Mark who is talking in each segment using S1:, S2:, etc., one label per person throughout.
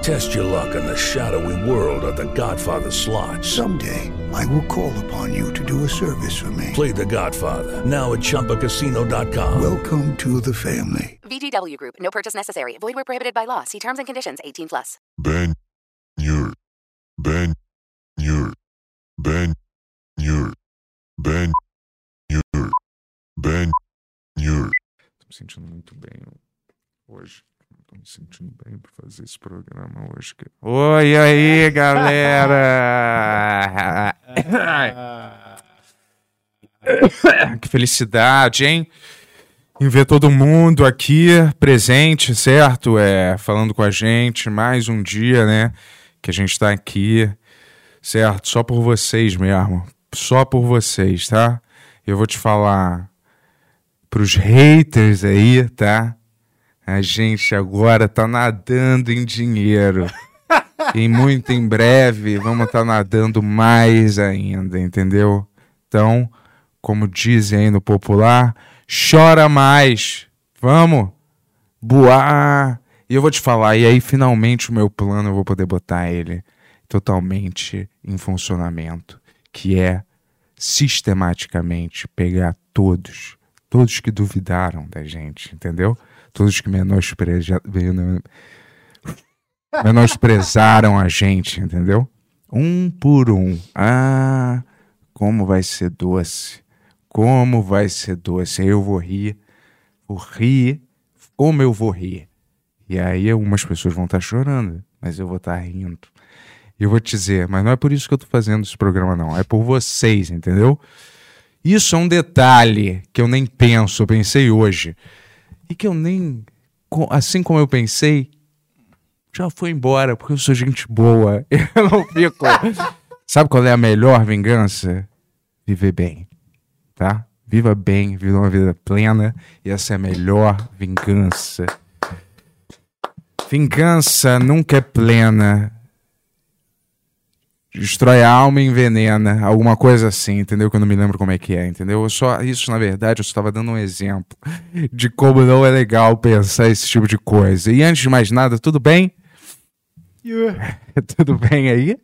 S1: Test your luck in the shadowy world of The Godfather slot.
S2: Someday, I will call upon you to do a service for me.
S1: Play The Godfather now at Choppacasino.com.
S2: Welcome to the family.
S3: VGW Group. No purchase necessary. Void where prohibited by law. See terms and conditions. 18 plus.
S4: Ben Yur. Ben Yur. Ben Yur. Ben Yur. Ben Yur.
S5: Tô me sentindo muito bem hoje. Tô me sentindo bem por fazer esse programa hoje. cara. Oi, aí, galera! que felicidade, hein? Em ver todo mundo aqui presente, certo? É, falando com a gente mais um dia, né? Que a gente tá aqui, certo? Só por vocês mesmo. Só por vocês, tá? Eu vou te falar pros haters aí, tá? A gente agora tá nadando em dinheiro. e muito em breve vamos estar nadando mais ainda, entendeu? Então, como dizem aí no popular, chora mais. Vamos! Boar! E eu vou te falar, e aí finalmente o meu plano eu vou poder botar ele totalmente em funcionamento, que é sistematicamente pegar todos, todos que duvidaram da gente, entendeu? Todos que menospreja- meno- menosprezaram a gente, entendeu? Um por um. Ah, como vai ser doce. Como vai ser doce. Aí eu vou rir, vou rir, como eu vou rir. E aí algumas pessoas vão estar chorando, mas eu vou estar rindo. E eu vou te dizer, mas não é por isso que eu tô fazendo esse programa, não. É por vocês, entendeu? Isso é um detalhe que eu nem penso, eu pensei hoje. E que eu nem. co- Assim como eu pensei, já foi embora, porque eu sou gente boa. Eu não fico. Sabe qual é a melhor vingança? Viver bem. Tá? Viva bem, viva uma vida plena. E essa é a melhor vingança. Vingança nunca é plena. Destrói a alma e envenena. Alguma coisa assim, entendeu? Que eu não me lembro como é que é, entendeu? Eu só, isso, na verdade, eu só estava dando um exemplo de como não é legal pensar esse tipo de coisa. E antes de mais nada, tudo bem? tudo bem aí?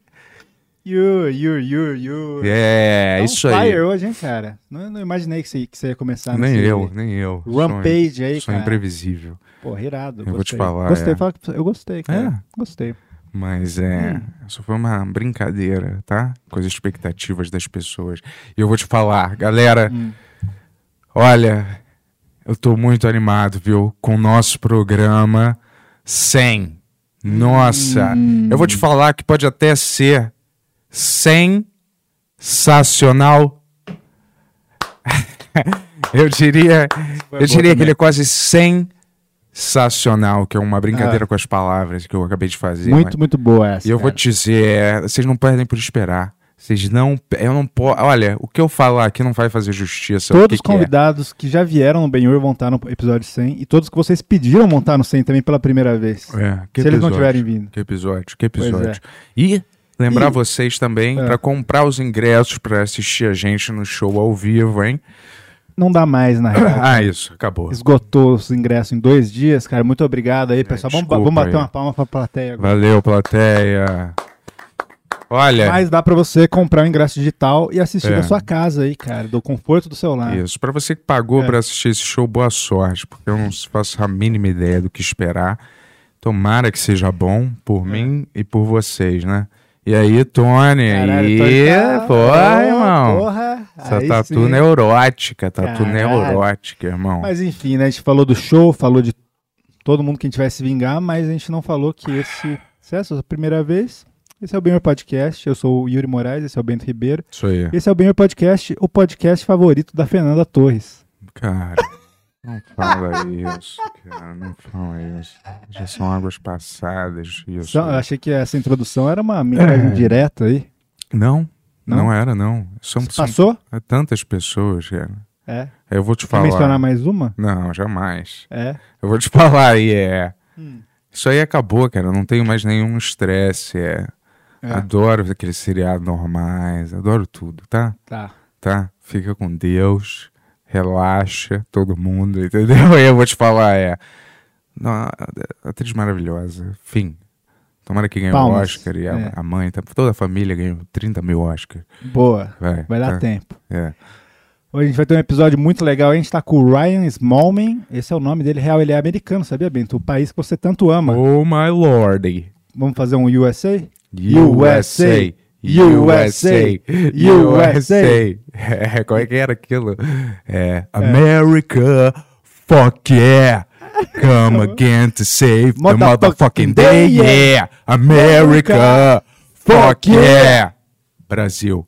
S6: You, you, you, you.
S5: É,
S6: Tá on
S5: isso aí.
S6: fire hoje, hein, cara? Não, não imaginei que você, que você ia começar
S5: Nem
S6: nesse-
S5: eu, nem eu.
S6: Rampage
S5: sou, um
S6: aí,
S5: sou
S6: cara.
S5: imprevisível.
S6: Pô, irado.
S5: Eu vou te
S6: gostei.
S5: falar,
S6: Gostei,
S5: é.
S6: fala que- eu gostei, cara. Gostei.
S5: Mas é. Só foi uma brincadeira, tá? Com as expectativas das pessoas. E eu vou te falar, galera. Olha, eu tô muito animado, viu? Com o nosso programa 100. Nossa! Eu vou te falar que pode até ser sensacional. eu diria, eu diria que ele é quase sensacional, que é uma brincadeira com as palavras que eu acabei de fazer. mas-
S6: Muito, muito boa essa.
S5: e eu vou
S6: cara.
S5: te dizer, é, vocês não perdem por esperar. Vocês não. Eu não posso. Olha, o que eu falar aqui não vai fazer justiça. ao
S6: Todos os
S5: que que é.
S6: convidados que já vieram no Benhur vão estar no episódio 100 e todos que vocês pediram vão estar no 100 também pela primeira vez.
S5: É, que
S6: Se eles não
S5: episódio,
S6: tiverem vindo.
S5: Que episódio, que
S6: Pois é.
S5: episódio. E lembrar
S6: E- Ah.
S5: vocês também pra comprar os ingressos pra assistir a gente no show ao vivo, hein?
S6: Não dá mais, na real.
S5: Ah, isso, acabou.
S6: Esgotou os ingressos em dois dias, cara. Muito obrigado aí, pessoal. Vamos, ba-
S5: É, desculpa
S6: vamos bater
S5: aí.
S6: uma palma pra plateia agora.
S5: Valeu, plateia. Olha,
S6: Mas dá pra você comprar o ingresso digital e assistir
S5: É.
S6: da sua casa aí, cara, do conforto do seu lar.
S5: isso. Pra você que pagou
S6: Ah. É.
S5: pra assistir esse show, boa sorte, porque eu não faço a mínima
S6: É.
S5: ideia do que esperar. Tomara que seja bom por mim e por vocês, né? E aí, Tony?
S6: Caralho,
S5: e...
S6: tô-
S5: Porra,
S6: tá- porra,
S5: irmão.
S6: porra,
S5: Essa
S6: aí
S5: tatu
S6: sim.
S5: neurótica, tatu
S6: Caralho.
S5: neurótica, irmão.
S6: Mas enfim, né? A gente falou do show, falou de todo mundo que a gente vai se vingar, mas a gente não falou que esse. Se essa é a primeira vez, esse é o Benhor Podcast. Eu sou o Yuri Moraes, esse é o Bento Ribeiro.
S5: Isso aí.
S6: Esse é o Benhor Podcast, o podcast favorito da Fernanda Torres.
S5: Cara, não fala isso, cara. Não fala isso. Já são águas passadas. Isso. É.
S6: Então, eu achei que essa introdução era uma mensagem direta aí.
S5: Não, não,
S6: Não?
S5: era, não. São,
S6: Você
S5: são
S6: passou?
S5: é tantas pessoas, cara.
S6: É.
S5: Eu vou te
S6: Quer
S5: falar.
S6: mencionar mais uma?
S5: Não, jamais.
S6: É.
S5: Eu vou te falar aí, é.
S6: Hum.
S5: Isso aí acabou, cara. Eu não tenho mais nenhum estresse. É. Adoro aqueles seriados normais, adoro tudo, tá?
S6: Tá.
S5: Tá? Fica com Deus, relaxa, todo mundo, entendeu? E eu vou te falar, é. Não, a- a- atriz maravilhosa, fim. Tomara que ganhe o
S6: Palmas.
S5: Oscar e a,
S6: É.
S5: a mãe, tá- toda a família ganhou 30 mil Oscar.
S6: Boa.
S5: Vai,
S6: Vai dar
S5: tá.
S6: tempo.
S5: É.
S6: Hoje a gente vai ter um episódio muito legal. A gente tá com o Ryan Smallman. Esse é o nome dele real. Ele é americano, sabia, Bento? O país que você tanto ama.
S5: Oh my lordy.
S6: Vamos fazer um USA?
S5: USA, USA, USA. É, como é que era aquilo? É, America, fuck yeah. Come again to save the
S6: Motherfucking
S5: motherfucking day,
S6: day,
S5: yeah. America, fuck yeah. Brasil.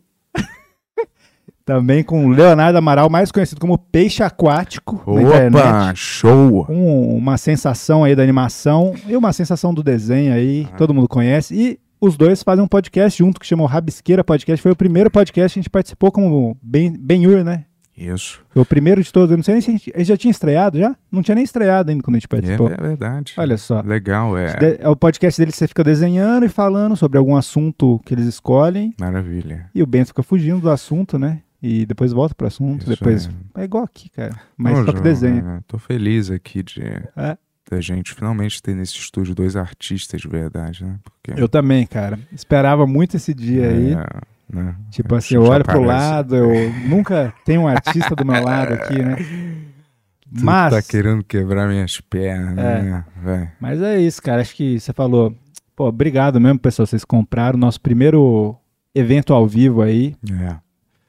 S6: Também com o Leonardo Amaral, mais conhecido como Peixe Aquático.
S5: Opa,
S6: na internet.
S5: show.
S6: Um- uma sensação aí da animação e uma sensação do desenho aí,
S5: Ah.
S6: todo mundo conhece. E os dois fazem um podcast junto que chama o Rabisqueira Podcast. Foi o primeiro podcast que a gente participou como Ben Benhur, né?
S5: Isso.
S6: Foi o primeiro de todos. Eu não sei nem se a gente, a gente já tinha estreado já? Não tinha nem estreado ainda quando a gente
S5: É,
S6: participou.
S5: é verdade.
S6: Olha só.
S5: Legal, é.
S6: De- é o podcast dele que você fica desenhando e falando sobre algum assunto que eles escolhem.
S5: Maravilha.
S6: E o Bento fica fugindo do assunto, né? E depois volta pro assunto,
S5: Isso
S6: depois...
S5: aí.
S6: É igual aqui, cara. Mas
S5: Ô,
S6: só que
S5: João,
S6: desenha.
S5: é, Tô feliz aqui de
S6: É.
S5: da gente finalmente ter nesse estúdio dois artistas de verdade, né? Porque
S6: Eu também, cara. Esperava muito esse dia aí.
S5: é, né?
S6: Tipo assim,
S5: Já
S6: eu olho pro
S5: parece-
S6: lado, eu nunca tenho um artista do meu lado aqui, né?
S5: Tu
S6: Mas,
S5: tá querendo quebrar minhas pernas,
S6: É.
S5: né? Vai.
S6: mas é isso, cara. Acho que você falou. Pô, obrigado mesmo, pessoal. Vocês compraram o nosso primeiro evento ao vivo aí.
S5: É.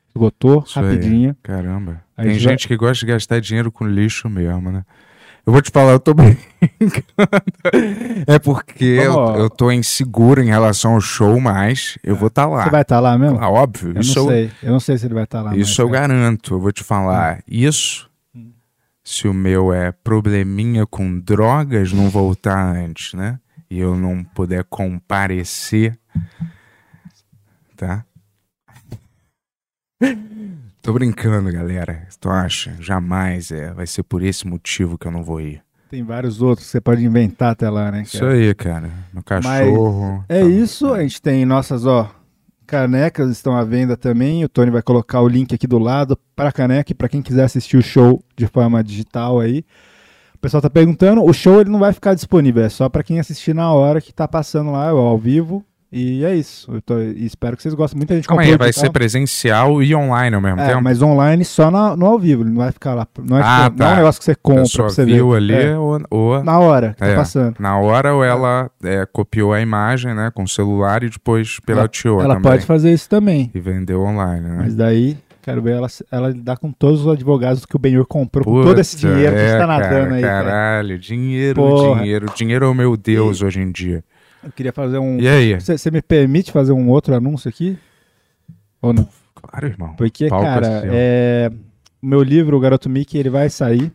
S6: Esgotou
S5: Isso aí.
S6: rapidinho.
S5: Caramba.
S6: A
S5: Tem
S6: gente vai-
S5: gente que gosta de gastar dinheiro com lixo mesmo, né? Eu vou te falar, eu tô brincando. É porque eu,
S6: Vamos-
S5: eu tô inseguro em relação ao show, mas eu vou estar tá lá.
S6: É. Você vai estar lá mesmo?
S5: Ah, óbvio.
S6: eu
S5: isso
S6: não
S5: eu-
S6: sei. Eu não sei se ele vai estar lá.
S5: Isso eu
S6: mais, cara.
S5: garanto, eu vou te falar. Isso, se o meu é probleminha com drogas não voltar antes, né? E eu não puder comparecer, tá? Tô brincando, galera. Tu acha? Jamais é. Vai ser por esse motivo que eu não vou ir.
S6: Tem vários outros que você pode inventar até lá, né?
S5: Isso
S6: cara?
S5: aí, cara. Meu cachorro.
S6: É
S5: tá.
S6: isso, a gente tem nossas, ó, canecas estão à venda também. O Tony vai colocar o link aqui do lado para caneca e para quem quiser assistir o show de forma digital aí. O pessoal tá perguntando, o show ele não vai ficar disponível, é só para quem assistir na hora que tá passando lá ó, ao vivo. E é isso. Eu tô- e espero que vocês gostem. Muita gente
S5: Calma
S6: comprou
S5: aí, então.
S6: o
S5: vai
S6: digital.
S5: ser presencial e online ao mesmo
S6: É,
S5: tempo?
S6: mas online só na- no, ao vivo, ele não vai ficar lá. Não é,
S5: Ah,
S6: tipo- não é
S5: tá.
S6: um negócio que você
S5: A
S6: compra,
S5: pessoa
S6: pra você
S5: viu
S6: ver.
S5: ali
S6: É,
S5: ou, ou-
S6: na hora que
S5: É,
S6: tá passando.
S5: Na hora ou ela é, copiou a imagem, né, com o celular e depois pirateou
S6: Ela
S5: também.
S6: pode fazer isso também.
S5: E vendeu online, né?
S6: Mas daí, quero ver ela, ela lidar com todos os advogados que o Benhur comprou, com
S5: Puta,
S6: todo esse dinheiro que
S5: é,
S6: está nadando
S5: cara,
S6: aí. cara.
S5: Caralho, dinheiro,
S6: Porra.
S5: dinheiro. Dinheiro é o meu Deus hoje em dia.
S6: Eu queria fazer um.
S5: E aí?
S6: Você você me permite fazer um outro anúncio aqui? Ou não?
S5: Claro, irmão.
S6: Porque,
S5: Palco assim,
S6: cara,
S5: seu.
S6: é... o meu livro, O Garoto Mickey, ele vai sair.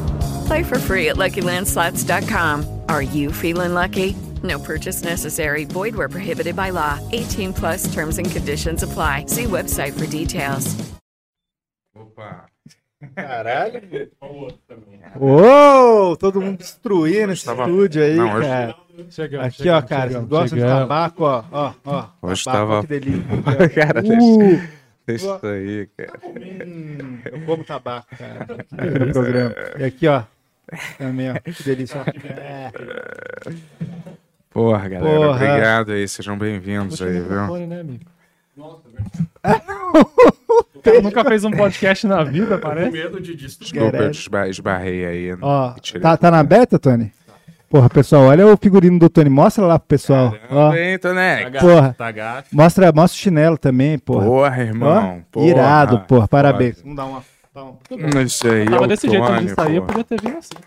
S7: Play for free at LuckyLandSlots.com. Are you feeling lucky? No purchase necessary. Void were prohibited by law. 18 plus terms and conditions apply. See website for details.
S5: Opa.
S6: Caralho. Uou, todo mundo destruindo esse
S5: Tava-
S6: estúdio aí,
S5: Não, hoje-
S6: cara.
S8: Chegamos,
S6: Aqui, ó,
S8: chegamos,
S6: cara,
S8: chegamos,
S6: vocês gostam de
S8: chegamos.
S6: tabaco, ó, ó, ó.
S5: Hoje
S6: tabaco,
S5: tava-
S6: Que delícia.
S5: Cara,
S6: Uh,
S5: Deixa isso aí, cara.
S6: hum, eu como tabaco, cara. No É, programa. E aqui, ó. Também, ó. Que delícia. ó. É.
S5: Porra, galera.
S6: Porra.
S5: Obrigado aí. Sejam bem-vindos aí, viu?
S8: Microfone, né, amigo? O cara nunca fez um podcast na vida, parece.
S5: Desculpa, eu
S6: Caralho.
S5: desba- esbarrei aí. né?
S6: Ó,
S5: E tirei.
S6: tá, tá na beta, Tony? Porra, pessoal, olha o figurino do Tony. Mostra lá pro pessoal. Ó,
S5: Bem, Tonex.
S6: porra.
S8: Tá gato.
S6: Mostra, mostra o chinelo também, porra.
S5: Porra, irmão.
S6: Ó,
S5: Porra.
S6: Irado, porra. Parabéns. Vamos dar uma. dar um- uma-
S5: Foda. Isso aí, é
S8: Tava
S5: o
S8: desse jeito
S5: Tony,
S8: onde eu saía,
S5: porra.
S8: podia ter vindo assim.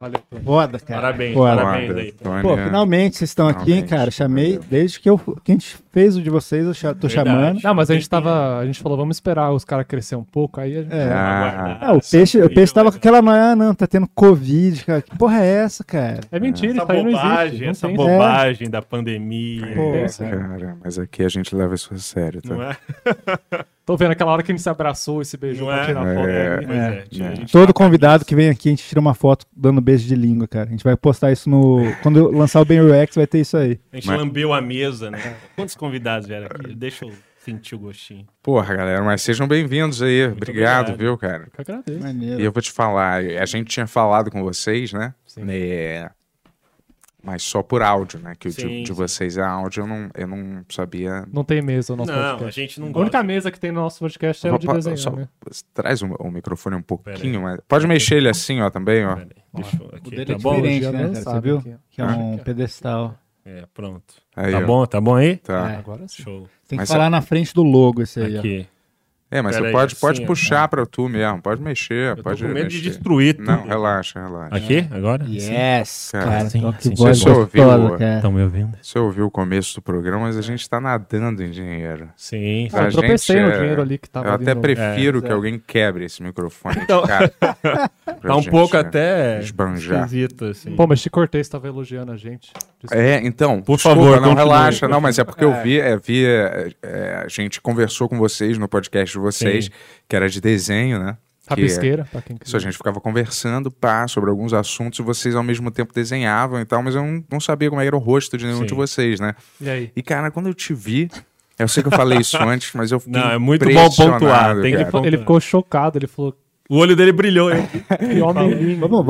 S8: Valeu, Tony.
S6: Foda, cara.
S8: Parabéns,
S6: Foda.
S8: parabéns
S5: Foda,
S8: aí.
S5: Tony,
S6: Pô,
S5: é.
S6: finalmente vocês estão aqui, hein,
S5: Finalmente,
S6: cara. Chamei
S5: valeu.
S6: desde que, eu, que a gente fez o de vocês, eu cha- tô chamando.
S8: Não, mas a gente tava. A gente falou, vamos esperar os caras crescer um pouco, aí a gente.
S6: É.
S5: Ah,
S6: Ah, o peixe, o peixe tava com aquela noia, ah, não, tá tendo Covid, cara. Que porra é essa, cara?
S8: É mentira,
S9: Essa
S8: isso aí não existe.
S9: bobagem,
S8: Não
S9: essa
S8: tem isso.
S9: bobagem da pandemia.
S6: Pô,
S8: É isso.
S5: cara, mas aqui a gente leva isso a sério, tá?
S9: Não é?
S8: É. Tô vendo aquela hora que a gente se abraçou e se beijou
S9: Não
S8: pra
S9: é?
S8: tirar foto.
S5: É.
S8: né?
S9: Pois é, tira, a gente
S6: Todo convidado que vem aqui, a gente tira uma foto dando beijo de língua, cara. A gente vai postar isso no. Quando eu lançar o Ben Rex, vai ter isso aí.
S9: a gente
S5: Mas-
S9: lambeu a mesa, né? Quantos convidados vieram aqui? Deixa eu sentir o gostinho.
S5: Porra, galera, mas sejam bem-vindos aí. Obrigado,
S9: obrigado.
S5: viu, cara?
S8: Eu que agradeço.
S5: E eu vou te falar, a gente tinha falado com vocês, né?
S8: Sim.
S5: É, Mas só por áudio, né? Que o de-
S9: Sim,
S5: de,
S9: sim.
S5: vocês é áudio, eu não, eu não sabia.
S8: Não tem mesa no nosso
S9: Não,
S8: podcast.
S9: a gente não
S8: A única
S9: gosta.
S8: mesa que tem no nosso podcast é o de
S5: Pa-
S8: desenhar,
S5: só-
S8: né?
S5: Traz o, o microfone um pouquinho,
S9: Pera
S5: mas. Pode mexer ele assim, ó, também, ó.
S9: Pera aí, Deixa eu aqui,
S6: dele
S9: tá
S6: é
S9: bom?
S6: diferente,
S8: Hoje é
S6: né, cara?
S8: lançado
S6: Você viu?
S8: aqui, ó.
S6: Que é um pedestal.
S9: É, pronto.
S5: Aí,
S9: tá
S5: ó.
S9: bom? Tá bom aí?
S5: Tá.
S6: É.
S8: Agora sim.
S9: Show.
S6: Tem que
S5: Mas
S6: falar na frente do logo esse aí, ó.
S9: Aqui.
S5: É, mas
S9: Pera
S5: você
S9: aí,
S5: pode, pode
S9: assim, ó.
S5: puxar pra tu mesmo. Pode mexer,
S9: tô
S5: pode
S9: com medo
S5: mexer.
S9: de destruir tudo.
S5: Não, relaxa, relaxa.
S9: Aqui? Agora?
S10: Yes,
S9: cara, então que
S5: sim.
S9: voz
S5: Você só ouviu,
S9: gostosa,
S5: o-
S9: cara. Tão me ouvindo?
S5: Você ouviu o começo do programa, mas a gente tá nadando em dinheiro.
S9: Sim,
S5: A
S8: Ah, Eu tropecei
S5: gente,
S8: no
S5: é,
S8: dinheiro ali que tava
S5: Eu até
S8: vindo-
S5: prefiro
S8: É,
S5: que
S8: exato.
S5: alguém quebre esse microfone de
S8: Então-
S5: cara. é, né?
S8: Tá um pouco
S9: até
S5: esbanjar.
S9: esquisito, assim.
S8: Pô, mas te cortei, você tava elogiando a gente.
S5: É, então,
S8: Por
S5: desculpa,
S8: favor,
S5: não
S8: continue.
S5: relaxa, não, mas é porque eu
S8: É.
S5: vi, é, vi é, é, a gente conversou com vocês no podcast de vocês,
S8: Sim.
S5: que era de desenho, né? Que-
S8: Rabisqueira, pra quem
S5: Isso a gente ficava conversando, pá, sobre alguns assuntos e vocês ao mesmo tempo desenhavam e tal, mas eu não, não sabia como é era o rosto de nenhum
S8: Sim.
S5: de vocês, né?
S8: E aí?
S5: E cara, quando eu te vi, eu sei que eu falei isso antes, mas eu fiquei
S9: Não, é muito bom pontuar,
S5: impressionado,
S9: tem que
S5: cara.
S9: pontuar.
S8: Ele ficou chocado, ele falou.
S9: O olho dele brilhou, hein?
S8: Que é um homem lindo.
S6: Vamos,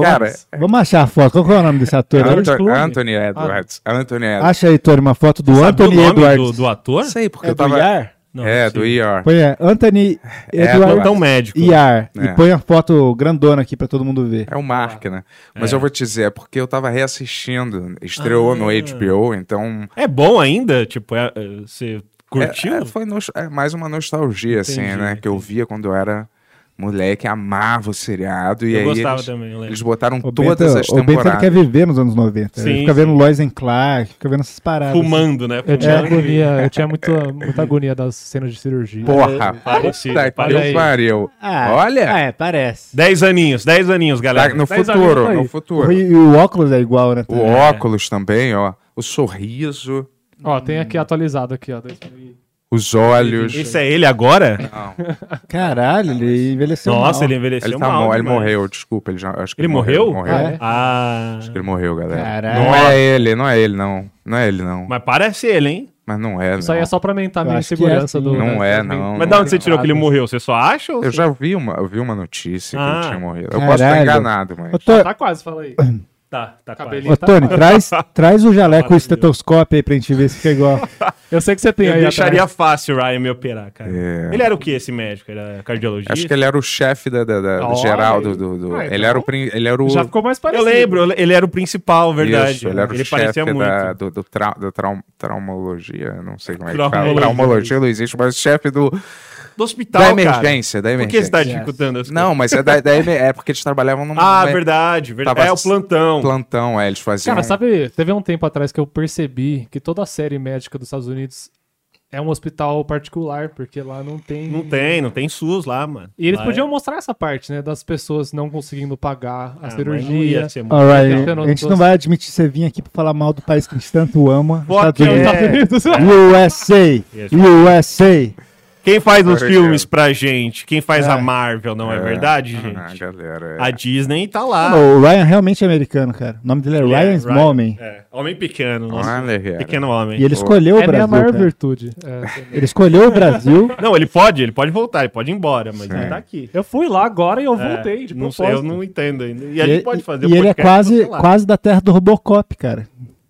S6: vamos achar a foto. Qual que é o nome desse ator? aí?
S5: Anto- Anthony Edwards. Anthony Edwards.
S6: Acha aí, Tony, uma foto do
S9: Sabe
S6: Anthony
S9: o nome
S6: Edwards.
S9: do, do ator?
S5: Sei, porque
S9: É
S5: eu
S9: do
S5: tava.
S9: ER?
S5: é, do ER.
S6: Põe é, Anthony Edwards.
S5: Edwards. Então, médico.
S6: IR.
S5: É.
S6: E põe a foto grandona aqui pra todo mundo ver.
S5: É o Mark, né? Mas eu vou te dizer, é porque eu tava reassistindo. Estreou
S6: Ah.
S5: no HBO, então.
S9: É bom ainda? Tipo, é- é- você curtiu?
S5: É, é, foi nos- é mais uma nostalgia, assim,
S9: Entendi,
S5: né? Que eu via quando eu era moleque, amava o seriado. E
S9: Eu
S5: aí
S9: gostava
S5: eles,
S9: também, eu lembro.
S5: eles botaram
S6: O Bento,
S5: todas as
S6: o é Bento ele
S5: temporadas.
S6: quer viver nos anos 90.
S5: Sim,
S6: ele fica
S5: sim.
S6: vendo Lois and Clark, fica vendo essas paradas. assim.
S9: Fumando, né?
S8: Eu tinha
S6: É.
S8: agonia, eu tinha muita, muita agonia das cenas de cirurgia. É,
S5: Porra,
S9: Parecido,
S5: puta que
S9: parecido.
S5: pariu.
S9: Ah,
S5: Olha.
S9: é,
S10: parece.
S9: Dez aninhos, dez aninhos, galera.
S5: Tá no
S9: Dez
S5: futuro,
S9: aninhos.
S5: no futuro.
S6: E o óculos é igual, né?
S5: O
S6: também.
S5: óculos também, ó. O sorriso,
S8: Ó, tem
S9: Hum.
S8: aqui atualizado aqui, ó. 2000.
S5: os olhos.
S9: Esse é ele agora?
S5: Não.
S8: Ah,
S6: Caralho, Ah, ele envelheceu
S9: Nossa,
S6: mal.
S9: ele envelheceu
S5: Ele, tá
S9: mal
S5: mo- ele
S9: demais.
S5: morreu, desculpa. Ele, já, acho que
S9: Ele morreu?
S8: é?
S5: morreu.
S9: Ah,
S5: Acho que ele morreu, galera.
S9: Caralho.
S5: Não é ele, não é ele, não. Não é ele, não.
S9: Mas parece ele, hein?
S5: Mas não é,
S8: Isso aí é só pra aumentar a
S5: Eu
S8: minha
S5: acho que é
S8: insegurança
S5: assim.
S8: do.
S5: Não
S8: da-
S5: é,
S8: da-
S5: não.
S9: Mas de onde você tirou que ele morreu? Você só acha? ou
S5: Eu
S9: você-
S5: já vi uma, eu vi uma notícia que ele
S9: Ah.
S5: tinha morrido. Eu posso estar
S6: Caralho.
S5: enganado, mas.
S6: Ô, Tô-
S8: Tá quase, fala aí.
S9: Tá, tá
S6: Ô, Tony, traz, traz o jaleco e o estetoscópio aí pra gente ver se fica igual.
S8: Eu sei que você tem
S9: Eu
S8: aí
S9: deixaria
S8: atrás.
S9: fácil o Ryan me operar, cara.
S5: É.
S9: Ele era o que, esse médico? Era cardiologista?
S5: Acho que ele era o chefe da, da, da-
S9: Olha
S5: geral do.
S9: aí.
S5: do- do-
S9: Ah,
S5: ele, era o, prin- ele era o.
S8: Já ficou mais parecido.
S9: Eu lembro, ele era o principal, verdade.
S5: Isso, ele era o
S9: parecia
S5: chefe
S9: muito.
S5: da, do, do, trau- do trau- traumologia, não sei como é que fala.
S9: Traumologia.
S5: Traumologia não existe, mas chefe do.
S9: Do hospital,
S5: Da emergência,
S9: cara.
S5: da
S9: Por que
S5: emergência.
S9: você tá dificultando as
S5: Não, mas é, da, da emer- é porque eles trabalhavam numa.
S9: Ah, verdade, verdade.
S5: Tava
S9: É o plantão.
S5: Plantão, é, eles faziam.
S8: Cara, sabe, teve um tempo atrás que eu percebi que toda a série médica dos Estados Unidos é um hospital particular, porque lá não tem.
S9: Não tem, não tem SUS lá, mano.
S8: E eles
S9: Lá
S8: podiam mostrar essa parte, né? Das pessoas não conseguindo pagar a
S9: Ah, mas não
S8: cirurgia.
S9: ia ser muito
S6: All right,
S8: Deixando
S6: a gente não
S8: todos-
S6: vai admitir você vir aqui pra falar mal do país que a gente tanto ama.
S9: Fuck
S6: Estados Unidos.
S9: yeah.
S6: USA!
S9: Yes.
S6: USA!
S9: é- Quem faz os
S5: Agora
S9: filmes pra gente? Quem faz a Marvel, não é,
S5: Tá É.
S9: verdade,
S5: Ah,
S9: gente? A
S5: galera,
S9: Disney tá
S8: Ah.
S9: lá.
S6: Não, o Ryan realmente é americano, cara. O nome dele é
S9: Ele
S6: Ryan
S9: Ryan-
S6: Smallman.
S9: é, homem pequeno, nosso
S5: Olha, cara.
S9: pequeno homem.
S6: E ele escolheu o
S8: É minha
S6: Brasil.
S8: maior
S6: cara.
S8: virtude. É.
S6: Ele escolheu o Brasil.
S9: Não, ele pode, ele pode voltar, ele pode ir embora, mas ele tá aqui.
S8: Eu fui lá agora e eu
S9: É,
S8: voltei de
S9: não sei, eu
S8: propósito.
S9: não entendo ainda. E a gente pode fazer
S6: e
S9: o
S6: ele é
S9: podcast
S6: quase,
S9: do celular.
S6: quase da terra do Robocop, cara.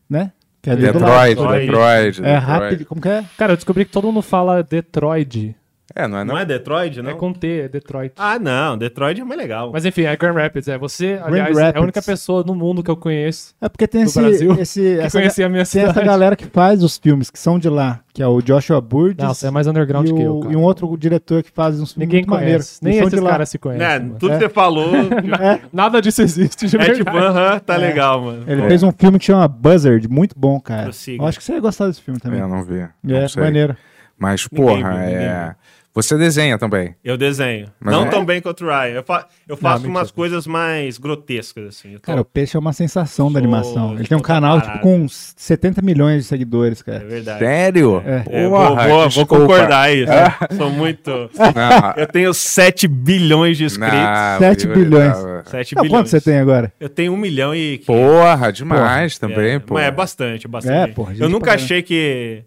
S6: Né? Que é ali do
S5: Detroit,
S6: lado.
S5: Detroit,
S6: É
S5: Detroit.
S6: rápido. Como que é?
S8: Cara, eu descobri que todo mundo fala Detroit.
S5: É, não é não.
S9: Não é Detroit, não?
S8: É com T, é Detroit.
S9: Ah, não, Detroit é mais legal.
S8: Mas enfim, é Grand Rapids. É você, aliás, é a
S6: Rapids.
S8: única pessoa no mundo que eu conheço.
S6: É porque tem
S8: do
S6: esse,
S8: Brasil,
S6: esse
S8: que
S6: essa,
S8: conhecia a minha
S6: tem essa
S8: cidade.
S6: galera que faz os filmes que são de lá, que é o Joshua Burgess.
S8: Não, você é mais underground
S6: e
S8: que
S6: o-
S8: eu, cara.
S6: E um outro diretor que faz uns filmes
S8: Ninguém
S6: muito
S8: conhece.
S6: maneiros.
S8: Nem
S6: e são
S8: esses
S6: de lá.
S8: caras se conhecem.
S9: É,
S8: mano.
S9: tudo que você falou.
S8: Nada disso existe, de
S9: É
S8: verdade.
S9: tipo, aham, tá legal, mano.
S6: Ele
S8: É.
S6: fez um filme que chama Buzzard, muito bom,
S8: um-
S6: cara.
S9: Prossiga.
S6: Eu acho que você ia gostar desse filme também.
S5: Eu não vi.
S6: É,
S5: não sei.
S6: maneiro.
S5: Mas,
S9: Ninguém
S5: porra,
S9: viu, ninguém
S5: é. Você desenha também.
S9: Eu desenho.
S5: Mas
S9: não
S5: é?
S9: tão bem quanto o Ryan. Eu, fa- eu faço
S6: mentira.
S9: umas coisas mais grotescas, assim. Eu tô-
S6: Cara, o Peixe é uma sensação da animação. Ele tem um
S9: outra
S6: canal
S9: parada.
S6: tipo, com uns 70 milhões de seguidores, cara.
S9: É verdade.
S5: Sério?
S6: É.
S9: É, vou,
S5: Porra,
S9: vou- vou
S5: desculpa. É?
S9: concordar aí. né? Sou muito.
S5: Não.
S9: Eu tenho 7 bilhões de inscritos.
S5: Não,
S6: 7
S5: eu-
S6: bilhões.
S5: eu-
S9: 7
S6: Não,
S9: bilhões.
S6: quanto você tem agora?
S9: Eu tenho 1 milhão e.
S5: Porra, demais também,
S9: é,
S5: pô.
S9: Mas é bastante, bastante.
S6: É, porra, gente
S9: eu nunca
S6: pra
S9: achei que.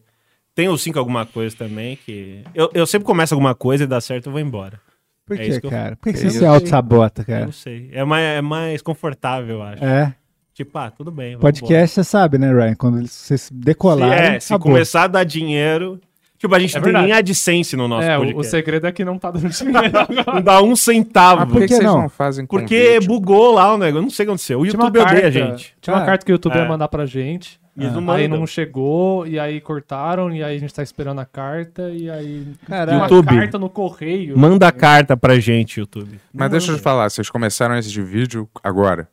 S9: Tem os 5 alguma coisa também que. Eu, eu sempre começo alguma coisa e dá certo, eu vou embora.
S6: Por
S9: É
S6: que,
S9: isso que eu-
S6: cara? Por que,
S9: é
S6: que você
S9: isso
S6: se
S9: que-
S6: auto-sabota,
S9: Eu
S6: cara?
S9: não sei. É mais, é mais confortável, eu acho.
S6: É.
S9: Tipo, ah, tudo bem. vamos embora.
S6: Podcast, você sabe, né, Ryan? Quando eles- vocês decolarem,
S9: Se, é, se
S6: acabou.
S9: começar a dar dinheiro. Tipo, a gente
S8: É
S9: não tem
S8: verdade.
S9: nem AdSense no nosso
S8: É, o, o
S9: podcast.
S8: segredo é que não tá dando dinheiro
S9: Não
S8: agora.
S9: dá um centavo.
S5: Ah, por que,
S6: que
S5: vocês não,
S6: não?
S5: fazem
S9: Porque
S5: convite?
S9: bugou lá o negócio. Não sei o que aconteceu. O
S8: Tinha uma
S9: YouTube odeia a
S8: carta-
S9: gente.
S8: Tinha uma
S6: Ah,
S8: carta que o YouTube
S9: é.
S8: ia mandar pra gente.
S9: Eles não
S8: aí
S9: mandam.
S8: não chegou, e aí cortaram, e aí a gente tá esperando a carta, e aí.
S9: Caraca.
S8: Uma
S9: YouTube.
S8: carta no correio.
S9: Manda a carta pra gente, YouTube.
S5: Mas deixa eu te falar, vocês começaram esse de vídeo agora?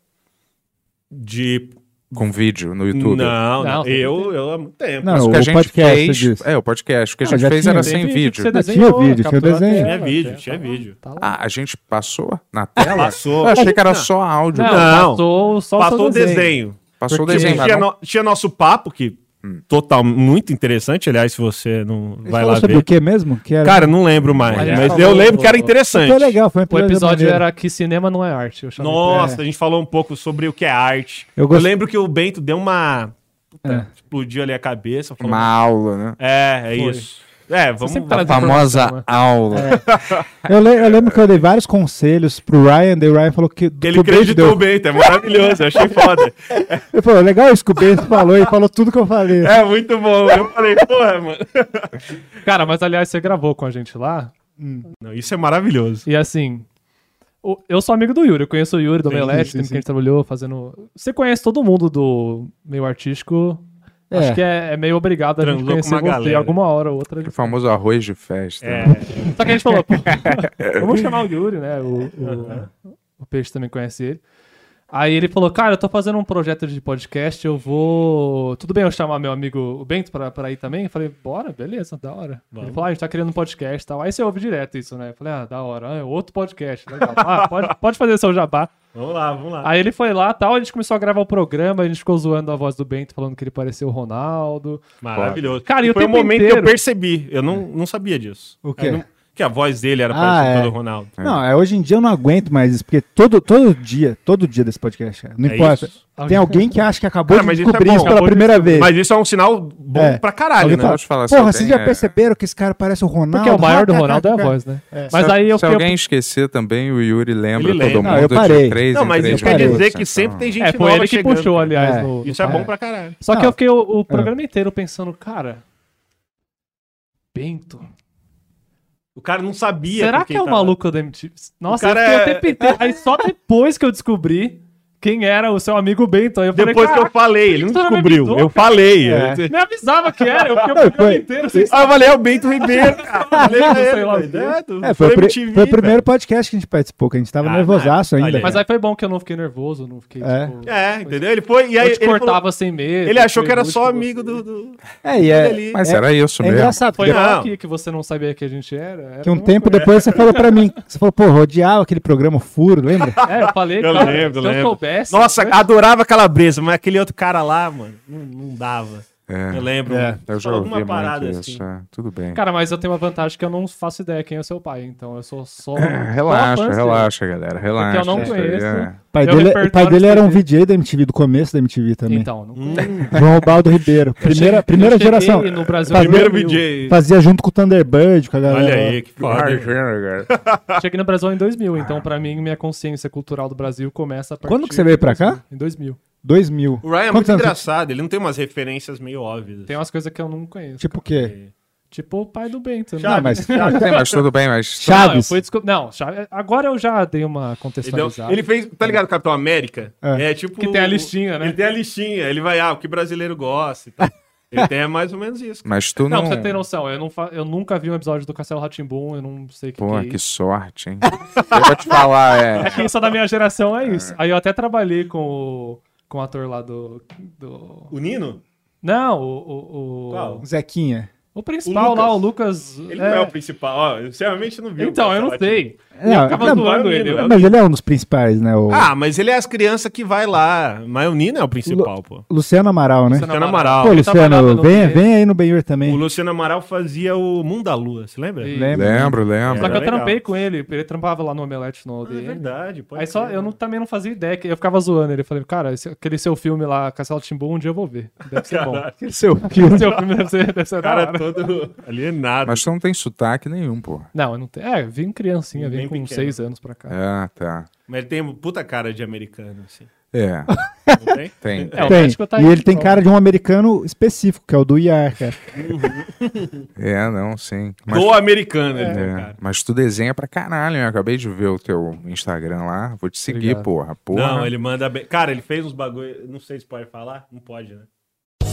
S9: De.
S5: Com vídeo no YouTube?
S9: Não, não. Eu, eu há muito tempo.
S5: Mas o que a gente
S6: podcast,
S5: fez.
S6: você disse.
S5: É, o podcast. O que a
S6: Não,
S5: gente
S6: já
S5: fez
S6: tinha.
S5: era
S6: Tem
S5: sem
S6: vídeo que
S5: vídeo.
S6: você Mas desenhou, tinha vídeo, tinha capturou a desenho. tela,
S9: Tinha vídeo,
S6: tá
S9: tinha vídeo.
S5: Ah, a gente passou na tela?
S9: É, Passou.
S5: Eu achei que era só áudio.
S9: Não,
S5: Passou
S9: passou o desenho.
S5: Passou o
S9: Porque
S5: desenho. Hum. mas
S9: Tinha,
S5: não-
S9: no- tinha nosso papo, que total, muito interessante. Aliás, se você não vai
S6: Falou
S9: lá
S6: sobre
S9: ver.
S6: o que mesmo? Que era... um-
S9: Cara, não lembro mais.
S8: Aí a gente
S9: Mas
S8: é, falou-
S9: eu lembro que era interessante.
S6: Foi legal, foi um
S8: O episódio
S6: maneiro.
S8: era que cinema não é arte. Eu é. chamei-
S9: Nossa, a gente falou um pouco sobre o que é arte.
S6: Eu
S9: Eu,
S6: gost- É.
S9: lembro que o Bento deu uma. Puta, Explodiu ali a cabeça. falou-
S5: Uma aula, né?
S9: É, é
S5: Foi.
S9: isso. É, vamos
S5: sempre traz A famosa informação, né?
S9: É.
S5: aula.
S6: É. Eu, le- eu lembro que eu dei vários conselhos pro Ryan, daí o Ryan falou que. que
S9: Ele
S6: o Bento
S9: creditou
S6: deu.
S9: o Bento, é maravilhoso, eu achei foda.
S6: Ele falou, legal isso que o Bento falou e falou tudo que eu falei.
S9: É muito bom. Eu falei, porra, mano.
S8: Cara, mas aliás, você gravou com a gente lá?
S9: Não, isso é maravilhoso.
S8: E assim. o- Eu sou amigo do Yuri, eu conheço o Yuri do
S9: Sim,
S8: Meio
S9: sim,
S8: Leste,
S9: sim,
S8: tempo
S9: sim.
S8: que a gente trabalhou fazendo. Você conhece todo mundo do meio artístico.
S5: É.
S8: Acho que é, é meio obrigado a gente
S5: Transou com
S8: conhecer
S5: uma
S8: você
S5: galera.
S8: alguma hora ou outra.
S5: O famoso arroz de festa.
S8: É.
S5: né?
S8: Só que a gente falou, pô, vamos chamar o Yuri, né? O, o, o Peixe também conhece ele. Aí ele falou, cara, eu tô fazendo um projeto de podcast, eu vou... Tudo bem eu chamar meu amigo o Bento pra, pra ir também? Eu falei, bora, beleza, da hora. Ele falou, ah, a gente tá criando um podcast e tal. Aí você ouve direto isso, né? Eu falei, ah, da hora, ah, é outro podcast, legal. Ah, pode, pode fazer seu jabá.
S9: Vamos lá, Tá, vamos lá.
S8: Aí ele foi lá tal, a gente começou a gravar o programa, a gente ficou zoando a voz do Bento, falando que ele parecia o Ronaldo.
S9: Maravilhoso.
S8: Cara, e o
S9: foi o
S8: tempo
S9: momento
S8: inteiro-
S9: que eu percebi. Eu não, não sabia disso.
S6: O quê?
S9: Eu não- Que a voz dele era
S6: Ah,
S9: parecida com
S6: é.
S9: a do Ronaldo.
S6: Não, é, hoje em dia eu não aguento mais isso, porque todo, todo dia, todo dia desse podcast, cara, não
S9: É
S6: importa.
S9: isso?
S6: Tem alguém que acha que acabou
S9: Cara,
S6: de
S9: mas isso é
S6: descobrir
S9: bom.
S6: isso pela
S9: Acabou de
S6: primeira vez.
S9: Mas isso é um sinal bom
S6: É.
S9: pra caralho,
S6: Alguém
S9: né?
S6: fala,
S9: Deixa eu falar, se
S6: Porra,
S5: alguém
S6: vocês já
S5: é-
S6: perceberam que esse cara parece o Ronaldo?
S8: Porque o maior do Ronaldo é a voz, né? Mas
S5: se,
S8: aí eu
S5: se
S8: fiquei-
S5: alguém esquecer também, o Yuri lembra
S8: Ele lembra.
S5: todo
S8: Não,
S5: mundo
S8: eu
S5: de
S8: parei.
S5: três
S8: Não,
S5: em
S8: mas
S5: três
S8: isso quer
S5: minutos,
S8: dizer
S9: que sempre tem gente
S8: É, foi
S9: nova
S8: ele que
S9: chegando,
S8: puxou,
S9: cara.
S8: aliás.
S9: É.
S8: no- no
S9: Isso é bom
S8: papo.
S9: pra caralho.
S8: Só que
S9: Não.
S8: eu fiquei o, o programa inteiro pensando, cara. Bento.
S9: O cara não sabia.
S8: será
S9: com
S8: que
S9: quem
S8: é o
S9: tava.
S8: maluco da MTV? Nossa,
S9: O cara
S8: eu fiquei
S9: é-
S8: o tempo inteiro. Aí só depois que eu descobri quem era o seu amigo Bento. Aí eu falei,
S9: Depois que eu
S8: "Caraca,
S9: falei, ele
S8: por que
S9: não
S8: você me
S9: descobriu.
S8: avisou,
S9: Eu
S8: cara?"
S9: falei.
S8: É.
S9: Eu-
S8: Me avisava que era, eu fiquei o
S6: Não,
S8: programa
S6: foi-
S8: inteiro. assim.
S9: Ah, eu falei, é o Bento Ribeiro, cara. Falei pra
S8: Sei
S9: ele,
S8: lá o
S9: velho,
S8: quê.
S9: é, do-
S6: É, foi, o pri-
S9: MTV,
S6: foi o primeiro
S9: velho. Ah,
S6: podcast que a gente participou, que a gente tava nervosaço ainda.
S8: Mas aí foi bom que eu não fiquei nervoso, não fiquei,
S6: É.
S8: tipo.
S9: É, entendeu? Ele foi e
S8: Eu
S9: aí.
S8: te
S9: ele falou-
S8: cortava sem medo.
S9: Ele achou que era
S8: foi
S9: só
S8: justo com
S9: amigo do. do-
S6: É, e é-
S9: dele.
S5: Mas era isso
S6: é
S5: mesmo.
S6: engraçado,
S8: Foi
S6: porque-
S8: lá
S6: Não.
S8: que, que você não sabia que a gente era. era
S6: Que um
S8: uma
S6: tempo
S8: coisa.
S6: depois você falou pra mim, você falou, porra, eu odiava aquele programa o Furo, lembra?
S8: É, eu falei,
S9: Eu
S8: cara,
S9: lembro,
S8: se
S9: lembro.
S8: eu soubesse. né?
S9: Nossa, adorava calabresa, mas aquele outro cara lá, mano, não, não dava. Eu lembro.
S5: É, eu já
S9: Fala alguma
S5: ouvi
S9: parada
S5: muito isso.
S9: assim.
S5: é. Tudo bem.
S8: Cara, mas eu tenho uma vantagem que eu não faço ideia quem é o seu pai, então eu sou só.
S5: relaxa,
S8: só fã,
S5: relaxa, galera,
S8: Porque
S5: relaxa,
S8: eu não
S5: isso aí
S8: conheço.
S5: é-
S6: pai
S8: Meu
S6: dele, o pai
S8: repertório
S6: dele era um
S8: de-
S6: VJ da MTV, do começo da MTV também.
S8: Então, não
S9: Hum.
S6: João Baldo Ribeiro, primeira,
S8: cheguei-
S6: primeira
S8: eu cheguei
S6: geração.
S8: no Brasil
S6: fazia,
S8: em 2000.
S6: Fazia fazia junto com o Thunderbird, com a galera.
S9: Olha aí, que foda.
S8: Cheguei no Brasil em 2000, então pra mim minha consciência cultural do Brasil começa a partir.
S6: Ah. Quando que você veio pra cá?
S8: Em 2000.
S6: 2000.
S9: O Ryan é
S6: Quantos
S9: muito
S6: anos-
S9: engraçado, ele não tem umas referências meio óbvias. assim.
S8: Tem umas coisas que eu não conheço.
S6: Tipo o quê?
S8: Tipo o pai do Bento. né?
S6: Não, mas-
S5: É, mas tudo bem, mas.
S8: Não, eu fui descob- não, Chaves- agora eu já dei uma
S9: Ele, deu-
S8: contextualizada.
S9: ele fez, tá ligado, Capitão América?
S8: É.
S9: É, tipo.
S8: Que tem a listinha, né?
S9: Ele tem a listinha, ele vai, ah, o que brasileiro gosta e tal. Ele tem mais ou menos isso.
S5: Mas tu
S8: Não,
S5: não.
S8: pra você ter noção, eu, não fa- eu nunca vi um episódio do Castelo Ratimbum, eu não sei o que,
S5: Pô,
S8: que é
S5: que
S8: isso.
S5: sorte, hein? eu vou te falar,
S8: É
S5: é.
S8: que isso é da minha geração é isso. Aí eu até trabalhei com o, com o ator lá do. do...
S9: O Nino?
S8: Não, o. O, o,
S6: Zequinha.
S8: o principal
S9: O Lucas.
S8: lá, o Lucas.
S9: Ele não é o principal, ó, eu realmente não vi. o tipo,
S8: Então, eu não
S9: Castelo
S8: sei.
S9: Rá-Tim-Bum.
S6: Não,
S9: eu ficava
S6: É, não,
S9: zoando ele.
S6: mas
S8: né?
S9: eu-
S6: Mas ele é um dos principais, né? O
S9: Ah, mas ele é as crianças que vai lá. Mas o Nino é o principal, pô.
S6: Luciano Amaral, né?
S9: Luciano Amaral.
S6: Pô,
S9: Ele
S6: Luciano,
S9: trabalhava no
S6: vem,
S9: Benhur.
S6: vem aí no Benhur também.
S9: O Luciano Amaral fazia o Mundo da Lua, você lembra?
S6: Lembro.
S5: Lembro, lembro.
S8: Só que eu
S9: Legal. Ah,
S8: trampei com ele, ele trampava lá no Omelete no ODM. É
S9: verdade, pode
S8: Aí só, eu não- também não fazia ideia, que eu ficava zoando ele. Eu falei, cara, esse- aquele seu filme lá, Castelo Timbum, um dia eu vou ver. Deve ser bom.
S9: Caraca.
S6: Aquele seu
S8: filme. seu filme deve ser, deve ser da
S9: cara
S8: hora.
S9: todo alienado.
S5: Mas tu não tem sotaque nenhum, pô.
S8: Não, eu não tenho. É, vim criancinha, vim
S9: Bem
S8: com
S9: pequeno.
S8: seis anos pra cá.
S5: Ah, tá.
S9: Mas ele tem puta cara de americano, assim.
S5: É.
S9: Não tem?
S5: Tem.
S8: É, o
S6: tem.
S8: México tá
S6: e
S8: aí,
S6: ele tem
S8: então.
S6: cara de um americano específico, que é o do IAR, cara.
S9: Uhum.
S5: É, não, sim.
S9: Do americano, ele
S5: É,
S9: tem, cara.
S5: Mas tu desenha pra caralho, né? eu acabei de ver o teu Instagram lá. Vou te seguir,
S9: Obrigado.
S5: porra. Porra.
S9: Não, ele manda bem. Cara, ele fez uns bagulho. Não sei se pode falar. Não pode, né?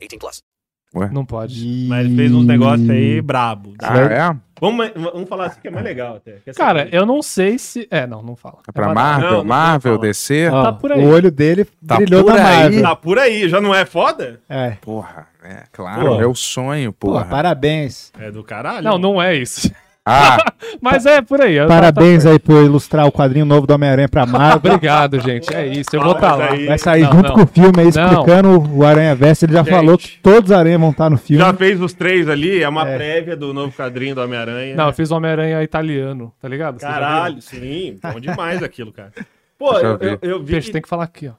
S11: 18 plus.
S5: Ué?
S8: Não pode.
S9: Mas ele fez uns negócios aí brabo.
S5: Ah, é?
S9: Vamos, vamos falar assim que é mais legal até. Quer saber?
S8: Cara, eu não sei se. É, não, não fala.
S5: É pra Marvel,
S9: Não, não
S5: Marvel, DC.
S6: Ó,
S8: Tá por aí.
S6: O olho dele
S5: Tá
S6: brilhou
S5: por
S6: na
S5: aí.
S6: Marvel.
S9: tá por aí, já não é foda?
S6: É.
S5: Porra, é claro,
S6: Pô.
S5: é o sonho,
S6: Pô,
S5: porra.
S6: parabéns.
S9: É do caralho.
S8: Não, não é isso.
S5: Ah,
S8: Mas é por aí.
S6: Parabéns aí por ilustrar o quadrinho novo do Homem-Aranha pra Marvel.
S8: Obrigado, gente. É isso. Eu vou
S9: Fala
S8: estar lá.
S9: daí.
S6: Vai sair
S8: Não,
S6: junto
S8: não.
S6: com o filme aí,
S8: Não.
S6: explicando o Aranha Verso. Ele já
S9: Gente.
S6: falou que todos os aranhas vão estar no filme.
S8: um-
S9: Já fez os três ali, é uma prévia do novo quadrinho do Homem-Aranha.
S8: Não, eu fiz o Homem-Aranha italiano, tá ligado? Vocês já viram?
S9: Caralho, sim, bom demais aquilo, cara. Pô,
S5: Já
S9: eu,
S5: vi.
S9: eu- eu vi.
S8: Peixe,
S9: que-
S8: tem que falar aqui, ó.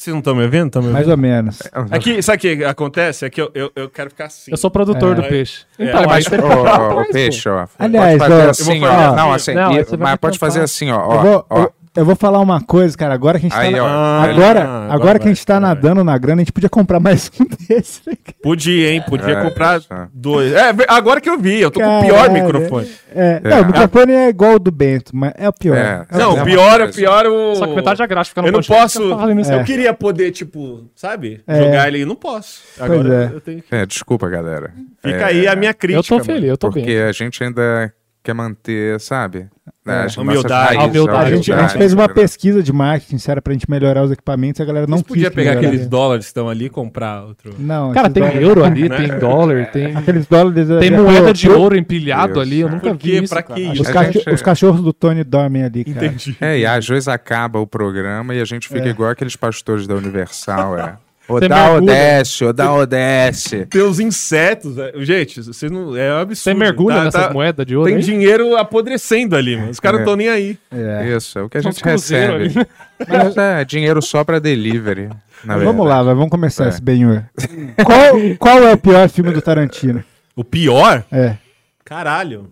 S9: Vocês não estão me ouvindo? Tão me
S6: Mais
S9: ouvindo? É,
S6: ou menos. É
S9: Aqui, sabe o que acontece? É que eu, eu, eu quero ficar assim.
S8: Eu sou produtor
S6: É.
S8: do Peixe.
S9: É.
S8: Então,
S9: É,
S8: mas
S5: Ô, ô, ô, peixe, ó.
S6: Aliás,
S5: pode fazer
S6: ó,
S5: assim,
S9: eu vou fazer
S5: ó. Não,
S9: assim.
S5: assim,
S8: Não,
S5: e-
S8: aí você vai
S5: mas
S8: me
S5: pode
S8: tampar.
S5: fazer assim, ó.
S6: eu,
S5: ó,
S6: vou,
S5: ó.
S6: eu, eu vou falar uma coisa, cara. Agora que a gente
S5: Aí,
S6: tá, na-
S5: ó.
S6: agora,
S9: Ah,
S6: agora,
S9: agora
S6: que a gente tá
S9: vai.
S6: nadando na grana, a gente podia comprar mais um desse. né, cara?
S9: Podia, hein? Podia
S5: É,
S9: comprar
S5: tá.
S9: dois. É, ve- agora que eu vi, eu tô com o pior
S6: Caralho.
S9: microfone.
S6: É, Não, o microfone é igual o do Bento, mas é o pior.
S5: É.
S6: É o
S9: Não,
S5: é
S9: o
S5: uma
S9: pior,
S5: coisa.
S9: o pior o.
S8: Só que metade é grátis, fica no
S9: Eu não
S8: podcast,
S9: posso.
S8: eu tava fazendo isso.
S9: Eu queria poder, tipo, sabe?
S6: É.
S9: Jogar ele. Não posso. Agora
S6: é.
S9: eu tenho que.
S5: É, desculpa, galera.
S9: Fica
S5: É,
S9: aí a minha crítica.
S8: Eu tô
S9: mano.
S8: feliz, eu tô
S5: Porque
S8: bem.
S5: a gente ainda quer manter, sabe? As nossas
S9: Humildade.
S5: raízes,
S8: Humildade.
S6: A gente, a gente
S5: humildade,
S6: fez uma
S5: entendeu?
S6: pesquisa de marketing, sério, pra gente melhorar os equipamentos, a galera não
S9: Vocês podia
S6: quis
S9: pegar
S6: melhorar. né?
S9: aqueles dólares que estão ali e comprar outro.
S6: Não,
S8: né? Cara,
S6: esses
S8: tem
S6: dólares-
S8: euro
S9: né?
S8: ali, tem dólar, tem,
S6: Aqueles dólares. é
S8: tem moeda de ouro empilhado
S5: Deus,
S8: ali. Eu
S5: cara.
S8: nunca
S9: Por
S8: vi
S9: quê?
S8: isso.
S9: Pra
S8: cara.
S9: que
S6: Os,
S9: isso? é.
S5: A gente-
S6: cachor- os cachorros do Tony dormem ali, cara.
S5: É, e às vezes acaba o programa e a gente fica igual aqueles pastores da Universal, é. Ô,
S8: Você
S5: dá
S8: mergulha.
S5: Odesse, ô, dá Odesse.
S9: Tem os insetos. né? Gente, você não. É um absurdo.
S8: Você mergulha
S9: Tá-
S8: nessas
S9: tá-
S8: moedas de ouro?
S9: Tem
S8: aí?
S9: dinheiro apodrecendo ali, mano. Os caras não estão nem aí.
S6: É.
S5: Isso, é o que a
S8: São
S5: gente
S8: cruzeiro
S5: recebe. Mas é dinheiro só pra delivery. na
S6: Vamos
S5: É verdade.
S6: lá, vai, vamos começar
S5: É.
S6: esse Benhur. qual, qual é o pior filme do Tarantino?
S9: O pior?
S6: É.
S9: Caralho.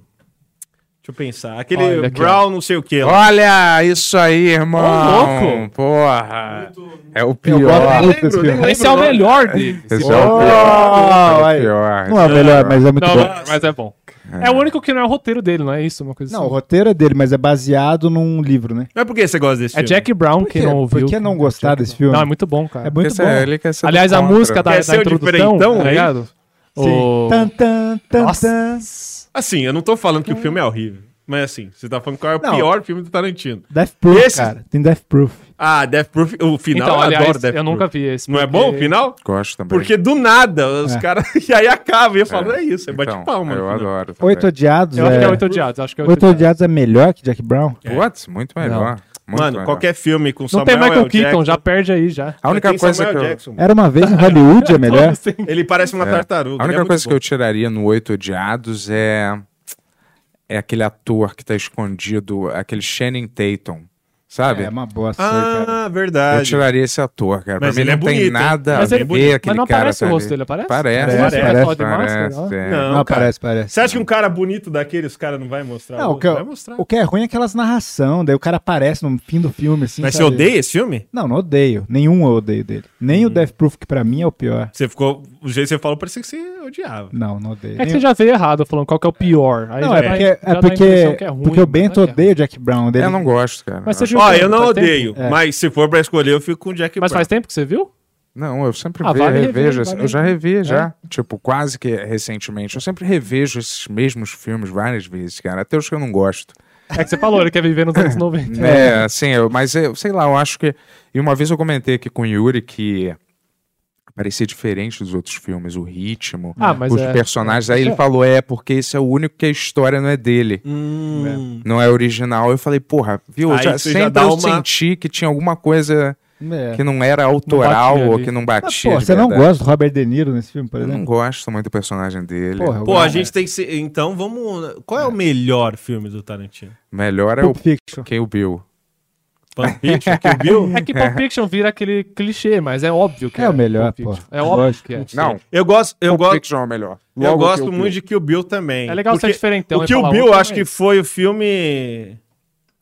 S9: Deixa eu pensar. Aquele
S8: Olha aqui, ó.
S9: Brown, não sei o que.
S5: Olha isso aí, irmão.
S9: Ô, louco.
S5: Porra. É o
S6: Eu
S5: pior.
S6: gosto muito desse
S9: lembro,
S6: filme.
S9: nem
S8: Esse é o
S9: Lembro,
S8: melhor dele.
S5: Esse
S8: Esse-
S5: é o pior.
S6: Oh,
S5: É o
S6: aí.
S5: pior.
S6: Não é o melhor, mas é muito
S8: Não,
S6: bom.
S8: mas é bom. É o único que não é o roteiro dele, não é isso? Uma coisa
S6: Não, o
S8: assim.
S6: roteiro é dele, mas é baseado num livro, né?
S9: Mas por que você gosta desse
S8: É Jack Brown, quem não
S6: Por
S8: ouviu.
S6: que não gostar desse filme?
S8: Não, é muito bom, cara.
S6: É muito
S5: Esse
S6: bom.
S5: é- ele quer ser do
S8: Aliás, a
S5: contra.
S8: música da,
S9: Quer
S8: da
S9: ser o
S8: introdução,
S9: diferentão,
S8: tá
S9: né?
S8: ligado?
S6: Sim.
S8: O-
S6: Tan, tan, tan,
S8: Nossa.
S6: tan.
S9: Assim, eu não tô falando que o filme é horrível. Mas assim, você tá falando qual é o
S6: Não.
S9: pior filme do Tarantino.
S6: Death Proof,
S9: Esse-
S6: cara. Tem Death Proof.
S9: Ah, Death Proof. O final
S8: Então,
S9: eu
S8: aliás,
S9: adoro Death
S8: eu
S9: Proof.
S8: nunca vi esse.
S9: Não é
S8: porque-
S9: bom o final?
S5: Gosto também.
S9: Porque do nada
S6: É.
S9: os caras. E aí acaba. E eu falo, é, isso, é bate
S5: Então,
S9: palma. no
S5: Eu
S9: final.
S5: adoro. também.
S6: Oito Odiados
S8: Eu acho que é
S6: é...
S8: Oito Odiados. Acho que é Oito
S6: Oito
S8: Odiados. É.
S6: Odiados é melhor que Jack Brown?
S5: Putz, muito melhor. Muito
S9: Mano,
S5: melhor.
S9: qualquer filme com
S8: Não
S9: Samuel
S8: tem Michael
S9: L.
S8: Keaton,
S9: Jackson-
S8: já perde aí já.
S5: A única
S9: Tem
S5: coisa que
S9: Samuel
S5: eu...
S9: Jackson.
S6: Era uma vez em Hollywood, é melhor?
S9: Ele parece uma
S5: É. A
S9: tartaruga.
S5: única
S9: ele é muito
S5: coisa
S9: bom.
S5: que eu tiraria no Oito Odiados é é aquele ator que tá escondido, aquele Shannon Tatum, sabe?
S6: É uma boa série, cara.
S9: Ah, verdade.
S5: Eu tiraria esse ator, cara. pra
S9: Mas
S5: mim
S9: ele
S5: não
S9: é
S5: tem
S9: bonito, hein? é
S5: nada
S8: Mas
S5: a
S8: ele-
S5: ver
S8: mas
S5: aquele
S8: não
S5: cara.
S8: aparece o
S5: tá
S8: rosto
S5: ali.
S8: dele, aparece?
S5: Parece,
S8: Parece,
S5: parece,
S8: só de máscara,
S5: parece,
S8: ó. Ah,
S5: é.
S9: Não,
S6: Não,
S9: cara.
S6: parece, parece.
S9: Você acha que um cara bonito daquele, os caras não vai mostrar?
S6: Não, o que,
S9: outro? vai
S6: eu-
S9: mostrar.
S6: o que é ruim é aquelas narração, daí o cara aparece no fim do filme, assim.
S9: Mas você
S6: sabe?
S9: odeia esse filme?
S6: Não, não odeio. Nenhum eu odeio dele. Nem
S8: Hum.
S6: o Death Proof, que pra mim é o pior.
S9: Você ficou. O jeito que você falou parecia que você odiava.
S6: Não, não odeio.
S8: É que
S6: Nenhum-
S8: você já veio errado falando qual que é o pior. Aí
S6: Não,
S8: já
S6: é
S8: vai-
S6: porque,
S8: já dá
S6: é
S8: a
S6: porque,
S8: impressão que é ruim,
S6: porque o
S8: mas não é
S6: Bento
S8: que é ruim.
S6: odeia o Jack Brown. Dele.
S5: Eu não gosto, cara.
S8: Mas você
S5: Acho-
S8: viu
S9: Ó,
S8: o
S9: eu
S8: filme,
S9: não
S8: faz tempo?
S9: odeio,
S6: É.
S9: mas se for pra escolher, eu fico com o Jack
S8: Mas
S9: Brown.
S8: faz tempo que você viu?
S5: Não, eu sempre
S8: Ah,
S5: ve-
S8: vale rever,
S5: revejo.
S8: vale
S5: eu já
S8: rever. É?
S5: revi, já. Tipo, quase que recentemente. Eu sempre revejo esses mesmos filmes várias vezes, cara. Até os que eu não gosto.
S8: É que você falou, ele quer viver nos anos 90.
S5: É, assim, eu, mas eu, sei lá, eu acho que. E uma vez eu comentei aqui com o Yuri que Parecia diferente dos outros filmes, o ritmo,
S8: Ah, mas
S5: os
S8: é.
S5: personagens. Aí
S8: É.
S5: ele falou: é, porque esse é o único que a história não é dele. Não é original. Eu falei, porra, viu?
S9: Ah,
S8: Aí
S5: Já,
S8: tu já
S5: sempre
S8: dá
S5: eu
S8: uma-
S5: senti que tinha alguma coisa
S6: É.
S5: que não era
S6: Não
S5: autoral
S6: batia
S5: ou
S6: ali.
S5: que não
S6: Mas,
S5: batia.
S6: pô,
S5: de
S6: você não
S5: verdade.
S6: gosta do Robert De Niro nesse filme, por
S5: Eu
S6: exemplo?
S5: não gosto muito do personagem dele.
S6: Porra,
S9: Pô, a gente tem que ser. Então, vamos. Qual é, o melhor filme do Tarantino?
S5: Melhor é
S9: Pulp
S5: o Kill Bill.
S9: Pulp Fiction, Kill Bill?
S8: É que Pulp Fiction vira aquele clichê, mas é óbvio que é.
S9: É o melhor,
S8: Pulp Fiction.
S9: pô.
S8: É óbvio
S9: Lógico.
S8: que é.
S9: Não. Eu gosto. Eu gosto.
S5: é
S9: eu gosto muito de Kill Bill também.
S8: É legal ser
S9: Porque
S8: diferentão
S9: O
S8: e
S9: Kill
S8: falar
S9: Bill,
S8: outro, é
S9: acho que
S8: mas-
S9: foi o filme.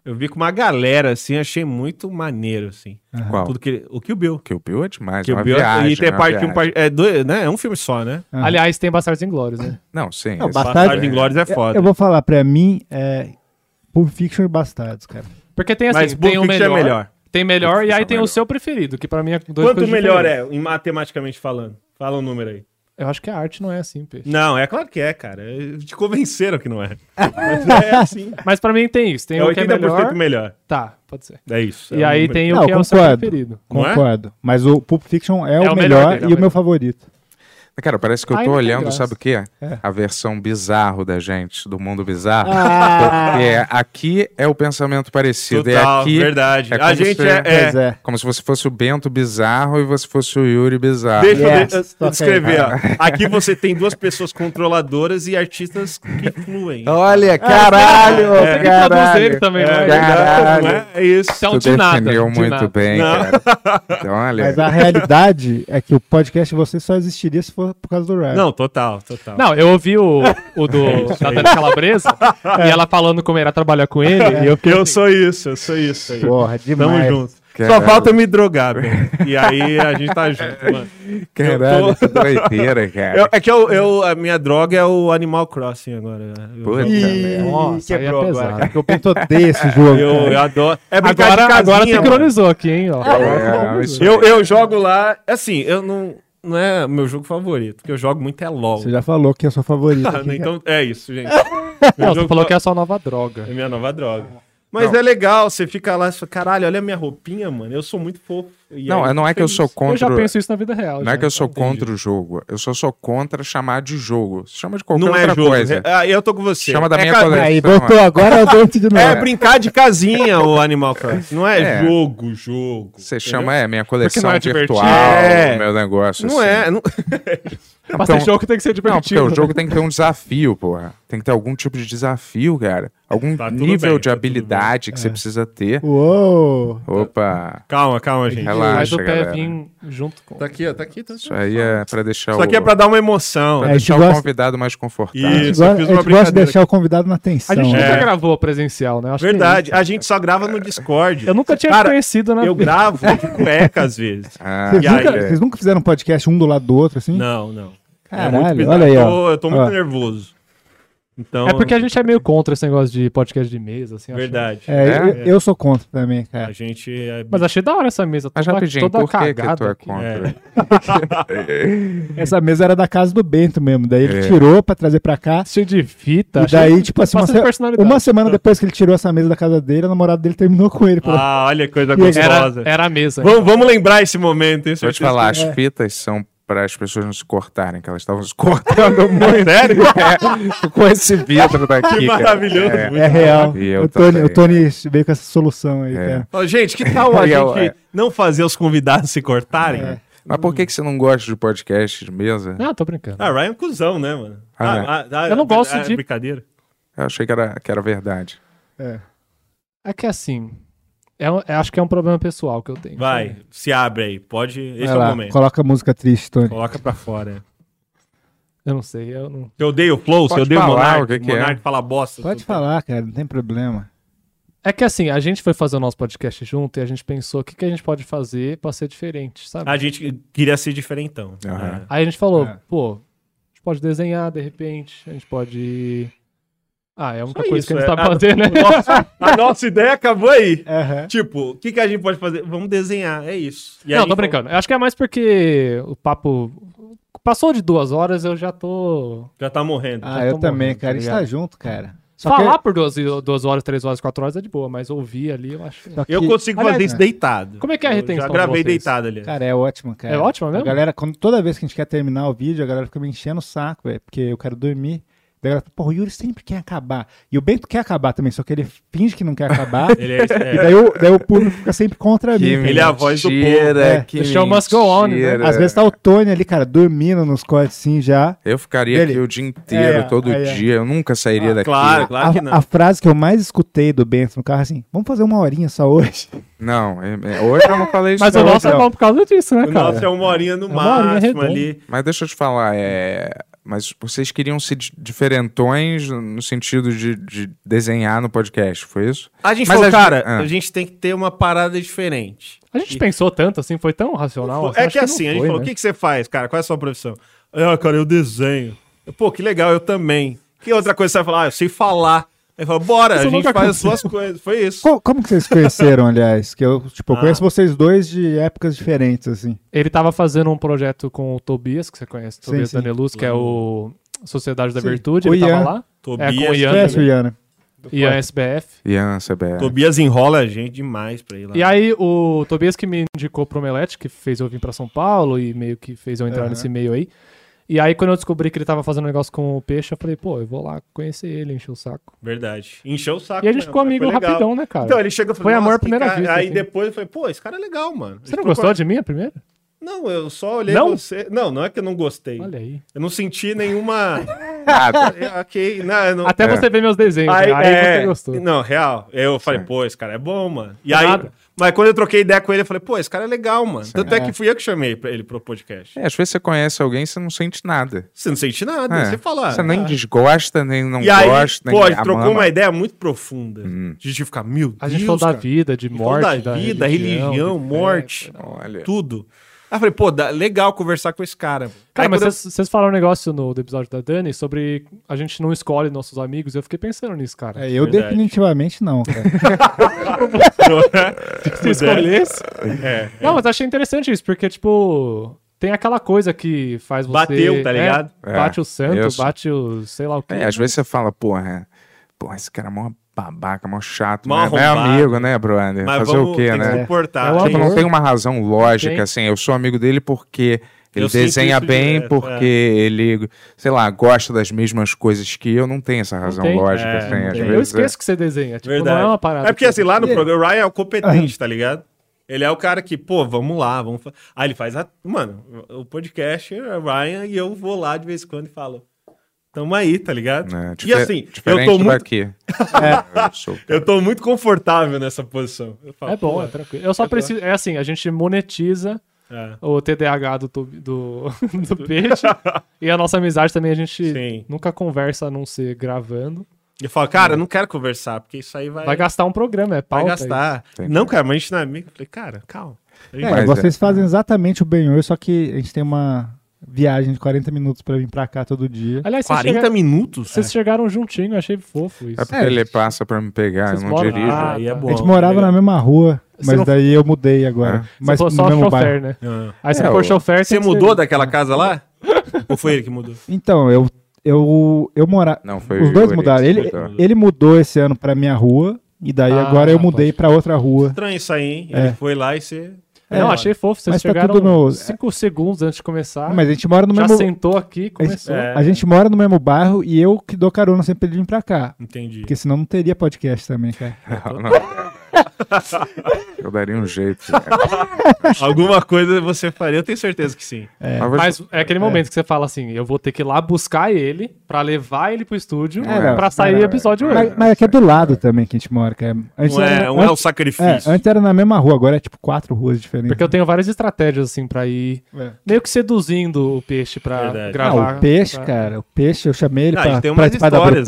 S9: Eu vi com uma galera, assim, achei muito maneiro, assim.
S5: Qual?
S9: Tudo que... O Kill Bill.
S5: Kill Bill é demais.
S9: Kill
S5: é uma
S9: Bill
S5: viagem,
S9: e tem
S5: é uma
S9: parte 1,
S5: viagem.
S9: parte. É, dois, né? é um filme só, né?
S8: Aliás, tem Bastardos Inglórios, né?
S5: Não, sim.
S9: Não, esse- Bastardos Inglórios é foda.
S6: Eu vou falar, pra mim, é Pulp Fiction e Bastardos, cara.
S8: Porque tem assim,
S9: Mas
S8: tem o
S9: Pulp Fiction
S8: melhor,
S9: é melhor. é
S8: Tem melhor e aí tem o seu preferido, que pra mim é dois
S9: Quanto
S8: coisas
S9: melhor
S8: diferentes.
S9: é, em matematicamente falando? Fala um número aí.
S8: Eu acho que a arte não é assim, peixe.
S9: Não, é claro que é, cara. Eh, Te convenceram que não é. Mas é assim.
S8: Mas pra mim tem isso. Tem
S9: É
S8: o que é
S9: 80%
S8: melhor.
S9: melhor.
S8: Tá, pode ser.
S9: É isso.
S8: E
S9: é um
S8: aí
S9: número.
S8: tem o
S6: Não,
S8: que é o seu preferido.
S5: Não é?
S6: Concordo. Mas o Pulp Fiction é,
S5: É
S6: o
S5: o melhor
S6: melhor,
S5: dele, é o
S6: e o meu
S5: melhor.
S6: favorito.
S5: Cara, parece que eu
S6: Ai,
S5: tô
S6: não tem
S5: olhando,
S6: graça.
S5: sabe o quê?
S6: É.
S5: A versão bizarro da gente, do mundo bizarro.
S9: Ah.
S5: Porque aqui é o pensamento parecido. e
S9: Total,
S5: aqui
S9: verdade.
S5: É
S9: A
S5: como
S9: gente
S5: se-
S9: é- é- Pois é.
S5: Como se você fosse o Bento bizarro e você fosse o Yuri bizarro.
S9: Deixa eu de- eu descrever. ó. Aqui você tem duas pessoas controladoras e artistas que fluem.
S8: Ah,
S5: Olha, caralho,
S9: É.
S5: caralho.
S9: É,
S5: é,
S9: verdade,
S5: caralho.
S9: não é? É isso.
S8: Então,
S5: tu definiu muito bem,
S9: Não.
S5: cara. Então, olha.
S6: Mas a realidade é que o podcast você só existiria se for por causa do Ryan.
S9: Não, total, total.
S8: É. Não, eu ouvi o, o do
S9: É isso
S8: da
S9: aí. É.
S8: Tânia Calabresa e ela falando como irá trabalhar com ele. e eu
S9: eu,
S8: fiquei
S9: sou isso, eu sou isso. Aí.
S8: Porra,
S9: Tamo
S8: demais.
S9: junto. Só
S5: Caralho.
S9: falta eu me drogar, bem. E aí a gente tá junto, mano.
S5: Caralho,
S9: Eu
S5: que doideira, cara.
S9: Eu- é que eu, eu- a minha droga é o Animal Crossing agora. Eu-
S5: Puta
S9: eu-
S5: merda.
S8: Nossa, aí é
S9: quebrou agora.
S8: pesado.
S9: cara.
S6: odeio esse jogo,
S9: Eu,
S6: cara.
S9: eu adoro. É brincar
S8: agora,
S9: de casinha,
S8: agora
S9: mano. É,
S8: sincronizou aqui, hein? Ó.
S5: É,
S9: eu, eu jogo lá. Assim, eu não. Não é meu jogo favorito, porque eu jogo muito é LOL.
S6: Você já falou que é o seu favorito.
S9: Tá, né? Então é isso, gente.
S8: Não,
S9: Meu
S8: você
S9: jogo
S8: falou
S9: fa-
S8: que é a sua nova droga.
S9: É minha nova droga. Mas
S8: Não.
S9: é legal, você fica lá e fala, caralho, olha a minha roupinha, mano. Eu sou muito fofo. E
S5: Não,
S9: aí
S5: não é
S9: fico
S5: que eu
S9: feliz.
S5: sou contra.
S8: Eu já penso isso na vida real.
S5: Não é
S8: já.
S5: que eu sou
S8: Então, entendi.
S5: contra o jogo. Eu só sou contra chamar de jogo. Se Chama de qualquer
S9: Não é
S5: outra
S9: jogo.
S5: coisa.
S9: É- ah, eu tô com você.
S5: Chama da
S9: É
S5: minha
S9: ca-
S5: coleção.
S9: Aí,
S6: voltou agora, eu dou de novo.
S9: É brincar de casinha o Animal Crossing. Não é,
S5: É.
S9: jogo, jogo.
S5: Você
S9: entendeu?
S5: chama, é, minha coleção
S9: Porque não é divertido.
S5: virtual,
S9: É.
S5: meu negócio.
S9: Não
S5: assim. Então,
S9: é. Não...
S8: Mas tem jogo que tem que ser
S5: é um Não, porque
S8: divertido. né?
S5: o jogo tem que ter um desafio, porra. Tem que ter algum tipo de desafio, cara. Algum nível
S9: Tá bem, É.
S5: de habilidade que você precisa ter.
S6: Uou!
S5: Opa!
S9: Calma, calma, gente.
S5: Relaxa,
S8: Mas o pé
S5: galera.
S8: vir junto com. Tá
S9: aqui, ó, tá aqui, tá
S5: Isso aí é pra deixar
S9: Isso
S5: o...
S9: aqui é pra dar uma emoção.
S5: Pra
S6: É, a gente
S5: deixar o
S6: gosta-
S5: convidado mais confortável.
S6: a gente gosta, a gente gosta de deixar o convidado na tensão.
S8: Então, A gente
S6: né?
S8: nunca gravou a presencial, né? Acho que é
S9: É. Verdade,
S8: isso.
S9: a gente só grava no Discord.
S8: Eu nunca tinha
S9: Cara,
S8: conhecido, né?
S9: Eu gravo de cueca às vezes.
S5: Ah,
S6: Vocês, nunca, vocês nunca fizeram um podcast um do lado do outro, assim?
S9: Não, não.
S5: É
S6: Caralho,
S9: É bizarro.
S6: olha aí,
S9: Eu
S6: ó.
S9: tô, eu tô muito
S6: Ó.
S9: nervoso. Então,
S8: É porque a gente é meio contra esse negócio de podcast de mesa, assim. eu acho.
S9: Verdade.
S6: É, Eu, eu sou contra também, cara.
S9: A gente. é-
S8: Mas achei da hora essa mesa.
S5: Mas
S8: toda-
S5: rapidinho,
S8: toda
S5: por que que
S8: cagada
S5: tu é
S8: aqui. É.
S5: contra?
S6: Essa mesa era da casa do Bento mesmo. Daí ele
S5: É.
S6: tirou pra trazer pra cá.
S8: Cheio de fita.
S6: E daí,
S8: Tá, achei-
S6: tipo assim, uma,
S8: bastante
S6: se-
S8: personalidade.
S6: uma semana depois que ele tirou essa mesa da casa dele, a namorada dele terminou com ele. É pela-
S9: Ah, olha que coisa
S6: E aí-
S9: gostosa.
S8: Era- era a mesa.
S9: Vamos, vamos lembrar esse momento, hein?
S5: Vou te falar, as
S9: certeza.
S5: fitas são para as pessoas não se cortarem, que elas estavam se cortando muito.
S9: Sério?
S5: É, com esse vidro daqui.
S9: Que
S5: cara.
S9: maravilhoso,
S5: É,
S6: É real.
S5: E eu
S6: o, Tony,
S5: também.
S6: o Tony veio com essa solução aí,
S5: É.
S6: cara.
S9: Ó, gente, que tal a
S5: Legal,
S9: gente
S5: é.
S9: não fazer os convidados se cortarem?
S6: É.
S5: Mas por que, que você não gosta de podcast de mesa?
S8: Não, tô brincando.
S9: Ah, Ryan é um cuzão, né, mano?
S5: Ah,
S9: Ah,
S5: né?
S9: ah, ah,
S8: Eu não gosto
S9: ah,
S8: de-
S9: Brincadeira.
S5: Eu achei que era, que era verdade.
S6: É.
S8: É que assim. é um- é- acho que é um problema pessoal que eu tenho.
S9: Vai, se abre aí. Pode. Esse
S6: Vai
S9: é o
S6: lá,
S9: momento.
S6: Coloca a música triste, Tony.
S9: Coloca pra fora.
S8: Eu não sei, eu não.
S9: Eu odeio o Flow, eu
S8: Pode
S9: odeio o
S8: falar
S9: Monark.
S8: o que que é.
S9: Monark fala bosta.
S6: Pode falar, cara, não tem problema.
S8: É que assim, a gente foi fazer o nosso podcast junto e a gente pensou o que, que a gente pode fazer pra ser diferente, sabe?
S9: A gente queria ser diferentão.
S6: Ah.
S9: né?
S5: Aham.
S8: Aí a gente falou,
S6: É.
S8: pô, a gente pode desenhar de repente, a gente pode. Ah, é a única
S9: Só
S8: coisa
S9: isso,
S8: que a gente
S9: é.
S8: sabe fazer, né?
S9: o nosso- a nossa ideia acabou aí. Tipo, o que, que a gente pode fazer? Vamos desenhar, é isso. E aí
S8: não, tô
S9: falou-
S8: brincando. Acho que é mais porque o papo. Passou de duas horas, eu já tô.
S9: Já tá morrendo. tá
S6: Ah, eu também, cara. A gente tá junto, cara. Só
S8: Falar
S6: que-
S8: por duas, duas horas, três horas, quatro horas é de boa, mas ouvir ali eu acho. que-
S6: Só que- Eu consigo fazer isso deitado.
S8: Como é que é a
S6: Eu
S8: retenção?
S9: já gravei
S8: de vocês?
S9: deitado ali.
S6: Cara, é ótimo, cara.
S8: É ótimo mesmo?
S6: A galera, quando, toda vez que a gente quer terminar o vídeo, a galera fica me enchendo o saco, velho, porque eu quero dormir. Daí a galera, pô, o Yuri sempre quer acabar. E o Bento quer acabar também, só que ele finge que não quer acabar.
S9: Ele é- é.
S6: E daí, o- daí o público fica sempre contra
S9: Que
S6: mim.
S9: Ele é a voz do mentira, povo. que
S6: The
S8: É, show must go on, né? mentira.
S6: Às vezes tá o Tony ali, cara, dormindo nos cortes sim já.
S5: Eu ficaria aqui o dia inteiro,
S6: É,
S5: todo
S6: é, é.
S5: dia. Eu nunca sairia
S9: Ah,
S5: daqui.
S6: a, a frase que eu mais escutei do Bento no carro é assim: vamos fazer uma horinha só hoje.
S5: Não, é- é- hoje eu não falei isso.
S6: Mas o
S5: não, então.
S6: nosso é
S5: não.
S6: bom por causa disso, né,
S9: O cara? nosso é uma horinha no É uma horinha máximo redonda. ali.
S5: Mas deixa eu te falar, é... Mas vocês queriam ser di- diferentões no sentido de, de desenhar no podcast, foi isso?
S9: A gente
S5: Mas
S9: falou, cara,
S5: ah.
S9: a gente tem que ter uma parada diferente.
S8: A gente pensou tanto assim, foi tão racional.
S9: é
S8: acho
S9: que assim,
S8: não
S9: a gente
S8: foi,
S9: falou, o
S8: né?
S9: que, que você faz, cara? Qual é a sua profissão? Ah, cara, eu desenho. Pô, que legal, eu também. Que outra coisa você vai falar? Ah, eu sei falar. Aí fala, bora,
S6: Isso
S9: a gente
S6: nunca
S9: faz as
S6: aconteceu.
S9: suas coisas. Foi isso.
S6: Co- como que vocês conheceram, aliás? Que eu, tipo, eu
S8: Ah.
S6: conheço vocês dois de épocas diferentes, assim.
S8: Ele tava fazendo um projeto com o Tobias, que você conhece,
S6: Sim,
S8: Tobias
S6: sim.
S8: Daneluz, que é o Sociedade da
S6: Sim.
S8: Virtude,
S6: O
S8: ele
S6: Ian.
S8: tava lá.
S9: Tobias.
S8: é, com o Ian.
S6: Conhece
S8: também.
S6: o Ian, né?
S8: Ian SBF.
S5: Ian, CBR.
S9: Tobias enrola a gente demais pra ir lá.
S8: E aí, o Tobias que me indicou pro Omelete, que fez eu vir pra São Paulo e meio que fez eu entrar
S9: Aham.
S8: nesse meio aí. E aí, quando eu descobri que ele tava fazendo um negócio com o peixe, eu falei, pô, eu vou lá conhecer ele, encher o saco.
S9: Verdade. Encheu o saco.
S8: E a gente
S9: mesmo,
S8: ficou
S9: mas
S8: amigo
S9: foi legal.
S8: rapidão, né, cara?
S9: Então, ele chega e fala,
S8: Foi amor
S9: "Nossa,
S8: à primeira
S9: que cara-
S8: vista,
S9: Aí
S8: assim.
S9: depois eu falei, pô, esse cara é legal, mano.
S8: Você não gostou de mim a primeira?
S9: Não, eu só olhei
S8: Não?
S9: você. Não, não é que eu não gostei.
S8: Olha aí.
S9: Eu não senti nenhuma.
S8: Nada.
S9: Eu- ok, não, eu não-
S8: Até você ver meus desenhos, né? Aí
S9: é,
S8: você gostou.
S9: Não, real. Eu falei, pô, esse cara é bom, mano. E
S8: Do
S9: aí,
S8: nada.
S9: mas quando eu troquei ideia com ele, eu falei, pô, esse cara é legal, mano. Tanto é.
S5: É.
S9: que fui eu que chamei pra ele pro podcast.
S5: É, às vezes você conhece alguém e você não sente nada. É.
S9: Você não sente nada, você fala,
S5: Você nem
S9: ah.
S5: desgosta, nem não
S9: e aí,
S5: gosta.
S9: pô, a
S5: nem Uhum.
S9: gente trocou
S5: ama.
S9: uma ideia muito profunda. De gente ficar, meu
S8: A gente
S9: Deus,
S8: falou da
S9: cara.
S8: vida, de
S9: A gente falou da
S8: morte, da
S9: vida, religião,
S8: religião, de fé,
S9: morte,
S5: Olha.
S9: tudo. Aí eu falei, pô, dá- legal conversar com esse cara.
S8: Cara,
S9: Aí
S8: mas
S9: quando eu-
S8: vocês vocês falaram um negócio no do episódio da Dani sobre a gente não escolhe nossos amigos. Eu fiquei pensando nisso, cara.
S6: É, eu definitivamente não, cara.
S8: é? Se escolhesse.
S9: É,
S8: Não, mas achei interessante isso, porque, tipo, tem aquela coisa que faz você.
S9: Bateu, tá
S8: né?
S9: ligado?
S8: Bate
S5: É,
S8: o santo,
S5: eu sou-
S8: bate o sei lá o quê.
S5: É, às vezes você fala, porra, porra, esse cara é mó babaca, mó chato,
S8: Mó
S5: né? Mas é
S8: arrombado.
S5: amigo, né, brother?
S9: Mas
S5: Fazer
S9: vamos-
S5: o quê,
S9: tem que
S5: né?
S9: suportar.
S5: Tipo,
S9: É um
S5: não
S9: amor.
S5: tem uma razão
S9: Tem.
S5: lógica, assim, eu sou amigo dele porque ele
S9: Eu sinto
S5: desenha
S9: isso
S5: bem,
S9: direto,
S5: porque
S9: é.
S5: ele, sei lá, gosta das mesmas coisas que eu, não tem essa razão
S8: tem?
S5: lógica,
S9: É,
S5: assim,
S9: não
S5: às
S9: tem.
S5: vezes.
S8: Eu esqueço que você desenha. Tipo, não é uma parada.
S9: É porque,
S8: que-
S9: assim, lá no programa, o Ryan é o competente, tá ligado? Ele é o cara que, pô, vamos lá, vamos. Fa... Aí ele faz a. Mano, o podcast é o Ryan e eu vou lá de vez em quando e falo. Tamo aí, tá ligado?
S5: É,
S9: e
S5: difer-
S9: assim, eu
S5: diferente
S9: tô muito.
S5: daqui. Eu sou-
S9: Eu tô muito confortável nessa posição. Eu falo,
S8: É bom,
S9: pô,
S8: é tranquilo. Eu só
S9: tô-
S8: preciso. É assim, a gente monetiza
S9: É.
S8: o TDAH do, tu- do, do peixe. e a nossa amizade também, a gente nunca conversa a não ser gravando.
S9: Eu falo,
S5: É.
S9: cara, eu não quero conversar, porque isso aí vai.
S8: Vai gastar um programa, é
S9: Vai
S8: pauta
S9: gastar.
S8: isso.
S9: Não, cara, mas a gente não é amigo. Eu falei, cara, calma. A gente
S6: É,
S9: vai-
S6: vocês fazem exatamente o bem hoje, só que a gente tem uma viagem de 40 minutos pra vir pra cá todo dia.
S8: Aliás, vocês chegaram-
S6: É.
S8: Vocês chegaram juntinho, eu achei fofo isso.
S5: É porque ele passa pra me pegar, eu
S8: Vocês
S5: não
S8: moram-
S5: dirijo.
S8: Ah, aí é
S6: a gente morava na mesma rua,
S8: Você
S6: mas
S8: não-
S6: daí eu mudei agora. Mas
S8: for
S6: no
S8: só
S6: mesmo
S8: chofer,
S6: bairro.
S8: né?
S9: Ah.
S8: Aí você
S6: É,
S8: for
S6: o-
S8: chofer,
S9: Você
S8: tem que ser- Ah.
S9: mudou daquela casa lá? Ou foi ele que mudou?
S6: Então, eu eu eu morava.
S5: Não, foi
S6: Os
S5: o
S6: dois
S5: Yuri
S6: mudaram.
S5: que
S6: Ele
S5: mudou.
S6: ele mudou esse ano pra minha rua e daí
S8: Ah,
S6: agora eu mudei pra outra rua.
S9: Estranho isso aí, hein?
S6: É.
S9: Ele foi lá e você.
S8: Não, É, achei fofo. Vocês
S6: Mas tá
S8: chegaram
S6: tudo no-
S8: 5 segundos antes de começar.
S6: Mas a gente mora no
S8: já
S6: mesmo-
S8: Já sentou aqui, começou.
S6: A gente, a gente mora no mesmo bairro e eu que dou carona sempre pra ele vir pra cá.
S9: Entendi.
S6: Porque senão não teria podcast também, cara. É,
S5: Não, não, cara. Eu daria um jeito. cara.
S9: Alguma coisa você faria, eu tenho certeza que sim.
S5: É.
S8: Mas é aquele momento que você fala assim, eu vou ter que ir lá buscar ele pra levar ele pro estúdio
S6: É,
S8: pra sair episódio
S6: Mas,
S8: hoje.
S6: mas aqui é do lado também que a gente mora, cara.
S8: Não é- não é o sacrifício.
S6: é, antes era na mesma rua, agora é tipo quatro ruas diferentes.
S8: um, Porque eu tenho várias estratégias assim pra ir meio que seduzindo o peixe pra gravar.
S6: Ah, É. o peixe,
S8: pra-
S6: cara, o peixe, eu chamei ele
S8: Não, a
S6: pra
S8: gente tem
S6: pra
S8: umas
S6: participar da
S8: histórias,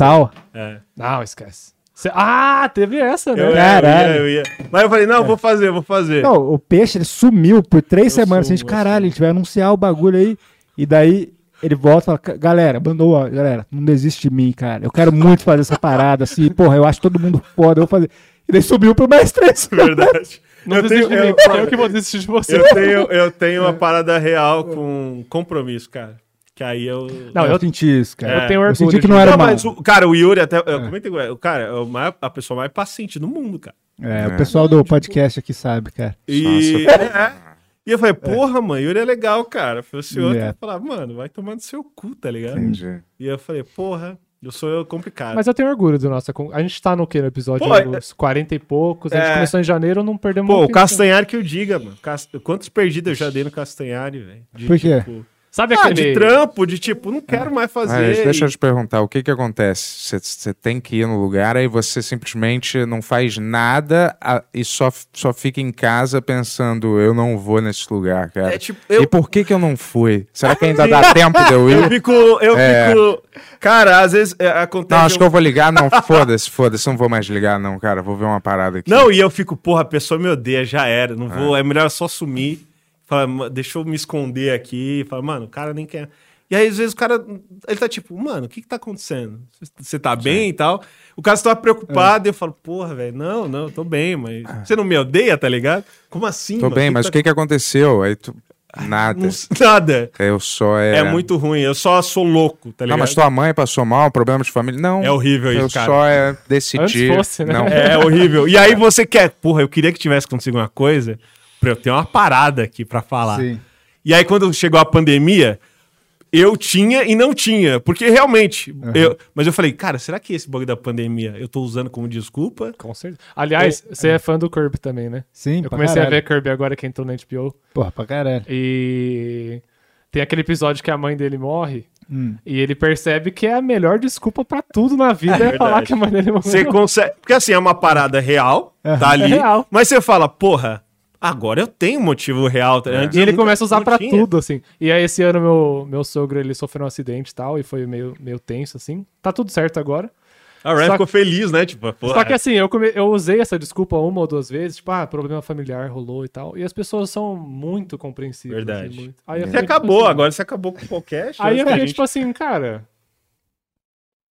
S8: né?
S9: É.
S6: Brutal.
S8: Não, esquece. Cê- Ah, teve essa, né?
S9: Eu,
S6: Caralho.
S9: Eu, ia, eu ia. Mas eu falei, não, vou fazer, vou fazer.
S6: Não, o peixe ele sumiu por três semanas. assim, a gente, caralho,
S9: assim."
S6: a gente vai anunciar o bagulho aí. E daí ele volta e fala: "Ca- galera, abandoa, galera, não desiste de mim, cara. Eu quero muito fazer essa parada. Assim, porra, eu acho todo mundo foda, eu vou fazer. E daí subiu pro mais três.
S9: É Verdade.
S8: Não
S9: Eu
S8: desiste
S9: tenho-
S8: de mim,
S9: eu-
S8: porque eu que vou desistir de você. É.
S9: Eu tenho, eu tenho uma parada real com compromisso, cara. Que aí eu.
S6: Não, eu senti isso, cara.
S9: É.
S6: Eu tenho orgulho Eu senti que não de- era mal.
S9: mas o- Cara, o Yuri até. Eu comentei com ele, o cara, é o maior- a pessoa mais paciente do mundo, cara.
S6: É, o pessoal do podcast aqui sabe, cara.
S9: E, é. E eu falei, porra, mãe, Yuri é legal, cara. Eu falei, O senhor
S6: É.
S9: tem que falar, mano, vai tomando seu cu, tá ligado?
S6: Entendi.
S9: E eu falei, porra, eu sou complicado.
S8: Mas eu tenho orgulho do nosso. A gente tá no que no episódio?
S9: Pô, é-
S8: Uns 40 e poucos. A gente
S9: É.
S8: começou em janeiro, não perdemos um
S9: Pô, o
S8: muito tempo.
S9: Castanhari que eu diga, mano. Cas- Quantos perdidos eu já dei no Castanhari, velho? De,
S6: Por quê?
S9: tipo-
S8: Sabe
S9: Ah,
S8: aquele-
S9: de trampo, de tipo, não quero mais fazer.
S5: É. Mas deixa
S9: e-
S5: eu te perguntar, o que que acontece? Você tem que ir no lugar, aí você simplesmente não faz nada a- e só, só fica em casa pensando, eu não vou nesse lugar, cara.
S9: É tipo, eu-
S5: E por que que eu não fui? Será que ainda dá tempo de eu ir?
S9: Eu fico, eu
S5: É.
S9: fico. Cara, às vezes é, acontece.
S5: Não, acho que eu vou ligar, não, foda-se, foda-se, não vou mais ligar não, cara, vou ver uma parada aqui.
S9: Não, e eu fico, porra, a pessoa me odeia, já era. Não vou, é melhor eu só sumir. Fala, "Ma- deixa eu me esconder aqui. Fala, mano, o cara nem quer. E aí, às vezes, o cara. Ele tá tipo, mano, o que que tá acontecendo? Você tá bem e tal? O cara só tá preocupado
S5: É.
S9: e eu falo, porra, velho, não, não, tô bem, mas. Você não me odeia, tá ligado? Como assim?
S5: Tô bem, mas o que que aconteceu? Aí tu... Nada.
S9: Nada.
S5: Eu só
S9: É
S5: era...
S9: muito ruim, eu só sou louco, tá
S5: Não,
S9: ligado?
S5: mas tua mãe passou mal, problema de família. Não.
S9: É horrível
S5: eu
S9: isso, cara.
S5: só é, decidi. Não.
S9: É horrível. E aí você quer, porra, eu queria que tivesse conseguido uma coisa pra eu ter uma parada aqui pra falar.
S6: Sim.
S9: E aí quando chegou a pandemia, eu tinha e não tinha, porque realmente, eu, mas eu falei, cara, será que esse bug da pandemia eu tô usando como desculpa?
S8: Com certeza. Aliás,
S9: Eu-
S8: você é fã do Kirby também, né?
S6: Sim,
S8: Eu
S6: pra
S8: comecei a
S6: caralho.
S8: ver Kirby agora que entrou na HBO.
S6: Porra, pra caralho.
S8: E tem aquele episódio que a mãe dele morre.
S6: Hum.
S8: E ele percebe que é a melhor desculpa pra tudo na vida é,
S9: verdade.
S8: falar que a mãe dele morreu.
S9: Você consegue, porque assim é uma parada real, tá ali,
S8: É real.
S9: mas você fala, porra, agora eu tenho um motivo real, tá?
S8: É.
S9: Antes
S8: E
S9: eu
S8: ele
S9: nunca-
S8: começa a usar
S9: não
S8: pra
S9: tinha.
S8: tudo, assim. E aí esse ano meu, meu sogro, ele sofreu um acidente e tal, e foi meio, meio tenso, assim. Tá tudo certo agora.
S9: A Ah, Ryan
S8: Só
S9: ficou
S8: que-
S9: feliz, né? Tipo, porra.
S8: Só que assim, eu, come- eu usei essa desculpa uma ou duas vezes, tipo, ah, problema familiar rolou e tal. E as pessoas são muito compreensíveis.
S9: Verdade.
S8: Assim, muito. Aí eu
S9: você
S8: fiquei, tipo
S9: acabou,
S8: assim,
S9: agora você acabou com qualquer chance
S8: Aí eu
S9: da
S8: fiquei
S9: gente
S8: tipo assim, cara.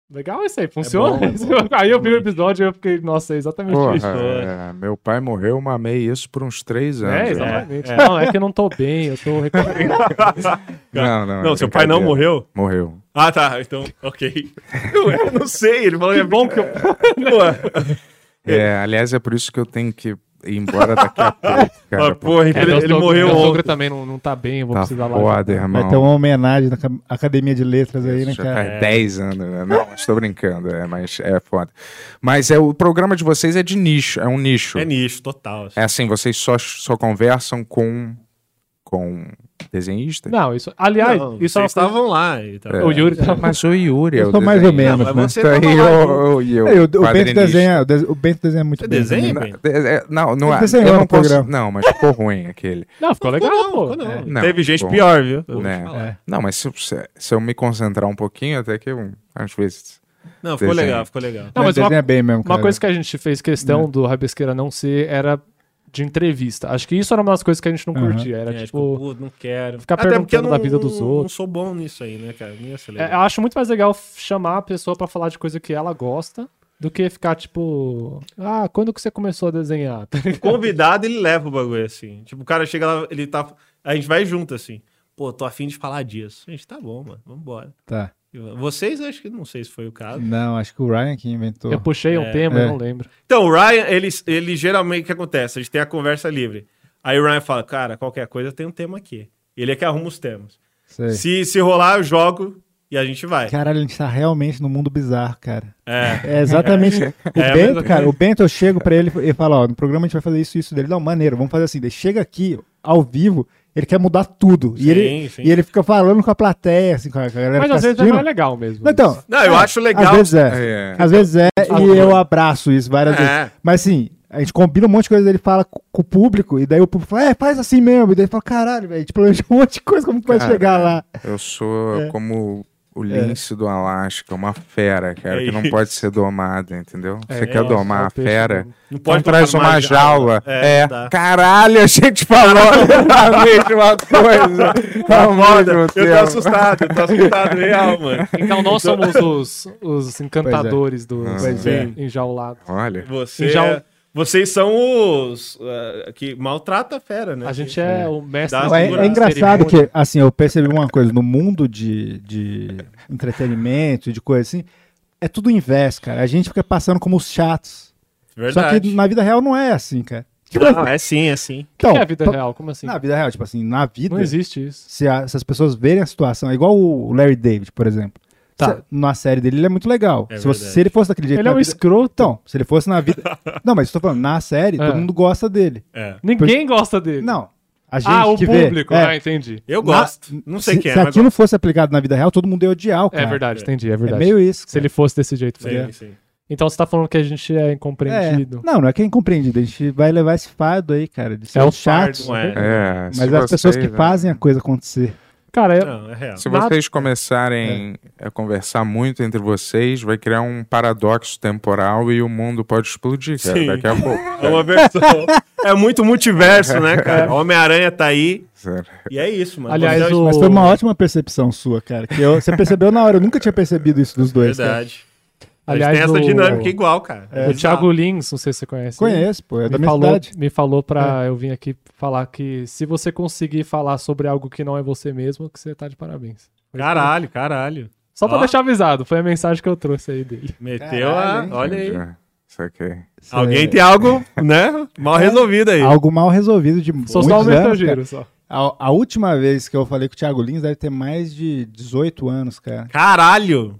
S8: Legal isso aí, funciona.
S5: bom, é bom.
S8: aí eu vi o episódio e eu fiquei, nossa, é exatamente isso.
S5: Porra, é, meu pai morreu, eu mamei isso por uns três anos.
S8: É,
S5: né?
S8: exatamente. Não, é que eu não tô bem, eu tô recuperando.
S5: Não, não.
S9: Não,
S5: é
S9: seu pai não
S5: brincadeira.
S9: morreu?
S5: Morreu.
S9: Ah, tá. Então, ok. Eu, eu não sei. Ele falou, é bom que eu. Pô,
S5: É, aliás, é por isso que eu tenho que ir embora daqui a pouco, cara.
S9: Ah, porra, ele-
S8: é meu
S9: ele
S8: sogro-
S9: morreu
S8: Meu sogro
S9: ontem.
S8: também não, não tá bem, eu vou
S5: Tá
S8: precisar lá.
S5: foda, irmão.
S6: Vai ter uma homenagem na ca- Academia de Letras aí, né,
S5: Já
S6: cara?
S9: É.
S5: faz 10 anos, né? Não, estou brincando, é, mas é foda. Mas é, o programa de vocês é de nicho, é um nicho.
S9: é nicho, total.
S5: É assim, vocês só, só conversam com, com desenhistas?
S8: Não, isso. Aliás,
S9: Não,
S8: isso é uma
S9: vocês
S8: coisa-
S9: estavam lá. e tal.
S5: É.
S8: O Yuri tá
S5: Mas o Yuri é
S6: Eu
S5: o
S6: sou mais ou
S5: desenhista.
S6: menos,
S9: Não,
S6: né?
S9: mas você tá
S5: Então,
S9: tava
S5: e
S9: lá,
S5: eu, eu,
S6: É, o, o Bento
S5: quadrinista.
S6: desenha, o, des- o Bento desenha muito
S9: Você
S6: bem.
S9: desenha,
S6: né?
S9: Ben?
S5: É, é, Não, não,
S6: Ele
S5: é-
S6: desenhou
S5: eu
S6: no
S5: não consigo.
S6: programa.
S5: Não, mas ficou ruim aquele.
S8: Não, ficou legal, pô.
S9: Não, não.
S5: Não,
S9: Teve gente
S5: bom.
S9: pior, viu? Eu vou te
S5: Né?
S9: falar.
S5: Não, mas se, se- se eu me concentrar um pouquinho, até que eu, às vezes.
S9: Não, ficou
S5: desenho.
S9: legal, ficou legal.
S8: Não, mas é
S6: Mas
S8: uma,
S6: desenha bem mesmo,
S8: uma
S6: cara.
S8: coisa que a gente fez questão do Rabesqueira não ser era de entrevista. Acho que isso era uma das coisas que a gente não
S6: Aham.
S8: curtia. Era
S9: É,
S8: tipo.
S9: pô, não quero.
S8: ficar
S9: porque eu
S8: perguntando da vida dos
S9: não- Não
S8: outros.
S9: sou bom nisso aí, né, cara? Não ia ser
S8: É, eu
S9: legal.
S8: acho muito mais legal f- chamar a pessoa pra falar de coisa que ela gosta do que ficar tipo. Ah, quando que você começou a desenhar? Tá ligado?
S9: O Convidado, ele leva o bagulho assim. Tipo, o cara chega lá, ele tá. A gente vai junto assim. Pô, tô afim de falar disso. Gente, tá bom, mano. Vambora.
S6: Tá.
S9: Vocês, acho que não sei se foi o caso.
S6: Não, acho que o Ryan que inventou.
S8: eu puxei um
S9: É.
S8: tema,
S6: É.
S8: eu não lembro.
S9: Então, o Ryan, ele, ele geralmente o que acontece? A gente tem a conversa livre. Aí o Ryan fala, cara, qualquer coisa tem um tema aqui. Ele é que arruma os temas.
S6: Sei.
S9: Se, se rolar, eu jogo e a gente vai.
S6: Caralho, a gente tá realmente num mundo bizarro, cara.
S9: É.
S6: É exatamente. O
S9: É,
S6: Bento,
S9: mas-
S6: cara, o Bento, eu chego pra ele e falo, ó, no programa a gente vai fazer isso, isso dele. Não, maneiro, vamos fazer assim. Ele chega aqui, ao vivo, ele quer mudar tudo.
S9: Sim,
S6: e, ele,
S9: sim.
S6: e ele fica falando com a plateia, assim, com a galera
S8: Mas
S6: que tá
S8: às vezes é
S6: assistindo.
S8: mais legal mesmo.
S6: Não, Então,
S9: Não, eu acho legal.
S6: Às vezes é.
S5: É.
S6: Às vezes é, e eu abraço isso
S9: É.
S6: várias vezes. Mas assim, a gente combina um monte de coisa, ele fala co- com o público, e daí o público fala, é, faz assim mesmo. E daí fala, caralho, velho, a gente planejou um monte de coisa, como que vai
S5: Cara,
S9: é.
S6: chegar lá?
S5: Eu sou
S6: É.
S5: como o lince do Alasca, uma fera, cara,
S9: É
S5: que não
S9: isso.
S5: pode ser domada, entendeu?
S8: É,
S5: Você
S8: é
S5: quer
S8: isso,
S5: domar
S8: é o
S5: a
S8: peixe
S5: fera?
S8: do-
S9: Não pode
S5: então traz
S9: botar numa
S5: uma jaula.
S9: jaula. É,
S5: É,
S9: tá.
S5: Caralho, a gente falou a mesma coisa. Tá
S9: eu tô assustado, eu tô assustado, real, mano.
S8: Então nós somos os, os encantadores do
S6: Pois é.
S8: enjaulado.
S5: Olha,
S9: Ah, Você, é-
S8: Enjaul-
S9: Vocês são os ah, que maltrata a fera, né?
S8: A gente é o mestre
S9: Dá
S8: As
S6: Não, é,
S9: figuras
S6: é
S9: na
S6: engraçado
S9: cerimônia.
S6: que, assim, eu percebi uma coisa, no mundo de, de entretenimento e de coisa assim, é tudo o inverso, cara. A gente fica passando como os chatos. Só
S9: Verdade.
S6: que na vida real não é assim, cara.
S9: Não, é sim, é sim.
S8: Tipo, que é a vida
S6: pa-
S8: real? Como assim?
S6: Então, tá- Na vida real, tipo assim, na vida.
S8: Não existe isso.
S6: Se, a- se as pessoas verem a situação, é igual o Larry David, por exemplo.
S8: Tá.
S6: Se- na série dele, ele é muito legal.
S8: É
S6: se, você-
S8: verdade.
S6: se ele fosse daquele jeito.
S8: Ele é
S6: na
S8: um
S6: vida- Então, se ele fosse na vida. não, mas eu tô falando, na série,
S8: É.
S6: todo mundo gosta dele.
S9: É.
S8: Ninguém gosta dele.
S6: Não. A gente
S8: ah, o
S6: que vê-
S8: público.
S6: é.
S8: Ah, entendi.
S9: Eu
S6: Na- se,
S9: é,
S6: Se
S8: é, mas
S6: aquilo fosse aplicado na vida real, todo mundo ia odiar o cara.
S8: É verdade, entendi, é verdade.
S6: É meio isso.
S8: Se ele fosse desse jeito.
S6: Sim,
S8: faria.
S6: sim.
S8: Então você tá falando que a gente é
S6: É.
S8: incompreendido.
S6: Não, não é que é incompreendido. A gente vai levar esse fado aí, cara. De ser
S8: um
S6: chato.
S8: fardo, é.
S5: É,
S6: mas
S5: se
S6: as
S5: vocês,
S6: pessoas que
S5: né?
S6: fazem a coisa acontecer.
S8: Cara, eu-
S9: Não, é real.
S5: Se
S8: Nada-
S5: vocês começarem a conversar muito entre vocês, vai criar um paradoxo temporal e o mundo pode explodir, cara,
S9: Sim.
S5: daqui a pouco.
S9: É uma versão. é muito multiverso, né,
S8: É.
S9: cara? Homem-Aranha tá aí.
S5: Sério.
S9: E é isso, mano.
S6: mas,
S9: Vocês-
S6: mas foi uma ótima percepção sua, cara. Que eu- você percebeu na hora, eu nunca tinha percebido isso dos dois. cara.
S9: Verdade. Aliás, tem essa
S8: o-
S9: dinâmica igual, cara.
S8: o Thiago Lins, não sei se você conhece.
S6: É, Conheço, pô, é
S8: me
S6: da minha
S8: falou,
S6: cidade. É.
S8: Me falou pra eu vir aqui falar que se você conseguir falar sobre algo que não é você mesmo, que você tá de parabéns. Foi isso
S9: Caralho, caralho.
S8: Só pra
S9: Ó.
S8: deixar avisado, foi a mensagem que eu trouxe aí dele.
S9: Meteu a. Olha aí.
S5: Isso aqui.
S9: Alguém tem algo, né? Mal resolvido aí.
S6: é Algo mal resolvido de
S8: Sou
S6: muitos
S8: só um
S6: anos,
S8: mensageiro,
S6: cara.
S8: só.
S6: A, a última vez que eu falei com o Thiago Lins deve ter mais de 18 anos, cara.
S9: Caralho!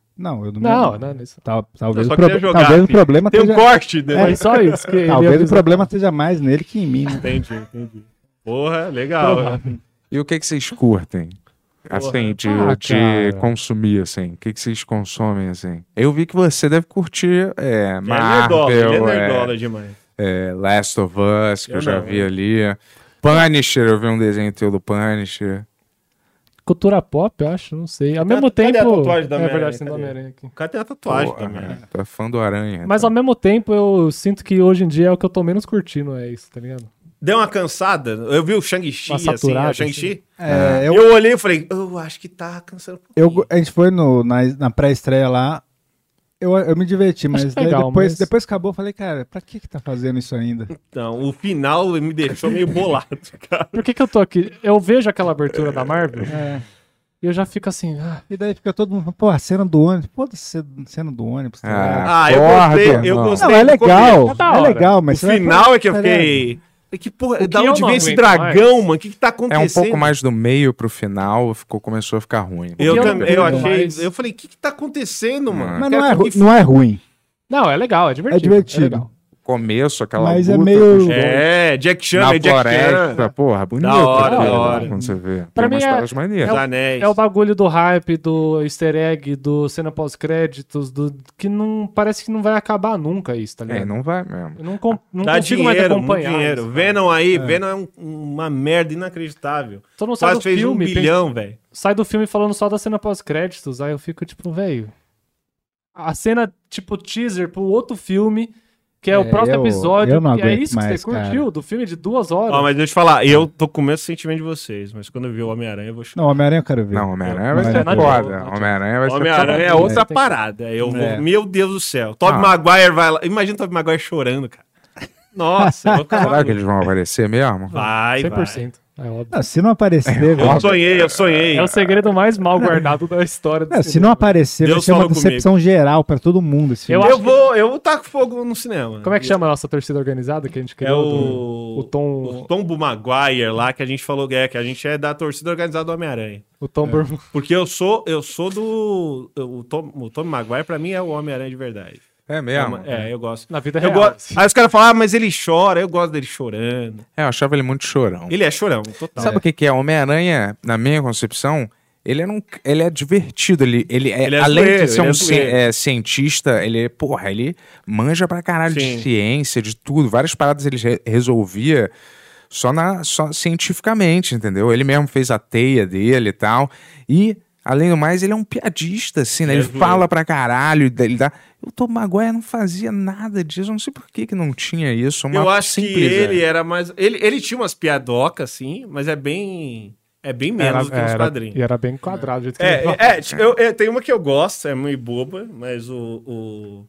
S6: Não, eu não tá-
S8: Não, não, não, isso-
S9: tá,
S6: Tal- talvez
S9: só
S6: o,
S9: queria
S6: proble-
S9: jogar
S6: talvez o
S9: aqui.
S6: problema
S9: Tem um
S6: esteja...
S9: corte, né? Foi só isso que ele
S6: talvez o
S9: avisou.
S6: problema esteja mais nele que em mim. né?
S9: Entendi, entendi. Porra, legal.
S5: E o que, que vocês curtem? Assim, de,
S9: Ah,
S5: de
S9: cara.
S5: consumir, assim. O que, que vocês consomem, assim? Eu vi que você deve curtir é,
S9: Ele é
S5: Marvel,
S9: nerdola, ele é
S5: é,
S9: nerdola demais.
S5: é, Last of Us, que eu,
S9: Eu
S5: já
S9: não,
S5: vi
S9: eu-
S5: ali. Punisher, eu vi um desenho teu do Punisher.
S8: Cultura pop, eu acho, não sei. Ao mesmo tempo.
S9: Cadê a tatuagem da
S8: é
S9: Homem-Aranha?
S8: verdade, tem do
S9: Cadê?
S8: Homem-Aranha aqui.
S9: O cara tem a tatuagem
S5: Porra,
S9: também.
S5: Tu é fã do Aranha.
S8: Mas ao mesmo tempo eu sinto que hoje em dia é o que eu tô menos curtindo, é isso, tá ligado?
S9: Deu uma cansada. Eu vi o Shang-Chi,
S8: Uma
S9: assim.
S8: saturada,
S9: O Shang-Chi. Ah.
S6: assim. É,
S9: eu...
S6: eu-
S9: olhei e falei, eu acho que tá cansando.
S6: Eu, a gente foi no- na, na pré-estreia lá, eu, eu me diverti, mas daí
S9: tá legal,
S6: depois,
S9: mas-
S6: depois que acabou, eu falei, cara, pra que que tá fazendo isso ainda?
S9: Então, o final me deixou meio bolado, cara.
S8: Por que que eu tô aqui? Eu vejo aquela abertura da Marvel
S6: É.
S8: e eu já fico assim, ah,
S6: E daí fica todo mundo, pô, a cena do ônibus, pô, a cena do ônibus. tá ligado?
S9: Ah, eu gostei, eu gostei.
S6: Não, é
S9: do
S6: legal,
S9: começo.
S8: Tá
S6: é legal, mas...
S9: O
S6: você vai-
S9: final é que eu
S6: tá ligado?
S9: fiquei...
S8: É
S9: Que porra,
S6: que
S9: da
S6: eu
S9: onde
S6: não
S9: vem esse
S6: aguento
S9: dragão,
S6: mais?
S9: mano? O que que tá
S5: É
S9: acontecendo?
S5: um pouco mais do meio pro final, ficou, começou a ficar ruim.
S9: Eu, também, eu
S5: Mas-
S9: achei... Eu falei, o que que tá acontecendo, mano?
S6: Mas
S9: Quero
S6: não é,
S9: que
S6: ru- não é ruim.
S8: Não, é legal, é divertido.
S6: É divertido.
S5: Começo, aquela
S6: Mas é
S5: luta
S6: meio-
S5: com os dois
S9: É, Jack Chan,
S5: na
S9: é Jack
S5: floresta,
S9: Chan.
S5: porra, bonito.
S9: Da hora,
S5: aquilo,
S9: da hora.
S5: Quando você vê.
S8: Pra
S5: Tem
S8: mim
S5: umas paradas
S8: é,
S5: maneiras.
S8: é, o, é o bagulho do hype, do easter egg, do cena pós-créditos, do que não parece que não vai acabar nunca isso, tá ligado?
S5: É, não vai mesmo.
S8: Eu não, com, não
S9: Dá
S8: consigo mais
S9: Tá dinheiro, muito
S8: acompanhar.
S9: dinheiro.
S8: isso.
S9: Venom aí,
S8: É.
S9: Venom é um- uma merda inacreditável.
S8: Só não sai
S9: Quase
S8: do
S9: fez
S8: filme,
S9: um
S8: pensa-
S9: bilhão, velho.
S8: Sai do filme falando só da cena pós-créditos, aí eu fico tipo, velho. A cena, tipo, teaser pro outro filme, que é, o
S6: É,
S8: próximo
S6: eu-
S8: episódio,
S6: eu não
S8: que é
S6: aguento
S8: isso que
S6: mais,
S8: você curtiu
S6: cara.
S8: do filme de duas horas.
S9: Ó, mas deixa eu te falar, eu tô com o mesmo sentimento de vocês, mas quando eu vi o Homem-Aranha eu vou chorar.
S6: Não, Homem-Aranha eu quero ver.
S5: Não, é Homem-Aranha vai
S6: Homem-Aranha
S5: ser
S6: eu quero ver.
S5: foda. Homem-Aranha vai ser
S9: Homem-Aranha é
S5: foda.
S9: outra parada. Eu vou-
S5: É.
S9: Meu Deus do céu. Todd
S5: Ah.
S9: Maguire vai lá. Imagina o Todd Maguire chorando, cara. Nossa, eu vou ficar
S5: Será que
S9: maluco.
S5: eles vão aparecer mesmo?
S9: Vai, vai.
S8: 100%. É óbvio.
S6: Ah, se não aparecer, velho.
S9: Eu sonhei, eu sonhei.
S8: É o segredo mais mal guardado da história do
S6: É, se não aparecer, vai
S8: Deus
S6: ser uma
S8: falou
S6: decepção geral pra todo mundo. Esse
S9: Eu,
S6: filme.
S9: vou, eu taco fogo no cinema.
S8: Como é que chama a nossa torcida organizada que a gente
S9: É
S8: criou?
S9: o,
S8: o Tom.
S9: o Tom Maguire lá que a gente falou que é, que a gente é da torcida organizada do Homem-Aranha.
S8: O
S6: É.
S8: Tom Bur-
S9: Porque eu sou, eu sou do. O Tom, o Tom Maguire, pra mim, é o Homem-Aranha de verdade.
S5: É mesmo?
S9: uma- É, eu gosto.
S8: Na vida
S9: eu
S8: real,
S9: gosto-
S8: assim.
S9: Aí os caras falam, ah, mas ele chora, eu gosto dele chorando.
S5: É, eu achava ele muito chorão.
S9: Ele é chorão, total.
S5: Sabe o que, que é? Homem-Aranha, na minha concepção, ele é, um, ele é divertido. Ele, ele, é,
S9: Ele é
S5: além
S9: zoeiro,
S5: de ser
S9: ele
S5: um
S9: é
S5: ci-
S9: zoeiro.
S5: é, cientista, ele, é- porra, ele manja pra caralho
S9: Sim.
S5: de ciência, de tudo. Várias paradas ele re- resolvia só, na, só cientificamente, entendeu? Ele mesmo fez a teia dele e tal. E, além do mais, ele é um piadista, assim, né?
S12: Ele é
S5: Ele
S12: zoeiro.
S5: fala pra caralho, ele dá... O Tom Maguire não fazia nada disso. Eu não sei por que, que não tinha isso. é Uma
S9: eu acho que
S5: simples,
S9: ele
S5: né?
S9: era mais. Ele, ele tinha umas piadocas, assim, mas é bem. É bem
S8: Era-
S9: menos do que nos
S8: era-
S9: quadrinhos.
S8: E era bem quadrado. do jeito que ele falava.
S9: É, é, tipo, eu- eu- tem uma que eu gosto, é meio boba, mas o, o,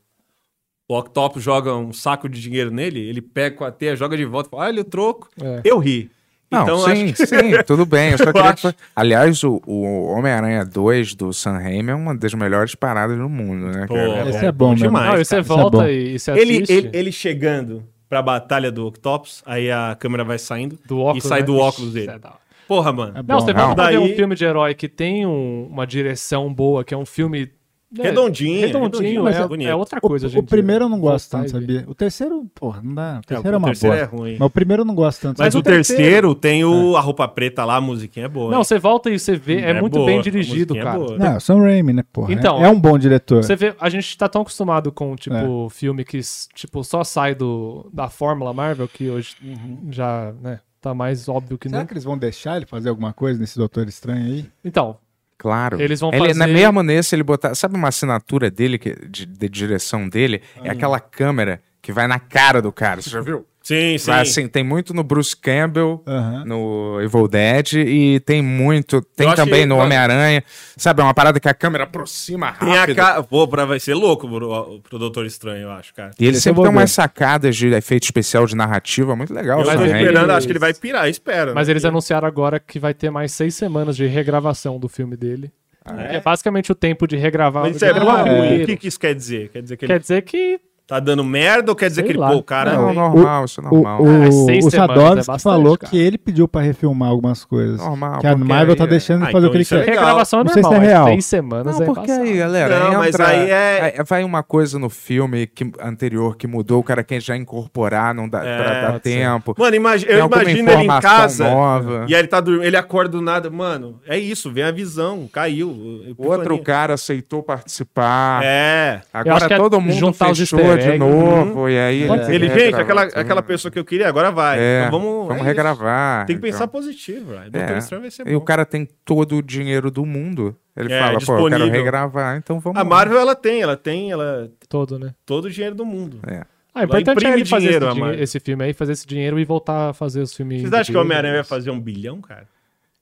S9: o Octopus joga um saco de dinheiro nele, ele pega com a teia, joga de volta, fala, olha o troco.
S8: É.
S9: Eu ri.
S5: Não,
S9: Então,
S5: sim,
S9: acho que-
S5: sim, tudo bem. Eu só
S9: Eu
S5: queria
S9: acho.
S5: que... Aliás, o, o Homem-Aranha 2 do Sam Raimi é uma das melhores paradas do mundo, né?
S9: Pô,
S5: cara?
S6: esse é bom mesmo.
S8: Não, e você volta e, e você
S9: ele,
S8: assiste.
S9: ele, ele chegando pra batalha do Octopus, aí a câmera vai saindo
S8: Do óculos,
S9: e sai
S8: né?
S9: do
S8: Ixi,
S9: óculos dele.
S8: isso é da hora.
S9: Porra, mano.
S8: não, você vai fazer um
S9: Daí-
S8: filme de herói que tem um- uma direção boa, que é um filme... né,
S9: Redondinho, redondinho,
S8: Redondinho,
S9: mas
S8: é-
S9: é
S8: é,
S9: bonito.
S8: outra coisa,
S6: o,
S8: gente.
S6: O primeiro eu não gosto
S8: Gostar
S6: tanto,
S8: e
S6: sabia? O terceiro, porra, não dá. O terceiro
S9: o
S6: é uma
S9: terceiro
S6: bosta.
S9: é ruim.
S6: Mas o primeiro eu não gosto tanto.
S9: Mas o terceiro tem o, a roupa preta lá, a musiquinha é boa.
S8: Não, você volta e você vê, é,
S9: É
S8: muito
S9: boa,
S8: bem
S9: a
S8: dirigido,
S9: musiquinha é
S8: cara.
S9: boa.
S6: Não, Sam Raimi, né, porra?
S8: Então,
S6: é, é um bom diretor. É.
S8: Você vê, a gente tá tão acostumado com, tipo, filme que, s- tipo, só sai do, da fórmula Marvel, que hoje
S9: Uhum.
S8: já, né, tá mais óbvio que
S6: Será
S8: não.
S6: que eles vão deixar ele fazer alguma coisa nesse Doutor Estranho aí?
S8: Então,
S5: Claro.
S8: Eles vão
S5: ele, na-
S8: fazer-
S5: Mesmo nesse, ele botar... Sabe uma assinatura dele, que, de, de direção dele? É
S9: Ah.
S5: aquela câmera que vai na cara do cara, você já viu?
S9: Sim, sim.
S5: Vai assim, tem muito no Bruce Campbell,
S6: Aham.
S5: no Evil Dead, e tem muito... Tem
S9: Eu achei-
S5: também no
S9: mano.
S5: Homem-Aranha. Sabe, é uma parada que a câmera aproxima
S9: Tem a
S5: rápido.
S9: ca... Pô, pra- vai ser louco pro, pro Doutor Estranho, eu acho, cara.
S5: E ele
S9: Esse é eu
S5: sempre
S9: vou
S5: tem
S9: ver.
S5: umas sacadas de efeito especial de narrativa muito legal.
S9: Eu
S5: Sam
S9: tô
S5: Raimi.
S9: esperando, acho que ele vai pirar, espera. né?
S8: Mas eles anunciaram agora que vai ter mais seis semanas de regravação do filme dele.
S9: é?
S6: Ah,
S8: é? basicamente o tempo de regravar
S9: Mas isso é bom
S8: regravar
S9: ou
S8: o
S9: ruim? O
S8: roteiro.
S9: que, que isso quer dizer? Quer dizer que ele
S8: Quer dizer que.
S9: tá dando merda ou quer dizer
S8: Sei
S9: que ele,
S8: lá.
S9: pô, o cara...
S5: Não,
S9: tem-
S5: normal, isso é normal.
S6: O,
S8: Ah,
S6: o,
S8: seis
S6: o
S8: semanas
S6: Sadovski
S8: é bastante,
S6: falou
S8: cara.
S6: que ele pediu pra refilmar algumas coisas.
S5: Normal,
S6: que a
S5: porque
S6: Marvel tá
S5: aí é-
S6: deixando ele
S5: Ah,
S6: fazer
S5: então
S6: o que ele
S5: isso é
S6: quer.
S5: legal.
S8: Regravação é
S6: Não sei
S8: normal,
S6: se é
S8: mas
S6: real.
S8: seis semanas
S5: Não,
S8: é
S5: porque
S8: embaçado.
S5: aí, galera,
S9: Não,
S5: entra,
S9: mas aí é-
S5: aí vai uma coisa no filme que, anterior que mudou, o cara quer já incorporar, não dá,
S9: É,
S5: pra dar
S9: pode ser.
S5: tempo.
S9: Mano, imagi-
S5: Tem
S9: eu
S5: alguma
S9: imagino ele em
S5: informação
S9: casa
S5: nova.
S9: e aí ele tá dormindo, ele acorda do nada. Mano, é isso, vem a visão, caiu.
S5: Outro
S9: epifania.
S5: cara aceitou participar.
S9: É.
S5: Agora
S8: acho que é
S5: todo mundo
S8: juntar os
S5: fechou
S8: easter Uhum.
S5: de
S8: eggs.
S5: novo. E aí
S9: Uhum.
S5: É.
S9: Pode ser. Ele,
S5: quer
S9: gente,
S5: gravar
S9: aquela,
S5: tudo.
S9: aquela pessoa que eu queria, agora vai.
S5: É,
S9: Então vamos.
S5: vamos
S9: isso.
S5: regravar,
S9: Tem que pensar
S5: então.
S9: positivo, velho. Doutor
S5: É.
S9: Estranho vai ser
S5: E o
S9: bom.
S5: cara tem todo o dinheiro do mundo. Ele
S9: É,
S5: fala, pô, eu
S9: disponível. Ah,
S5: quero regravar, então vamos
S9: A
S5: lá.
S9: Marvel, ela tem, ela tem, ela.
S8: Todo, né?
S9: Todo o dinheiro do mundo.
S5: É.
S8: Ah, é
S9: Ela
S8: importante é
S9: imprime
S8: ele fazer
S9: dinheiro,
S8: esse,
S9: a
S8: dinhe-
S9: Marvel.
S8: esse filme aí, fazer esse dinheiro e voltar a fazer os filmes.
S9: Vocês acham que o
S8: dele,
S9: Homem-Aranha vai
S8: mas-
S9: fazer um bilhão, cara?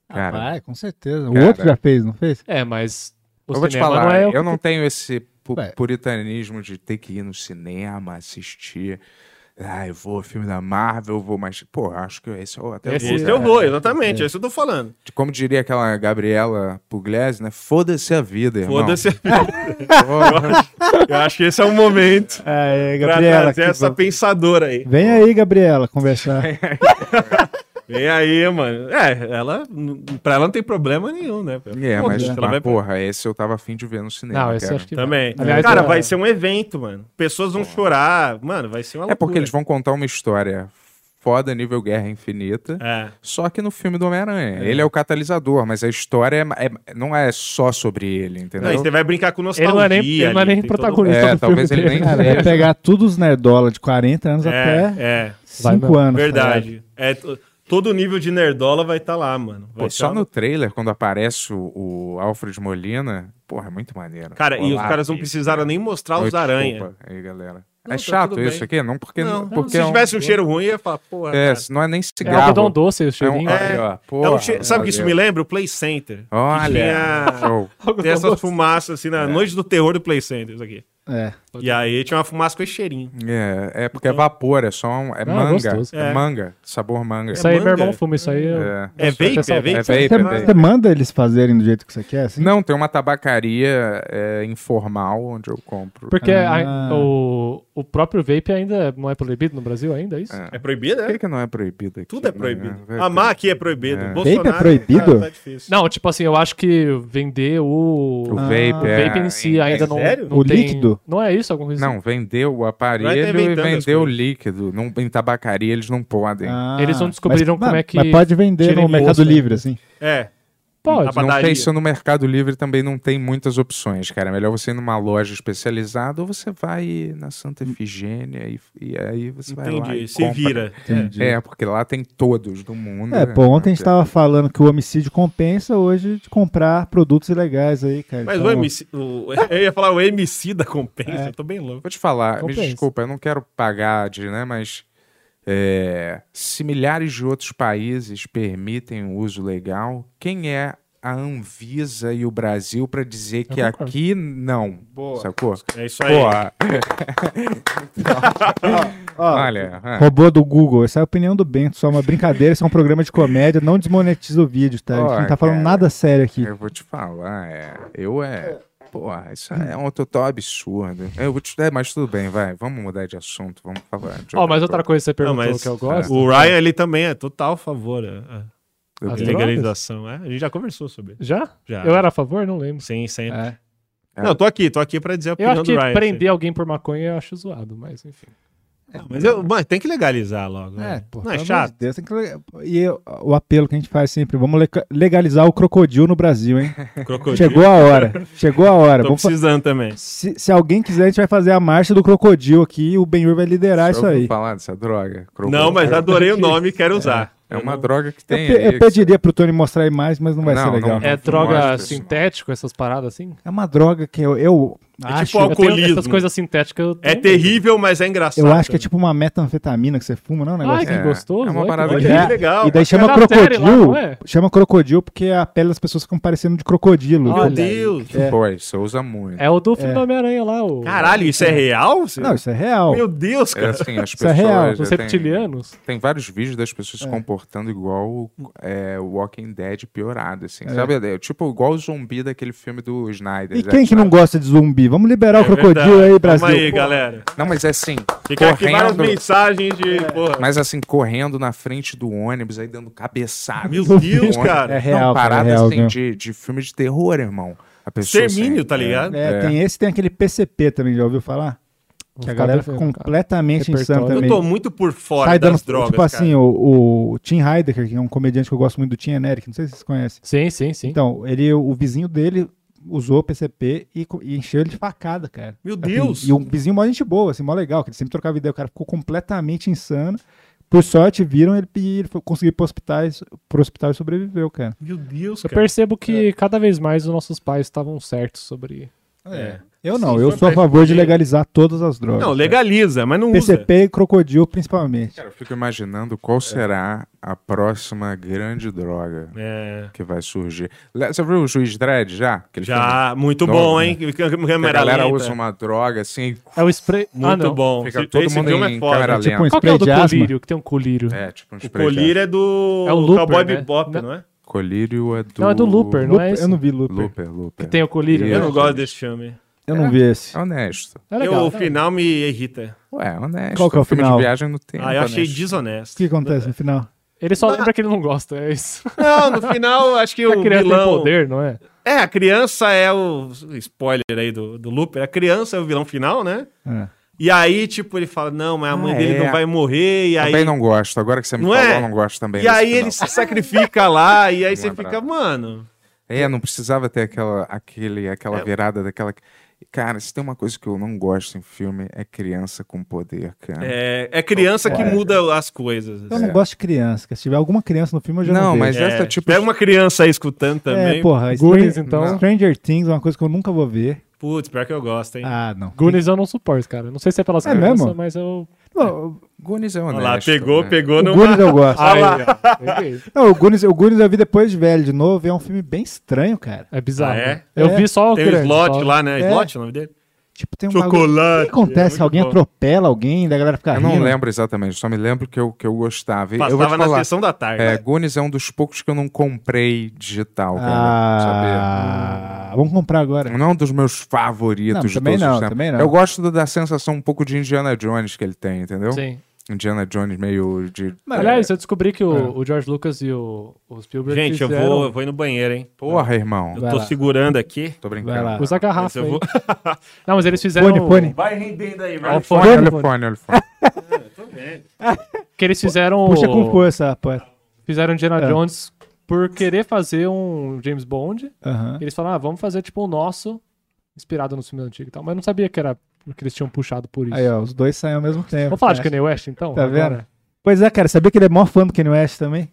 S5: Ah, Cara,
S8: Ah,
S6: Vai, com certeza. O
S5: Cara.
S6: outro já fez, não fez?
S8: É, mas. O
S5: eu vou te
S8: cinema
S5: falar,
S8: não é o que
S5: eu não tenho esse pu-
S6: Ué.
S5: puritanismo de ter que ir no cinema, assistir. Ah, eu vou, filme da Marvel, eu vou, mas, pô, acho que esse eu até
S9: Esse,
S5: vou.
S8: é
S9: eu
S5: cara.
S9: vou, exatamente, é isso que eu tô falando.
S5: Como diria aquela Gabriela Pugliese, né? Foda-se a vida, irmão.
S9: Foda-se a
S5: Porra.
S9: Eu acho que esse é o momento
S6: É,
S9: pra
S6: Gabriela.
S9: trazer
S6: que
S9: essa
S6: bom.
S9: pensadora aí.
S6: Vem aí, Gabriela, conversar.
S9: Vem aí, mano. É, ela. n- Pra ela não tem problema nenhum, né?
S5: É, mas, mas,
S9: Ela vai-
S5: porra, esse eu tava afim de ver no cinema.
S8: Não, esse
S5: cara.
S8: eu acho que
S9: Também.
S8: Aliás,
S9: cara,
S5: é-
S8: eu-
S9: vai ser um evento, mano. Pessoas vão chorar. Mano, vai ser uma
S5: É porque
S9: loucura.
S5: eles vão contar uma história foda nível Guerra Infinita,
S9: É.
S5: só que no filme do Homem-Aranha. Ele é o catalisador, mas a história é- é- não é só sobre ele, entendeu?
S9: Não, e você vai brincar com nostalgia.
S8: Ele não é nem- ele não é
S9: ali,
S8: nem
S9: tem todo- um
S8: protagonista
S5: É,
S8: do
S5: talvez
S8: filme
S5: ele
S8: dele.
S5: nem
S6: Cara, vai
S5: É.
S6: pegar todos os nerdola de 40 anos até
S9: É, é.
S6: 5 anos. tá
S5: né?
S9: Verdade. É, t- todo nível de nerdola vai estar lá, mano. Vai tá
S5: Pô,
S9: ser
S5: só
S9: uma-
S5: no trailer, quando aparece o, o Alfred Molina, porra, é muito maneiro.
S9: Cara, e os
S5: Olá,
S9: caras não
S5: Pete.
S9: precisaram nem mostrar
S5: Oi,
S9: os
S5: desculpa
S9: aranha.
S5: Aí, galera.
S9: Não,
S5: é
S9: tá
S5: chato
S9: tudo
S5: isso
S9: bem.
S5: aqui? Não porque...
S9: Não,
S5: porque
S9: se
S5: é um-
S9: tivesse um cheiro ruim, eu ia falar, porra.
S5: É,
S9: cara.
S5: se não é nem
S8: É
S5: cigarro.
S8: algodão doce, o
S5: É um-
S8: cheirinho.
S5: aí, ó,
S9: É um
S5: porra,
S9: che- Sabe o que isso me
S5: valeu.
S9: lembra? O Play Center.
S5: Olha,
S9: Que tinha-
S5: show. É.
S9: Tem essas fumaças assim na noite do terror do Play Center, isso aqui.
S6: É. É.
S9: E aí tinha uma fumaça com esse cheirinho. Então-
S5: É, é porque é vapor, é só um, é
S9: Não, é
S5: manga,
S9: gostoso.
S5: é.
S9: É.
S5: manga, sabor manga.
S8: Ah, Isso aí, meu irmão fuma isso aí.
S5: É.
S8: eu- eu sou até saudável.
S5: É vape, é
S6: Você, você
S5: vape.
S6: manda eles fazerem do jeito que você quer, assim?
S5: Não, tem uma tabacaria é, informal onde eu compro. Ah.
S8: Porque
S9: Ah.
S8: a- o, o próprio vape ainda não é proibido no Brasil ainda, é isso?
S5: É,
S9: proibido,
S5: Por que, que não é proibido aqui?
S9: Tudo é proibido. Amar aqui é proibido.
S5: É.
S9: Bolsonaro,
S6: Vape é proibido?
S9: cara, tá difícil.
S8: Não, tipo assim, eu acho que vender o,
S5: O vape, é,
S8: vape em si
S5: é,
S8: ainda
S5: é
S8: não,
S5: sério?
S8: não
S5: O
S8: tem-
S5: líquido?
S8: Não é isso alguma coisa assim?
S5: Não, vendeu o aparelho
S8: Vai tá
S5: e
S8: inventando as
S5: vendeu o líquido. Não, em tabacaria eles não podem.
S8: Eles não descobriram
S6: Ah, mas-
S8: como é que.
S6: Mas pode vender
S8: tira
S6: no Mercado
S8: imposto, né?
S6: Livre, assim.
S9: É.
S8: Pode.
S5: Não sei se no Mercado Livre também não tem muitas opções, cara. É melhor você ir numa loja especializada ou você vai na Santa
S6: Hum.
S5: Efigênia e, e aí você vai lá
S9: Entendi,
S5: e
S9: se
S5: compra.
S9: vira. Entendi.
S5: É, porque lá tem todos do mundo. né?
S6: É, pô, ontem a gente tava falando que o homicídio compensa hoje de comprar produtos ilegais aí, cara.
S9: Mas o
S6: Então,
S9: MC. o- eu ia falar o MC da compensa.
S5: É.
S9: Eu tô bem louco.
S5: Vou te falar, me
S9: Compensa.
S5: desculpa, eu não quero pagar de, né, mas é, se milhares de outros países permitem o uso legal, quem é a Anvisa e o Brasil para dizer que
S9: concordo.
S5: aqui não?
S9: Boa.
S5: Sacou?
S9: É isso aí.
S5: Boa.
S6: ó,
S5: Olha, é.
S6: Robô do Google, essa é a opinião do Bento, só uma brincadeira, isso é um programa de comédia, não desmonetiza o vídeo, tá? A gente
S5: Ó,
S6: não tá falando
S5: cara,
S6: nada sério aqui.
S5: Eu vou te falar, é. Eu é. Porra, isso é um total absurdo. Eu vou te, é, mas tudo bem, vai. Vamos mudar de assunto. Vamos falar. de
S8: Ó, mas outra coisa que você perguntou
S9: mas
S8: que eu gosto.
S9: O Ryan, ele também é total a favor a, a
S8: As drogas?
S9: legalização. É, a gente já conversou sobre isso.
S8: Já?
S9: Já.
S8: Eu era a favor? Não lembro.
S9: Sim, sempre.
S8: É.
S9: Não, eu tô aqui, tô aqui pra dizer a
S8: Eu
S9: opinião
S8: acho que
S9: do Ryan.
S8: prender alguém por maconha eu acho zoado, mas enfim.
S9: Não, mas, eu, mas tem que legalizar logo. né? Não é
S6: pelo
S9: chato. É
S6: amor de Deus, tem que le- E eu- o apelo que a gente faz sempre, vamos leca- legalizar o crocodilo no Brasil, hein?
S9: Crocodilo.
S6: Chegou a hora, chegou a hora.
S9: Tô
S6: vamos fa-
S9: precisando também.
S6: Se, se alguém quiser, a gente vai fazer a marcha do crocodilo aqui e o Benhur vai liderar É isso aí.
S5: falar dessa droga.
S9: Não, mas adorei o nome e quero usar.
S5: É uma droga que
S6: Eu,
S5: tem
S6: pe-
S5: aí.
S6: eu pediria pro Tony mostrar a imagem, mas não vai ser legal.
S8: É droga sintética, essas paradas assim?
S6: É uma droga que eu, eu
S8: É
S6: acho.
S8: tipo alcoolismo. Essas coisas sintéticas eu
S9: É
S8: tenho-
S9: terrível, mas é engraçado.
S6: Eu acho que é tipo uma metanfetamina que você fuma, não é um negócio?
S8: Ai, que É, gostoso, é uma olha que É parada
S9: que- legal. legal.
S6: E daí chama
S9: Era série lá,
S6: crocodilo.
S9: não é?
S6: chama crocodilo porque a pele das pessoas ficam parecendo de crocodilo.
S8: Meu
S9: Deus.
S6: É.
S5: Pô, isso usa muito.
S8: É o do filme
S6: É.
S8: do Homem-Aranha lá. O...
S9: Caralho, isso é real? Você-
S6: Não, isso é real.
S9: Meu Deus, cara.
S5: É assim, as
S6: Isso é
S5: pessoas.
S6: real.
S5: já
S6: Os
S5: tem-
S8: reptilianos?
S5: Tem, vários vídeos das pessoas se
S6: É.
S5: comportando igual é, Walking Dead piorado, assim.
S6: É.
S5: Sabe? É, tipo, igual o zumbi daquele filme do Snyder. né?
S6: E
S5: Zack
S6: quem que não gosta de zumbi? Vamos liberar o crocodilo
S5: É verdade.
S6: aí, Brasil.
S5: Calma
S9: É aí,
S5: Pô.
S9: galera.
S5: Não, mas é assim.
S9: Fica aqui várias
S5: correndo-
S9: mensagens de. Porra.
S5: Mas assim, correndo na frente do ônibus, aí dando cabeçada.
S9: Meu
S5: No
S9: Deus,
S5: ônibus.
S9: cara. É
S5: Não,
S9: real, cara,
S5: parada
S9: é real,
S5: assim,
S9: viu?
S5: de, de filme de terror, irmão. A pessoa,
S9: Extermínio,
S5: assim,
S9: tá
S5: é-
S9: ligado?
S6: É,
S5: é.
S6: tem esse, tem aquele PCP também, já ouviu falar?
S8: Vou
S6: Que a
S8: ficar
S6: galera
S8: devendo,
S6: fica
S8: cara.
S6: completamente insana
S8: Repertório.
S6: também.
S9: Eu tô muito por fora
S6: Sai
S9: das
S6: dando,
S9: drogas,
S6: Tipo
S9: cara.
S6: assim, o, o Tim Heidecker, que é um comediante que eu gosto muito do Tim Eric, não sei se vocês conhecem.
S8: Sim, sim, sim.
S6: Então, ele, o vizinho dele usou o PCP e, co- e encheu ele de facada, cara.
S9: Meu
S6: Assim,
S9: Deus!
S6: e um vizinho mó gente boa, assim, mó legal, que ele sempre trocava ideia, o cara ficou completamente insano. Por sorte, viram ele e ele foi- conseguiu ir pro hospital, e so- pro hospital e sobreviveu, cara.
S9: Meu Deus,
S8: Eu
S9: cara.
S8: percebo que cada vez mais os nossos pais estavam certos sobre.
S9: É.
S6: Eu não,
S9: Sim,
S6: eu
S9: foi
S6: sou a
S9: pra
S6: favor de
S9: escolher.
S6: legalizar todas as drogas.
S9: Não, legaliza, mas não usa.
S6: PCP e crocodilo, principalmente.
S5: Cara, eu fico imaginando qual será a próxima grande droga
S9: É.
S5: que vai surgir. Le- Você viu o Juiz Dredd já? Aquele
S9: Já, muito
S5: novo,
S9: bom,
S5: né?
S9: hein? Que- que- que-
S5: Que a
S9: Câmera
S5: galera
S9: lenta.
S5: usa uma droga assim.
S8: É o spray. ah,
S9: Muito
S8: não.
S9: bom.
S5: Fica
S9: Esse-
S5: todo
S9: esse
S5: mundo
S9: filme
S5: em
S9: é foda.
S5: câmera
S9: É tipo
S5: lenta.
S8: Qual que é o do
S6: um Spray de asma?
S8: colírio? Que tem um colírio.
S5: É, tipo um
S9: O
S5: spray.
S9: Colírio é do
S8: É o Looper,
S9: Cowboy
S8: né?
S9: Bebop,
S8: Não.
S9: não, é?
S5: Colírio é do.
S8: Não, é do Looper, não é
S6: Looper,
S8: esse?
S6: eu não vi Looper.
S5: Looper, Looper.
S8: Que tem o colírio, né?
S9: Eu não
S5: Isso.
S9: gosto desse filme.
S6: Eu não vi esse.
S5: É honesto.
S8: É legal,
S9: Eu- o
S8: tá?
S9: final me irrita.
S5: Ué, honesto.
S6: Qual que é o
S5: filme
S6: final?
S5: de viagem no tempo.
S9: Ah, eu achei
S5: honesto.
S6: O
S9: desonesto.
S6: que acontece no final?
S8: Ele só lembra que ele não gosta, é isso.
S9: Não, no final, acho que
S8: a
S9: Ah. o
S8: criança
S9: vilão...
S8: tem poder, não é?
S9: É, a criança é o... Spoiler aí do, do Looper. A criança é o vilão final, né?
S6: É.
S9: E aí, tipo, ele fala, não, mas a mãe
S5: Ah,
S9: dele
S5: é.
S9: não vai morrer, e aí...
S5: Também não gosto. Agora que você me
S9: Não
S5: falou,
S9: é?
S5: eu não gosto também.
S9: e
S5: desse
S9: aí
S5: final.
S9: ele se sacrifica lá, e aí
S5: Não
S9: você
S5: é brabo.
S9: fica, mano...
S5: É, não precisava ter aquela, aquele, aquela
S9: É.
S5: virada daquela. Cara, se tem uma coisa que eu não gosto em filme, é criança com poder, cara.
S9: É, é criança que
S5: Olha.
S9: muda as coisas.
S6: Eu não
S9: É.
S6: gosto de criança, cara. Se tiver alguma criança no filme, eu já não,
S5: Não,
S6: vejo.
S5: mas
S9: É,
S5: essa tipo.
S9: Se tiver uma criança aí escutando também...
S6: É, porra,
S8: Goonies,
S6: Stranger,
S8: então.
S6: Stranger Things é uma coisa que eu nunca vou ver.
S9: Putz, pior que eu gosto, hein?
S6: Ah, não.
S8: Goonies eu não suporto, cara. Não sei se é pelas
S6: É
S8: crianças,
S6: mesmo?
S8: mas eu.
S6: Não,
S5: Goonies é honesto.
S9: Olha lá, pegou,
S5: né?
S9: pegou...
S6: o
S9: numa-
S6: Goonies eu gosto.
S9: Ah,
S8: Aí,
S9: lá.
S8: ó, peguei.
S6: Não, o, Goonies, o Goonies eu vi depois de velho de novo. e É um filme bem estranho, cara.
S8: É bizarro.
S9: Ah, é?
S8: Eu
S6: É.
S8: vi só o
S9: Tem o
S8: grande,
S9: Slot
S8: só-
S9: lá, né?
S6: É.
S9: Slot é o nome dele?
S6: Tipo, tem um bagulho- O
S9: Chocolate,
S6: que acontece?
S9: é muito
S6: alguém
S9: bom.
S6: atropela alguém, da galera fica
S5: Eu não
S6: rindo.
S5: lembro exatamente, só me lembro que eu, que eu gostava. E eu vou
S9: Passava
S5: te
S9: na
S5: falar,
S9: sessão da tarde.
S5: É, Goonies é um dos poucos que eu não comprei digital, cara.
S6: Ah, vamos comprar agora.
S5: Não é um dos meus favoritos
S6: Não,
S5: de
S6: também
S5: todos
S6: não,
S5: os tempos.
S6: também não.
S5: Eu gosto da- da sensação um pouco de Indiana Jones que ele tem, entendeu?
S8: Sim.
S5: Indiana Jones meio de...
S8: Aliás, eu descobri que o,
S6: é.
S8: o George Lucas e o, os Spielberg
S9: Gente, eu
S8: fizeram-
S9: vou, eu vou ir no banheiro, hein?
S5: Porra, irmão.
S9: Eu
S8: Vai
S9: tô
S8: lá.
S9: segurando aqui.
S5: Tô brincando.
S8: Vai lá. Usa a
S9: Mas
S8: garrafa
S9: eu vou-
S8: aí. Não, mas eles fizeram... um-
S6: Fone, fone.
S9: Vai rendendo aí,
S8: Olha o
S9: vai.
S8: fone, olha o fone.
S5: olha o fone.
S8: Que eles fizeram...
S6: Puxa
S8: o-
S6: com força, rapaz.
S8: Fizeram Indiana
S6: É.
S8: Jones por querer fazer um James Bond.
S6: Aham.
S8: Eles falaram, ah, vamos fazer tipo o nosso, inspirado nos filmes antigos e tal. Mas eu não sabia que era porque eles tinham puxado por isso.
S6: Aí, ó, os dois saem ao mesmo tempo.
S8: Vamos falar de
S6: cara.
S8: Kanye West, então?
S6: Tá
S8: Agora?
S6: vendo? Pois é, cara, sabia que ele é maior fã do Kanye West também?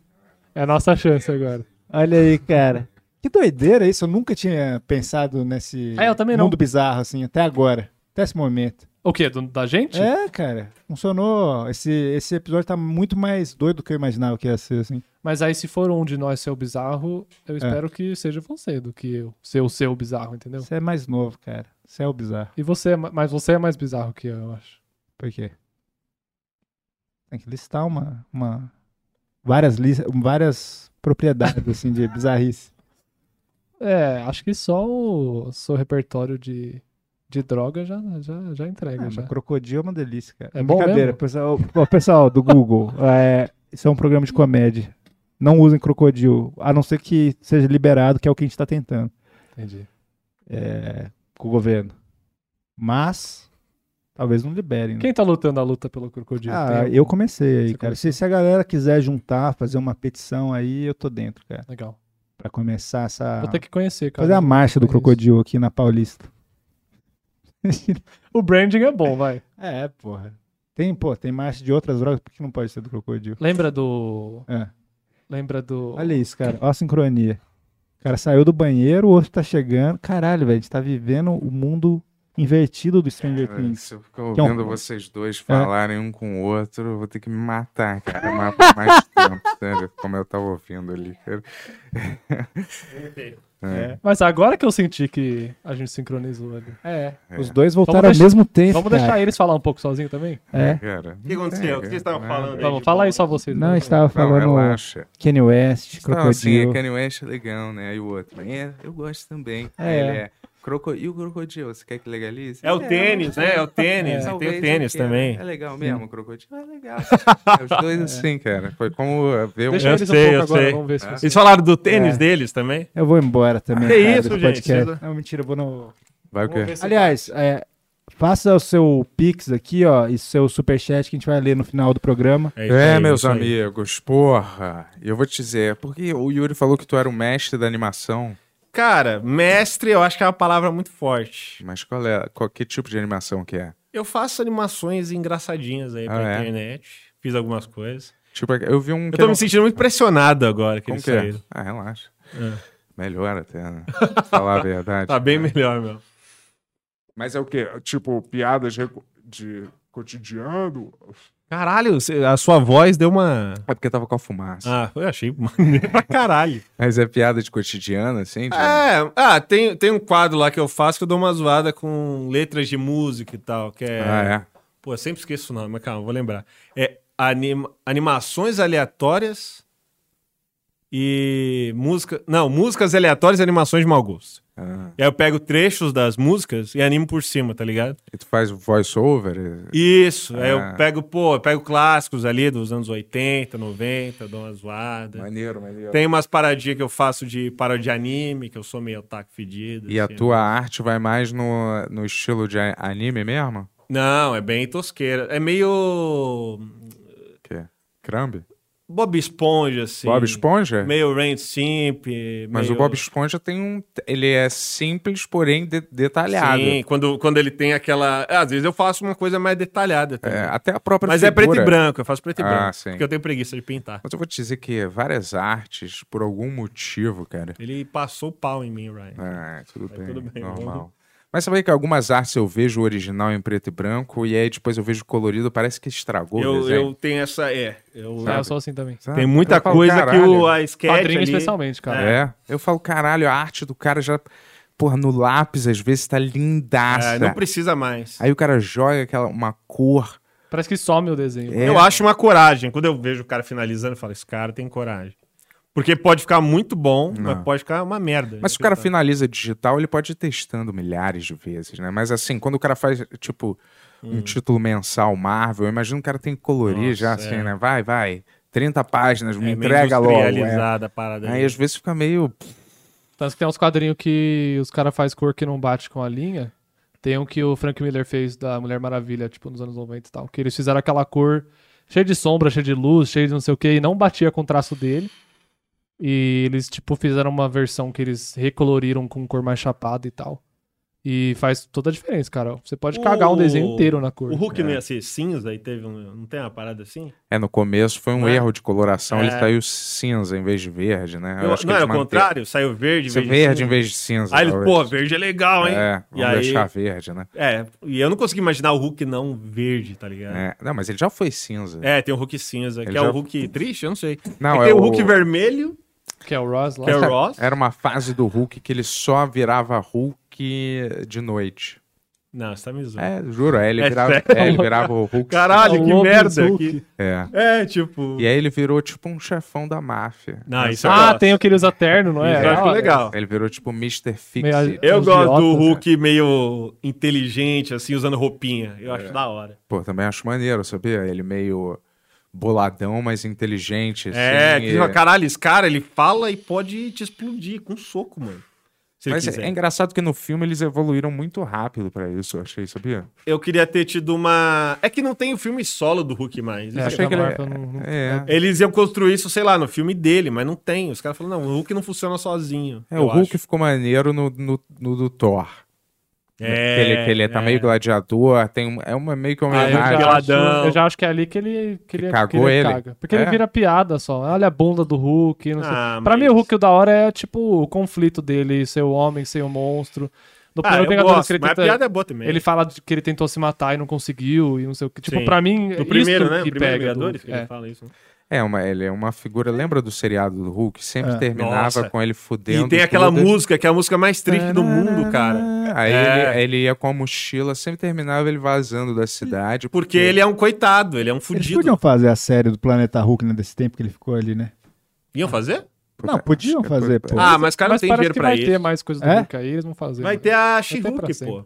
S8: É a nossa chance agora.
S6: Olha aí, cara. Que doideira é isso, eu nunca tinha pensado nesse
S8: É, eu também não.
S6: mundo bizarro, assim, até agora, até esse momento.
S8: O quê? Do- da gente?
S6: É, cara, funcionou. Esse, esse episódio tá muito mais doido do que eu imaginava que ia ser, assim.
S8: Mas aí, se for um de nós ser o bizarro,
S6: É.
S8: eu espero que seja você do que eu. Ser o seu bizarro, entendeu?
S6: Você é mais novo, cara. Você é o bizarro.
S8: E você, é ma- mas você é mais bizarro que eu, eu acho.
S6: Por quê? Tem que listar uma, uma várias, lis- várias propriedades, assim, de bizarrice.
S8: É, acho que só o seu repertório de, de droga já, já, já entrega.
S6: Ah,
S8: já.
S6: mas crocodilo é uma delícia, cara.
S8: É bom
S6: Brincadeira,
S8: mesmo?
S6: pessoal, Ó, pessoal do Google, é, isso é um programa de comédia. Não usem crocodilo, a não ser que seja liberado, que é o que a gente tá tentando
S8: Entendi.
S6: é, com o governo. Mas, talvez não liberem. né?
S8: Quem tá lutando a luta pelo crocodilo?
S6: Ah,
S8: Tem- um
S6: eu comecei aí,
S8: Você
S6: cara. Se, se a galera quiser juntar, fazer uma petição aí, eu tô dentro, cara.
S8: Legal.
S6: Pra começar essa.
S8: Vou ter que conhecer, cara.
S6: Fazer a marcha do
S8: Conheço.
S6: crocodilo aqui na Paulista.
S8: O branding é bom, vai.
S6: É, porra. Tem, pô, tem marcha de outras drogas, por que não pode ser do crocodilo?
S8: Lembra do.
S6: É.
S8: Lembra do.
S6: Olha isso, cara. Olha a sincronia. O cara saiu do banheiro, o outro tá chegando. Caralho, velho, a gente tá vivendo o mundo invertido do Stranger
S5: Cara,
S6: Things.
S5: se eu ficar
S6: Que é um-
S5: ouvindo vocês dois falarem um com o outro, eu vou ter que me matar, cara. Mas por mais tempo, sério, como eu tava ouvindo ali, cara. É.
S8: Mas agora que eu senti que a gente sincronizou ali. É.
S5: É.
S6: Os dois voltaram ao
S8: deixar-
S6: mesmo tempo,
S8: Vamos deixar
S6: cara.
S8: eles falar um pouco sozinho também?
S6: É.
S5: Cara,
S9: O que aconteceu? O que vocês estavam
S5: É,
S9: falando aí?
S8: Vamos, fala aí só vocês. né?
S6: Não, a
S8: dois.
S6: gente tava falando
S5: relaxa.
S6: Kanye West,
S5: Não, assim, é
S6: crocodilo.
S5: Kanye West é legal, né? Aí o outro, é, eu gosto também.
S6: É.
S5: Aí ele é, croco... E o crocodilo, você quer que legalize?
S9: É o tênis, né? É o tênis, tem o
S5: talvez eu
S9: tênis
S5: queira.
S9: também.
S5: É
S9: Sim.
S5: legal mesmo, o crocodilo é legal. É, os dois assim, cara. Foi como uh, ver um...
S8: Deixa eles um pouco agora, vamos ver se
S9: Vocês
S8: vocês-
S9: falaram do tênis
S6: É.
S9: deles também?
S6: Eu vou embora também.
S9: Que
S6: cara, é-
S9: isso,
S6: do
S9: gente?
S6: podcast.
S9: Vocês-
S6: Não, mentira, eu vou no.
S5: Vai o quê?
S9: ver se-
S6: Aliás, é, faça o seu Pix aqui, ó, e seu superchat que a gente vai ler no final do programa.
S5: É, meus amigos, porra. E Eu vou te dizer, é porque o Yuri falou que tu era o mestre da animação,
S9: Cara, mestre, eu acho que é uma palavra muito forte.
S5: mas qual é, qual, que tipo de animação que é?
S9: Eu faço animações engraçadinhas aí pra
S5: Ah, é?
S9: internet. Fiz algumas coisas.
S5: Tipo, eu vi um...
S9: Eu tô me sentindo muito pressionado agora que
S5: Como
S9: eles
S5: que é?
S9: saíram.
S5: Ah, relaxa.
S9: É.
S5: Melhor até, né? Falar a verdade.
S9: Tá bem melhor, meu.
S5: Mas é o quê? Tipo, piadas recu- de cotidiano?
S9: Caralho, cê- a sua voz deu uma.
S5: É porque tava com a fumaça.
S9: Ah, eu achei maneiro pra caralho.
S5: Mas é piada de cotidiano, assim? de-
S9: É, ah, tem, tem um quadro lá que eu faço que eu dou uma zoada com letras de música e tal, que é...
S5: Ah, é?
S9: Pô, eu sempre esqueço o nome, mas calma, vou lembrar. É anima- animações aleatórias e música... Não, músicas aleatórias e animações de mau gosto.
S5: Ah.
S9: E aí eu pego trechos das músicas e animo por cima, tá ligado?
S5: E tu faz voice-over? e-
S9: Isso, é aí
S5: Ah.
S9: eu pego, pô, eu pego clássicos ali dos anos 80, 90, dou uma zoada.
S5: Maneiro, maneiro.
S9: Tem umas paradinhas que eu faço de paródia de anime, que eu sou meio otaku fedido.
S5: E a
S9: assim.
S5: tua arte vai mais no, no estilo de a- anime mesmo?
S9: Não, é bem tosqueira. É meio.
S5: Que? Crambe?
S9: Bob Esponja, assim.
S5: Bob Esponja?
S9: Meio Rand Simp.
S5: Mas
S9: meio-
S5: o Bob Esponja tem um... Ele é simples, porém de- detalhado.
S9: Sim, quando, quando ele tem aquela. é, Às vezes eu faço uma coisa mais detalhada. também.
S5: É, até a própria
S9: Mas é
S5: figura-
S9: preto e branco, eu faço preto e
S5: Ah,
S9: branco.
S5: sim.
S9: Porque eu tenho preguiça de pintar.
S5: Mas eu vou te dizer que várias artes, por algum motivo, cara...
S9: Ele passou o pau em mim, Ryan.
S5: Ah, tudo
S9: Mas
S5: bem,
S9: tudo bem,
S5: normal.
S9: vamos-
S5: Mas sabia que algumas artes eu vejo o original em preto e branco e aí depois eu vejo colorido, parece que estragou o
S9: Eu,
S5: desenho.
S9: eu tenho essa. É. Eu,
S8: É, eu sou assim também.
S5: Sabe?
S9: Tem muita
S5: Eu falo,
S9: coisa que
S5: "Caralho".
S9: o, a sketch.
S8: Quadrinho
S9: ali- é,
S8: especialmente, cara.
S5: É. Eu falo, caralho, a arte do cara já porra, no lápis às vezes tá lindaça.
S9: É, não precisa mais.
S5: Aí o cara joga aquela, uma cor.
S8: Parece que some o desenho.
S5: É.
S9: Eu acho uma coragem. Quando eu vejo o cara finalizando, eu falo, esse cara tem coragem. Porque pode ficar muito bom, mas pode ficar uma merda. Tá.
S5: Mas se o cara finaliza digital, ele pode ir testando milhares de vezes, né? Mas assim, quando o cara faz, tipo,
S9: Hum.
S5: um título mensal Marvel, eu imagino que o cara tem que colorir já,
S9: Nossa,
S5: assim,
S9: é.
S5: né? Vai, vai. 30 páginas, me
S9: meio
S5: entrega logo. é.
S9: industrializada a parada
S5: Aí
S9: ali.
S5: às vezes fica meio.
S8: Tanto que tem uns quadrinhos que os caras fazem cor que não bate com a linha. Tem um que o Frank Miller fez da Mulher Maravilha, tipo, nos anos 90 e tal. Que eles fizeram aquela cor cheia de sombra, cheia de luz, cheia de não sei o que, e não batia com o traço dele. E eles, tipo, fizeram uma versão que eles recoloriram com cor mais chapada e tal. E faz toda a diferença, cara. Você pode cagar um desenho inteiro na cor.
S9: O Hulk não
S8: É.
S9: ia ser cinza e teve um. Não tem uma parada assim?
S5: É, no começo foi um
S9: É.
S5: erro de coloração, ele
S9: É.
S5: saiu cinza em vez de verde, né? Eu
S9: Eu-
S5: acho que
S9: não,
S5: eles
S9: era o
S5: manteram.
S9: contrário? Saiu verde em
S5: Saiu
S9: vez de
S5: verde
S9: cinza.
S5: em vez de cinza.
S9: Aí ele,
S5: talvez.
S9: pô, verde é legal, hein?
S5: É,
S9: E
S5: vamos deixar
S9: aí-
S5: verde, né?
S9: É, e eu não consegui imaginar o Hulk não verde, tá ligado? É,
S5: É, Não, mas ele já foi cinza.
S9: tem o Hulk cinza,
S5: Ele
S9: que é
S5: já-
S9: o Hulk triste, eu não sei.
S5: Não,
S9: E
S5: é
S9: tem o
S5: o-
S9: Hulk vermelho,
S8: Que é o Ross lá.
S9: que é o Ross.
S5: Era uma fase do Hulk que ele só virava Hulk de noite.
S9: Não, você tá me zoando.
S5: É, juro, é, ele,
S9: É
S5: virava,
S9: sério?
S5: é, ele virava o Hulk.
S9: Caralho, que
S8: É Lobo
S9: merda.
S8: Hulk.
S9: Que...
S5: É.
S9: É, tipo.
S5: E aí ele virou tipo um chefão da máfia. É
S9: Não, isso eu
S8: Ah,
S9: gosto.
S8: tem o que ele usa terno, não é?
S9: Isso eu acho
S8: Ah,
S9: legal.
S5: Ele virou tipo Mr. Fix.
S8: Meio-
S9: Eu
S8: Os
S9: gosto do
S8: idiotas, né?
S5: assim.
S9: Hulk meio inteligente, assim, usando roupinha. Eu
S5: É.
S9: acho da hora.
S5: Pô, também acho maneiro, sabia? Ele meio boladão, mas inteligente.
S9: é,
S5: assim,
S9: que
S5: e-
S9: você fala, caralho, esse cara, ele fala e pode te explodir com um soco, mano. Se ele
S5: Mas
S9: quiser.
S5: é engraçado que no filme eles evoluíram muito rápido pra isso, eu achei, sabia?
S9: Eu queria ter tido uma. É que não tem o filme solo do Hulk mais.
S8: É,
S9: Isso
S8: achei
S9: é
S8: que ele...
S9: uma-
S8: né?
S5: É.
S9: Eles iam construir isso, sei lá, no filme dele, mas não tem. Os caras falaram, não, o Hulk não funciona sozinho.
S5: É,
S9: eu
S5: o Hulk
S9: acho.
S5: ficou maneiro no, no, no do Thor.
S9: É,
S5: que ele, que ele tá
S9: é.
S5: meio gladiador, tem um- é uma meio que uma
S8: Ah, eu,
S5: homenagem.
S8: já acho,
S9: Peladão.
S8: eu já acho que é ali que ele, que ele,
S5: cagou
S8: que ele,
S5: ele.
S8: caga. Porque
S5: É.
S8: ele vira piada só. Olha a bunda do Hulk. Não sei.
S9: Ah,
S8: Pra
S9: mas-
S8: mim, o Hulk o da hora é tipo o conflito dele ser o homem, ser o monstro. No
S9: Ah, eu
S8: primeiro Vingadores
S9: gosto,
S8: que ele
S9: mas a
S8: tenta,
S9: piada é boa também.
S8: Ele fala de que ele tentou se matar e não conseguiu e não sei o que. Tipo,
S9: Sim.
S8: pra mim,
S9: Do primeiro,
S8: isso
S9: né?
S8: que
S9: O primeiro
S8: pega do
S9: Vingadores, que
S8: Hulk.
S9: ele
S8: É.
S9: fala isso. né?
S5: É, uma, ele é uma figura. Lembra do seriado do Hulk? Sempre
S9: É.
S5: terminava
S9: Nossa.
S5: com ele fudendo.
S9: e tem aquela
S5: tudo.
S9: música, que é a música mais triste do mundo, cara.
S5: Aí
S9: É.
S5: ele, ele ia com a mochila, sempre terminava ele vazando da cidade.
S9: Porque ele é um coitado, ele é um
S6: Eles
S9: fudido.
S6: podiam fazer a série do Planeta Hulk né, desse tempo que ele ficou ali, né?
S9: Iam fazer?
S6: Não, podiam
S5: é
S6: fazer, pô.
S9: Ah, mas o cara não
S8: Mas
S9: tem
S8: parece
S9: dinheiro
S8: que
S9: pra
S8: vai ter
S9: isso.
S8: mais coisa do
S6: É?
S8: Hulk aí, eles vão fazer.
S9: Vai
S8: mano.
S9: ter a
S8: ter pra
S9: She-Hulk,
S8: sempre.
S9: pô.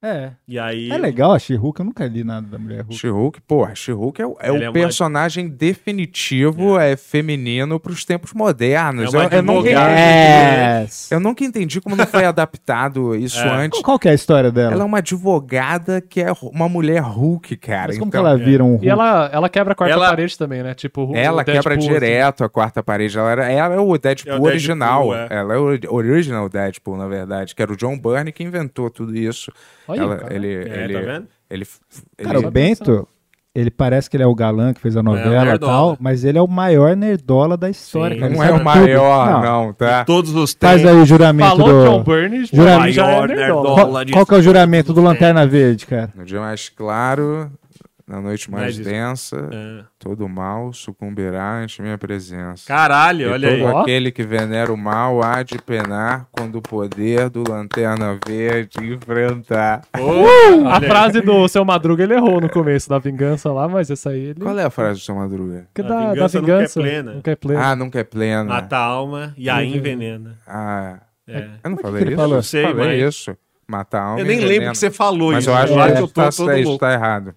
S6: É.
S9: E aí.
S6: É legal a She-Hulk, eu nunca li nada da mulher Hulk.
S5: She-Hulk, porra, She-Hulk é, o- é
S9: Ele é
S5: o
S9: uma-
S5: personagem definitivo, é. feminino pros tempos modernos.
S9: É uma
S5: eu, eu nunca
S9: advogada.
S5: entendi, eu nunca entendi como não foi adaptado isso
S9: É.
S5: antes.
S6: Qual que é a história dela?
S5: Ela é uma advogada que é uma mulher Hulk, cara.
S6: Mas como
S5: então-
S6: que ela vira um Hulk?
S8: E ela, ela quebra a quarta
S5: Ela-
S8: parede também, né? Tipo, o
S5: Ela
S8: Deadpool,
S5: quebra
S8: assim.
S5: direto a quarta parede. Ela, era, ela é o Deadpool,
S9: Deadpool,
S5: original.
S9: é.
S5: Ela é o ori- original Deadpool, na verdade, que era o John Byrne que inventou tudo isso.
S8: Olha,
S5: Ela-
S8: cara.
S5: ele,
S9: É,
S5: ele,
S9: tá vendo?
S5: ele- ele-
S6: Cara, o Bento, ele parece que ele é o galã que fez a novela e
S9: nerdola.
S6: tal, mas ele é o maior nerdola da história.
S9: Sim.
S6: cara. Ele
S5: não é o
S6: sabe tudo.
S5: maior, não, tá?
S9: né? Todos os
S6: Faz aí o juramento
S8: Falou
S9: é
S6: do...
S8: John Burns,
S6: juramento...
S9: maior
S6: Qual-
S9: nerdola de
S6: Qual que é o juramento do Lanterna Verde, cara?
S5: No dia mais claro, na noite mais
S9: Mas isso-
S5: densa,
S9: É.
S5: todo mal sucumbirá ante minha presença.
S9: Caralho,
S5: E
S9: olha aí.
S5: todo aquele que venera o mal há de penar quando o poder do Lanterna Verde enfrentar.
S9: Ô,
S8: Uh! A
S9: olha aí.
S8: frase do seu Madruga ele errou no começo da vingança lá, mas essa aí ele.
S5: Qual é a frase do seu Madruga?
S8: Que
S9: A
S8: da,
S9: vingança
S8: da
S9: nunca é
S8: vingança.
S9: plena.
S8: Nunca é plena.
S5: Ah, nunca é plena.
S9: Mata a alma e aí
S8: Entendi.
S9: envenena. É.
S5: Ah, Eu não
S9: Mas
S5: falei
S9: que ele
S5: isso.
S9: falou?
S5: Eu
S8: assim?
S9: Sei,
S5: falei
S9: mas-
S5: isso. Matar a alma.
S9: Eu nem lembro
S5: envenena.
S9: que você falou
S5: mas Mas
S9: isso,
S5: eu
S9: eu
S5: acho
S9: acho
S5: que
S9: que eu tô
S5: tá-
S9: todo
S5: isso
S9: louco.
S5: tá errado.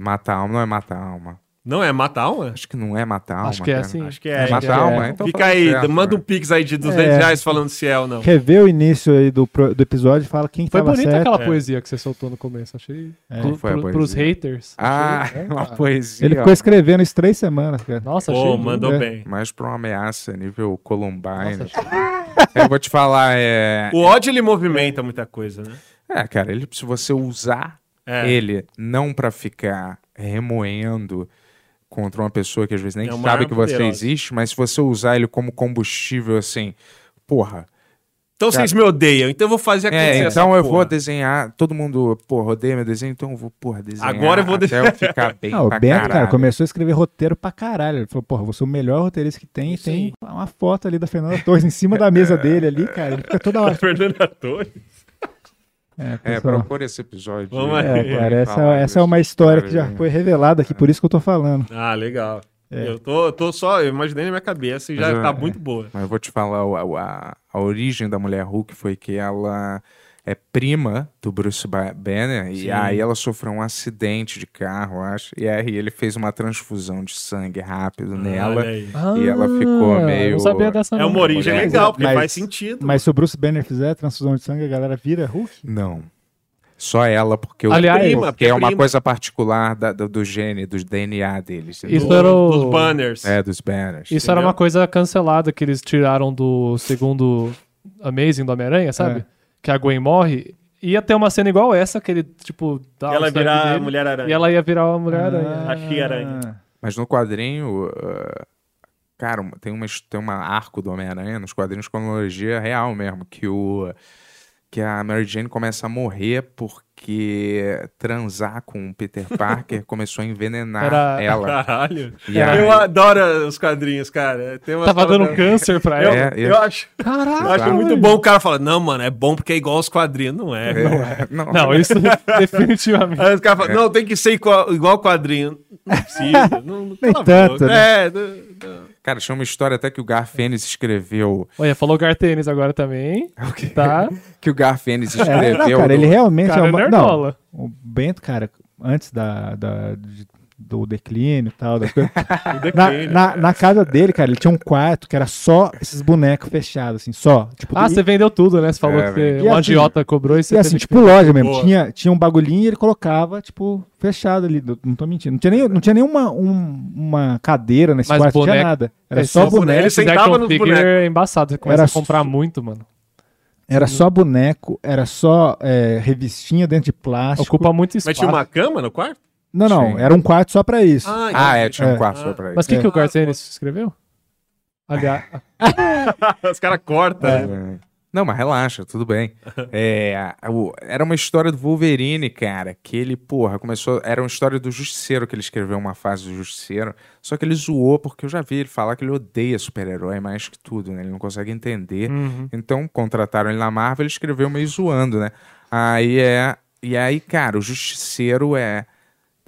S5: Matar a alma não é matar a alma.
S9: Não é matar a alma?
S5: Acho que não é matar a alma.
S9: Acho que é
S5: cara.
S9: assim.
S5: Acho que é. matar a alma. Então
S9: Fica
S5: fala
S9: aí,
S5: certo,
S9: manda um pix aí de 200
S6: É.
S9: reais falando se é ou não.
S6: Quer ver o início aí do, pro- do episódio e fala quem
S8: Foi
S6: tava
S8: bonita
S6: certo.
S8: aquela poesia que você soltou no começo, achei.
S6: É.
S8: Pro,
S6: Qual foi a
S8: pro, pros
S6: poesia?
S8: haters.
S5: Ah,
S8: achei- né?
S5: uma
S8: cara.
S5: poesia.
S6: Ele ficou escrevendo isso três semanas, cara.
S8: Nossa, Pô, achei lindo, mandou né? bem.
S5: Mas pra uma ameaça nível Columbine. eu vou te falar, é.
S9: O ódio ele movimenta muita coisa, né?
S5: É, cara, ele, se você usar
S9: É.
S5: ele não pra ficar remoendo contra uma pessoa que às vezes nem
S9: É uma
S5: sabe
S9: arma
S5: que você
S9: poderosa.
S5: existe, mas se você usar ele como combustível, assim, porra.
S9: Então
S5: Cara,
S9: vocês me odeiam, então eu vou fazer acontecer
S5: É,
S9: essa
S5: então eu
S9: porra.
S5: vou desenhar. Todo mundo, porra, odeia meu desenho, então eu vou, porra, desenhar.
S9: Agora eu vou
S5: até
S9: desenhar.
S5: eu ficar bem.
S6: Ah, o
S5: pra
S6: Beto, cara,
S5: caralho.
S6: começou a escrever roteiro pra caralho. Ele falou, porra, vou ser o melhor roteirista que tem. E tem uma foto ali da Fernanda Torres em cima da mesa dele ali, cara. Ele fica toda hora.
S9: Fernanda Torres.
S6: É,
S5: É,
S6: pessoal.
S5: procura esse episódio.
S9: Vamos
S5: É,
S9: aí.
S5: vou
S6: Cara, essa,
S5: falar
S6: essa é
S5: disso,
S6: uma história que já
S5: cara.
S6: foi revelada aqui, por isso que eu tô falando.
S9: Ah, legal.
S6: É.
S9: Eu tô, eu tô só, eu imaginei na minha cabeça e
S5: Mas
S9: já
S5: eu-
S9: tá
S5: é,
S9: muito boa.
S5: Mas eu vou te falar, o- o- a, a origem da mulher Hulk foi que ela é prima do Bruce Ba- Banner
S9: Sim.
S5: e aí ela sofreu um acidente de carro, acho. E aí ele fez uma transfusão de sangue rápido nela
S9: olha aí.
S5: e ela ficou
S8: Ah,
S5: meio...
S8: não sabia dessa É não. uma origem
S5: Mulher
S9: legal,
S5: Hulk.
S9: porque faz sentido.
S6: Mas se o Bruce Banner fizer transfusão de sangue, a galera vira Hulk?
S5: Não. Só ela, porque, o-
S8: Aliás,
S5: porque
S8: Prima,
S5: é uma
S8: prima.
S5: coisa particular da- do, do gene, dos DNA deles.
S8: Isso
S5: entendeu?
S8: era o- Dos
S9: banners.
S5: É, dos banners.
S8: Isso era
S5: entendeu?
S8: uma coisa cancelada que eles tiraram do segundo Amazing do Homem-Aranha, sabe?
S5: É.
S8: Que a Gwen morre. Ia ter uma cena igual essa, que ele, tipo, dá
S9: E ela
S8: o sangue
S9: virar a
S8: dele,
S9: Mulher-Aranha.
S8: E ela ia virar uma
S5: Ah,
S6: Ah.
S8: mulher aranha.
S9: Achei aranha.
S5: Mas no quadrinho. ah, cara, uma- tem uma, his- tem uma arco do Homem-Aranha nos quadrinhos com cronologia real mesmo. Que, o, que a Mary Jane começa a morrer porque transar com o Peter Parker começou a envenenar
S9: Era-
S5: ela.
S9: Caralho.
S5: E aí-
S9: Eu adoro os quadrinhos, cara. Tem umas
S8: Tava
S9: paradas-
S8: dando câncer pra
S9: Eu-
S5: É,
S8: ela.
S9: Eu, acho.
S8: Caraca,
S9: eu acho
S8: velho.
S9: muito bom o cara falar, não, mano, é bom porque é igual aos quadrinhos. Não é.
S5: É,
S9: Não, é.
S5: não.
S8: Não, isso definitivamente.
S9: Aí os caras falam,
S5: É.
S9: não, tem que ser igual, igual ao quadrinho. Não precisa. não- não-
S6: Nem
S9: cala a
S6: tanto,
S9: boca.
S5: né?
S9: É, não-
S5: Cara, tinha uma história até que o Garfênis escreveu.
S8: Olha, falou Gartênis agora também. Tá?
S5: Que o Garfênis
S6: É,
S5: escreveu.
S6: não, cara, ele
S5: do-
S6: realmente
S8: Cara,
S6: é uma. Não,
S8: nerdola.
S6: o Bento, cara, antes da, da- de- do declínio e tal, das coisas. na,
S8: declínio,
S6: na, na casa dele, cara, ele tinha um quarto que era só esses bonecos fechados, assim, só. Tipo,
S8: Ah,
S6: e-
S8: você vendeu tudo, né? Você falou
S5: É,
S8: que
S5: velho.
S8: você,
S6: E
S8: um
S6: assim-
S8: idiota cobrou e você.
S6: E assim,
S8: teve
S6: tipo
S8: que-
S6: loja mesmo.
S8: Boa.
S6: Tinha, tinha um bagulhinho e ele colocava, tipo, fechado ali. do- Não tô mentindo. Não tinha, nem, não tinha nenhuma um- uma cadeira nesse
S8: Mas
S6: quarto, não tinha
S8: boneco-
S6: nada. Era
S8: é,
S6: só
S8: se
S6: boneco.
S8: Ele sentava no figure é embaçado. Você começa
S6: Era
S8: a comprar muito, mano.
S6: Era só boneco, era só é, revistinha dentro de plástico.
S8: Ocupa muito
S9: Mas tinha uma cama no quarto?
S6: Não, não. Era um quarto só pra isso.
S9: Ah,
S5: Ah, é, tinha um quarto só pra ele.
S8: Mas o que,
S6: É.
S8: que o Gartênis escreveu? Aliás.
S9: Os caras cortam. né?
S5: É. Não, mas relaxa, tudo bem. É, a- o- era uma história do Wolverine, cara, que ele, porra, começou. Era uma história do Justiceiro que ele escreveu uma fase do Justiceiro. Só que ele zoou, porque eu já vi ele falar que ele odeia super-herói mais que tudo, né? Ele não consegue entender.
S8: Uhum.
S5: Então contrataram ele na Marvel, ele escreveu meio zoando, né? Aí é. E aí, cara, o Justiceiro é.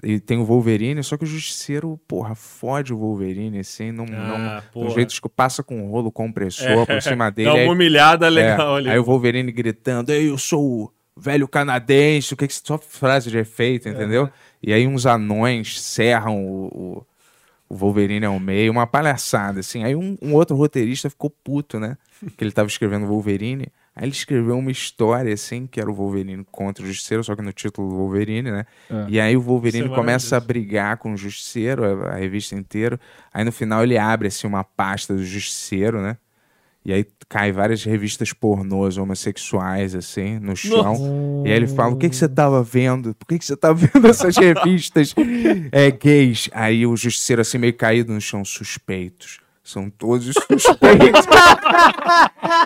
S5: E tem o Wolverine, só que o Justiceiro, porra, fode o Wolverine, assim, não,
S9: Ah,
S5: não, de um
S9: porra.
S5: jeito que passa com um rolo compressor por cima dele.
S9: Dá uma
S5: aí-
S9: humilhada legal
S5: é,
S9: ali.
S5: Aí o Wolverine gritando, Ei, eu sou o velho canadense, o que que só frase de efeito,
S9: É.
S5: entendeu? E aí uns anões serram o, o, o Wolverine ao meio, uma palhaçada, assim. Aí um, um outro roteirista ficou puto, né? Que ele tava escrevendo Wolverine. Aí ele escreveu uma história, assim, que era o Wolverine contra o Justiceiro, só que no título Wolverine, né?
S8: É.
S5: E aí o Wolverine
S8: Isso é
S5: começa a brigar com o Justiceiro, a, a revista inteira. Aí no final ele abre, assim, uma pasta do Justiceiro, né? E aí cai várias revistas pornôs homossexuais, assim, no chão. E aí ele fala: O que, que você tava vendo? Por que, que você tava vendo essas revistas é, gays? Aí o justiceiro, assim, meio caído no chão, suspeitos. São todos os suspeitos.
S9: Caralho,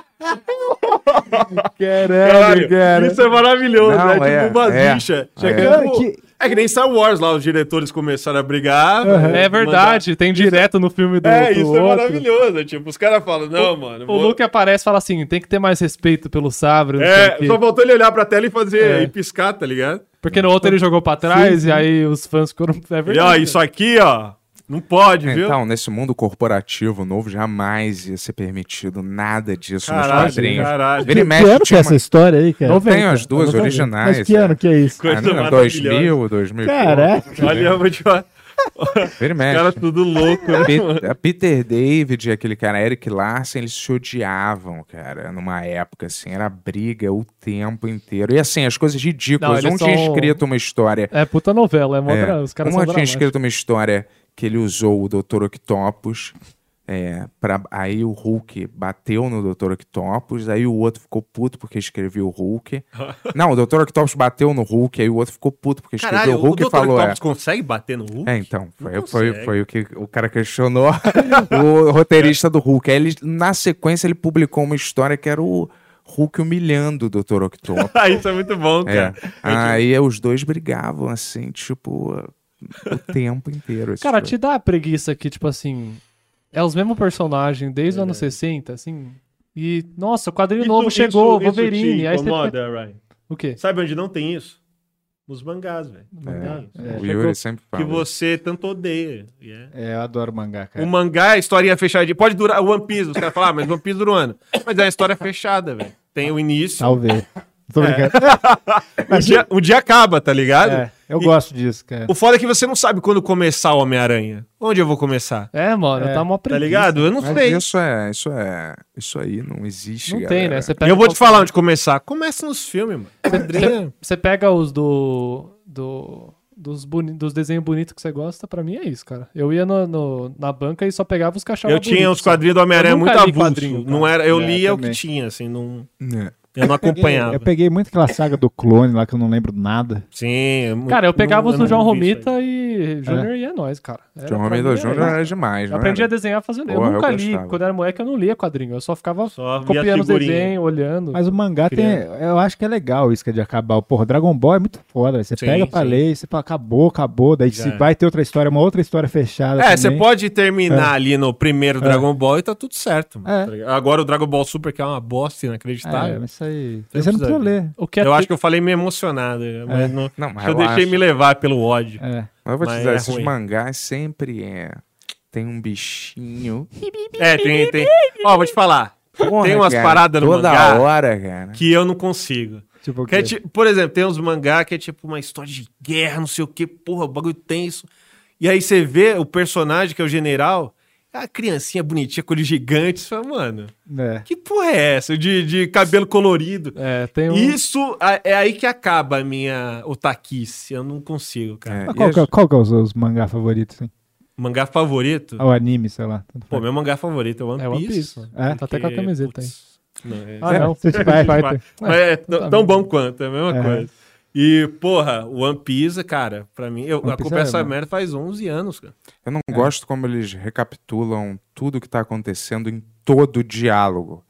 S6: Caralho, cara.
S9: Isso é maravilhoso,
S5: Não,
S9: né?
S5: é,
S9: tipo uma
S5: é.
S9: bicha.
S5: É.
S9: É.
S6: Que-
S9: é que nem Star Wars lá, os diretores começaram a brigar.
S8: É verdade, tem direto no filme do.
S9: Mandar... É,
S8: do
S9: isso é
S8: outro.
S9: maravilhoso. é Tipo, os caras falam, não, mano.
S8: O
S9: vou-
S8: Luke aparece e fala assim: tem que ter mais respeito pelo sabre. não sei o
S9: É,
S8: quê.
S9: só faltou ele olhar pra tela e fazer
S8: É.
S9: e piscar, tá ligado?
S8: Porque no outro ele jogou pra trás
S9: Sim,
S8: e aí os fãs ficaram. É
S9: E ó,
S8: verdade.
S9: isso aqui, ó. Não pode, viu?
S5: Então, nesse mundo corporativo novo, jamais ia ser permitido nada disso
S9: Caralho,
S5: nos quadrinhos.
S9: caralho.
S5: Vira e
S9: Que
S5: mexe,
S6: ano que
S5: tinha
S6: é essa história aí, cara?
S5: Eu tenho
S6: 90,
S5: as duas
S6: 90.
S5: originais.
S6: Mas que ano que é isso?
S5: Ah, não,
S9: Coisa
S5: 2000, 2000.
S6: Caraca.
S9: Olha, eu vou te falar.
S5: Vira e mexe.
S9: Cara, tudo louco, né?
S5: A Pe- a Peter David e aquele cara, Eric Larsen, eles se odiavam, cara, numa época, assim. Era briga o tempo inteiro. E assim, as coisas
S8: Não,
S5: ridículas.
S8: eles
S5: um tinha
S8: são-
S5: escrito uma história.
S8: É puta novela, é mó
S5: É,
S8: dra- os caras
S5: um
S8: são
S5: tinha
S8: dramáticos.
S5: escrito uma história que ele usou o Dr. Octopus. É, pra, aí o Hulk bateu no Dr. Octopus, aí o outro ficou puto porque escreveu o Hulk. Não, o Dr. Octopus bateu no Hulk, aí o outro ficou puto porque escreveu
S9: Caralho,
S5: o Hulk
S9: o
S5: e
S9: Dr.
S5: falou.
S9: Octopus
S5: é,
S9: consegue bater no Hulk?
S5: é, então,
S9: Não
S5: foi, foi,
S9: consegue.
S5: foi o que o cara questionou o roteirista do Hulk. Aí ele, na sequência, ele publicou uma história que era o Hulk humilhando o Dr. Octopus.
S9: Ah, Isso é muito bom,
S5: É.
S9: cara.
S5: Aí os dois brigavam, assim, tipo, o tempo inteiro. esse
S8: Cara,
S5: jogo.
S8: te dá a preguiça que, tipo assim, é os mesmos personagens desde os anos 60, assim. E, nossa, o quadrinho
S9: Isso-
S8: novo chegou,
S9: isso- isso te
S8: Wolverine. aí você
S9: incomoda,
S8: fica-
S9: Ryan?
S8: O quê?
S9: Sabe onde não tem isso? Nos mangás, velho. Não
S5: É.
S9: tem isso.
S5: É, O Yuri sempre fala.
S9: Que você tanto odeia. E é-
S6: É, eu adoro mangá, cara.
S9: O mangá é historinha fechadinha. Pode durar o One Piece. Os caras falam, ah, mas One Piece dura um ano. Mas é uma história fechada, velho. Tem o início.
S6: Talvez. Tô
S9: É.
S6: brincando.
S8: Tá.
S9: um, dia, um dia acaba, tá ligado?
S6: É, eu
S9: E
S6: gosto disso, cara.
S9: O foda é que você não sabe quando começar o Homem-Aranha. Onde eu vou começar?
S8: É, mano, tá mó
S9: Tá
S8: preguiça.
S9: ligado? Eu não
S5: Mas
S9: sei.
S5: Isso é, isso é, isso aí não existe,
S8: Não tem,
S5: galera.
S8: né? Você
S9: E
S8: pega
S9: eu vou te
S8: qualquer-
S9: falar onde começar. Começa nos filmes, mano.
S8: Você- Você pega os do. do dos, boni, dos desenhos bonitos que você gosta, pra mim é isso, cara. Eu ia no, no- na banca e só pegava os cachorros.
S9: Eu tinha uns quadrinhos do Homem-Aranha muito avulso. Não era, eu
S6: É,
S9: lia o que
S6: também.
S9: tinha, assim, não,
S5: É.
S9: eu não
S6: peguei-
S9: acompanhava.
S6: Eu peguei muito aquela saga do clone lá que eu não lembro nada.
S9: Sim.
S8: Cara, eu pegava os do João
S9: Romero.
S8: Romita e Júnior e é nóis, cara. Era
S5: John
S8: pra
S5: Romita
S8: mim, é
S5: Jr.
S8: nóis.
S5: era demais,
S8: Eu
S5: não
S8: aprendi
S5: era?
S8: a desenhar fazendo.
S5: Porra,
S8: eu
S5: eu
S8: nunca li.
S5: gostava.
S8: Quando era moleque, eu não lia quadrinho. Eu só ficava
S9: via
S8: copiando os
S9: figurinha.
S8: desenhos, olhando.
S6: Mas o mangá tem.
S8: Criança.
S6: Eu acho que é legal isso que é de acabar. Porra, Dragon Ball é muito foda. velho. Você
S9: Sim,
S6: pega pra
S9: sim.
S6: ler, e você fala, acabou, acabou. Daí
S9: Já
S6: se
S9: é.
S6: vai ter outra história, uma outra história fechada.
S9: É,
S6: também.
S9: você pode terminar
S6: É.
S9: ali no primeiro
S6: É.
S9: Dragon Ball e tá tudo certo. mano,
S6: É.
S9: tá ligado? Agora o Dragon Ball Super, que é uma bosta
S6: É,
S9: inacreditável.
S6: mas isso aí.
S9: Você
S6: Você não
S9: precisa
S6: precisa
S9: ver.
S6: ler.
S8: O que é
S9: eu
S8: tri-
S9: acho que eu falei meio emocionado. né? Mas não,
S5: Não, mas
S9: eu deixei
S5: relaxa.
S9: me levar pelo ódio.
S6: É.
S5: Mas eu vou te
S9: Mas
S5: dizer,
S9: é
S5: esses
S9: ruim.
S5: mangás sempre é... Tem um bichinho...
S9: É, tem. tem... Ó, vou te falar.
S5: Porra,
S9: tem umas
S5: cara,
S9: paradas no
S5: toda
S9: mangá
S5: hora, cara.
S9: que eu não consigo.
S6: Tipo o
S9: Que é ti-
S6: quê?
S9: por exemplo, tem uns mangá que é tipo uma história de guerra, não sei o que, porra, o bagulho tenso. E aí você vê o personagem, que é o general, a criancinha bonitinha, com olhos gigantes, você fala, mano,
S6: É.
S9: que porra é essa? De, de cabelo colorido.
S8: É, tem um.
S9: Isso a- é aí que acaba a minha otaquice. Eu não consigo, cara.
S6: Mas qual, que, é- qual que é os, os mangá favoritos, hein?
S9: Mangá favorito?
S6: Ou anime, sei lá. tanto
S9: Pô,
S6: faz.
S9: meu mangá favorito é One Piece.
S8: É One Piece. mano.
S6: É?
S8: Tá até com a
S9: Porque,
S8: camiseta aí.
S9: putz, não, é-
S8: Ah, não.
S6: Street Fighter.
S9: Mas é t-
S8: Tá
S9: tão
S8: bom.
S9: bom quanto, é a mesma
S6: É.
S9: coisa. E, porra, o One Piece, cara, pra mim, eu
S6: One Piece
S9: acompanho
S6: é
S9: essa
S6: bom.
S9: merda faz 11 anos, cara.
S5: Eu
S6: É.
S5: não gosto como eles recapitulam tudo que tá acontecendo em todo o diálogo.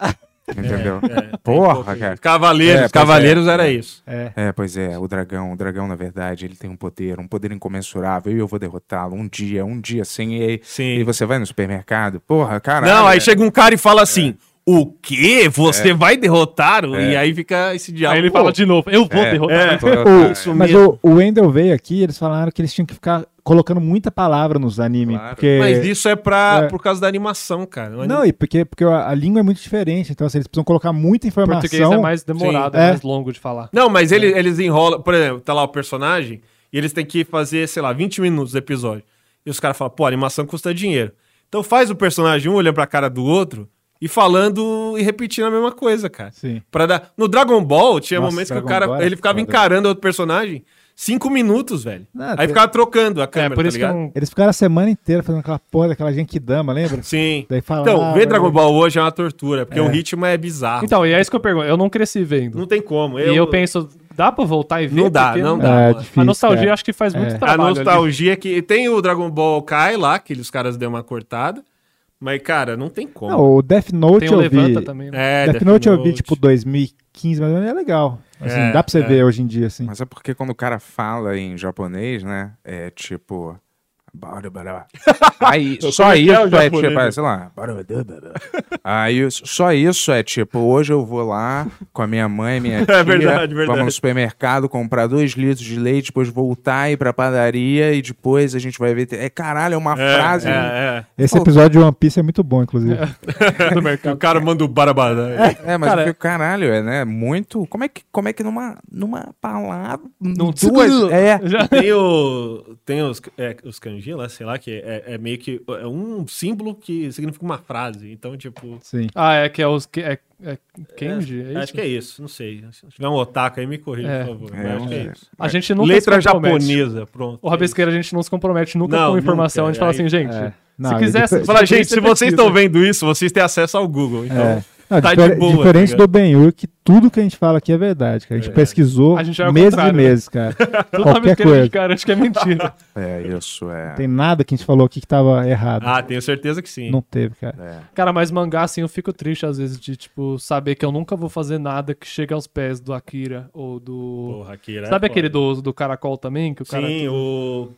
S5: Entendeu?
S9: É, tem
S5: Porra,
S9: pouco
S5: cara. É,
S9: isso. Cavaleiros,
S5: pois
S9: Cavaleiros era isso.
S6: um É.
S5: É, pois é, o dragão, o dragão, na verdade, ele tem um poder, um poder incomensurável, e eu vou derrotá-lo um dia, um dia assim, e, aí-
S9: Sim.
S5: e você vai no supermercado, porra, cara.
S9: não, aí chega um cara e fala
S5: É.
S9: assim, o quê? Você vai derrotar? o-"
S5: É.
S9: E aí fica esse diálogo.
S8: Aí ele fala de novo, eu vou
S5: É.
S8: derrotar.
S9: É.
S5: Pô,
S6: O-
S9: Isso
S6: mas
S9: mesmo.
S6: o, o Wendell veio aqui eles falaram que eles tinham que ficar colocando muita palavra nos animes.
S5: Claro.
S6: Porque...
S9: Mas isso é, pra,
S6: É.
S9: por causa da animação, cara.
S6: Não, e porque, porque a, a língua é muito diferente, então assim, eles precisam colocar muita
S8: O
S6: informação.
S8: português é mais demorado, é
S6: É.
S8: mais longo de falar.
S9: Não, mas ele- eles enrolam. Por exemplo, tá lá o personagem e eles têm que fazer, sei lá, 20 minutos do episódio. E os caras falam, pô, a animação custa dinheiro. Então faz o personagem um olhando pra cara do outro e falando e repetindo a mesma coisa, cara.
S6: Sim.
S9: Pra dar... No Dragon Ball tinha
S6: Nossa,
S9: momentos que o
S6: Dragon
S9: cara
S6: Ball era
S9: ele ficava
S6: foda.
S9: encarando outro personagem cinco minutos, velho.
S6: Não,
S9: Aí
S6: tem-
S9: ficava trocando a
S8: É,
S9: câmera,
S8: por
S9: tá
S8: isso que eu
S9: ligado?
S8: não...
S6: Eles ficaram a semana inteira fazendo aquela porra daquela Genkidama, lembra?
S9: Sim.
S6: Daí fala,
S9: Então,
S6: ah,
S9: ver
S6: vai-
S9: Dragon Ball hoje é uma tortura, porque
S6: É.
S9: o ritmo é bizarro.
S8: Então, e é isso que eu pergunto. Eu não cresci vendo.
S9: não tem como.
S8: E eu penso, dá pra voltar e ver?
S9: Não dá,
S8: Porque
S9: não dá.
S6: Ah,
S9: mano.
S6: é difícil,
S8: A nostalgia
S6: cara.
S8: acho que faz muito
S6: É.
S9: A
S8: trabalho. ali.
S9: nostalgia que. Tem o Dragon Ball Kai lá, que os caras deu uma cortada. Mas, cara, não tem como.
S6: Não, o Death Note
S8: Tem o
S6: eu vi.
S8: Levanta também. né?
S9: É,
S6: Death Note eu vi, tipo, 2015, mas é legal. Assim,
S9: É,
S6: dá pra você
S9: é.
S6: ver hoje em dia, assim.
S5: Mas é porque quando o cara fala em japonês, né? É tipo.
S1: uh,
S5: Aí,
S13: Eu
S5: só
S13: como é que
S5: isso
S13: é o
S5: é
S13: japonês,
S5: tipo,
S13: né?
S5: é, sei lá. Aí, só isso é tipo, hoje eu vou lá com a minha mãe, e minha
S13: É
S5: tia,
S13: verdade, verdade.
S5: vamos no supermercado comprar dois litros de leite, depois voltar e ir pra padaria e depois a gente vai ver. te- É caralho, é uma
S9: É,
S5: frase.
S9: é,
S5: tá
S6: Esse episódio de One Piece é muito bom, inclusive.
S9: Do mercado. O cara manda o barabada.
S5: É, mas
S9: Cara,
S5: eu fico, caralho, é, né? Muito. Como é que, como é que numa, numa palavra.
S9: Não,
S5: duas. É.
S9: Tem, o, tem os, é, os kanji lá, sei lá, que é, é meio que. É um símbolo que significa uma frase. Então, tipo.
S6: Sim.
S8: Ah, é que é os. que- É, é Kenji? É,
S9: Acho que é isso, não sei. Se tiver um otaku aí, me corrija,
S8: É.
S9: por favor.
S8: É,
S9: Mas acho que
S8: é.
S9: é isso.
S8: A gente nunca
S9: Letra
S8: se compromete.
S9: japonesa, pronto.
S8: O Rabesqueira, a gente não se compromete nunca
S9: Não,
S8: com informação.
S9: nunca.
S8: A gente fala
S9: Aí-
S8: assim, gente.
S9: É.
S6: Não,
S8: se
S6: e
S8: quiser.
S6: depois-
S9: Fala, gente, se
S8: você
S9: vocês
S8: pesquisa.
S9: estão vendo isso, vocês têm acesso ao Google. Então,
S6: É. Não,
S9: tá
S6: difer-
S9: de boa.
S6: diferente
S9: tá
S6: do
S9: ligado?
S6: Ben-Hur, que tudo que a gente fala aqui é verdade, cara. A gente pesquisou
S8: A gente é o
S6: meses e
S8: contrário, né?
S6: meses, cara. Qualquer
S8: Totalmente que a
S6: coisa.
S8: gente garante que é mentira.
S5: É, isso é.
S6: Tem nada que a gente falou aqui que tava errado.
S9: Ah, tenho certeza que sim.
S6: Não teve, cara.
S8: Cara, mas mangá, assim, eu fico triste às vezes de, tipo, saber que eu nunca vou fazer nada que chegue aos pés do Akira ou do.
S9: Porra, Akira é
S8: Sabe aquele
S9: foda.
S8: do, do caracol também? Que o cara. tipo É
S9: Sim, o.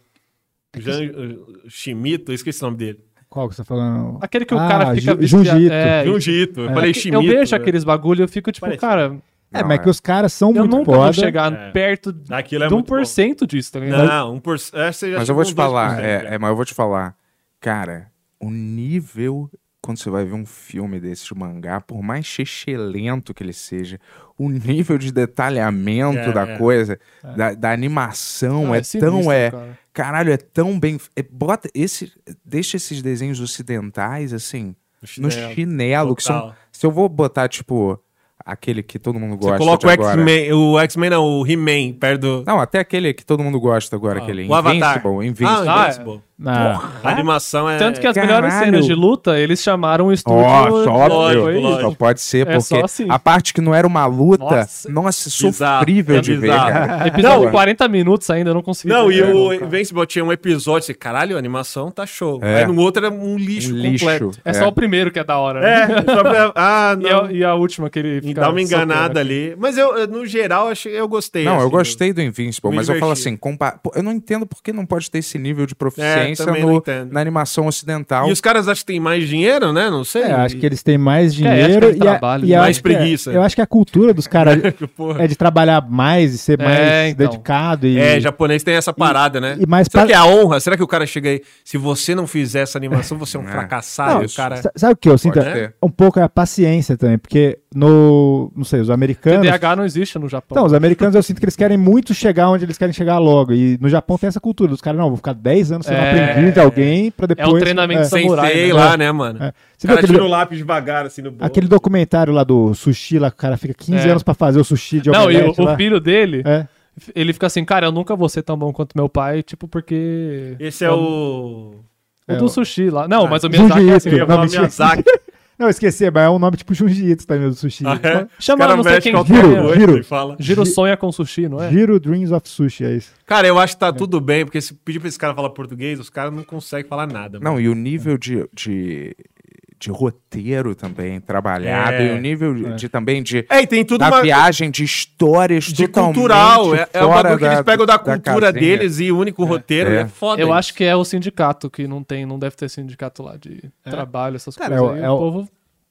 S9: Jan... o Shimito, eu esqueci o nome dele.
S6: Qual que você tá falando?
S8: Aquele que o
S6: Ah,
S8: cara fica.
S6: Ju-
S8: viciado-
S6: Jujito.
S8: É,
S9: Jujito, eu
S8: é.
S9: falei
S8: É que Eu
S9: Shimito,
S8: vejo
S9: né?
S8: aqueles bagulho e eu fico, tipo,
S9: Parece.
S8: cara.
S6: É, mas que os caras são
S8: Eu
S6: muito
S8: nunca vou
S6: foda.
S8: chegar
S9: É.
S8: perto
S9: Aquilo é
S8: de
S9: muito bom.
S8: 1% disso, tá ligado?
S9: Não, um por... é, você já
S5: Mas eu vou te
S9: chegou a um
S5: falar,
S9: 2%,
S5: é, é, mas eu vou te falar, cara, o nível quando você vai ver um filme desses de mangá, por mais excelente que ele seja, o nível de detalhamento
S13: É,
S5: da
S13: é.
S5: coisa, Da, da animação,
S13: Não,
S5: é,
S13: é sinistro,
S5: tão é,
S13: cara.
S5: caralho, é tão bem, é, bota esse, deixa esses desenhos ocidentais assim, no
S9: chinelo.
S5: chinelo, que são,
S9: Total.
S5: se eu vou botar tipo aquele que todo mundo
S9: Você
S5: gosta,
S9: coloca o
S5: de agora,
S9: X-Men, o X-Men não, o He-Man, perto do...
S5: não, até aquele que todo mundo gosta agora, aquele
S9: o Avatar.
S5: Invincible, Invincible.
S9: Ah, Invincible.
S5: Ah.
S9: A animação é...
S8: Tanto que as melhores
S5: Caralho.
S8: cenas de luta, eles chamaram o estúdio.
S5: Ó, só,
S8: Foi
S5: meu,
S8: isso.
S5: só pode ser,
S8: É
S5: porque
S8: só assim.
S5: a parte que não era uma luta, nossa, sofrível
S9: É
S5: de ver,
S9: bizarro.
S5: cara.
S8: Episódio
S5: Não,
S8: 40 minutos ainda, eu não consegui.
S9: Não, e
S6: É,
S8: ver, né?
S9: o
S8: cara.
S9: Invincible tinha um episódio, assim, caralho, a animação tá show.
S5: É.
S9: Aí no outro era um lixo
S5: Um lixo,
S9: completo.
S8: É, só o primeiro que é da hora.
S9: É,
S8: né?
S9: só pra- ah, não.
S8: E a, e a última que ele
S9: E
S8: fica
S9: dá uma
S8: solteiro.
S9: enganada ali. Mas eu, eu, no geral, achei, eu gostei.
S5: Não, eu
S9: assim,
S5: gostei do Invincible,
S9: Me
S5: mas eu falo
S9: diverti.
S5: assim, compa- pô, eu não entendo por que não pode ter esse nível de proficiência
S9: também não
S5: no-
S9: entendo.
S5: na animação ocidental.
S9: E os caras acham que tem mais dinheiro, né? Não sei.
S6: É, acho que eles têm
S9: É,
S6: mais
S9: acho que
S6: dinheiro
S9: é de
S6: e, a-
S9: trabalho,
S6: e eu
S9: mais
S6: acho que é-
S9: preguiça.
S6: eu acho que a cultura dos caras
S9: Porra.
S6: é de trabalhar mais e ser
S9: É,
S6: mais
S9: então.
S6: dedicado. E...
S9: É, japonês tem essa parada, né?
S6: e mais
S9: Será
S6: pa-
S9: que é a honra? Será que o cara chega aí, se você não fizer essa animação, você é um fracassado,
S6: Não,
S9: o cara...
S6: sa- Sabe o que eu sinto?
S9: Pode
S6: É
S9: ter.
S6: Um pouco é a paciência também, porque no. Não sei, os americanos.
S8: TDAH não existe no Japão.
S6: Então, os americanos eu sinto que eles querem muito chegar onde eles querem chegar logo. E no Japão tem essa cultura dos caras, não, vou ficar 10 anos sendo
S8: É.
S6: aprendiz de alguém pra depois.
S8: É um treinamento samurai,
S9: Sensei
S8: né?
S9: lá, né, mano?
S6: É.
S9: O
S6: Você viu
S9: cara
S6: aquele, É.
S9: tira o lápis devagar, assim, no bolso.
S6: aquele documentário lá do sushi, lá que o cara fica 15
S8: É.
S6: anos pra fazer o sushi de
S8: Não, e o,
S6: omelete lá.
S8: o filho dele,
S6: É.
S8: ele fica assim, cara, eu nunca vou ser tão bom quanto meu pai, tipo, porque.
S9: Esse é
S8: eu-
S9: o...
S8: O do
S6: o-
S8: sushi lá. Não,
S9: Ah,
S8: mas o
S6: Junji
S8: Miyazaki é assim.
S6: Ito.
S8: eu ia falar
S6: Não, mentira.
S8: Miyazaki.
S6: Não, eu esqueci, mas é um nome tipo Junji Ito também, do sushi.
S9: Ah, é?
S8: Chama
S9: O cara
S8: não sei
S9: mexe
S8: quem
S9: com
S8: que
S9: alguma
S8: é.
S9: coisa
S6: Giro.
S9: e fala.
S8: Giro sonha com sushi, não é?
S6: Giro Dreams of Sushi, é isso.
S9: Cara, eu acho que tá tudo bem, porque se pedir pra esse cara falar português, os caras não conseguem falar nada. mano.
S5: Não, e o nível de, de, de roteiro também trabalhado,
S9: É.
S5: e o nível de, de também de.
S9: É, e tem tudo
S5: da
S9: uma-
S5: viagem de histórias
S9: De
S5: totalmente
S9: cultural, é, é o
S5: fora
S9: bagulho que eles pegam da,
S5: casinha.
S9: cultura deles e unem com o roteiro, é, foda.
S8: Eu
S9: isso.
S8: acho que é o sindicato que não tem, não deve ter sindicato lá de trabalho, essas
S6: Cara, é o-
S8: coisas. aí,
S6: é
S8: o
S6: o-
S8: povo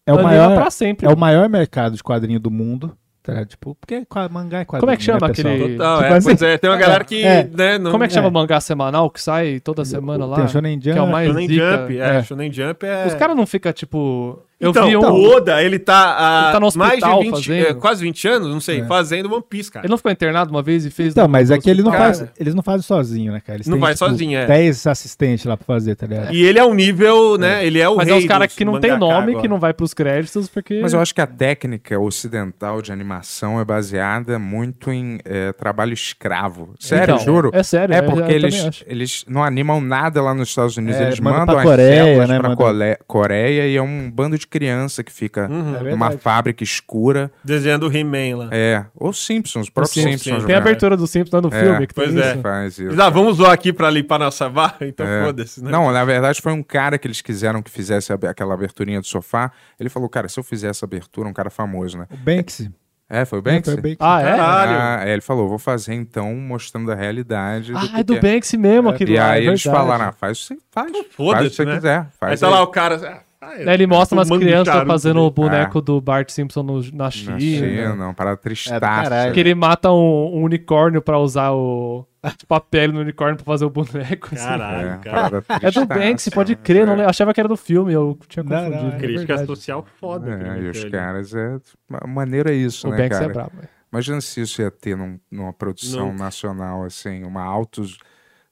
S6: É o,
S8: anima
S6: maior,
S8: pra sempre. né?
S6: é o maior mercado de quadrinho do mundo. tá ligado? Tipo, porque qua- mangá é quadrinho.
S8: Como é que chama
S6: né, pessoal?
S8: aquele.
S9: Total, é, pois é, tem uma galera que, né, não-
S8: Como é que
S9: É.
S8: chama o mangá semanal que sai toda semana lá?
S6: tem o Shonen
S8: Que é o mais
S9: Shonen
S8: zica.
S9: Jump, é, Shonen Jump é...
S8: Os caras não ficam, tipo. Eu
S9: então,
S8: vi um.
S9: o Oda, ele tá há
S8: Ele tá no
S9: mais
S8: hospital
S9: de 20,
S8: fazendo.
S9: eh, quase 20 anos, não sei,
S6: É.
S9: fazendo One Piece, cara.
S8: Ele não ficou internado uma vez e fez. um
S6: Então, mas é que ele não
S8: Cara,
S6: faz, eles não fazem sozinho, né, cara? Eles
S9: Não
S6: têm,
S9: faz sozinho, é.
S6: 10 assistentes lá pra fazer, tá ligado?
S9: E ele é um nível, né, ele é o
S8: Mas
S9: rei
S8: é os caras
S9: dos
S8: que não tem
S9: mangaka
S8: nome,
S9: agora.
S8: que não vai pros créditos, porque.
S5: Mas eu acho que a técnica ocidental de animação é baseada muito em eh, trabalho escravo. Sério,
S8: Então,
S5: juro.
S8: é sério,
S5: É
S8: eu- eu
S5: porque
S8: também
S5: eles,
S8: acho.
S5: eles não animam nada lá nos Estados Unidos.
S6: É,
S5: eles
S6: manda
S5: mandam
S6: pra
S5: as
S6: Coreia,
S5: células
S6: né,
S5: pra
S6: manda-
S5: Cole- Coreia e é um bando de criança que fica
S9: Uhum. É
S5: numa
S9: verdade.
S5: fábrica escura.
S9: Desenhando o He-Man lá.
S5: É. Ou Simpsons, os próprios
S9: Simpsons.
S5: Simpsons.
S9: Tem
S5: né?
S9: a abertura
S8: do Simpsons lá no
S5: É,
S8: filme que tem
S9: Pois
S8: isso.
S9: é.
S5: Faz isso.
S9: Ah, vamos zoar aqui pra limpar nossa barra? Então
S5: É.
S9: foda-se, né?
S5: Não, na verdade foi um cara que eles quiseram que fizesse ab- aquela aberturinha do sofá. Ele falou, cara, se eu fizer essa abertura, um cara famoso, né?
S6: O Banksy.
S5: É, foi o Banksy?
S6: É, foi o Banksy.
S8: Ah, é?
S5: Ah, é, ele falou, vou fazer então, mostrando a realidade. do
S8: Ah,
S5: que
S8: é do
S5: que
S8: Banksy mesmo, aquilo
S5: E
S8: lá, é
S5: aí eles
S8: verdade.
S5: falaram, ah, faz o que você faz.
S9: foda-se,
S5: Faz o que você
S9: né?
S5: quiser. Faz
S9: Aí tá lá o cara, ah, ah,
S8: Daí ele mostra umas
S9: fumando
S8: crianças
S9: charuto
S8: fazendo o
S9: dele.
S8: boneco do Bart Simpson no- na China.
S5: É. Na China, uma parada tristaça.
S8: Que ele mata um, um unicórnio pra usar o tipo, a pele no unicórnio pra fazer o boneco. assim.
S9: Caralho, É, cara.
S8: é,
S9: parada
S8: do
S9: tristaça,
S8: Banksy, pode crer. Não, eu achava que era do filme, eu tinha confundido. é
S9: Crítica
S8: verdade.
S9: social
S5: É,
S9: foda.
S5: e
S9: aquele
S5: os
S9: filme.
S5: caras, é, a maneira é isso,
S8: O
S5: né,
S8: Banks é
S5: cara?
S8: brabo,
S5: Imagina se isso ia ter num- numa produção
S9: Nunca.
S5: nacional, assim, uma auto...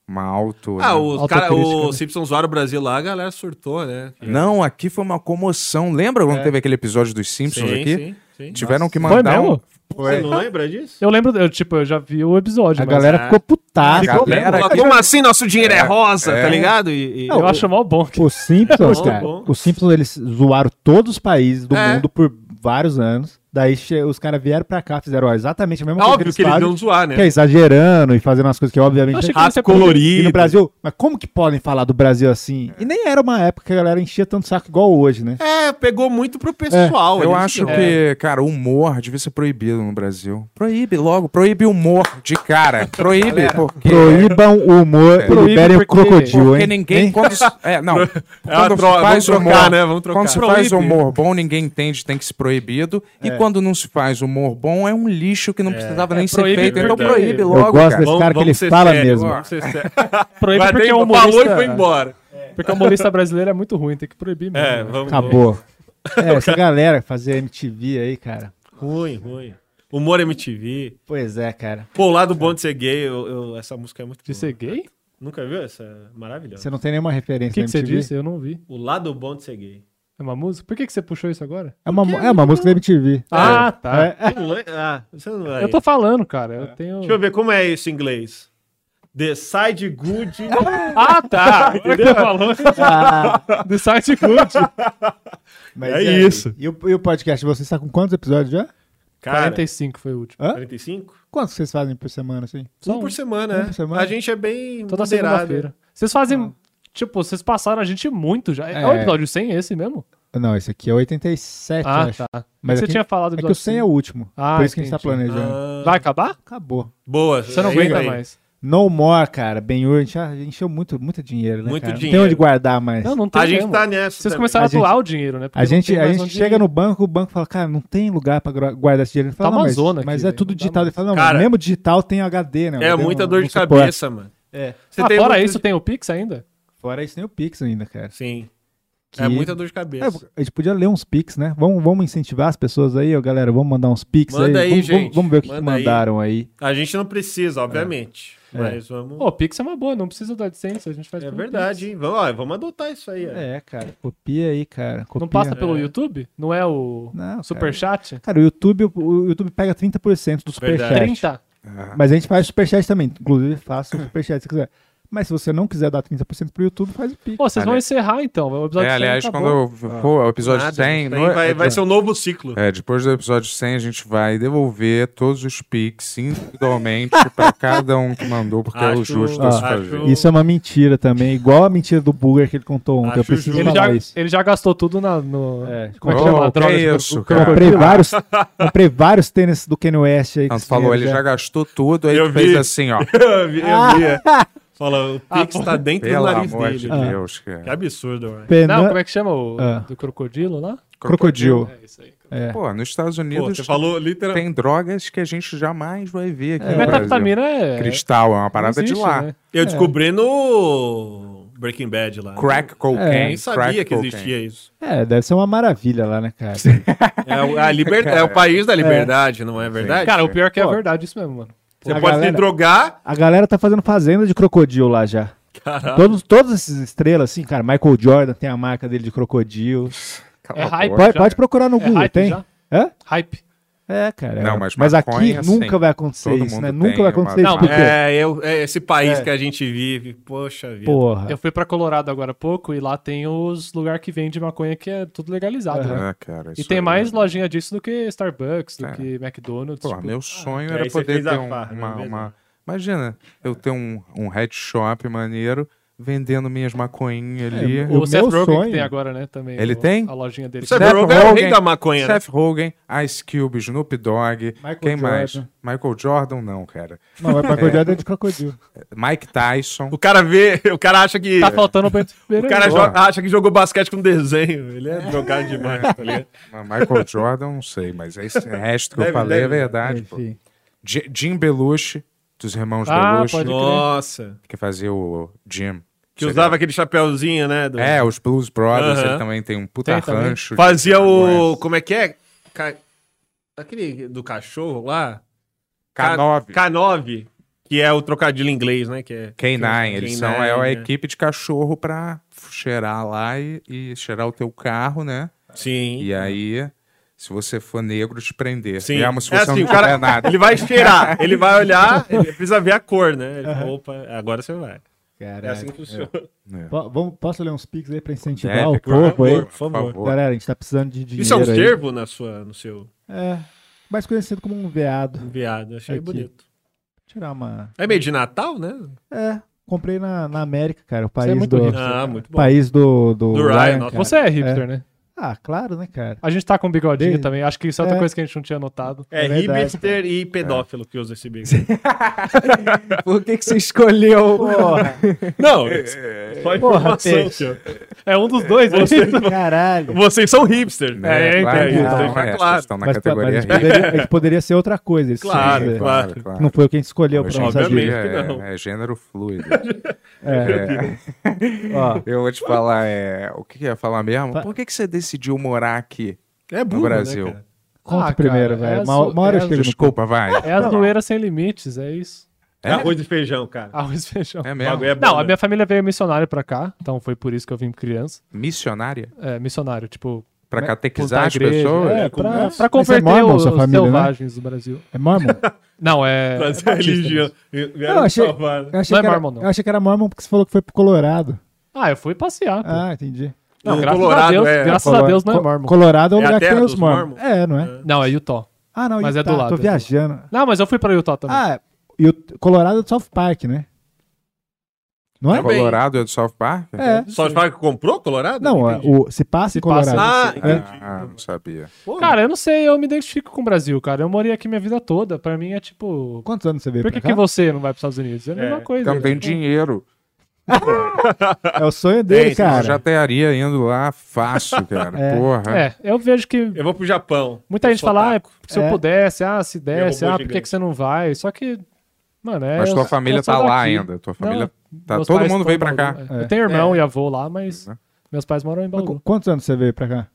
S5: Uma auto...
S9: Ah,
S5: né?
S9: os cara, o Simpsons zoaram o Brasil lá, a galera surtou, né?
S6: É.
S5: Não, aqui foi uma comoção. Lembra quando
S9: É.
S5: teve aquele episódio dos Simpsons
S9: Sim,
S5: aqui?
S9: sim, sim.
S5: Tiveram que
S8: Foi
S5: mandar um...
S8: mesmo?
S9: Você não lembra disso?
S8: Eu lembro, eu, tipo, eu já vi o episódio.
S5: A
S8: mas-
S5: galera
S9: É.
S5: ficou putada.
S8: Ficou
S5: Galera
S8: mesmo.
S5: aqui-
S9: Como assim nosso dinheiro é,
S5: É,
S9: rosa,
S5: é.
S9: tá ligado? E, e-
S8: Eu acho mal bom.
S6: Os Simpsons,
S9: Bom,
S6: cara.
S9: bom.
S6: Os Simpsons, eles zoaram todos os países do
S9: É.
S6: mundo por vários anos. Daí che- os caras vieram pra cá, fizeram ó, exatamente a
S9: É
S6: mesma coisa.
S9: óbvio que eles
S6: fazem,
S9: iam zoar, né?
S6: Que é exagerando e fazendo umas coisas que, obviamente,
S9: Eu achei que
S6: Rato
S9: isso é político.
S6: E no Brasil, mas como que podem falar do Brasil assim? E nem era uma época que a galera enchia tanto saco igual hoje, né?
S9: É, pegou muito pro pessoal. é
S5: Eu
S9: eles
S5: acho
S9: não-
S5: que, É, cara, o humor devia ser proibido no Brasil. Proíbe logo, proíbe o humor de cara. Proíbe, porque...
S6: Proíbam o humor
S5: É.
S6: e liberem o crocodilo,
S5: porque
S6: hein?
S5: ninguém,
S6: Hein?
S5: quando se- é, não,
S6: É
S5: quando
S6: uma tro-
S5: se faz
S6: vamos trocar,
S5: humor,
S6: né? Vamos trocar.
S5: quando se
S6: Proíbe.
S5: faz humor bom, ninguém entende, tem que ser proibido, e
S6: É.
S5: quando não se faz humor bom, é um lixo que não precisava nem ser
S8: proíbe
S5: feito, então
S8: porque-
S5: proíbe
S8: Eu
S5: logo,
S6: Eu gosto
S5: cara.
S6: desse cara que ele fala mesmo.
S8: Proíbe
S9: é. Vai
S8: porque
S9: bem,
S8: o
S9: falou e
S8: humorista...
S9: foi embora.
S8: Porque o humorista brasileiro é muito ruim, tem que proibir mesmo.
S9: É,
S8: né?
S9: vamos-
S6: Acabou. É, essa galera fazer MTV aí, cara.
S9: Ruim, ruim. Humor MTV.
S6: Pois é, cara.
S9: Pô, o lado bom de ser gay, eu- eu- essa música é muito
S8: De ser gay?
S9: Nunca viu essa? Maravilhosa.
S6: Você não tem nenhuma
S8: O
S6: referência
S8: que,
S6: da
S8: que você
S6: MTV?
S8: disse? Eu não vi.
S9: O lado bom de ser gay.
S8: É uma música? Por que, que você puxou isso agora?
S6: É uma, é uma música da MTV.
S8: Ah,
S6: É.
S8: tá.
S6: É.
S9: Eu não lem- Ah, você não vai.
S8: Eu tô falando, cara. Eu tenho.
S9: Deixa eu ver como é isso em inglês. The side good.
S8: Ah, tá. Agora que
S9: Entendeu?
S8: você falou.
S6: Ah.
S8: Do site Good.
S6: Mas
S9: É
S6: e aí?
S9: isso.
S6: E o, e o podcast, você está com quantos episódios já?
S9: Cara,
S8: 45 foi o último.
S6: Hã?
S9: 45?
S6: Quantos vocês fazem por semana, assim?
S9: Um por semana,
S6: Um
S9: né?
S6: por semana?
S9: A gente é bem
S8: Toda segunda-feira.
S9: moderado.
S8: Vocês fazem. Tipo, vocês passaram a gente muito já. É,
S6: Ah. É.
S8: o episódio 100 esse mesmo?
S6: Não, esse aqui é 87,
S8: um. Ah,
S6: eu acho.
S8: tá.
S6: Mas
S8: Você
S6: aqui-
S8: tinha falado do
S6: É que o
S8: episódio
S6: 100 é o
S8: cinco.
S6: último.
S8: Ah,
S6: por isso que a gente tá
S8: entendi. Ah.
S6: planejando.
S9: Ah.
S8: Vai acabar?
S6: Acabou.
S9: Boa.
S8: Você não
S9: é isso
S8: aguenta
S9: aí.
S8: mais.
S6: Tá No More, cara. Ben Hur, a gente já encheu muito, muito dinheiro, né,
S9: Muito
S6: cara? Não
S9: dinheiro.
S6: tem onde guardar
S5: É.
S6: mais.
S8: Não, não tem
S9: A gente
S8: mesmo.
S9: tá nessa
S8: Vocês
S9: também.
S8: começaram a,
S6: A gente-
S8: doar o dinheiro, né? Porque
S6: A
S8: não
S6: gente,
S8: tem
S6: a
S8: mais
S6: gente
S8: onde-
S6: chega no banco, o banco fala, cara, não tem lugar pra gra- guardar esse dinheiro. Ele fala,
S8: Tá
S6: não,
S8: uma
S6: mas,
S8: zona aqui,
S6: mas é
S8: velho,
S6: tudo
S8: não dá
S6: digital. Ele fala, não,
S9: Cara,
S6: mesmo digital tem HD, né?
S9: É
S6: HD
S9: muita
S6: não-
S9: dor
S6: não
S9: de
S6: suporta.
S9: cabeça, mano.
S6: É.
S9: Você
S8: Ah,
S9: tem
S8: fora
S9: muito-
S8: isso, tem o Pix ainda?
S6: Fora isso, tem o Pix ainda, cara.
S9: Sim.
S6: Que-
S9: É muita dor de cabeça.
S6: É, a gente podia ler uns pics, né? Vamos, vamos incentivar as pessoas aí, ó, galera. Vamos mandar uns pics
S9: Manda aí,
S6: Vamos- vamos,
S9: gente.
S6: vamos ver o que, que
S9: Manda aí.
S6: mandaram aí.
S9: A gente não precisa, obviamente.
S6: É.
S9: Mas vamos.
S8: Pô, o Pix é uma boa, não precisa do AdSense, a gente faz
S9: é
S8: pelo
S9: verdade, hein? Vamos, ó, vamos adotar isso aí. ó.
S6: É, cara. Copia aí, cara.
S8: Pix. Não
S6: copia.
S8: passa pelo YouTube? Não é o
S6: Não,
S8: Superchat?
S6: Cara, o YouTube, o YouTube pega 30% do superchat.
S8: 30?
S5: Ah. Tá.
S6: Mas é a gente faz superchat também. Inclusive, faça o superchat se quiser. Mas se você não quiser dar 30% pro YouTube, faz o Pix.
S8: Pô, vocês vão encerrar então. O episódio
S5: É,
S8: 100
S5: aliás,
S8: acabou.
S5: quando eu- pô, é o
S8: Ah,
S5: episódio
S9: Ah, Nada,
S5: 100...
S9: tem-
S5: no-
S9: vai, vai ser um novo ciclo.
S5: É, depois do episódio 100, a gente vai devolver todos os pics individualmente pra cada um que mandou, porque é o
S9: Acho-
S5: justo
S6: Ó,
S5: a se fazer.
S6: Isso é uma mentira também, igual a mentira do Burger que ele contou ontem. eu
S5: Acho
S6: preciso
S8: Ele
S6: falar
S8: já,
S6: isso.
S8: ele já gastou tudo na, no.
S5: como é que chama a droga que- isso,
S6: Eu
S5: cara.
S6: comprei
S5: Ah.
S6: vários, comprei vários tênis do Kanye West aí. com
S5: Não, tu
S6: esse
S5: falou,
S6: dinheiro
S5: ele já gastou tudo, aí
S9: Eu
S5: ele fez
S9: vi.
S5: assim, ó.
S9: eu vi. Eu vi. é. Fala, o
S8: Ah,
S9: Pix
S8: pô.
S9: tá dentro
S5: Pelo
S9: do nariz
S5: amor
S9: dele.
S5: de
S9: né?
S5: Deus, cara.
S9: Que absurdo, mano.
S6: Pena-
S8: Não, como é que chama o
S6: Ah.
S8: do crocodilo lá?
S6: Crocodilo.
S8: É isso aí.
S6: É.
S5: Pô, nos Estados Unidos
S9: você falou literal-
S5: tem drogas que a gente jamais vai ver aqui
S8: É,
S5: no
S8: metafetamina
S5: Brasil.
S8: é-
S5: Cristal, é uma parada
S8: existe,
S5: de lá.
S8: né?
S9: Eu descobri no Breaking Bad lá.
S5: Crack cocaine,
S9: Eu nem
S5: crack
S9: sabia que
S5: cocaine.
S9: existia isso.
S6: É, deve ser uma maravilha lá, né, cara?
S9: É, o- a liber- é o país da liberdade, não é verdade?
S8: Cara, o pior é que é
S9: Pô,
S8: verdade isso mesmo, mano.
S9: Você
S6: A
S9: pode
S6: galera-
S9: se drogar.
S6: A galera tá fazendo fazenda de crocodilo lá já.
S9: Caralho.
S6: Todos, todas essas estrelas, assim, cara. Michael Jordan tem a marca dele de crocodilo.
S8: É hype.
S6: Pode,
S8: já?
S6: pode procurar no
S8: É
S6: Google,
S8: hype
S6: tem?
S8: já?
S6: Hã?
S8: Hype.
S6: É, cara.
S5: Não,
S6: é.
S5: mas
S6: aqui
S5: maconha,
S6: nunca
S5: sim.
S6: vai acontecer
S5: Todo
S6: isso,
S5: mundo
S6: né?
S5: tem
S6: Nunca vai
S5: uma-
S6: acontecer isso.
S8: Não,
S6: Por quê?
S9: É, eu, é esse país
S8: É.
S9: que a gente vive. Poxa vida.
S6: Porra.
S8: Eu fui pra Colorado agora há pouco e lá tem os lugares que vende maconha que é tudo legalizado, né?
S5: Ah, cara,
S8: E
S5: isso
S8: tem
S5: aí-
S8: mais lojinha disso do que Starbucks, do que McDonald's.
S5: Pô,
S8: tipo,
S5: ah, meu sonho
S9: e
S5: era
S9: Ah, aí você
S5: poder
S9: fez
S5: ter
S9: a
S5: um-
S9: farra, não é
S5: uma,
S9: mesmo?
S5: uma- Imagina, eu ter um, um head shop maneiro, vendendo minhas maconhinhas ali.
S8: o Seth Rogen que tem agora, né, também,
S5: Ele
S8: o-
S5: tem?
S8: a lojinha dele.
S5: O
S8: Seth Rogen é o rei da maconha, né?
S5: Seth Rogen, Ice Cube, Snoop Dogg.
S8: Michael
S5: quem mais?
S8: Jordan.
S5: Michael Jordan, não, cara.
S6: Não, é Michael Jordan é de crocodilo.
S5: Mike Tyson.
S9: O cara vê, o cara acha que.
S5: Tá faltando o Bento
S9: O cara
S5: Pereira.
S9: joga- acha que jogou basquete com desenho. Ele é drogado demais, tá ligado?
S5: Mas Michael Jordan, não sei, mas esse resto que eu
S9: Deve-
S5: falei
S9: deve-
S5: é verdade, pô. J- Jim Belushi, dos irmãos
S9: Ah,
S5: Belushi.
S9: pode crer. Nossa.
S5: Que fazia o Jim.
S9: Que usava aquele chapéuzinho, né? do-
S5: É, os Blues Brothers,
S9: Aham.
S5: ele também tem um puta
S9: Tem também.
S5: rancho.
S9: Fazia o. Como é que é? Ca- Aquele do cachorro lá? Ca-
S5: K9.
S9: K9, que é o trocadilho em inglês, né? Que é...
S5: K9,
S9: K9,
S5: eles são é a
S9: né?
S5: equipe de cachorro pra cheirar lá e, e cheirar o teu carro, né?
S9: Sim.
S5: E aí, se você for negro, te prender.
S9: Sim.
S5: Mesmo se
S9: É
S5: você
S9: assim,
S5: não
S9: o cara-
S5: tiver nada.
S9: Ele vai cheirar, ele vai olhar, ele precisa ver a cor, né? Ele fala, Opa, agora você vai.
S6: Caraca,
S9: é assim que funciona.
S5: É.
S6: Po- vamos- posso ler uns pics aí pra incentivar
S9: Deve,
S6: o
S9: claro.
S6: povo aí?
S9: Por favor.
S6: Galera, a gente tá precisando de dinheiro
S9: Isso é um
S6: aí.
S9: termo na sua, no seu
S6: É, mais conhecido como um veado.
S9: viado, achei
S6: Aqui.
S9: bonito.
S6: Tirar uma...
S9: É meio de Natal, né?
S6: É, comprei na, na América, cara. O país
S8: muito
S6: do...
S8: hipster, cara. Ah, muito bom.
S6: País do... Do,
S8: Do Ryan,
S6: cara.
S8: Você é hipster, né?
S6: Ah, claro, né, cara?
S8: A gente tá com bigodinho
S6: Desde-
S8: também. Acho que isso é outra
S6: É.
S8: coisa que a gente não tinha notado.
S9: É,
S6: verdade,
S9: hipster e pedófilo que usa esse bico.
S8: Por que, que você escolheu? Porra.
S9: Não, só
S8: Porra,
S9: informação,
S8: peixe.
S9: senhor.
S8: É um dos dois, né?
S9: Vocês,
S6: Caralho.
S9: vocês são hipsters.
S5: Né,
S9: É,
S5: claro,
S9: entendi,
S5: claro,
S9: então,
S5: é,
S9: tá claro.
S5: vocês estão na
S6: Mas, pô,
S5: categoria
S6: mas poderia,
S5: hipster.
S6: mas poderia ser outra coisa. eles
S9: Claro,
S6: precisam
S9: claro,
S6: dizer.
S5: claro.
S6: né? Não foi o que a gente escolheu
S5: Hoje
S6: pra
S5: em
S6: não
S5: dia
S6: saber.
S9: Obviamente que não.
S5: é, é gênero fluido.
S6: É.
S5: É.
S6: Ó.
S5: Eu vou te falar, é, o que que eu ia falar mesmo?
S6: Fa-
S5: Por que, que você decidiu morar aqui
S9: É burro,
S5: no
S9: né,
S5: Brasil?
S9: cara?
S6: Conta
S8: Ah,
S6: primeiro,
S8: cara,
S6: velho.
S8: é
S6: Uma,
S8: su-
S6: uma hora
S8: é
S6: eu chego no
S5: Desculpa, vai.
S8: É a zoeira sem limites, é isso.
S9: É arroz e feijão, cara.
S8: Arroz e feijão.
S5: É mesmo?
S9: Bagulho é bom,
S8: não, a
S9: né?
S8: minha família veio missionária pra cá, então foi por isso que eu vim criança.
S5: Missionária?
S8: É, missionário, tipo.
S5: Pra
S8: né,
S5: catequizar
S8: plantar
S5: as
S8: igreja.
S5: pessoas?
S8: É,
S5: Como
S8: pra,
S5: isso?
S8: pra
S5: Mas
S6: é
S8: converter
S6: mormon,
S8: os
S6: sua família, né?
S8: selvagens do Brasil.
S6: É mormon?
S8: Não, é.
S9: Trazer
S8: é batista
S9: religião.
S8: mesmo.
S9: Vieram
S6: Eu achei,
S9: salvar, né?
S6: eu achei
S8: Não é
S6: que era,
S8: Mormon, não.
S6: Eu achei que era Mormon porque você falou que foi pro Colorado.
S8: Ah, eu fui passear. pô.
S6: Ah, entendi.
S8: não,
S9: o
S8: graças a
S9: Colorado
S8: Deus,
S9: é-
S8: graças
S6: Colo-
S8: a Deus não é
S6: Co-
S8: mormon.
S6: Colorado é o
S9: É a
S6: lugar que
S9: terra
S6: tem os
S9: dos
S6: mormons.
S9: mormons?
S6: É, não é?
S8: Não, é Utah.
S6: Ah, não,
S8: Mas é
S6: Utah,
S8: do lado,
S6: Tô
S8: é do lado.
S6: viajando.
S8: Não, mas eu fui pra Utah também.
S6: Ah, e o Colorado é do South Park, né? Não é?
S9: Também.
S5: Colorado é do South Park?
S6: É.
S9: Só de falar que comprou Colorado?
S6: Não, é, o, se passa em Colorado.
S8: passa-
S9: Ah,
S6: É.
S9: entendi.
S5: Ah, não sabia.
S8: Cara, eu não sei, eu me identifico com o Brasil, cara. Eu morei aqui minha vida toda. Pra mim é tipo.
S6: Quantos anos você veio
S8: Por que,
S6: pra
S8: que
S6: cá?
S8: você não vai pros Estados Unidos? É a mesma
S9: É,
S8: coisa.
S5: Também
S8: tipo,
S5: Então, dinheiro.
S6: É o sonho
S9: Tem,
S6: dele, cara.
S5: Já teria indo lá fácil, cara.
S6: É.
S5: Porra.
S8: É, eu vejo que
S9: Eu vou pro Japão.
S8: muita gente fala, ah, é porque se
S6: É.
S8: eu pudesse, ah, se desse,
S9: robô é
S8: ah, por que,
S9: gigante.
S8: que você não vai? Só que, mano, é.
S5: Mas
S8: eu-
S5: tua família
S8: eu sou
S5: tá lá
S8: daqui.
S5: ainda. Tua família tá-
S8: meus
S5: todo
S8: pais
S5: mundo
S8: estão
S5: veio
S8: em
S5: pra cá. Uhum.
S8: Bauru.
S6: É.
S8: Eu tenho irmão e avô lá, mas meus pais moram em
S6: Mas qu-
S8: Bauru.
S6: Quantos anos você veio pra cá?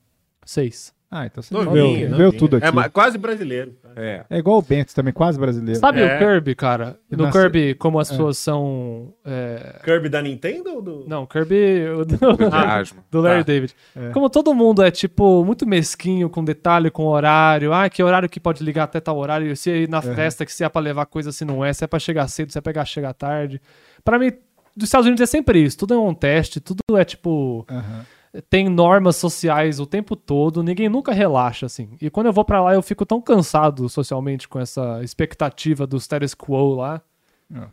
S8: Seis.
S6: Ah, então você
S9: Novinho,
S6: veio,
S9: novinho.
S6: veio tudo aqui.
S9: É ma- quase brasileiro.
S5: É.
S6: É igual o Bento também, quase brasileiro.
S8: Sabe
S9: É.
S8: o Kirby, cara?
S6: Eu
S8: No
S6: nasci- É.
S8: Kirby, como as pessoas são. é,
S9: Kirby da Nintendo ou do...
S8: Não, Kirby. o Do,
S6: Ah,
S5: Asma.
S8: do Larry
S9: Tá.
S8: David. Como todo mundo é, tipo, muito mesquinho com detalhe, com horário. Ah, que horário que pode ligar até tal horário. Se é na festa, que se é pra levar coisa, se não é. Se é pra chegar cedo, se é pra chegar tarde. Pra mim, dos Estados Unidos é sempre isso. Tudo é um teste, tudo é, tipo... Tem normas sociais o tempo todo, ninguém nunca relaxa, assim. E quando eu vou pra lá, eu fico tão cansado socialmente com essa expectativa do status quo lá.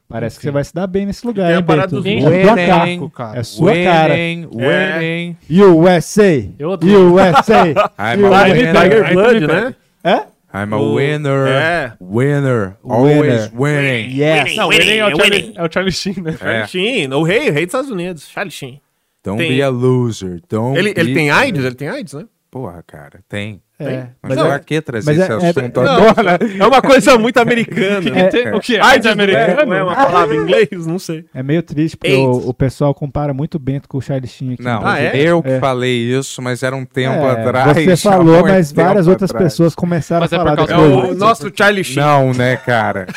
S6: Parece que você vai se dar bem nesse lugar,
S9: Tem a
S6: hein,
S9: parada
S6: Bento?
S9: dos
S6: É
S8: Ninguém
S6: sua
S8: tem
S6: cara.
S8: saco, cara.
S6: É sua cara.
S5: Winning,
S9: É.
S5: winning.
S6: USA!
S8: Eu odeio.
S6: USA!
S5: I'm a
S6: USA!
S5: winner.
S9: Tiger Blood, né?
S6: É?
S5: I'm a
S9: O-
S5: winner.
S9: É.
S5: Winner. Always winning.
S6: Yes!
S8: Não, o Enem é o Charlie, é o Charlie Sheen, né?
S5: É.
S9: Charlie Sheen. O rei, o rei dos Estados Unidos. Charlie Sheen.
S5: Don't
S9: Tem-
S5: be a loser. Don't
S9: Ele,
S5: be
S9: ele tem
S5: a-
S9: AIDS? Ele tem AIDS, né?
S5: Porra, cara, tem.
S6: É.
S5: Mas
S6: Mas
S5: pra
S6: é,
S5: que trazer
S6: mas
S5: esse
S6: é- é-
S5: assunto
S6: não.
S5: agora?
S9: É uma coisa muito americana.
S8: Que tem- O que é? AIDS
S9: AIDS
S8: americano?
S9: Não é uma palavra em inglês? Não sei.
S6: é meio triste porque
S9: AIDS.
S6: o, o pessoal compara muito o Bento com o Charlie Sheen aqui.
S5: Não,
S6: no
S9: Ah, é?
S5: eu que
S6: É.
S5: falei isso, mas era um tempo
S6: É,
S5: atrás.
S6: Você
S5: há
S6: falou,
S5: muito
S6: mas várias
S5: tempo
S6: outras
S5: atrás.
S6: pessoas começaram
S8: Mas
S6: a
S8: é por
S6: falar
S8: causa
S9: É
S6: da
S8: do-
S6: coisa.
S9: o nosso Charlie Sheen.
S5: Não, né, cara?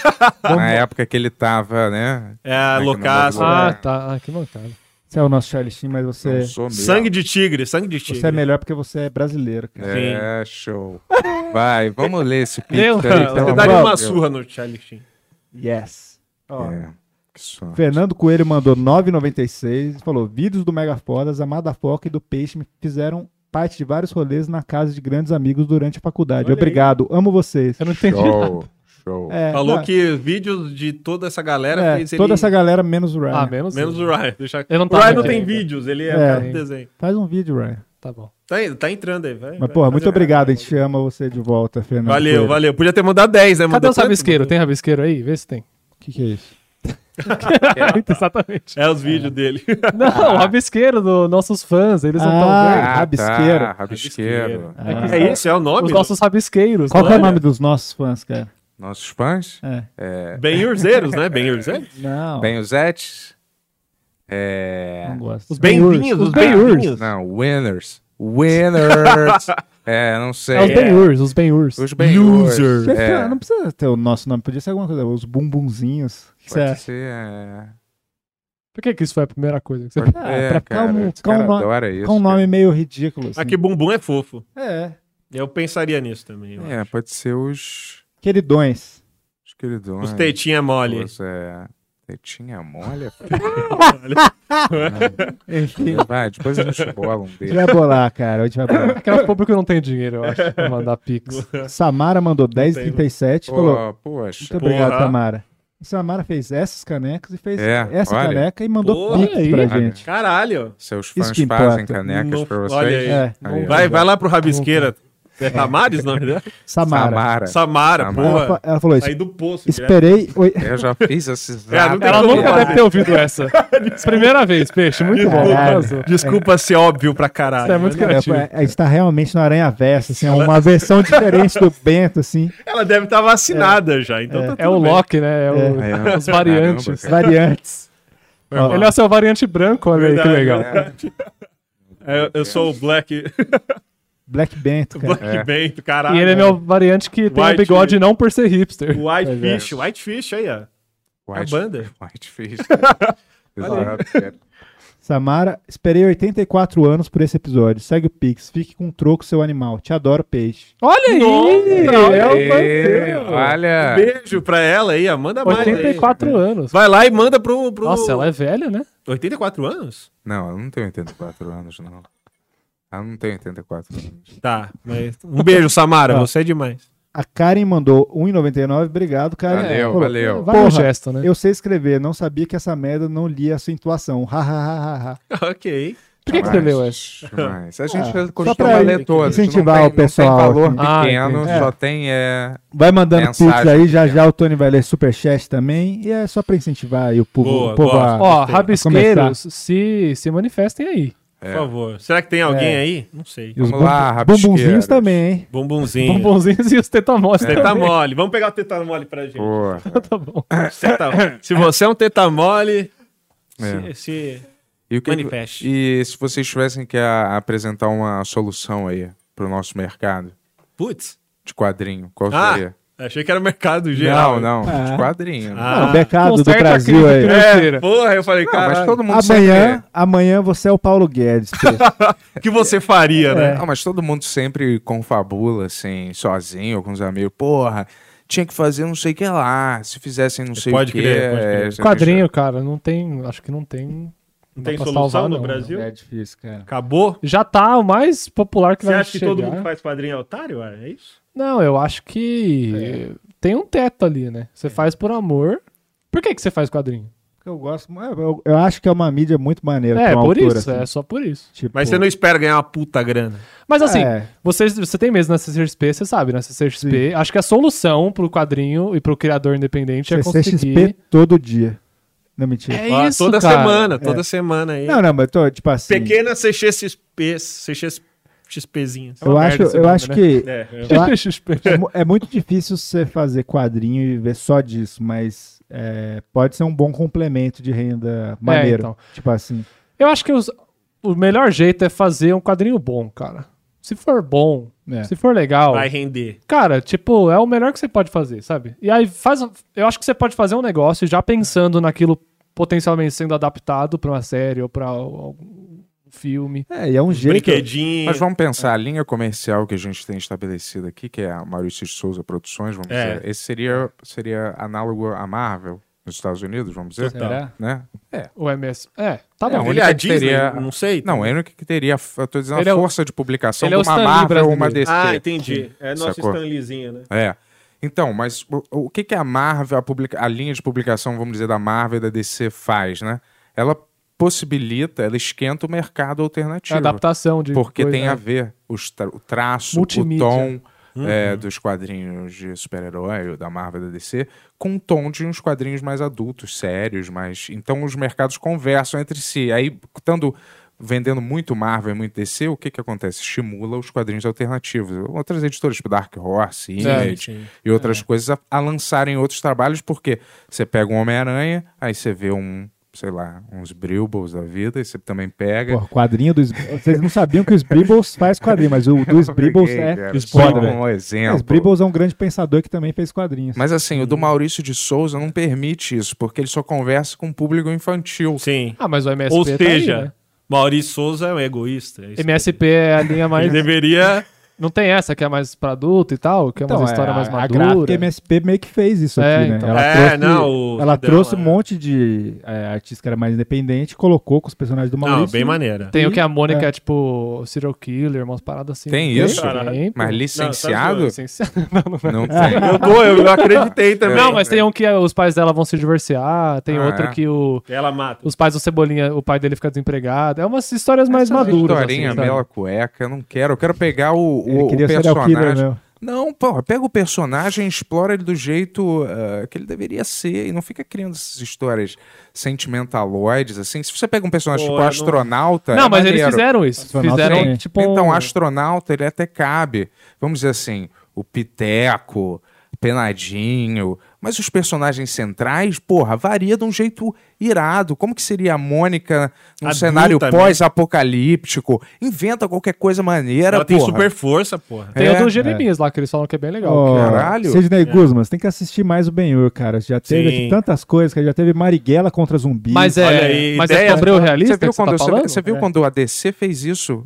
S5: Na época que ele tava, né? Como que
S9: É,
S5: é o nome do
S9: loucaço.
S5: lugar?
S8: Ah, tá. Ah, que mancada.
S6: Você é o nosso Charlie Sheen, mas você,
S5: Não sou mesmo.
S9: Sangue de tigre, sangue de tigre.
S6: você é melhor porque você é brasileiro.
S9: Ah,
S6: Cara.
S5: É, show. Vai, vamos ler esse pix aí.
S8: Leu?
S5: pelo
S9: Você
S5: amor
S9: daria
S5: de
S9: uma
S5: Deus.
S9: surra no Charlie Sheen.
S6: Yes! Ó,
S5: É, que só.
S6: Fernando Coelho mandou 9,96 e falou: Vídeos do Megafodas, a Madafoca e do Peixe me fizeram parte de vários rolês na casa de grandes amigos durante a faculdade. Obrigado, amo vocês.
S8: Eu não entendi.
S5: Show, Show.
S6: É,
S9: Falou
S6: não.
S9: que vídeos de toda essa galera
S6: É,
S9: fez ele...
S6: toda essa galera menos o Ryan.
S9: Ah, menos, menos o Ryan. Deixa...
S8: Eu não
S9: o
S8: tava
S9: Ryan não
S8: aqui
S9: tem
S8: ainda.
S9: vídeos, ele é,
S6: É.
S9: o cara do desenho.
S6: Faz um vídeo, Ryan.
S8: Tá bom.
S9: Tá, tá entrando aí, vai.
S6: Mas,
S9: vai
S6: porra,
S9: fazer
S6: muito
S9: merda.
S6: obrigado. A gente ama você de volta, Fernando.
S9: Valeu,
S6: Coelho.
S9: valeu. Podia ter mandado 10, né?
S8: Cadê
S9: Mandou
S8: os
S9: tanto,
S8: rabisqueiro?
S9: mandou-
S8: Tem rabisqueiro aí? Vê se tem.
S6: O que, que é isso?
S8: É, Exatamente.
S9: É os vídeos dele.
S8: Não, o
S6: é
S8: rabisqueiro dos nossos fãs, eles não estão
S6: Ah,
S8: vendo.
S6: tá, rabisqueiro.
S5: rabisqueiro.
S8: que-
S9: É isso, é o nome?
S8: Os nossos rabisqueiros.
S6: Qual
S8: né?
S6: que é o nome dos nossos fãs, cara?
S5: Nossos fãs?
S6: É.
S9: Bem urzeiros, né? Bem urzeiros.
S6: Não.
S5: Bem usetes. É...
S6: Não gosto.
S9: Os benzinhos, os benzinhos.
S5: Não, winners. Winners. é, não sei.
S8: É os Ben-Hurs, os Ben-Hurs.
S5: Os Ben-Hurs.
S6: Você fica-
S5: É.
S6: Não precisa ter o nosso nome, podia ser alguma coisa. Os bumbunzinhos. Que
S5: Pode
S6: você acha?
S5: ser, é...
S8: Por que, que isso foi a primeira coisa que você
S5: Pode-
S6: Ah,
S5: é,
S6: pra ficar
S5: cara,
S6: um,
S5: esse
S6: ficar um
S5: cara
S6: no-
S5: adora isso,
S6: ficar um nome meio ridículo. Assim.
S9: Aqui, bumbum é fofo.
S6: É.
S9: Eu pensaria nisso também. eu
S5: É, pode ser os...
S6: Queridões.
S5: Os queridões.
S9: Os tetinha mole.
S5: Os, é... Tetinha mole?
S9: Olha.
S6: Enfim.
S5: Vai, depois a gente bola um
S6: A
S5: dele.
S6: gente vai bolar, cara. A gente vai bolar.
S8: Aquela público não tem dinheiro, eu acho, pra mandar pix.
S6: Samara mandou
S9: né?
S6: 10,37.
S5: Pô,
S6: Falou.
S5: poxa.
S6: Muito obrigado,
S5: Porra.
S6: Samara. Samara fez essas canecas e fez
S5: É,
S6: essa
S5: olha.
S6: caneca e mandou
S9: Porra,
S6: pix
S9: aí.
S6: pra gente.
S9: Caralho.
S5: Seus
S6: Isso
S5: fãs
S6: que
S5: fazem
S6: importa.
S5: canecas
S9: Não-
S5: pra vocês.
S9: Olha aí.
S6: É.
S5: Aí, ó.
S9: Vai, vai lá pro Rabisqueira. É Tamares, não é?
S6: Samara.
S5: Samara.
S9: Samara,
S5: Samara.
S6: Ela,
S9: porra.
S6: fa- ela falou isso.
S9: Saí do poço.
S6: Esperei. oi-
S5: Eu já fiz esses.
S9: É, não tem
S8: Ela
S9: como
S8: nunca
S9: fazer.
S8: deve ter ouvido essa. Primeira vez, peixe. Muito bom. arrasou.
S9: Desculpa, desculpa ser óbvio pra caralho. né?
S8: Isso é muito
S9: Ela-
S8: criativo.
S6: É, a gente tá realmente no Aranha Versa, assim, é uma versão diferente do Bento, assim,
S9: Ela deve estar vacinada já, então tá
S8: É
S9: tudo
S8: o
S9: bem.
S8: Loki, né? É o-
S5: É.
S8: Os variantes.
S5: Caramba,
S6: variantes.
S9: Ó,
S8: Ele é o seu variante branco, olha aí, que
S9: verdade, né?
S8: legal.
S9: verdade. É, eu- eu sou o Black,
S6: Black Bento, cara.
S9: Black Bento, caralho.
S8: E ele é meu variante que tem o
S9: White-
S8: bigode não por ser hipster. Tá é.
S9: Whitefish, Whitefish aí, ó. É
S5: White-
S9: A banda.
S5: Whitefish.
S9: Olha
S5: Exato, cara.
S6: Samara, esperei 84 anos por esse episódio. Segue o Pix, fique com um troco, seu animal. Te adoro, peixe.
S8: Olha aí! é o
S5: Ê,
S8: parceiro.
S5: Olha.
S9: Um Beijo pra ela aí, ó. Manda mais aí. É.
S8: 84 anos.
S9: Vai lá e manda pro... pro...
S8: Nossa, ela é velha, né?
S9: 84 anos?
S5: Não, eu não tenho 84 anos, não. Eu não tenho 84 anos.
S9: Tá, mas... Um beijo, Samara,
S6: Ó.
S9: você é demais.
S6: Tá. A Karen mandou 1,99. Obrigado, Karen.
S5: Valeu,
S6: Falou,
S5: valeu.
S8: Vai no
S6: Porra,
S8: gesto, né?
S6: Eu sei escrever, não sabia que essa merda não lia a sua intuação. Ha, ha, ha, ha, ha.
S9: ok.
S8: Por que, que você leu essa?
S5: Mas a gente
S6: Ah, só
S5: costuma
S6: pra
S5: ler todas. não
S6: incentivar
S5: tem-
S6: o pessoal assim.
S5: Não tem valor
S6: aqui.
S8: Ah,
S5: pequeno,
S8: entendi.
S5: só tem. É...
S6: Vai mandando
S5: Mensagem.
S6: Pix aí, já já o Tony vai ler Superchat também. E é só pra incentivar aí o povo,
S9: Boa,
S6: o povo
S9: gosto.
S6: a-
S8: Ó,
S6: a começar.
S8: rabisqueiros, se, se manifestem aí.
S9: Por favor. É. Será que tem alguém
S6: É.
S9: aí? Não sei.
S6: E os
S5: Vamos lá,
S6: bum-
S5: rabisqueiros.
S6: bumbunzinhos também, hein?
S9: Bombonzinho.
S8: Bombonzinhos e os tetamós.
S5: É.
S9: Teta mole. Vamos pegar o teta mole pra gente.
S5: Porra.
S8: Tá bom.
S9: Teta- Então Se você é um teta mole...
S5: É.
S9: Se, se-
S5: E, o que-
S9: Manifeste.
S5: e se vocês tivessem que a- apresentar uma solução aí pro nosso mercado
S9: Putz.
S5: de quadrinho, qual
S9: Ah,
S5: seria?
S9: achei que era o mercado geral.
S5: Não, não,
S6: Ah.
S5: de quadrinho.
S6: Ah, o
S9: Ah.
S6: becado do
S8: Conserta a
S6: Brasil
S8: crise
S6: aí.
S9: É,
S8: financeira.
S9: porra, eu falei,
S5: Não, mas
S9: cara,
S5: todo mundo sempre
S6: Amanhã, amanhã você é o Paulo Guedes. Pedro.
S9: o que você faria,
S6: É.
S9: né?
S5: Não, Ah, mas todo mundo sempre confabula, assim, sozinho, ou com os amigos. Porra, tinha que fazer não sei o que lá. Se fizessem não sei
S9: Pode
S5: o que.
S9: crer, pode
S5: É,
S9: crer.
S8: Quadrinho, cara, não tem. Acho que não tem.
S9: Não tem
S8: pra
S9: solução
S8: salvar,
S9: no
S8: não,
S9: Brasil?
S6: é difícil, cara.
S9: Acabou?
S8: Já tá o mais popular que
S9: Você
S8: vai
S9: acha que
S8: chegar.
S9: todo mundo que faz quadrinho é otário? É é isso?
S8: Não, eu acho
S9: É.
S8: que tem um teto ali, né? Você faz por amor. Por que, que você faz quadrinho?
S6: Eu gosto, mas eu, eu acho que é uma mídia muito maneira.
S8: É,
S6: pra uma
S8: por
S6: autora,
S8: isso,
S6: assim.
S8: é só por isso.
S6: Tipo,
S9: Mas você não espera ganhar uma puta grana.
S8: Mas assim,
S6: É.
S8: você, você tem mesmo na CCXP, você sabe, né? na CCXP. Acho que a solução pro quadrinho e pro criador independente é
S6: CCXP
S8: conseguir.
S6: todo dia. Não, mentira.
S8: É
S9: Ó,
S8: isso,
S9: toda
S8: cara.
S9: semana, toda semana aí.
S6: Não, não, mas eu tô, tipo assim...
S9: Pequena CXP, CXPzinhas.
S6: eu acho, eu
S5: né?
S6: acho que
S9: É, é.
S6: eu a-
S8: CCXP.
S6: é, mu- é muito difícil você fazer quadrinho e ver só disso, mas é, pode ser um bom complemento de renda maneiro.
S8: então.
S6: Tipo assim,
S8: Eu acho que os- o melhor jeito é fazer um quadrinho bom, cara. Se for bom,
S6: É.
S8: se for legal.
S9: Vai render.
S8: Cara, tipo, é o melhor que você pode fazer, sabe? E aí faz. Eu acho que você pode fazer um negócio já pensando naquilo potencialmente sendo adaptado pra uma série ou pra algum filme.
S6: é, e é um jeito.
S9: Brinquedinho.
S5: Mas vamos pensar, a linha comercial que a gente tem estabelecida aqui, que é a Maurício de Souza Produções, vamos
S9: É.
S5: dizer, esse seria, seria análogo à Marvel nos Estados Unidos, vamos dizer?
S6: Será?
S5: Né? É.
S8: O MS. É,
S5: É,
S8: tá
S5: a
S8: bom.
S9: ele
S5: única
S9: é a
S5: que
S9: Disney,
S5: teria-
S9: não sei.
S5: Não, é a única que teria, eu tô dizendo
S8: tá Ele é
S5: a
S8: o-
S5: força de publicação
S8: ele
S5: de
S8: é o
S5: uma
S8: Stan Lee
S5: Marvel ou uma
S8: brasileiro.
S5: DC.
S9: Ah, entendi. É nosso
S5: Sacou?
S9: Stanleyzinho, né?
S5: É. Então, mas o, o que, que a Marvel, a, publica- a linha de publicação, vamos dizer, da Marvel e da DC faz, né? Ela possibilita, ela esquenta o mercado alternativo.
S8: É Adaptação de
S5: Porque
S8: coisa,
S5: tem
S8: né?
S5: a ver os tra- o traço,
S8: Multimídia.
S5: o tom
S8: Uhum.
S5: é, dos quadrinhos de super-herói, ou da Marvel e da DC, com o tom de uns quadrinhos mais adultos, sérios, mas. Então os mercados conversam entre si. Aí, estando vendendo muito Marvel e muito DC, o que, que acontece? Estimula os quadrinhos alternativos. Outras editoras, tipo Dark Horse, Image
S13: sim. É.
S5: e outras coisas, a, a lançarem outros trabalhos, porque você pega um Homem-Aranha, aí você vê um. Sei lá, uns Brilbles da vida, e você também pega.
S6: Porra, quadrinho dos. Vocês não sabiam que os Bribbles faz quadrinho, mas o dos Bribbles
S5: Ninguém,
S6: é.
S5: cara.
S6: foda,
S5: Só um
S6: velho.
S5: exemplo.
S6: Mas Bribbles é um grande pensador que também fez quadrinhos.
S5: Mas assim, o
S8: Uhum.
S5: do Maurício de Souza não permite isso, porque ele só conversa com o público infantil.
S9: Sim.
S8: Ah, mas o MSP
S9: Ou
S8: tá aí,
S9: seja,
S8: né?
S9: Maurício Souza é um egoísta. é isso
S8: MSP é a linha mais.
S9: Ele deveria-
S8: Não tem essa que é mais pra adulto e tal, que é uma
S6: Então,
S8: história mais
S6: a, a
S8: madura.
S6: gráfica MSP meio que fez isso
S8: É,
S6: aqui, né?
S8: então.
S6: Ela
S8: É,
S6: trouxe,
S8: não, o
S6: ela
S8: dela,
S6: trouxe um monte de é, artista que era mais independente, colocou com os personagens do Maurício.
S8: Tem o que a
S6: E-
S8: Mônica é, tipo serial killer, umas paradas assim.
S5: Tem
S8: né?
S5: isso?
S8: Tem, pô.
S5: Mas licenciado?
S8: é Licenciado. Não, não,
S5: Não tem. É.
S9: Eu tô, eu- eu acreditei também.
S8: Não, mas tem um que os pais dela vão se divorciar, tem
S9: Ah,
S8: outro
S9: é.
S8: que o...
S9: Ela mata.
S8: Os pais do Cebolinha, o pai dele fica desempregado. É umas histórias mais maduras.
S5: Historinha,
S8: assim, sabe?
S5: mela cueca, eu não quero. Eu quero pegar o, o, o
S6: queria ser serial killer
S5: personagem.
S6: mesmo.
S5: Não, porra, pega o personagem, explora ele do jeito ah, que ele deveria ser e não fica criando essas histórias sentimentaloides, assim. Se você pega um personagem
S8: Pô,
S5: tipo
S8: eu não-
S5: astronauta.
S8: Não,
S5: é
S8: mas eles
S5: maneiro.
S8: fizeram isso. Astronauta Fizeram, também. tipo,
S5: Então,
S8: um-
S5: astronauta, ele até cabe. Vamos dizer assim, o Piteco, Penadinho. Mas os personagens centrais, porra, varia de um jeito irado. Como que seria a Mônica num
S9: Adulta
S5: cenário
S9: mesmo.
S5: pós-apocalíptico? Inventa qualquer coisa maneira,
S9: Ela tem
S5: porra.
S9: super força, porra.
S8: Tem
S5: É,
S8: o do
S5: é.
S8: Jeremias lá, que eles falam que é bem legal.
S6: Ó,
S8: que é-
S6: Sidney Guzman, você tem que assistir mais o Ben-Hur, cara. Já teve
S8: Sim.
S6: aqui tantas coisas, cara. Já teve Marighella contra zumbi.
S8: Mas é- Olha aí, mas é ideia- sobre o realista
S5: Você viu,
S8: que você
S5: quando,
S8: tá
S5: você-
S8: falando?
S5: você viu
S8: É.
S5: quando a DC fez isso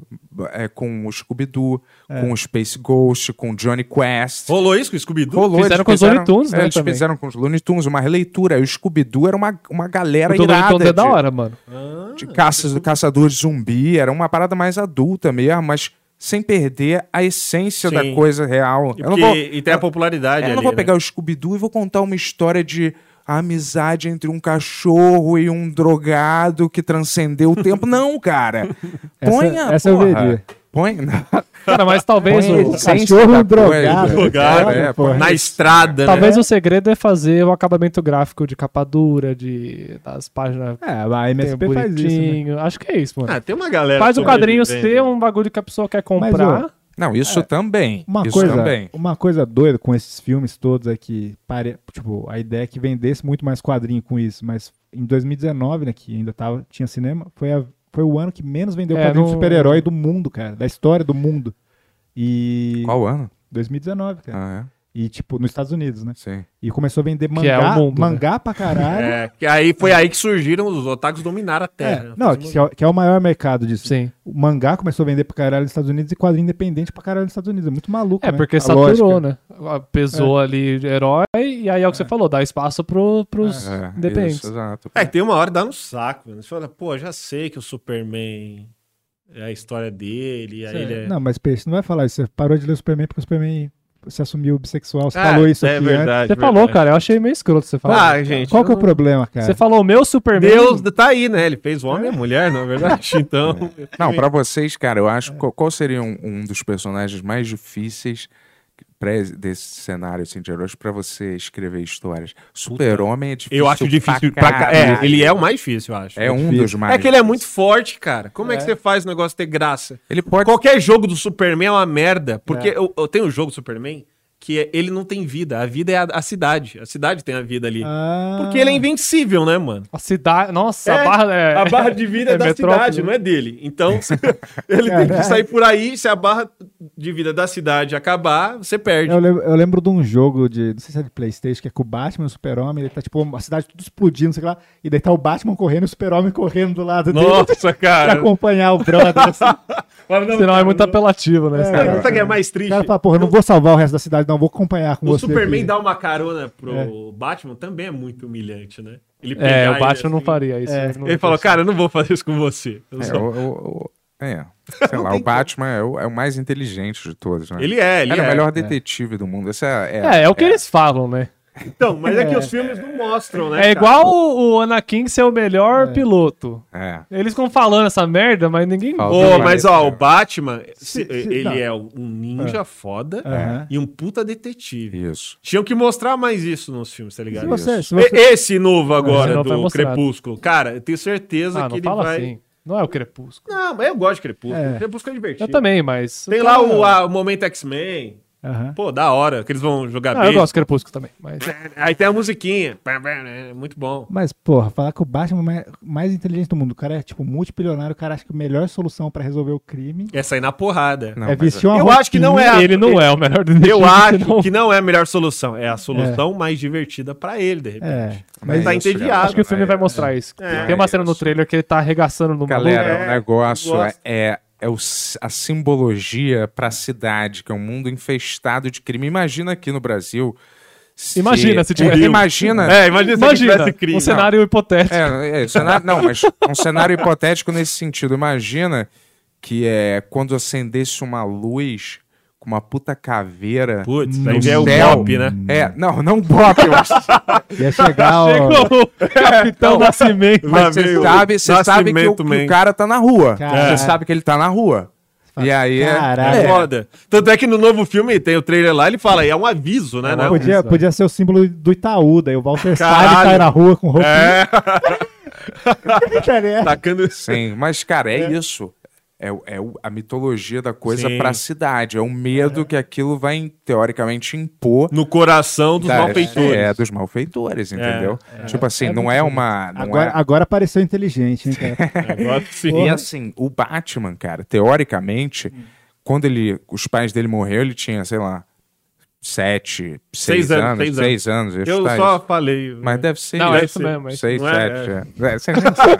S5: é, com o Scooby-Doo,
S9: É.
S5: com o Space Ghost, com o Johnny Quest?
S9: Rolou isso com o Scooby-Doo?
S5: Rolou, eles
S9: Fizeram com os Looney Tunes,
S5: é,
S9: né,
S5: Eles
S9: também.
S5: fizeram com os Looney Tunes uma releitura. E o Scooby-Doo era uma, uma galera
S8: O do Looney
S5: irada.
S8: Tunes é da
S5: de-
S8: hora, mano.
S9: Ah.
S5: De caça, do caçador de zumbi. Era uma parada mais adulta mesmo, mas sem perder a essência
S9: Sim.
S5: da coisa real.
S9: E,
S5: Eu não
S9: porque-
S5: vou-
S9: e tem a popularidade
S5: eu não
S9: ali,
S5: vou
S9: né?
S5: pegar o Scooby-Doo e vou contar uma história de a amizade entre um cachorro e um drogado que transcendeu o tempo. Não, cara.
S6: Essa-
S5: Põe a
S6: essa eu
S5: porra.
S6: veria.
S5: Põe. não.
S8: Cara, mas talvez
S5: Põe a
S8: o
S5: essência da coisa.
S6: cachorro drogado, Drogado,
S5: É,
S6: né,
S5: põe
S6: porra?
S5: a
S6: Na né?
S5: essência.
S9: estrada, né?
S8: Talvez o segredo é fazer o acabamento gráfico de capa dura, de, das páginas.
S6: É, a MSP
S8: bem
S6: faz isso, né?
S8: bonitinho. Acho que é isso, mano.
S9: Ah, tem uma galera
S8: Faz o quadrinho
S9: sobrevivendo.
S8: ser um bagulho que a pessoa quer
S6: Mas,
S8: comprar.
S6: ô,
S5: Não, isso também.
S6: É. Uma
S5: isso
S6: coisa,
S5: também.
S6: uma coisa doida com esses filmes todos é que pare, tipo, a ideia é que vendesse muito mais quadrinho com isso, mas em 2019, né, que ainda tava, tinha cinema, foi, a- foi o ano que menos vendeu
S8: É,
S6: quadrinho
S8: não-
S6: de super-herói do mundo, cara, da história do mundo. E
S5: Qual ano?
S6: 2019, cara.
S5: Ah, é?
S6: E tipo, nos Estados Unidos, né?
S5: Sim.
S6: E começou a vender
S8: Que é
S6: mangá,
S8: o mundo, né?
S6: mangá pra caralho.
S9: É, que aí foi aí que surgiram os otakus dominaram a
S6: É,
S9: Terra. um
S6: não, que é, o- que é o maior mercado disso.
S8: Sim.
S6: O mangá começou a vender pra caralho nos Estados Unidos e quadrinho independente pra caralho nos Estados Unidos. É muito maluco,
S8: É,
S6: né?
S8: porque
S6: A
S8: saturou,
S6: lógica. É.
S8: né? Pesou ali herói, e aí é o que você falou, dá espaço pro, pros
S9: É, isso,
S8: independentes.
S5: exato.
S9: É, tem uma hora que dá no saco, mano. Você fala, pô, já sei que o Superman é a história dele, aí ele é...
S6: Não, mas Peixe, não vai falar isso. Você parou de ler o Superman porque o Superman se assumiu bissexual. Você
S9: Ah,
S6: falou isso
S9: é
S6: aqui
S9: verdade,
S6: antes.
S8: Você falou, cara, eu achei meio escroto você falar.
S9: Ah, gente,
S6: Qual que é o
S9: eu-
S6: problema, cara?
S8: Você falou o meu Superman.
S9: Deus tá aí, né? Ele fez o homem e a mulher, não é verdade? Então...
S5: É.
S9: É.
S5: Não, pra vocês, cara, eu acho. Qual, qual seria um, um dos personagens mais difíceis pra esse- desse cenário assim, de heróis pra você escrever histórias? Super-Homem é difícil.
S9: Eu acho difícil pra ca-
S5: caralho.
S9: É, ele é o mais difícil, eu acho.
S5: É um dos mais.
S9: É que ele é muito forte, cara. Como é, que
S5: É.
S9: você faz o negócio ter graça?
S5: Ele pode.
S9: Qualquer jogo do Superman é uma merda. Porque
S5: É.
S9: eu, eu tenho um jogo do Superman que é- ele não tem vida. A vida é a, a cidade. A cidade tem a vida ali.
S8: Ah.
S6: Ah.
S9: Porque ele é invencível, né, mano?
S8: A cidade. Nossa,
S9: É,
S8: a barra. É, né?
S9: a barra de vida é, da cidade, não é dele. Então, ele tem que
S6: Caralho.
S9: sair por aí. Se a barra de vida da cidade acabar, você perde.
S6: Eu lem- eu lembro, de um jogo de, não sei se é de Playstation, que é com o Batman e o Super-Homem, ele tá tipo, a cidade tudo explodindo, não sei lá, e daí tá o Batman correndo e o Super-Homem correndo do lado dele.
S9: Nossa, cara.
S6: Pra acompanhar o brother, assim.
S8: Senão é muito apelativo, né? esse
S9: Sabe
S8: negócio.
S9: o que é mais
S6: O
S9: triste?
S6: cara fala, porra, eu não vou salvar o resto da cidade, não, vou acompanhar com
S9: O
S6: você.
S9: Superman
S6: aqui.
S9: dar uma carona pro Batman também é muito humilhante, né? Ele
S8: É,
S9: pegar
S8: o Batman
S9: ele
S8: não faria isso. né?
S9: É.
S8: não
S9: Ele falou, cara, eu não vou fazer isso com você. Eu
S5: É,
S9: só-
S5: o- o- o- É. Sei lá, o Batman é o, é o mais inteligente de todos, né?
S9: Ele é, ele
S5: Era
S9: é.
S5: o melhor
S9: É.
S5: detetive do mundo. Essa é,
S8: É, é o que eles falam, né?
S9: Então, mas é que
S8: É.
S9: os filmes não mostram, né?
S8: É
S9: cara?
S8: igual o, o Anakin ser o melhor piloto.
S5: É.
S8: Eles ficam falando essa merda, mas ninguém
S9: Ô, mas ó, o Batman, se- ele
S8: não.
S9: é um ninja
S8: É.
S9: foda
S8: Aham.
S9: e um puta detetive.
S5: Isso.
S9: Tinham que mostrar mais isso nos filmes, tá ligado?
S8: Se você- se
S9: E-
S8: você-
S9: Esse novo agora
S8: Esse novo é
S9: do
S8: mostrado.
S9: Crepúsculo, cara, eu tenho certeza
S8: Ah,
S9: que
S8: não
S9: ele
S8: fala
S9: vai.
S8: assim. Não é o Crepúsculo.
S9: Não, mas eu gosto de Crepúsculo.
S8: É.
S9: Crepúsculo é divertido.
S8: Eu também, mas.
S9: Tem lá o, a- o Momento X-Men.
S8: Aham.
S9: Pô, da hora, que eles vão jogar
S8: Ah, eu
S9: beisebol.
S8: gosto do Crepúsculo também. Mas...
S9: Aí tem a musiquinha. Muito bom.
S6: Mas, porra, falar que o Batman é o mai- mais inteligente do mundo. O cara é, tipo, multibilionário. O cara acha que a melhor solução pra resolver o crime
S9: É sair na porrada.
S6: Não, É mas- vestir uma
S9: Eu acho que não é. a-
S6: roupinha. Ele não é o melhor
S8: detetive,
S9: Eu acho
S8: não.
S9: que não é a melhor solução. É a solução mais divertida pra ele, de repente.
S8: É,
S9: Mas tá entediado.
S8: Acho que o filme vai mostrar isso.
S9: É.
S8: Tem uma cena no trailer que ele tá arregaçando no
S5: Galera,
S8: maluco.
S5: o negócio é,
S8: gosto.
S5: é, é o s- a simbologia pra cidade, que é um mundo infestado de crime. Imagina aqui no Brasil.
S8: Imagina se tivesse-
S5: é Imagina.
S8: É, imagina se Imagina, tivesse crime. um cenário
S5: Não.
S8: hipotético.
S5: É, é, cenário- não, mas um cenário hipotético nesse sentido. Imagina que é quando acendesse uma luz com uma puta caveira.
S9: Putz,
S5: no
S9: aí já é o
S5: céu.
S9: Bop, né?
S5: É, não, não Bop, eu acho.
S6: Ia chegar o-
S8: Chegou o
S9: Então,
S8: Capitão Nascimento.
S5: Mas você sabe, você sabe que, o, que o
S9: Man.
S5: cara tá na rua.
S9: Cara.
S5: Você sabe que ele tá na rua. E aí é-
S9: É foda. Tanto é que no novo filme tem o trailer lá, ele fala, e é um aviso, né? Não é um
S6: Podia,
S9: aviso.
S6: podia ser o símbolo do Itaú, daí o Walter
S9: Caralho.
S6: Salles sai na rua com roupa.
S9: É.
S6: Cara, é.
S9: Tacando...
S5: Sim, mas, cara, é, isso. É, o- é o- a mitologia da coisa
S9: Sim.
S5: pra cidade. É o medo que aquilo vai, teoricamente, impor.
S9: No coração dos malfeitores.
S5: É, dos malfeitores, entendeu?
S9: É.
S5: Tipo assim,
S9: É
S5: não
S9: muito
S5: é
S9: bom.
S5: uma. não
S6: Agora,
S5: é-
S6: agora pareceu inteligente, hein, cara?
S5: E assim, o Batman, cara, teoricamente,
S9: Hum.
S5: quando ele, os pais dele morreram, ele tinha, sei lá, sete, seis, anos, seis anos. ia
S9: Eu
S5: chutar
S9: só
S5: isso.
S9: falei.
S5: Mas deve ser
S9: Não, é
S5: isso.
S9: isso mesmo, é isso.
S5: Seis,
S9: Não é?
S5: sete,
S9: É.
S5: é. É, você nem sabe.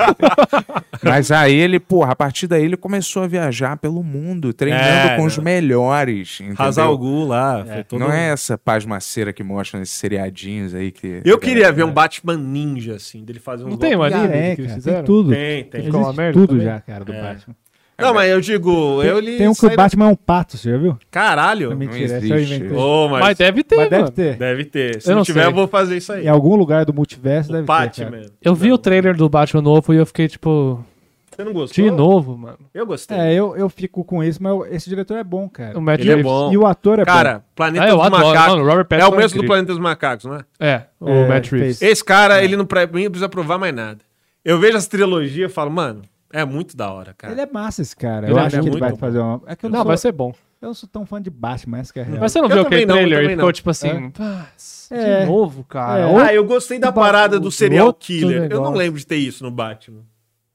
S5: Mas aí ele, porra, a partir daí ele começou a viajar pelo mundo, treinando
S9: É,
S5: com os
S9: né?
S5: melhores.
S9: Razar o
S5: Entendeu?
S9: Gu lá. foi
S5: É.
S9: todo
S5: Não
S9: um-
S5: é essa pasmaceira que mostra nesses seriadinhos aí que.
S9: Eu queria ver um Batman ninja, assim, dele fazer um
S8: Não tem um anime
S6: É,
S8: que eles
S6: cara,
S8: fizeram?
S6: tem tudo.
S9: Tem, tem.
S6: Existe
S9: Ficou uma merda
S6: tudo
S9: também.
S6: já, cara, do
S9: É.
S6: Batman.
S9: Não, mas eu digo, eu li.
S6: Tem um que o Batman é um pato, você já viu?
S9: Caralho.
S6: Não, mentira, essa eu
S9: existe.
S6: inventei.
S9: Ô, mas...
S8: Mas deve ter,
S6: Mas deve
S8: mano.
S6: ter.
S9: Deve ter. Se
S8: Eu
S9: não,
S8: não
S9: tiver,
S8: sei.
S9: eu vou fazer isso aí.
S6: Em algum lugar do multiverso deve ter.
S9: Batman.
S6: cara.
S8: Eu vi o trailer do Batman novo e eu fiquei tipo.
S9: Você não gostou?
S8: De novo, mano.
S9: Eu gostei.
S6: É, eu, eu fico com isso, mas eu- esse diretor é bom, cara.
S8: O Matt
S9: Ele é
S8: Reeves.
S9: bom.
S6: E o ator é
S9: Cara,
S6: bom.
S9: Planeta
S8: Ah, eu
S9: dos
S8: adoro.
S9: Macacos.
S8: Mano, o Robert
S9: é o
S8: Pattinson
S9: mesmo
S8: é
S9: do
S8: incrível.
S9: Planeta dos Macacos, não é?
S8: É, o
S9: É,
S8: Matt Reeves. É.
S9: fez. Esse cara, ele não, pra mim, não precisa provar mais nada. Eu vejo as trilogias e falo, mano, é muito da hora, cara.
S6: Ele é massa esse cara.
S9: Ele
S6: eu
S9: é
S6: acho que ele
S9: muito
S6: vai
S9: bom.
S6: fazer uma. É que eu
S8: Não,
S6: sou-
S8: vai ser bom.
S6: Eu não sou tão fã de Batman, essa que é a real.
S8: Mas você não
S9: Eu
S8: viu aquele
S9: também não, eu
S8: trailer e
S9: também
S8: ficou
S9: não.
S8: tipo assim.
S6: É.
S8: "Pá,
S6: É.
S8: De novo, cara.
S6: É.
S8: Outro
S9: Ah, eu gostei da
S8: ba-
S9: parada do serial
S8: outro
S9: killer. Eu não
S8: negócio."
S9: lembro de ter isso no Batman.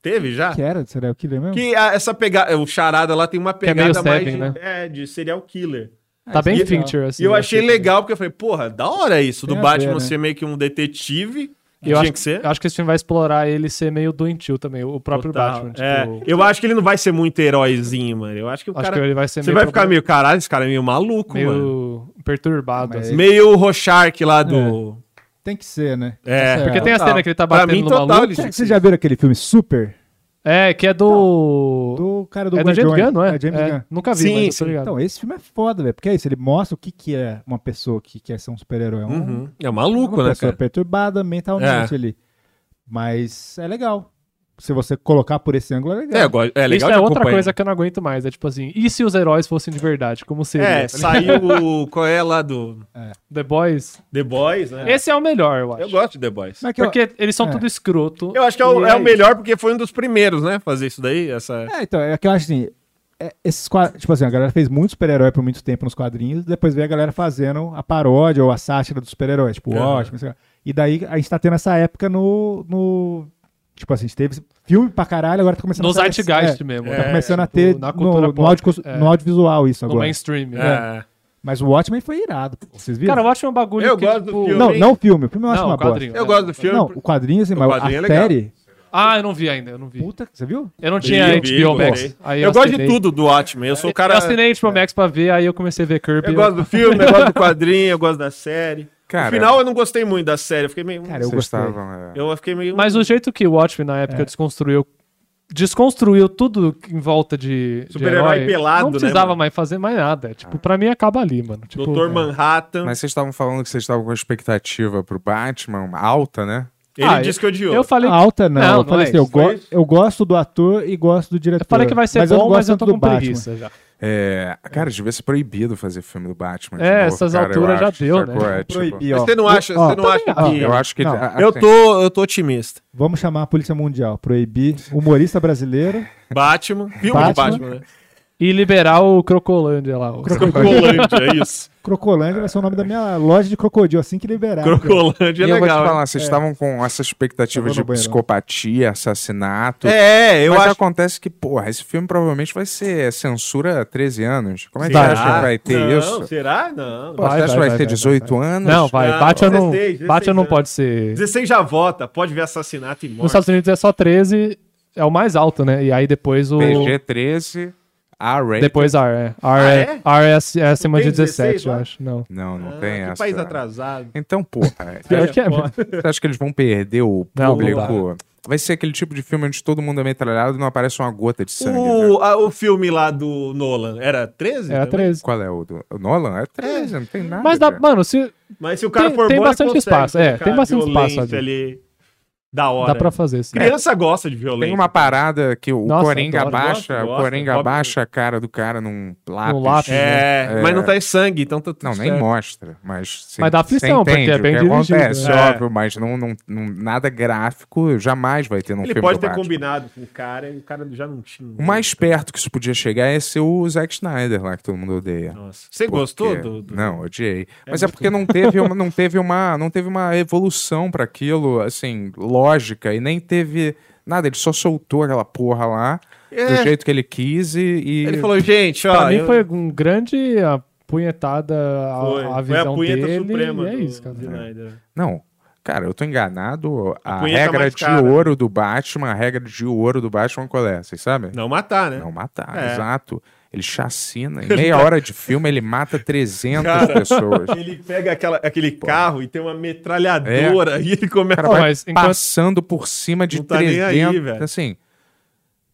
S9: Teve já?
S6: Que era, será o Killer mesmo?
S9: Que a- essa pegada, o charada lá tem uma
S8: é
S9: pegada
S8: meio
S9: mais
S8: Seven,
S9: de,
S8: né?
S9: é, de serial killer.
S8: Tá bem
S9: e,
S8: feature, assim,
S9: E eu
S8: eu
S9: achei
S8: achei
S9: legal, porque eu falei, porra, da hora isso, do
S8: Tem a
S9: Batman
S8: ver, né?
S9: ser meio que um detetive. que
S8: Eu
S9: tinha
S8: acho,
S9: que ser.
S8: eu acho que esse filme vai explorar ele ser meio doentio também, o próprio
S9: Tá,
S8: Batman.
S9: é.
S8: tipo-
S9: Eu acho que ele não vai ser muito heróizinho, mano. Eu acho que o
S8: Acho
S9: cara.
S8: que ele vai ser
S9: Você
S8: meio
S9: vai ficar
S8: problema-
S9: meio, caralho, esse cara é meio maluco,
S8: meio
S9: mano.
S8: perturbado. assim.
S9: Meio Rochark lá do.
S6: Tem que ser, né?
S9: É.
S6: Essa
S8: Porque
S6: a-
S8: tem a cena que ele tá
S9: Pra
S8: batendo
S9: mim,
S8: no
S9: total,
S8: maluco.
S9: ele-
S6: Vocês já viram aquele filme Super?
S8: É, que é do.
S6: Do cara do
S8: É do James Gunn,
S6: Guardiões.
S8: não é?
S6: É James
S8: É,
S6: Gunn.
S8: nunca vi, Sim, mas eu tô sim. ligado.
S6: Então, esse filme é foda, velho. Porque é isso, ele mostra o que, que é uma pessoa que quer ser um super-herói. É um-
S9: Uhum. É maluco,
S6: uma
S9: né,
S6: pessoa
S9: cara?
S6: perturbada mentalmente
S9: É.
S6: ali. Mas é legal. Se você colocar por esse ângulo, é legal.
S9: É, eu gosto- é legal
S8: Isso é
S9: de
S8: outra
S9: acompanhar.
S8: coisa que eu não aguento mais. É tipo assim, e se os heróis fossem de verdade? Como seria?
S9: É,
S8: Tá ligado?
S9: saiu o. Qual é lá do.
S8: The Boys.
S9: The Boys, né?
S8: Esse é o melhor, eu acho.
S9: Eu gosto de The Boys.
S6: Mas que eu-
S8: Porque eles são
S6: É.
S8: tudo escroto.
S9: Eu acho que é o,
S8: E
S9: é o
S8: isso.
S9: melhor porque foi um dos primeiros, né? Fazer isso daí. Essa...
S6: É, então, é que eu acho assim. é, esses quadros, tipo assim, a galera fez muito super-herói por muito tempo nos quadrinhos, depois veio a galera fazendo a paródia ou a sátira dos super-heróis, tipo,
S9: Aham.
S6: ótimo, sei lá. E daí a gente tá tendo essa época no. no tipo assim, a gente teve filme pra caralho, agora tá começando
S8: No
S6: a ter-
S8: zeitgeist
S6: é,
S8: mesmo,
S6: Tá
S8: né?
S6: começando
S8: É,
S6: a ter
S8: tipo, na
S6: no,
S8: cultura
S6: no,
S8: pop,
S6: áudio-
S8: é.
S6: no audiovisual isso
S8: No
S6: agora.
S8: mainstream,
S6: É.
S8: é.
S6: Mas o Watchmen foi irado, pô, vocês viram?
S8: Cara, eu acho um bagulho.
S9: Eu
S8: que,
S9: gosto do
S8: tipo-
S9: filme.
S6: Não, não o filme, o filme eu acho
S8: Não,
S6: uma
S8: o quadrinho,
S6: bosta.
S8: é.
S9: Eu gosto do filme.
S6: Não, o quadrinho assim,
S9: O
S6: mas
S9: quadrinho é
S6: a
S9: legal.
S6: série...
S8: Ah, eu não vi ainda, eu não vi.
S6: Puta, você viu?
S8: Eu não tinha
S9: Vi, vi,
S8: HBO Max.
S9: gostei.
S8: Aí
S9: eu gosto de
S8: assinei.
S9: tudo do Watchmen. Eu sou o cara.
S8: Eu assinei HBO Max pra ver, aí eu comecei a ver Kirby.
S9: Eu gosto do filme, eu gosto do quadrinho, eu gosto da série.
S5: Cara-
S9: no final eu não gostei muito da série. Eu fiquei meio.
S6: Cara, eu
S5: Vocês
S6: gostei.
S5: estavam, é.
S9: Eu fiquei meio.
S8: Mas o jeito que o Watchmen na época desconstruiu desconstruiu tudo em volta de. de
S9: Super-herói
S8: herói.
S9: pelado,
S8: Não
S9: né,
S8: precisava
S9: mano?
S8: mais fazer mais nada. Tipo, pra mim acaba ali, mano. Tipo,
S9: Doutor Manhattan.
S5: Mas vocês estavam falando que vocês estavam com expectativa pro Batman uma alta, né?
S9: Ele
S8: Ah,
S9: disse que odiou.
S8: eu falei-
S6: Alta não,
S8: Não,
S6: eu
S8: não
S6: falei
S8: é
S6: assim, eu,
S8: isso, foi
S6: go- eu gosto do ator e gosto do diretor. É. Eu
S8: falei que vai ser bom, mas eu tô com preguiça já.
S5: É, cara, devia ser proibido fazer filme do Batman. de
S8: É,
S5: novo,
S8: essas
S5: cara, eu
S8: alturas já
S5: acho,
S8: deu,
S5: sacou?
S8: né?
S5: É, tipo-
S6: Proibir,
S9: Mas
S6: ó.
S9: você não acha,
S6: Ó,
S9: você não acha
S6: também
S9: que.
S6: não. Eu acho que-
S9: Não.
S6: ah,
S9: Eu
S6: tem.
S9: tô, eu tô otimista.
S6: Vamos chamar a Polícia Mundial, proibir humorista brasileiro.
S9: Batman. Viu o
S6: Batman.
S9: Batman, né?
S8: E liberar o Crocolândia lá. o-
S9: Crocolândia, é isso.
S6: Crocolândia vai ser o nome da minha loja de crocodilo, assim que liberar.
S5: e
S9: é
S5: eu vou te falar, é vocês estavam com essa expectativa
S6: é. Eu vou
S5: de
S6: no banheiro.
S5: psicopatia, assassinato.
S9: É, eu
S5: Mas
S9: acho-
S5: acontece que, porra, esse filme provavelmente vai ser censura 13 anos. Como é que
S9: Será?
S5: acha que vai ter
S9: Não,
S5: isso?
S9: Será? Não.
S5: Pô, você acha que vai ter 18 anos?
S8: Não, vai. Batman, não,
S9: 16,
S8: Batman não
S9: 16
S8: pode ser.
S9: 16 já vota, pode ver assassinato e morte.
S8: Nos Estados Unidos é só 13, é o mais alto, né? E aí depois o.
S5: PG-13, R-rated.
S8: Depois R, é. R,
S5: Ah,
S8: é,
S5: é?
S8: R é, ac- é acima
S5: tem
S8: de 17,
S5: 16
S8: eu
S5: lá?
S8: acho. Não.
S5: Não, não
S9: Ah,
S5: tem essa.
S9: país atrasado.
S5: Então, porra.
S8: Pior que é, mano.
S5: Você acha que eles vão perder o
S8: Não, não
S5: público?
S8: dá.
S5: Vai ser aquele tipo de filme onde todo mundo é metralhado e não aparece uma gota de sangue.
S9: O, a- o filme lá do Nolan é era 13?
S8: Era
S9: também?
S8: 13.
S5: Qual é o do. O Nolan? É 13, não tem nada.
S8: Mas dá, mano, se.
S9: Mas se o cara
S8: tem,
S9: for
S8: Tem
S9: bom, ele
S8: bastante
S9: consegue
S8: espaço, é.
S9: colocar
S8: Tem bastante espaço
S9: violência
S8: ali.
S9: ali. Da hora.
S8: Dá pra fazer, né? sim.
S9: Criança gosta de violência.
S5: É, Tem uma parada que o
S9: Nossa,
S5: Coringa
S9: adoro.
S5: abaixa,
S9: Gosto,
S5: o
S9: gosto,
S5: Coringa
S9: Bob-
S5: abaixa a cara do cara num lápis.
S8: Num lápis,
S9: É,
S5: né?
S9: mas não tá em sangue, então tá tudo
S5: Não, nem
S9: certo.
S5: mostra, mas... cê-
S8: Mas dá
S5: cê
S8: aflição, porque
S5: entende
S8: é
S5: o
S8: bem
S5: que
S8: dirigido,
S5: Acontece,
S8: né? É.
S5: óbvio, mas não, não, não- nada gráfico jamais vai ter num
S9: Ele
S5: filme
S9: pode
S5: do
S9: ter
S5: Batman.
S9: combinado com o cara e o cara já não tinha.
S5: O mais perto que isso podia chegar é ser o Zack Snyder lá, que todo mundo odeia.
S9: Nossa. Você gostou do- do-
S5: Não, odiei.
S9: É
S5: Mas é
S9: muito-
S5: porque não teve uma, não teve uma, não teve uma evolução pra aquilo, assim, lógica, e nem teve nada. Ele só soltou aquela porra lá,
S9: É.
S5: do jeito que ele quis e... e-
S9: Ele falou, gente, ó.
S8: Pra mim
S9: eu-
S8: foi um grande apunhetada a,
S9: Foi.
S8: a
S9: Foi a
S8: visão
S9: punheta
S8: dele.
S9: suprema
S8: e é
S9: do
S8: isso, cara.
S9: Snyder.
S5: Não, cara, eu tô enganado. A
S9: punheta tá
S5: regra
S9: mais
S5: de
S9: cara. né?
S5: ouro do Batman, a regra de ouro do Batman qual é? Vocês sabem?
S9: Não matar, né?
S5: Não matar,
S9: É.
S5: exato. Ele chacina. Em
S9: Ele
S5: meia
S9: tá-
S5: hora de filme, ele mata 300
S9: Cara,
S5: pessoas.
S9: Ele pega aquela- aquele carro e tem uma metralhadora
S5: É.
S9: e ele começa
S5: Cara, vai passando por cima de
S9: Não tá nem
S5: 300.
S9: aí, velho.
S5: assim,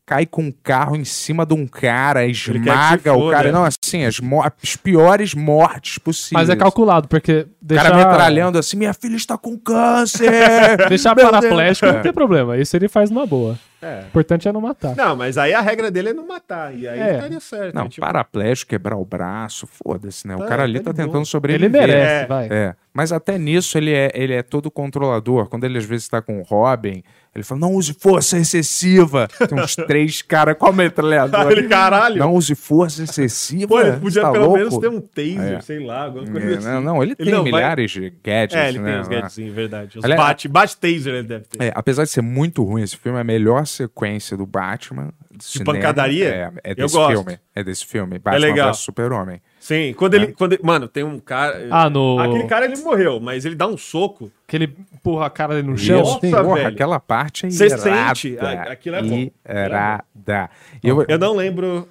S5: cai com um carro em cima de um cara,
S9: quer que
S5: esmaga
S9: se
S5: o
S9: foda. é.
S5: cara. Não, assim, as, mo- as piores mortes possíveis.
S8: Mas é calculado, porque
S5: O
S8: deixar...
S5: cara metralhando assim, minha filha está com câncer.
S8: deixar
S5: Meu Deus.
S8: paraplégico
S5: É.
S8: não tem problema. Isso ele faz numa boa.
S9: É.
S8: O importante é não matar.
S9: Não, mas aí a regra dele é não matar. E aí
S8: É.
S9: estaria certo.
S5: Não,
S9: né? Tipo,
S5: paraplégico, quebrar o braço, foda-se, né? O
S9: Tá,
S5: cara ali
S9: tá
S5: tá,
S9: de boa.
S5: tentando sobreviver.
S8: Ele merece,
S5: é,
S8: vai.
S5: é. Mas até nisso ele é, ele é todo controlador. Quando ele às vezes tá com o Robin, ele fala, não use força excessiva. Tem uns três caras com a metralhadora.
S9: Ele, caralho.
S5: Não use força excessiva.
S9: Pô, ele
S5: Você
S9: podia
S5: tá
S9: pelo
S5: louco?
S9: menos ter um taser,
S5: É.
S9: sei lá, alguma
S5: É,
S9: coisa assim.
S5: não, não, ele tem
S9: não vai-
S5: milhares de gadgets,
S9: É, ele
S5: né,
S9: tem os
S5: lá.
S9: gadgets, sim, verdade. Os
S5: Aliás,
S9: bate, bate taser ele deve ter.
S5: É, apesar de ser muito ruim esse filme, é a melhor sequência do Batman. De, cinema.
S9: pancadaria?
S5: É, é
S9: Eu
S5: desse
S9: gosto.
S5: filme. É desse filme. Batman
S9: legal.
S5: vs Super-Homem.
S9: Sim, quando ele, quando ele- Mano, tem um cara.
S8: É. Ah, no-
S9: Aquele cara ele morreu, mas ele dá um soco.
S8: Que ele empurra a cara dele no
S5: Isso,
S8: chão.
S9: Nossa,
S5: porra,
S9: velho.
S5: aquela parte é
S9: Você
S5: irada.
S9: sente, a- aquilo é bom.
S5: Irada. Eu,
S9: Eu não lembro.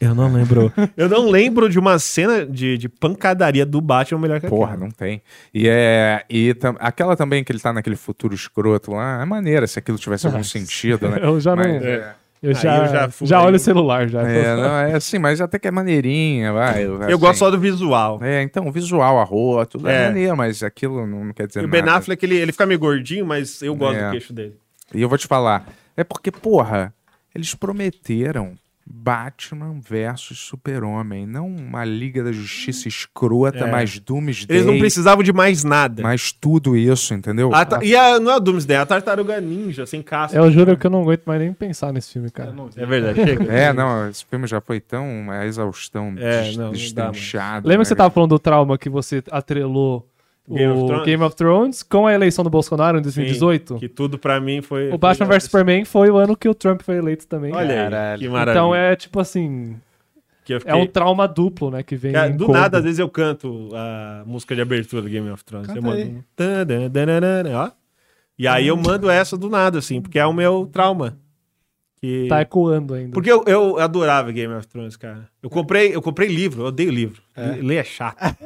S6: Eu não lembro.
S9: Eu não lembro de uma cena de, de pancadaria do Batman é melhor que
S5: porra, não tem. E, é, e tam- aquela também que ele tá naquele futuro escroto lá, é maneira se aquilo tivesse algum sentido,
S9: É
S5: né?
S9: um
S8: Eu já não...
S5: Mas-
S8: Eu
S9: Aí
S8: já,
S9: eu já
S8: já,
S9: fui.
S8: olho o celular, já.
S5: É, não, é assim, mas até que é maneirinha, vai. assim.
S9: Eu gosto só do visual.
S5: É, então, o visual, a rua, tudo é,
S9: É.
S5: maneiro, mas aquilo não, não quer dizer
S9: E o
S5: nada.
S9: Ben Affleck, ele, ele fica meio gordinho, mas eu gosto
S5: É.
S9: do queixo dele.
S5: E eu vou te falar, é porque, porra, eles prometeram Batman versus Super-Homem, não uma Liga da Justiça escrota,
S9: É.
S5: mais Doomsday.
S9: Eles não precisavam de mais nada.
S5: Mas tudo isso, entendeu?
S9: A ta- E a, não é o Doomsday, é a tartaruga ninja, sem casca.
S8: Eu juro que eu não aguento mais nem pensar nesse filme, cara.
S9: É verdade, chega.
S5: É, não, esse filme já foi tão uma exaustão
S9: É,
S5: des-
S9: não, não dá
S5: destrinchado.
S8: Lembra que
S5: né,
S8: você tava falando do trauma que você atrelou
S9: Game of
S8: o
S9: Thrones?
S8: Game of Thrones com a eleição do Bolsonaro em
S9: Sim,
S8: 2018?
S9: que tudo pra mim foi.
S8: o Batman vs Superman foi o ano que o Trump foi eleito também.
S9: Olha aí,
S8: Caralho.
S9: que maravilha.
S8: Então é tipo assim.
S9: Que eu fiquei-
S8: É um trauma duplo, né? Que vem.
S9: Cara,
S8: em
S9: do
S8: combo.
S9: nada, às vezes eu canto a música de abertura do Game of Thrones.
S8: Canta
S9: eu mando.
S8: aí.
S9: um tan, dan,
S6: Uhum.
S9: dan, dan, dan, ó. E aí eu mando essa do nada, assim, porque é o meu trauma. Que...
S8: Tá ecoando ainda.
S9: Porque eu, eu adorava Game of Thrones, cara. Eu comprei, eu comprei livro, eu odeio livro.
S6: É.
S9: Ler é chato.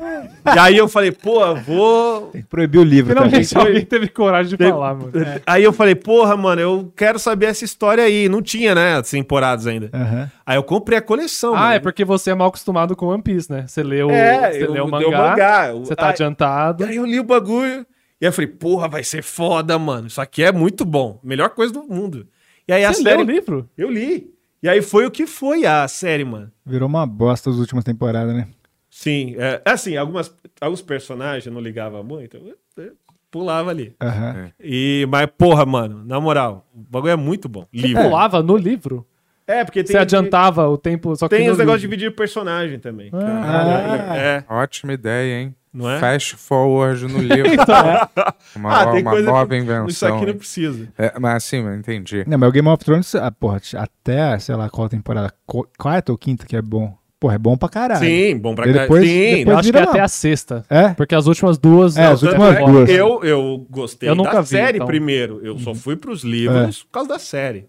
S9: e aí eu falei, pô, eu vou.
S6: Tem que proibir o livro.
S8: Finalmente
S6: também.
S8: alguém teve coragem de falar, mano.
S9: É. Aí eu falei, porra, mano, eu quero saber essa história aí. Não tinha, né, as temporadas ainda.
S6: Aham.
S9: Aí eu comprei a coleção.
S8: Ah,
S9: mano.
S8: é porque você é mal acostumado com One Piece, né? Você leu,
S9: É,
S8: você
S9: eu
S8: leu o
S9: dei o
S8: mangá,
S9: mangá.
S8: você tá
S9: Ai,
S8: adiantado.
S9: E aí eu li o bagulho. E aí eu falei, porra, vai ser foda, mano. Isso aqui é muito bom. Melhor coisa do mundo. E aí a
S8: Você
S9: série.
S8: leu o livro?
S9: Eu li. E aí foi o que foi a série, mano.
S6: Virou uma bosta as últimas temporadas, né?
S9: Sim. É, assim, algumas, alguns personagens eu não ligava muito. Eu, eu pulava ali.
S6: Aham.
S5: É.
S9: E, mas, porra, mano, na moral, o bagulho é muito bom.
S8: Você pulava no livro?
S9: É, porque tem.
S8: Você adiantava o tempo, só que
S9: Tem
S8: no
S9: os negócios de
S8: livro. Ah.
S9: dividir personagem também.
S5: Caralho.
S9: É.
S5: Ah, Ótima ideia, hein?
S9: Não é?
S5: Fast forward no livro. Uma,
S9: Então, Ah,
S5: no-
S9: tem
S5: uma
S9: coisa
S5: nova
S9: que-
S5: invenção.
S9: isso aqui não
S5: hein?
S9: precisa.
S5: É, mas assim, eu entendi.
S6: Não, mas o Game of Thrones, ah, porra, até, sei lá, qual temporada? Qu- Quarta ou quinta que é bom? Porra, é bom pra caralho.
S9: Sim, bom pra
S6: E
S9: caralho.
S6: Depois,
S9: Sim,
S6: depois
S8: Eu acho que
S6: vira
S8: é até
S6: uma-
S8: a sexta.
S6: É?
S8: Porque as últimas duas.
S6: É, as
S8: não,
S6: últimas
S8: até
S9: Tanto é,
S6: duas.
S9: Eu, eu gostei
S8: Eu
S9: da
S8: nunca vi,
S9: série
S8: então. É.
S9: primeiro. Eu só fui pros livros por causa da série.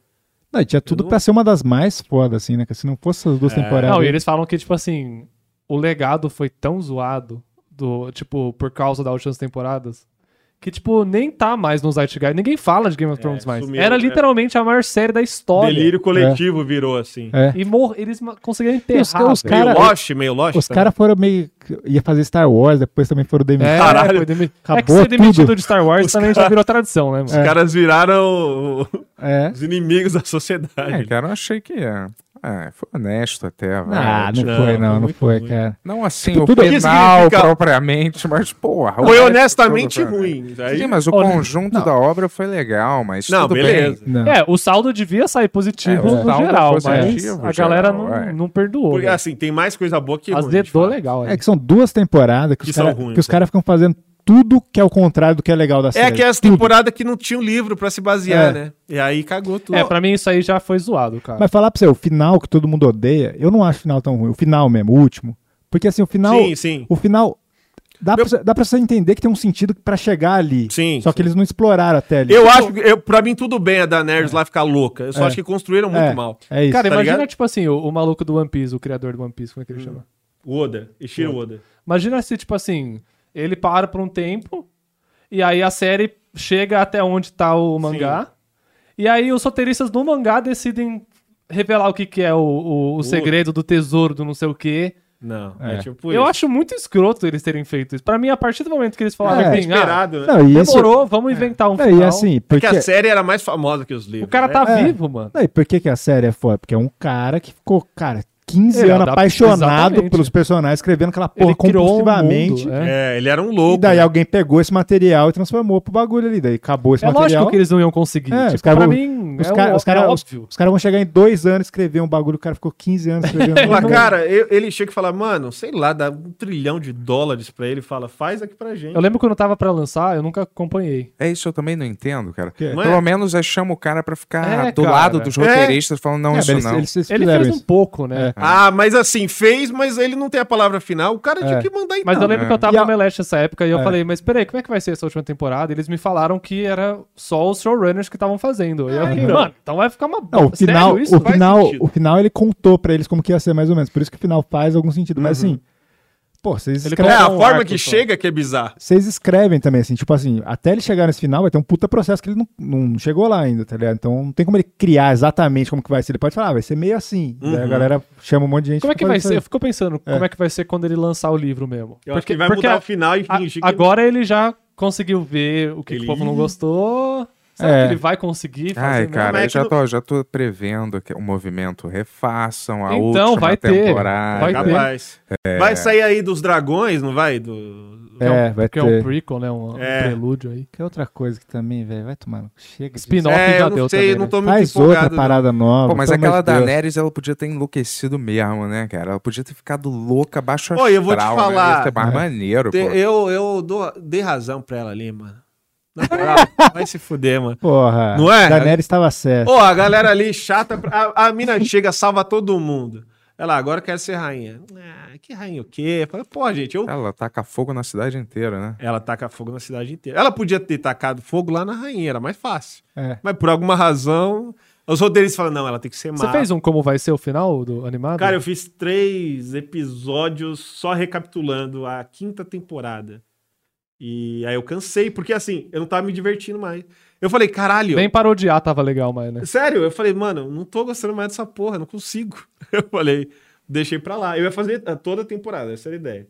S6: Não, e tinha tudo pra ser uma das mais fodas, assim, né? Que se não fosse as duas temporadas.
S8: É. Não, e eles falam que, tipo assim, o legado foi tão zoado, do, tipo, por causa das últimas temporadas, que, tipo, nem tá mais no Zeitgeist. Ninguém fala de Game of Thrones mais.
S9: sumiu,
S8: Era
S9: né?
S8: literalmente a maior série da história. É.
S9: Delírio coletivo virou assim.
S6: É.
S8: E mor eles ma- conseguiram
S6: E os-
S8: enterrar.
S6: os
S8: velho.
S6: cara-
S9: meio Lost, meio Lost.
S6: Os
S9: tá?
S6: caras foram meio. que- ia fazer Star Wars, depois também foram demitidos.
S8: É,
S9: Caralho.
S8: foi demi- é que
S6: Acabou
S8: ser demitido
S6: tudo.
S8: de Star Wars
S9: Os
S8: também já
S9: cara-
S8: virou tradição, né, mano?
S9: Os caras viraram o-
S6: É.
S9: os inimigos da sociedade.
S5: É, cara, eu achei que é. é, foi honesto até. vai.
S6: Ah, não,
S5: Não,
S6: foi, não, não
S9: muito
S6: foi,
S9: ruim.
S6: cara.
S5: não assim,
S6: Tipo,
S5: o
S6: tudo aqui
S5: final
S9: significa-
S5: propriamente, mas porra. o
S9: Foi
S5: resto
S9: honestamente
S5: tudo, cara.
S9: ruim. Aí-
S5: Sim, mas o
S9: Olha,
S5: conjunto da obra foi legal, mas
S9: Não,
S5: tudo
S9: beleza.
S5: bem.
S6: Não.
S8: É, o saldo devia sair positivo
S5: É, o
S8: Uhum, no
S5: saldo
S8: geral, mas
S5: positivo,
S8: a galera
S5: geral,
S8: não,
S5: é.
S8: não perdoou.
S9: Porque
S8: velho.
S9: assim, tem mais coisa boa que
S8: As
S9: ruim. de
S8: dedou
S9: fato.
S8: legal.
S6: É que são duas temporadas que,
S9: Que
S6: os
S9: são
S6: caras
S9: ruins,
S6: que os
S9: é.
S6: caras ficam fazendo tudo que é o contrário do que é legal da série.
S9: É que as temporadas que não tinha um livro pra se basear,
S6: É.
S9: né? E aí cagou tudo.
S8: É, pra mim isso aí já foi zoado, cara.
S6: Mas falar pra você, o final que todo mundo odeia, eu não acho o final tão ruim. O final mesmo, o último. Porque assim, o final.
S9: Sim, sim.
S6: O final. Dá, pra, você- dá pra você entender que tem um sentido pra chegar ali.
S9: Sim,
S6: Só que eles não exploraram até ali.
S9: Eu acho que. Eu, pra mim, tudo bem a Daenerys lá ficar louca. Eu só
S6: É.
S9: acho que construíram muito
S6: É,
S9: mal.
S6: é isso.
S8: Cara,
S9: Tá
S8: imagina,
S9: ligado?
S8: tipo assim, o, o maluco do One Piece, o criador do One Piece, como é que
S5: Hum.
S8: ele chama?
S9: O Oda.
S6: É.
S9: Ishiro Oda.
S8: Imagina se, tipo assim, ele para por um tempo, e aí a série chega até onde tá o mangá, e aí os roteiristas do mangá decidem revelar o que, que é o, o, o segredo do tesouro do não sei o quê.
S9: Não. É, tipo
S8: Eu
S9: isso.
S8: acho muito escroto eles terem feito isso. Pra mim, a partir do momento que eles falaram
S6: É,
S8: assim,
S9: esperado, né?
S6: Não, e
S8: ah,
S6: esse-
S8: demorou, vamos inventar um
S6: Não,
S8: final.
S6: e assim,
S9: Porque
S6: porque.
S9: é. a série era mais famosa que os livros.
S8: o cara
S9: né?
S8: tá
S6: É.
S8: vivo, mano.
S6: Não, e por que, que a série é foda? Porque é um cara que ficou, cara, 15
S8: Ele
S6: anos
S8: adapta-
S6: apaixonado
S8: É, exatamente.
S6: pelos personagens, escrevendo aquela porra
S8: Ele criou um
S6: compulsivamente.
S8: mundo, é.
S9: É, ele era um
S6: E
S9: louco.
S6: daí alguém pegou esse material e transformou pro bagulho ali. Daí acabou esse
S8: É
S6: material.
S8: lógico que eles não iam conseguir.
S6: É,
S8: Tipo,
S6: os caras
S8: pra
S6: vão-
S8: mim,
S6: os
S8: é,
S6: cara-
S8: o-
S6: os cara-
S8: é
S6: os-
S8: óbvio.
S6: Os caras vão chegar em dois anos escrever um bagulho, o cara ficou 15 anos escrevendo. um
S9: Fala,
S6: bagulho.
S9: cara, eu- ele chega e fala, mano, sei lá, dá um trilhão de dólares pra ele e fala, faz aqui pra gente.
S8: Eu lembro quando tava pra lançar, eu nunca acompanhei.
S5: É isso eu também não entendo, cara.
S6: Que-
S5: Pelo menos aí chama o cara pra ficar
S8: É,
S5: do
S8: cara.
S5: lado dos
S9: É.
S5: roteiristas falando, não,
S6: É,
S5: isso
S6: eles-
S5: não.
S6: eles
S8: Ele
S6: fizeram
S8: fez um
S6: isso. É.
S8: pouco, né?
S9: Ah, mas assim, fez, mas ele não tem a palavra final. O cara tinha
S6: É.
S9: que mandar então.
S8: Mas eu lembro
S5: é.
S8: que eu tava
S6: E a-
S8: no Meleste nessa época e eu
S6: É.
S8: falei, mas peraí, como é que vai ser essa última temporada? Eles me falaram que era só os showrunners que estavam fazendo. E
S9: Ah,
S8: eu falei,
S6: então.
S8: mano, então vai ficar uma
S6: Não, o
S8: bosta.
S6: final,
S8: Sério isso?
S6: o
S8: Faz
S6: final,
S8: sentido.
S6: o final ele contou pra eles como que ia ser mais ou menos. Por isso que o final faz algum sentido. Mas assim, pô, vocês
S8: Ele
S9: Uhum. É,
S6: escrevem,
S9: a
S8: um
S9: forma
S8: arco
S9: que
S8: só.
S9: chega que é bizarro.
S6: vocês escrevem também, assim, tipo assim, até ele chegar nesse final vai ter um puta processo que ele não, não chegou lá ainda, tá ligado? Então não tem como ele criar exatamente como que vai ser. Ele pode falar, ah, vai ser meio assim. Daí a
S9: Uhum.
S6: galera chama um monte de gente.
S8: Como é que
S6: pra
S8: vai
S6: fazer
S8: ser? Eu
S6: isso
S8: fico pensando, como é que vai ser quando ele lançar o livro mesmo?
S9: Eu acho que vai mudar o final e
S8: a-
S9: fingir que-
S8: Agora ele já conseguiu ver o que, que
S9: Ele-
S8: o povo não gostou. Será
S6: É.
S8: que ele vai conseguir fazer
S5: Ai,
S8: mesmo?
S5: cara,
S9: Mas é
S5: eu já
S9: que
S5: tô, já tô prevendo que o movimento refaçam a
S8: Então,
S5: última
S8: vai ter,
S5: temporada. É.
S8: vai ter.
S9: Capaz. É. Vai sair aí dos dragões, não vai? Do...
S6: aí? É, vai
S8: Porque é um
S6: ter.
S8: prequel, né? Um, um
S9: É.
S8: prelúdio aí.
S6: Que é outra coisa que também, velho, vai tomar. no- Chega. disso.
S8: Spin-off
S9: É,
S8: já
S9: eu não
S8: deu
S9: sei,
S8: também.
S9: eu não
S8: né?
S9: tô muito
S6: Faz
S9: empolgado.
S6: outra
S9: não.
S6: parada nova.
S5: Pô, mas
S6: pelo amor
S5: aquela
S6: de Deus.
S5: Daenerys, ela podia ter enlouquecido mesmo, né, cara? Ela podia ter ficado louca, baixo
S9: Pô,
S5: astral,
S9: eu vou te
S5: né?
S9: falar.
S5: Ia ser mais
S6: É.
S5: maneiro, pô.
S9: Te- Eu, eu dou, dei razão pra ela ali, mano. Na moral, vai se fuder, mano.
S6: Porra.
S9: Não é?
S6: Daenerys estava certa.
S9: Pô, a galera ali chata. pra- A, a mina chega, salva todo mundo. Ela, "Ah, agora eu quero ser rainha. Ah, que rainha o quê? Fala, Pô, gente, eu.
S5: Ela taca fogo na cidade inteira, né?
S9: Ela taca fogo na cidade inteira. Ela podia ter tacado fogo lá na rainha, era mais fácil.
S6: É.
S9: Mas por alguma razão, Os roteiristas falam, não, ela tem que ser má.
S8: Você fez um como vai ser o final do
S5: um-
S8: animado?
S9: Cara, eu fiz três episódios só recapitulando a quinta temporada. E aí eu cansei, porque assim, eu não tava me divertindo mais. Eu falei, caralho.
S8: Nem parodiar tava legal, mas, né?
S9: Sério, eu falei, mano, não tô gostando mais dessa porra, não consigo. Eu falei, deixei pra lá. Eu ia fazer a- toda a temporada, essa era a ideia.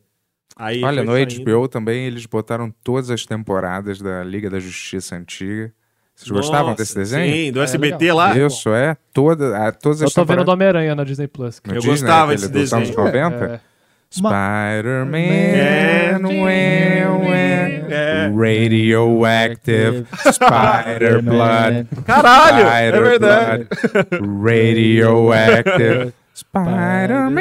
S9: Aí
S5: Olha,
S9: foi
S5: no
S9: saindo.
S5: HBO também eles botaram todas as temporadas da Liga da Justiça antiga. Vocês
S9: Nossa,
S5: gostavam desse desenho?
S9: sim, do É, SBT legal. lá.
S5: Isso, é. Toda, a, todas
S8: Eu
S5: as
S8: tô vendo
S5: temporadas.
S8: do Homem-Aranha na Disney Plus.
S5: No Disney, aquele dos anos 90?
S8: É.
S5: Spider-Man
S8: É.
S9: É.
S5: Radioactive Spider-Blood.
S9: Caralho, é verdade.
S5: Spider-Blood, Radioactive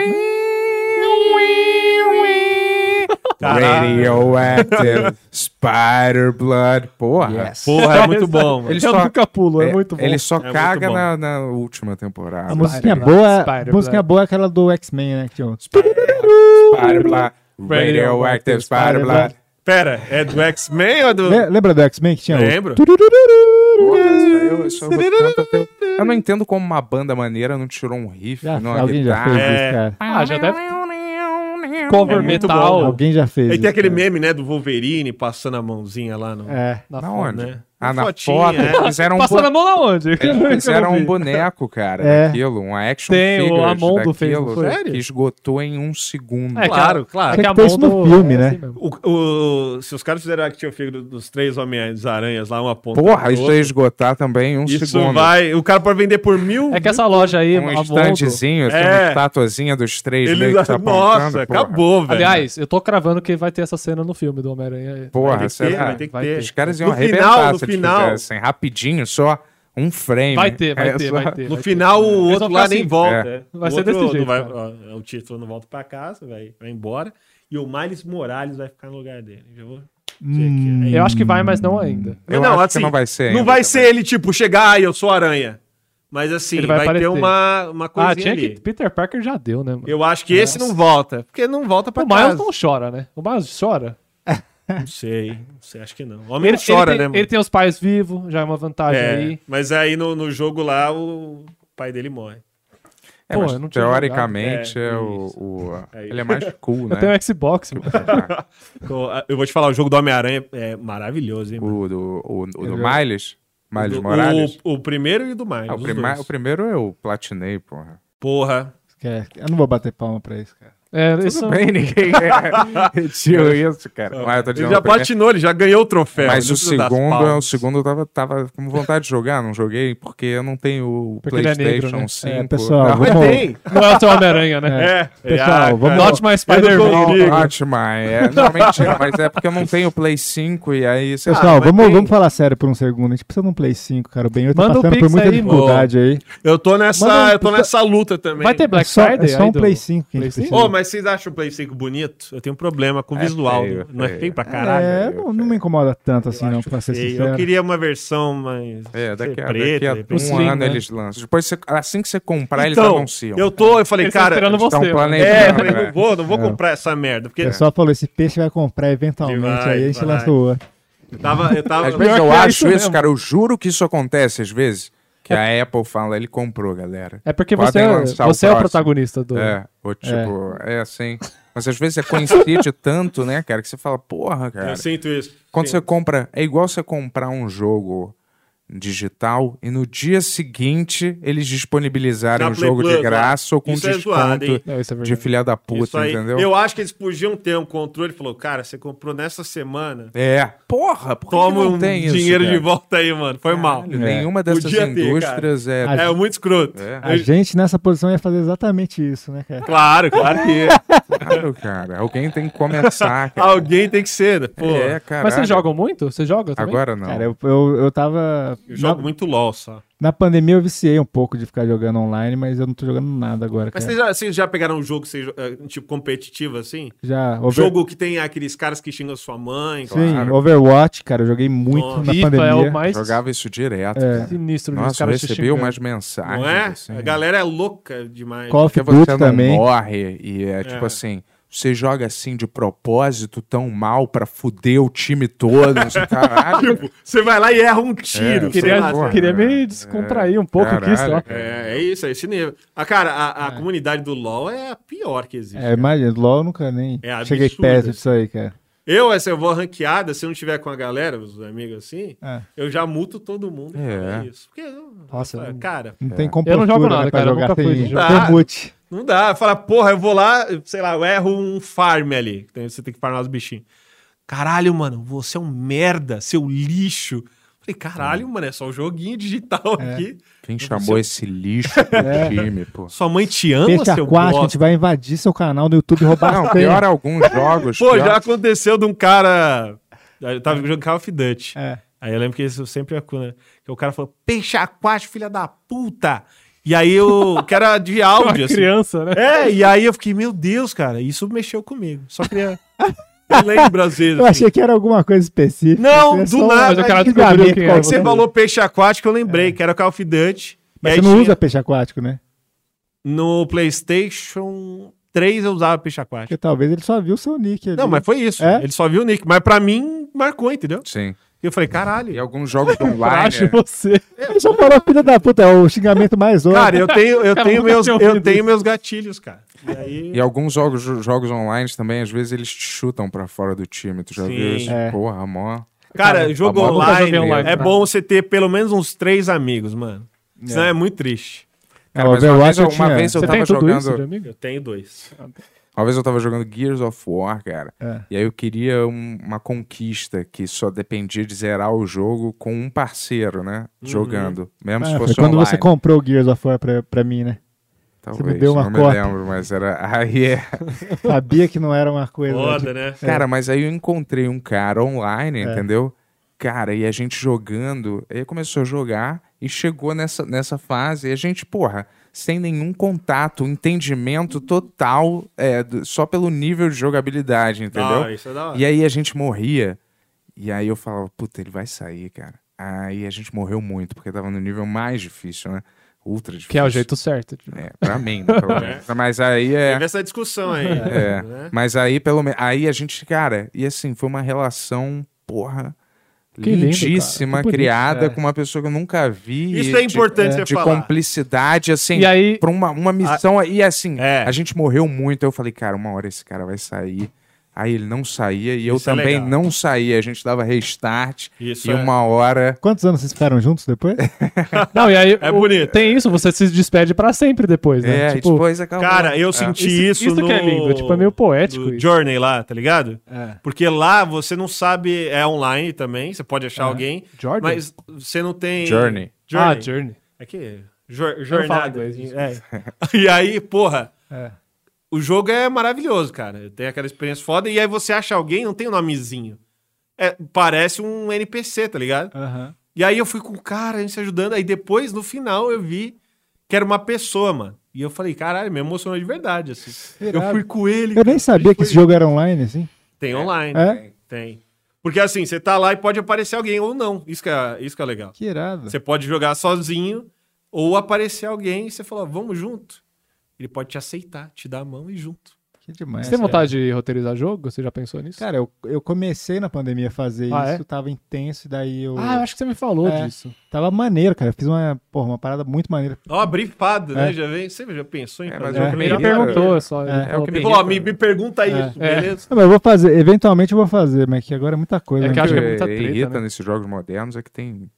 S5: Radioactive Spider-Blood. Porra.
S8: Yes. Porra, é muito bom, mano.
S5: Ele
S8: Eu
S5: só,
S8: nunca pulo, é muito bom.
S5: Ele só
S8: É muito
S5: caga
S8: bom.
S5: na, na última
S9: é
S5: temporada.
S6: A musiquinha boa, a musiquinha boa é aquela do X-Men, né? Que tinha um-
S5: Spider-Blood, Radioactive Spider-Blood.
S9: Pera, é do X-Men ou do.
S6: Le- Lembra do X-Men que tinha? o-
S5: Lembro. Porra, eu, eu só vou tanto até- eu não entendo como uma banda maneira não tirou um riff.
S6: Já-
S5: não, uma
S6: alguém já
S5: guitarra.
S6: fez isso, É. cara. É
S8: Ah, já deve.
S9: É
S8: Cover
S9: muito
S8: metal.
S9: bom.
S6: Alguém já fez
S9: E
S6: isso,
S9: tem aquele meme, né, do Wolverine passando a mãozinha lá no.
S6: É.
S8: Na
S9: foto,
S5: onde?
S9: né?
S5: Ah, na
S9: Fotinha,
S5: foto.
S9: é.
S5: Fizeram um
S8: Passando
S5: bo-
S8: a mão na onde?
S5: Eles fizeram um boneco, cara,
S8: É.
S5: daquilo, um action
S8: Tem, o
S5: figure
S8: Amondo fez, não
S5: daquilo,
S8: foi?
S5: que esgotou em um segundo.
S9: É, claro, claro.
S6: Tem que ter isso no filme,
S5: é assim
S6: né?
S9: O- o- se os caras fizeram action figure dos três Homens-Aranhas lá, uma ponta.
S5: Porra,
S9: pro
S5: isso
S9: outro,
S5: ia esgotar também em um
S9: isso
S5: segundo.
S9: vai. O cara pode vender por mil.
S8: É que essa loja aí,
S5: Um
S8: a Volvo-
S5: estantezinho, tem uma
S8: É.
S5: estatuazinha dos tá três
S9: Eles-
S5: meio que tá apontando.
S9: Nossa,
S5: porra.
S9: acabou, velho.
S8: Aliás, eu tô cravando que vai ter essa cena no filme do Homem-Aranha.
S5: Porra,
S8: vai ter que
S5: será?
S8: ter,
S5: Vai
S8: ter que ter.
S5: Os caras iam
S9: No
S5: arrebentar
S9: final, no
S5: se eles
S9: final-
S5: fizessem rapidinho, só um frame.
S8: Vai ter, vai
S5: É,
S8: ter,
S5: só-
S8: vai ter.
S9: No
S8: vai
S9: final,
S8: ter.
S9: o
S8: Eles vão
S9: outro
S8: ficar
S9: lá
S8: assim.
S9: nem volta.
S5: É.
S9: O
S8: Vai ser
S9: outro
S8: desse
S9: não
S8: jeito, né?
S9: vai-
S8: cara.
S9: ó, é, o título não volta pra casa, vai, vai embora. E o Miles Morales vai ficar no lugar dele. Já vou-
S8: Hum. Eu acho que vai, mas não ainda.
S5: Eu acho que não vai ser
S9: Não
S5: ainda
S9: vai ser ele, tipo, chegar, ai, eu sou aranha. Mas assim,
S8: Ele
S9: vai, ter
S8: aparecer.
S9: uma, uma coisinha
S8: Ah, tinha
S9: ali.
S8: que. Peter Parker já deu, né? mano?
S9: Eu acho que esse não volta. Porque não volta pra
S8: O Miles
S9: casa.
S8: não chora, né? O Miles chora.
S9: Não sei, não sei, acho que não. O homem não chora,
S8: ele
S9: né,
S8: tem,
S9: mano?
S8: Ele tem os pais vivos, já é uma vantagem
S9: É,
S8: aí.
S9: Mas aí no, no jogo lá, o pai dele morre.
S5: É,
S8: Pô,
S5: mas
S8: eu não tinha
S5: teoricamente, é
S9: jogado. É,
S5: o, o-
S9: Aí.
S5: ele é mais cool, né?
S8: Eu tenho um Xbox, mano.
S9: Então, a- Eu vou te falar, o jogo do Homem-Aranha é maravilhoso, hein?
S5: O do, o, o do
S9: já-
S5: Miles? Miles
S9: Do-
S5: Morales?
S9: O, o primeiro e o do Miles.
S5: Ah, o,
S9: os
S5: prima-
S9: é
S5: o
S9: dois.
S5: primeiro eu platinei, porra.
S9: Porra.
S6: É, eu não vou bater palma pra isso, cara.
S8: É,
S5: Tudo
S8: isso
S5: bem, ninguém é- retiro isso, cara. Mas eu tô
S9: Ele
S5: dizendo
S9: já
S5: o primeiro-
S9: platinou, ele já ganhou o troféu.
S5: Mas
S9: Não
S5: o
S9: precisa dar as
S5: segundo, é, o
S9: palmas.
S5: segundo eu tava, tava com vontade de jogar, não joguei, porque eu não tenho o
S8: Porque ele é negro,
S5: PlayStation
S8: né? É,
S5: 5.
S6: pessoal,
S5: não,
S6: vamos-
S5: mas tem.
S8: Não é o seu Homem-Aranha, né?
S9: É.
S6: Pessoal,
S9: Ah,
S6: vamos...
S9: cara.
S8: Not my
S9: Eu não
S8: Spider-Man.
S9: consigo.
S5: Ótima, é. Não, mentira, mas é porque eu não tenho o Play 5 e aí... sei lá,
S6: Pessoal,
S9: Ah,
S5: mas
S6: vamos,
S5: tem-
S6: vamos falar sério por um segundo. A gente precisa de um Play 5, cara. O Ben 8 tá
S8: Manda o
S6: passando por
S8: Pix
S6: muita
S8: aí,
S6: dificuldade aí.
S9: Eu tô nessa,
S6: Manda um-
S9: eu tô nessa luta também.
S8: Vai ter
S6: É
S8: Black
S6: só,
S8: Friday?
S6: é só
S8: aí
S6: um
S8: do-
S6: Play 5 que a
S8: Play
S6: gente
S8: 5?
S6: precisa.
S9: Ô, mas vocês acham o Play 5 bonito? Eu tenho um problema com o
S5: É
S9: visual.
S5: feio,
S9: não é
S5: feio.
S9: feio pra caralho?
S6: É, não, não me incomoda tanto assim, não, pra ser
S9: Feio.
S6: sincero.
S9: Eu queria uma versão mais.
S5: É, daqui a,
S9: preta,
S5: daqui a um
S8: slim,
S5: ano
S8: né?
S5: eles lançam. Depois, você- assim que você comprar, eles
S9: Então,
S5: anunciam.
S9: eu tô, eu falei,
S8: Eles tão
S9: cara.
S8: esperando
S9: eles
S8: você, né?
S9: tão
S8: mano.
S9: planejando,
S5: É,
S9: É, eu falei,
S5: é.
S9: não vou, não vou
S6: É.
S9: comprar essa merda.
S6: O
S9: Porque
S6: pessoal falou, esse peixe vai comprar eventualmente,
S9: Ele vai,
S6: aí a gente
S9: vai.
S6: lança o outro.
S9: eu tava. Eu tava
S5: Às vezes
S8: Pior
S5: eu
S8: que é
S5: acho
S8: isso
S5: isso,
S8: mesmo.
S5: cara. Eu juro que isso acontece às vezes.
S9: É
S5: Que a Apple fala, ele comprou, galera.
S8: É porque
S5: Podem
S8: você,
S5: lançar
S8: você é o
S5: próximo.
S8: protagonista do.
S5: É, ou tipo, é. assim. Mas às vezes é coincide tanto, né, cara, que você fala, porra, cara.
S9: eu sinto isso.
S5: Quando
S9: Sim.
S5: você compra, é igual você comprar um jogo digital e no dia seguinte eles disponibilizarem
S9: Na
S5: o
S9: Play
S5: jogo de
S9: Plus,
S5: graça
S9: ó.
S5: ou com
S9: Isso é
S5: desconto
S9: zoado, hein?
S8: Não, isso é
S5: de
S8: verdade.
S5: filha da
S9: Isso
S5: puta,
S9: aí.
S5: entendeu?
S9: Eu acho que eles podiam ter um controle. Falou, cara, você comprou nessa semana.
S5: É. Porra, por que
S9: Toma
S5: que não
S9: um
S5: tem isso,
S9: dinheiro de
S5: cara?
S9: volta aí, mano. Foi mal. É.
S5: Caralho, Nenhuma dessas
S9: Podia ter, cara.
S5: indústrias é...
S9: É muito escroto.
S5: É.
S6: A gente nessa posição ia fazer exatamente isso, né, cara?
S9: Claro, claro que é.
S5: Claro, cara. Alguém tem que começar, cara.
S9: Alguém tem que ser, né? Pô,
S5: É, cara.
S8: Mas vocês jogam muito? Você joga também?
S5: Agora não.
S6: Cara, eu, eu, eu tava.
S9: eu jogo
S6: na,
S9: muito LOL só.
S6: na pandemia eu viciei um pouco de ficar jogando online, mas eu não tô jogando nada agora,
S9: Mas
S5: É.
S6: cara.
S9: vocês já, vocês já pegaram um jogo, que vocês, eh, tipo, competitivo assim?
S6: Já. Over...
S9: Jogo que tem aqueles caras que xingam sua mãe.
S6: Sim,
S9: claro.
S6: Overwatch, cara, eu joguei muito
S9: Nossa.
S6: na
S8: FIFA
S6: pandemia.
S8: é o mais
S5: Jogava isso direto.
S6: É.
S5: cara.
S8: sinistro dos
S5: Nossa, eu
S8: caras te
S5: recebi
S8: xingando.
S5: umas mensagens.
S9: Não é?
S5: assim.
S9: A galera é louca demais.
S6: Call of
S5: Porque você
S6: Duty
S5: não
S6: também.
S5: morre e é tipo assim, Você joga assim de propósito, tão mal, pra fuder o time todo. não sei, caralho.
S9: Tipo, você vai lá e erra um tiro.
S5: É,
S9: sei
S5: queria-
S9: lá. assim.
S5: porra.
S8: Queria me descontrair um pouco aqui, sei lá.
S9: É, é isso, é esse nível. Ah, cara, a, a comunidade do LoL é a pior que existe.
S6: É, imagina, LOL eu nunca nem
S9: É
S6: cheguei
S9: absurdo,
S6: perto disso aí, cara.
S9: Eu, essa eu vou ranqueada, se eu não tiver com a galera, os amigos assim,
S6: É.
S9: eu já muto todo mundo.
S6: É.
S9: É. Isso. Porque,
S8: Nossa,
S9: é, cara.
S6: não tem
S8: Eu não jogo nada, cara. Eu nunca fui de
S9: Não
S8: jogo.
S9: dá. Não dá. Fala, porra, eu vou lá, sei lá, eu erro um farm ali. que tem- Você tem que farmar os bichinhos. Caralho, mano, você é um merda, seu lixo. Falei, caralho, mano, é só um joguinho digital aqui.
S5: Quem
S9: Eu
S5: chamou
S9: pensei-
S5: esse lixo pro
S6: É.
S5: time, pô?
S9: Sua mãe te ama,
S6: Peixe
S9: seu
S6: aquático, a
S9: bosta.
S6: gente vai invadir seu canal no YouTube e roubar
S5: Não,
S6: as
S5: pior é
S6: senhas.
S5: alguns jogos.
S9: Pô,
S5: pior-
S9: já aconteceu de um cara. Eu tava jogando Call of Duty. Aí eu lembro que isso sempre é cuna. Que o cara falou: peixe aquático, filha da puta! E aí eu. que era de áudio. assim.
S8: Uma criança, né?
S9: É, e aí eu fiquei, meu Deus, cara, isso mexeu comigo. Só queria. Eu lembro às vezes.
S6: Eu
S9: assim.
S6: achei que era alguma coisa específica.
S9: Não,
S6: É
S9: do
S6: só-
S9: nada.
S6: Mas
S9: Aí
S6: desgramento
S9: que é,
S6: qualquer
S9: você
S6: coisa.
S9: falou peixe aquático, eu lembrei que era Call of Duty. E
S6: É. Mas
S9: aí
S6: você não
S9: tinha-
S6: usa peixe aquático, né?
S9: No PlayStation 3 eu usava peixe aquático.
S6: Porque talvez ele só viu seu nick ali.
S9: Não, mas foi isso.
S6: É?
S9: Ele só viu o nick. Mas pra mim, marcou, entendeu?
S5: Sim.
S9: E eu falei, caralho.
S5: E alguns jogos
S6: Acho
S5: online. né?
S6: você. Ele só falou filha da puta, é o xingamento mais outro.
S9: Cara, eu tenho, eu tenho, meus, eu tenho
S6: isso.
S9: meus gatilhos, cara. E aí...
S5: E alguns jogos, jogos online também, às vezes eles te chutam pra fora do time. Tu já viu
S9: Sim.
S5: isso?
S9: É.
S5: Porra, mó.
S9: Cara, jogo
S5: mó-
S9: online,
S5: online, né?
S9: é bom você ter pelo menos uns três amigos, mano. Senão é, muito triste.
S5: Cara, mas uma vez, eu- uma vez eu tava jogando.
S9: Eu tenho dois.
S5: Uma vez eu tava jogando Gears of War, cara.
S6: É.
S5: E aí eu queria um- uma conquista que só dependia de zerar o jogo com um parceiro, né? Jogando. Mesmo se
S6: Ah,
S5: fosse
S6: foi quando
S5: online.
S6: você comprou o Gears of War pra, pra mim, né?
S5: Talvez,
S6: você me deu uma
S5: não
S6: cota.
S5: me lembro, mas era. Aí é.
S6: Sabia que não era uma coisa. de-
S9: né?
S6: É.
S5: Cara, mas aí eu encontrei um cara online,
S6: É.
S5: entendeu? Cara, e a gente jogando, aí começou a jogar e chegou nessa, nessa fase, e a gente, porra, sem nenhum contato, entendimento total, é, do- só pelo nível de jogabilidade, entendeu?
S9: Ah, isso é da hora.
S5: E aí a gente morria, e aí eu falava, puta, ele vai sair, cara. Aí a gente morreu muito, porque tava no nível mais difícil, né? Ultra difícil.
S8: Que é o jeito certo.
S5: É, pra mim, né, pelo menos. Mas aí é.
S9: Teve essa discussão aí.
S5: É,
S9: né?
S5: mas aí pelo menos. Aí a gente, cara, e assim, foi uma relação, porra,
S9: Que lindo,
S5: lindíssima,
S9: cara. Que bonito.
S5: criada
S9: É.
S5: com uma pessoa que eu nunca vi.
S9: Isso
S5: e
S9: é importante
S5: de,
S9: você
S5: de
S9: falar.
S5: cumplicidade, assim,
S8: E aí-
S5: pra uma, uma missão. E assim,
S9: É.
S5: a gente morreu muito. Eu falei, cara, uma hora esse cara vai sair. Aí ele não saía e eu
S9: Isso é
S5: também
S9: legal.
S5: não saía. A gente dava restart
S9: Isso
S5: e
S9: é.
S5: uma hora.
S6: Quantos anos vocês ficaram juntos depois?
S8: Não, e aí. É bonito. Tem isso, você se despede pra sempre depois, né?
S5: É,
S8: Tipo,
S5: depois acabou.
S9: Cara, eu senti isso,
S8: isso
S9: no...
S8: que é lindo, tipo, é meio poético
S9: do
S8: isso.
S9: Journey lá, tá ligado?
S8: É.
S9: Porque lá você não sabe, é online também, você pode achar
S8: É.
S9: alguém,
S8: Jordan?
S9: mas você não tem...
S5: Journey.
S8: Ah, Journey.
S9: É que... Jor
S8: Eu não falo
S9: jornada.
S8: inglês,
S9: é. E aí, porra... O jogo é maravilhoso, cara. Tem aquela experiência foda. E aí você acha alguém, não tem o nomezinho. É, parece um NPC, tá ligado?
S8: É.
S9: E aí eu fui com o cara, a gente se ajudando. Aí depois, no final, eu vi que era uma pessoa, mano. E eu falei, caralho, me emocionou de verdade, assim. Eu fui com ele.
S6: Eu nem sabia que esse jogo era online, assim.
S9: Tem online.
S6: É?
S9: Tem. Porque assim, você tá lá e pode aparecer alguém ou não. Isso que é, isso que é legal.
S6: Que irado.
S9: Você pode jogar sozinho ou aparecer alguém e você fala, vamos junto. Ele pode te aceitar, te dar a mão e junto.
S6: Que demais.
S8: Você tem
S6: cara.
S8: vontade
S5: é.
S8: de roteirizar jogo? Você já pensou nisso?
S6: Cara, eu, eu comecei na pandemia a fazer
S8: Ah,
S9: é?
S6: isso, tava intenso, e daí eu.
S8: Ah, eu acho que você me falou
S6: É,
S8: disso.
S6: Tava maneiro, cara. Eu fiz uma, porra, uma parada muito maneira.
S9: Ó, brifado, né?
S6: É.
S9: Já vem, você já pensou em
S5: É, mas
S9: fazer um
S5: é o que me
S9: primeiro?
S5: irrita,
S8: perguntou, é só-
S6: É,
S9: Ele
S6: é o
S9: falou,
S6: que
S5: me
S9: ó, me,
S5: irrita.
S9: me pergunta isso,
S8: É.
S9: beleza?
S6: Não, mas eu vou fazer, eventualmente eu vou fazer, mas que agora é muita coisa.
S8: É
S6: né?
S8: que eu acho que é muita
S5: irrita
S8: treta, né?
S5: nesses jogos modernos é que tem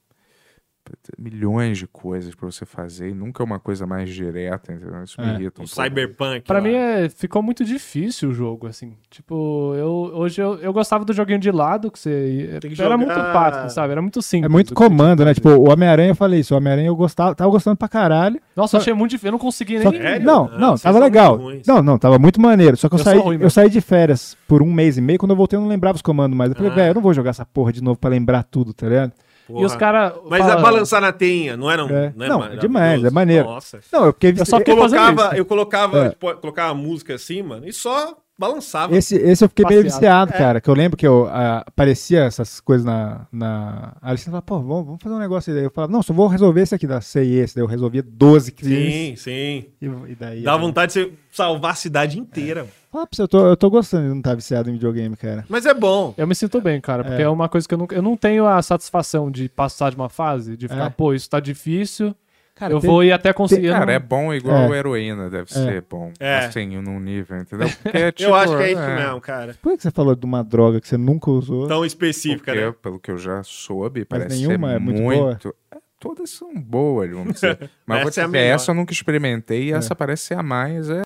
S5: puta, milhões de coisas pra você fazer e nunca é uma coisa mais direta, entendeu? Isso me
S8: É.
S5: irrita um
S9: Um
S5: pouco.
S9: cyberpunk.
S8: Pra
S9: lá.
S8: mim é, ficou muito difícil o jogo, assim. Tipo, eu hoje eu, eu gostava do joguinho de lado, que você.
S9: Tem que
S8: era
S9: jogar.
S8: muito fácil, sabe? Era muito
S6: É
S8: simples.
S6: muito
S8: o que você
S6: comando, né? Tipo, o Homem-Aranha, eu falei isso, o Homem-Aranha eu gostava, tava gostando pra caralho.
S8: Nossa, eu achei muito difícil. Eu não consegui nem.
S6: Só que- não,
S9: Ah,
S6: não, tava legal. Não, não, tava muito maneiro. Só que eu,
S8: Eu sou
S6: saí,
S8: ruim mesmo.
S6: eu saí de férias por um mês e meio. Quando eu voltei, eu não lembrava os comandos mais. Eu falei,
S9: Ah.
S6: velho, eu não vou jogar essa porra de novo pra lembrar tudo, tá ligado?
S9: Porra.
S8: os cara
S9: Mas
S8: fala-
S9: a balançar na teinha, não era um.
S6: É.
S9: era
S6: Não, é
S9: maravilhoso?
S6: demais, é maneiro.
S9: Nossa.
S6: Não, eu fiquei
S9: Eu só
S6: eu-
S9: colocava, eu colocava,
S6: É.
S9: tipo, colocava a música assim, mano, e só balançava.
S6: Esse, esse eu fiquei meio
S9: Passeava.
S6: viciado,
S9: É.
S6: cara. Que eu lembro que eu ah, aparecia essas coisas na. na... A Alessandra falava, pô, vamos, vamos fazer um negócio aí. Daí Eu falava, não, só vou resolver esse aqui da C e esse. Daí eu resolvia 12
S9: Sim,
S6: crimes.
S9: sim.
S6: E, daí,
S9: Dá vontade de você salvar a cidade inteira.
S6: Fala pra você, eu tô, eu tô gostando de não estar viciado em videogame, cara.
S9: Mas é bom.
S8: Eu me sinto bem, cara, porque
S6: É.
S8: é, uma coisa que eu não, eu não tenho a satisfação de passar de uma fase, de ficar,
S6: É.
S8: pô, isso tá difícil,
S5: Cara,
S8: eu
S5: tem-
S8: vou ir até conseguir. eu
S5: Cara,
S8: não-
S5: é bom igual heroína, deve
S8: É.
S5: ser bom.
S8: É.
S5: Assim, num nível, entendeu? Porque, tipo,
S8: tipo,
S9: eu acho que é isso mesmo, cara.
S6: Por que você falou de uma droga que você nunca usou?
S5: Então,
S9: Tão específica,
S5: Porque,
S9: né?
S5: Pelo que eu já soube, parece
S6: nenhuma
S5: ser
S6: é muito
S5: muito...
S6: boa?
S5: É, Todas são boas, vamos dizer. Mas
S8: Essa
S5: vou te
S8: é a
S5: dizer,
S8: melhor.
S5: essa eu nunca experimentei
S6: É.
S5: e essa parece ser a mais. É...